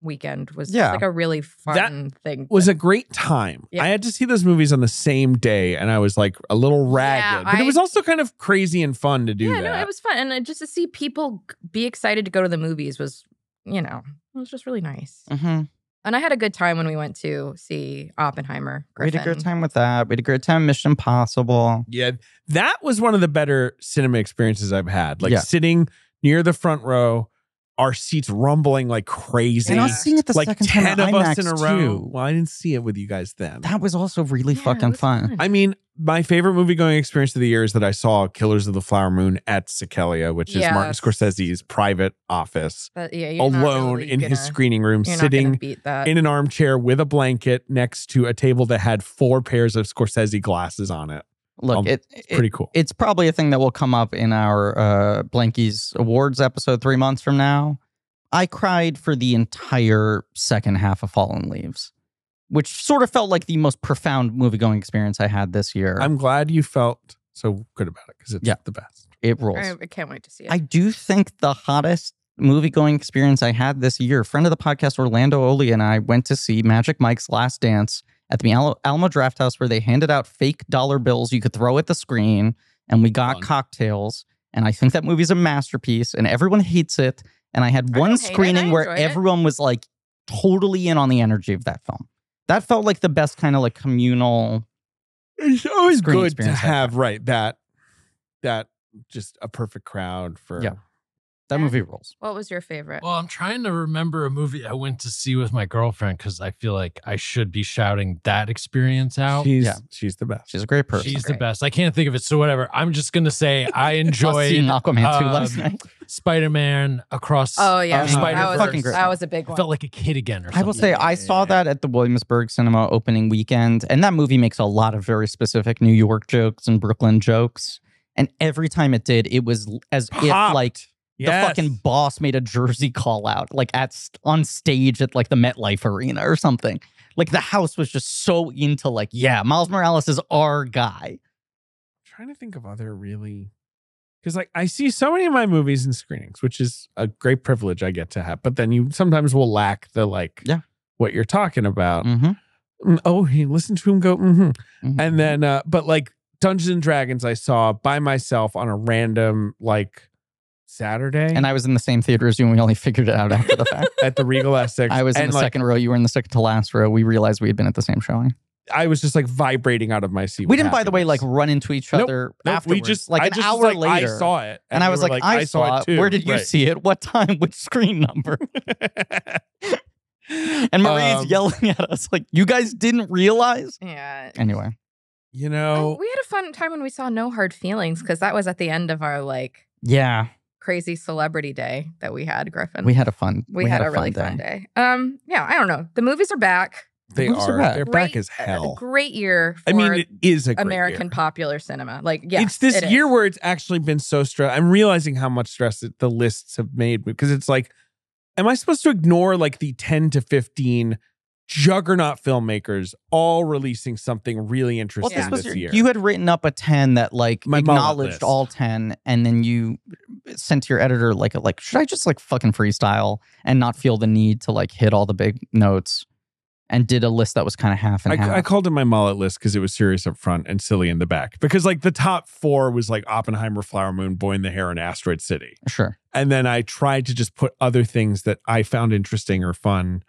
C: weekend was just
A: Yeah.
C: like a really fun thing.
B: was a great time.
C: Yeah.
B: I had to see those movies on the same day, and I was like a little ragged, but
C: I-
B: it was also kind of crazy and fun to do
C: yeah,
B: that.
C: no, it was fun, and uh, just to see people g- be excited to go to the movies was, you know, it was just really nice.
A: Mm-hmm.
C: And I had a good time when we went to see Oppenheimer.
A: We had
C: Griffin.
A: a great time with that. We had a great time. Mission Impossible.
B: yeah, that was one of the better cinema experiences I've had. Like
A: Yeah.
B: sitting near the front row, our seats rumbling like crazy.
A: And I was seeing it the
B: like
A: second time
B: ten
A: at
B: of
A: IMAX
B: us in a row.
A: too.
B: Well, I didn't see it with you guys then.
A: That was also really
C: Yeah, it
A: fucking
C: was
A: fun.
B: I mean, my favorite movie going experience of the year is that I saw Killers of the Flower Moon at Sicalia, which is Martin
G: Yes.
B: Scorsese's private office,
G: But yeah, you're not
B: alone
G: really
B: in his
G: gonna-
B: screening room,
G: you're not
B: sitting
G: gonna beat that.
B: in an armchair with a blanket next to a table that had four pairs of Scorsese glasses on it.
A: Look,
B: Um,
A: it, it-
B: Pretty cool.
A: it's probably a thing that will come up in our uh, Blankies Awards episode three months from now. I cried for the entire second half of Fallen Leaves, which sort of felt like the most profound movie going experience I had this year.
B: I'm glad you felt so good about it because it's
A: Yeah.
B: the best.
A: it rolls.
G: I, I can't wait to see it.
A: I do think the hottest movie going experience I had this year, friend of the podcast Orlando Oli and I went to see Magic Mike's Last Dance at the Al- Alamo Draft House where they handed out fake dollar bills you could throw at the screen and we got
D: Fun.
A: cocktails and I think that movie's a masterpiece and everyone hates it and I had
G: I
A: one
G: don't hate it. I
A: screening where
G: enjoyed it.
A: everyone was like totally in on the energy of that film. That felt like the best kind of like communal
B: It's always
A: Screen
B: good to
A: experience, I
B: have right that that just a perfect crowd for
A: Yeah. that
G: Yeah.
A: movie rules.
G: what was your favorite?
D: Well, I'm trying to remember a movie I went to see with my girlfriend because I feel like I should be shouting that experience out.
B: she's
A: Yeah.
B: she's the best.
A: She's a great person.
D: She's the
G: Great.
D: best. I can't think of it. So whatever. I'm just gonna say I
A: Us seeing
D: enjoyed
A: Aquaman 2
D: um,
A: last night.
D: Spider-Man across.
G: oh yeah,
A: Uh,
G: that was
A: Fucking
G: a,
A: great.
G: that was a big
D: I
G: one.
D: felt like a kid again. Or
A: I will say
D: something.
A: I saw that at the Williamsburg Cinema opening weekend, and that movie makes a lot of very specific New York jokes and Brooklyn jokes. And every time it did, it was l- as if
B: Popped.
A: like the
B: Yes.
A: fucking boss made a Jersey call out, like at st- on stage at like the MetLife Arena or something. Like the house was just so into like, yeah, Miles Morales is our guy.
B: trying to think of other really because like I see so many of my movies in screenings, which is a great privilege I get to have. But then you sometimes will lack the like
A: Yeah.
B: what you're talking about.
A: Mm-hmm.
B: Mm, Oh, he listened to him go, mm-hmm.
A: Mhm.
B: and then uh, but like Dungeons and Dragons, I saw by myself on a random like Saturday
A: And I was in the same theater as you, and we only figured it out after the fact.
B: at the Regal Essex.
A: I was in
B: and,
A: the
B: like,
A: second row. You were in the second to last row. We realized we had been at the same showing.
B: I was just like vibrating out of my seat.
A: We
B: with
A: didn't, by the way, like
B: happiness.
A: run into each
B: Nope,
A: other
B: Nope,
A: afterwards.
B: We just
A: like
B: I
A: an
B: just
A: hour
B: was like,
A: later.
B: I saw it,
A: and I
B: we
A: was
B: were
A: like, I, saw, it. Where did you
B: Right.
A: see it? What time? Which screen number? And Marie's
B: Um,
A: yelling at us like, you guys didn't realize.
G: yeah.
A: Anyway,
B: You
G: Oh,
B: know,
G: we had a fun time when we saw No Hard Feelings because that was at the end of our like
A: yeah,
G: crazy celebrity day that we had, Griffin.
A: we had a fun.
G: We had, a, really fun day. Um, yeah, I don't know. The movies are back.
B: they
A: movies are
B: are.
A: bad.
B: They're
G: Great-
B: back as hell.
G: Great year for
B: I mean, it is a great
G: American
B: year.
G: popular cinema. Like, yeah,
B: it's this
G: it is.
B: year where it's actually been so stressed. I'm realizing how much stress it, the lists have made because it's like, am I supposed to ignore like the 10 to 15 juggernaut filmmakers all releasing something really
A: Well,
B: interesting
A: this was
B: this
A: your-
B: year?
A: you had written up a ten that like
B: My mullet
A: acknowledged
B: list.
A: all ten, and then you sent to your editor like a, like should I just like fucking freestyle and not feel the need to like hit all the big notes, and did a list that was kind of half and half.
B: I, I called it my mullet list because it was serious up front and silly in the back. Because like the top four was like Oppenheimer, Flower Moon, Boy in the Hair, and Asteroid City.
A: sure,
B: And then I tried to just put other things that I found interesting or fun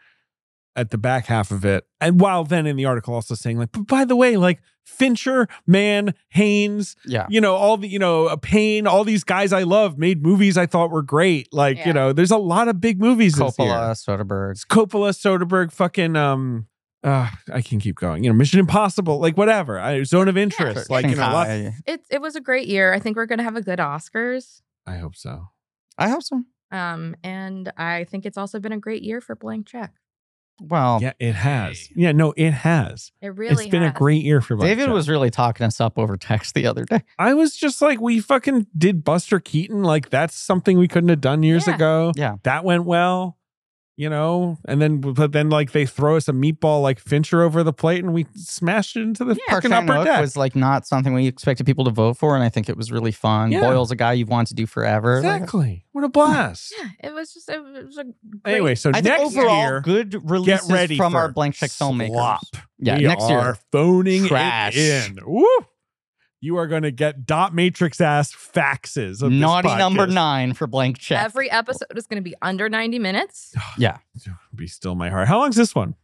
B: at the back half of it. And while then in the article also saying like, but by the way, like Fincher, Mann, Haynes,
A: yeah.
B: you know, all the, you know, uh, Payne, all these guys I love made movies I thought were great. Like,
G: Yeah.
B: you know, there's a lot of big movies this year.
A: Coppola, Soderbergh,
B: It's Coppola, Soderbergh, fucking um, uh, I can keep going. You know, Mission Impossible, like whatever. I, Zone of Interest, like you know, lots-
A: Shanghai.
G: It, it was a great year. I think we're gonna have a good Oscars.
B: I hope so.
A: I hope so.
G: Um, and I think it's also been a great year for Blank Check.
A: Well,
B: Yeah, it has. Yeah, no, it has.
G: It really
B: it's been
G: has.
B: a great year for Black
A: David
B: Jack.
A: was really talking us up over text the other day.
B: I was just like, we fucking did Buster Keaton. Like that's something we couldn't have done years
G: Yeah.
B: ago.
A: Yeah.
B: that went well. You know, and then but then like they throw us a meatball like Fincher over the plate, and we smashed it into the
A: Park
B: fucking
A: Chan
B: upper
A: Wook
B: deck.
A: was like not something we expected people to vote for, and I think it was really fun.
B: Yeah.
A: Boyle's a guy you've wanted to do forever. Like,
B: exactly. What a blast.
G: Yeah, it was just it was a great
B: Anyway, so
A: I think
B: next
A: overall,
B: year,
A: good releases
B: get ready
A: from
B: for
A: our blank check filmmakers.
B: slop.
A: Yeah,
B: we
A: next
B: are
A: year.
B: phoning
A: Trash.
B: it in. Woo! You are going to get dot matrix ass faxes. Of this
A: Naughty number
B: podcast.
A: nine for blank check.
G: Every episode is going to be under 90 minutes.
B: Oh, Be still my heart. How long's this one?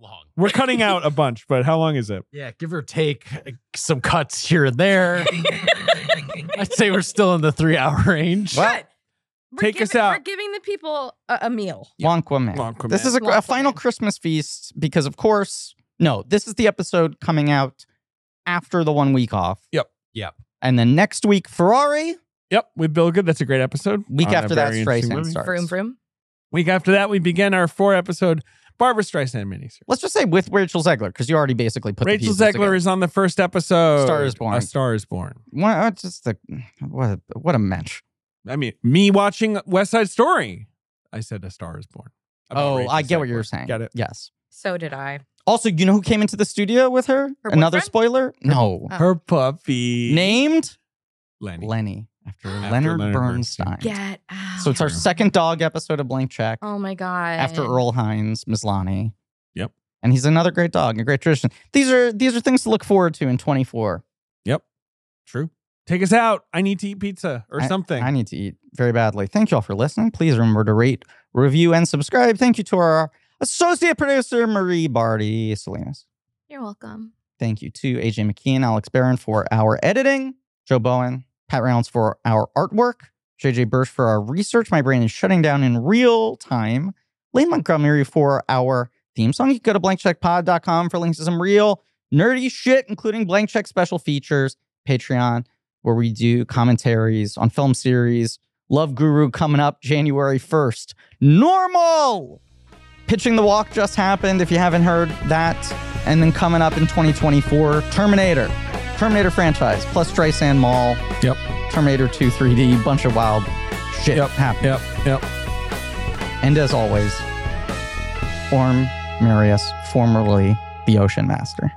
D: long.
B: We're cutting out a bunch, but how long is it?
D: Yeah, give or take uh, some cuts here and there. I'd say we're still in the three-hour range.
A: well,
G: We're
B: Take
G: giving,
B: us out.
G: We're giving the people a, a meal.
A: Wonkaman.
B: Wonkaman.
A: This is a, a final
G: Wonkaman.
A: Christmas feast because, of course, no, this is the episode coming out after the one week off.
B: Yep.
D: Yep.
A: And then next week, Ferrari.
B: Yep, with Bill Good. That's a great episode.
A: Week
B: On a
A: after that,
B: very interesting
A: Streisand
B: movie.
A: starts.
E: Vroom, vroom.
B: Week after that, we begin our four episode Barbara Streisand miniseries.
A: Let's just say with Rachel Zegler, because you already basically put
B: Rachel
A: the pieces
B: Zegler is on the first episode.
A: Star is Born.
B: A Star is Born.
A: What, just a, what, a, what a match.
B: I mean, me watching West Side Story. I said A Star is Born. About
A: Oh,
B: Rachel
A: I get what
B: Zegler.
A: you're saying.
B: Get it?
A: Yes.
E: So did I.
A: Also, you know who came into the studio with her? Another
E: boyfriend?
A: spoiler? No.
E: Oh.
B: Her puppy.
A: Named
B: Lenny.
A: Lenny after,
B: After
A: Leonard,
B: Leonard
A: Bernstein.
E: Get out.
A: So it's our second dog episode of Blank Check
E: oh my God.
A: after Earl Hines, Mislani.
B: Yep.
A: And he's another great dog, a great tradition. These are these are things to look forward to in 24.
B: Yep. True. Take us out. I need to eat pizza or something.
A: I need to eat very badly. Thank you all for listening. Please remember to rate, review, and subscribe. Thank you to our associate producer, Marie Barty Salinas.
E: You're welcome.
A: Thank you to AJ McKeon, Alex Barron for our editing, Joe Bowen, Pat Reynolds for our artwork, JJ Birch for our research. My brain is shutting down in real time. Lane Montgomery for our theme song. You can go to blankcheckpod.com for links to some real nerdy shit, including blank check special features, Patreon, where we do commentaries on film series. Love Guru coming up January 1st. Normal! Pitching the Walk just happened, if you haven't heard that. And then coming up in 2024, Terminator. Terminator franchise, plus Streisand Mall.
B: Yep.
A: Terminator 2 3D, bunch of wild shit
B: Yep.
A: happening.
B: Yep. Yep.
A: And as always, Orm Marius, formerly the Ocean Master.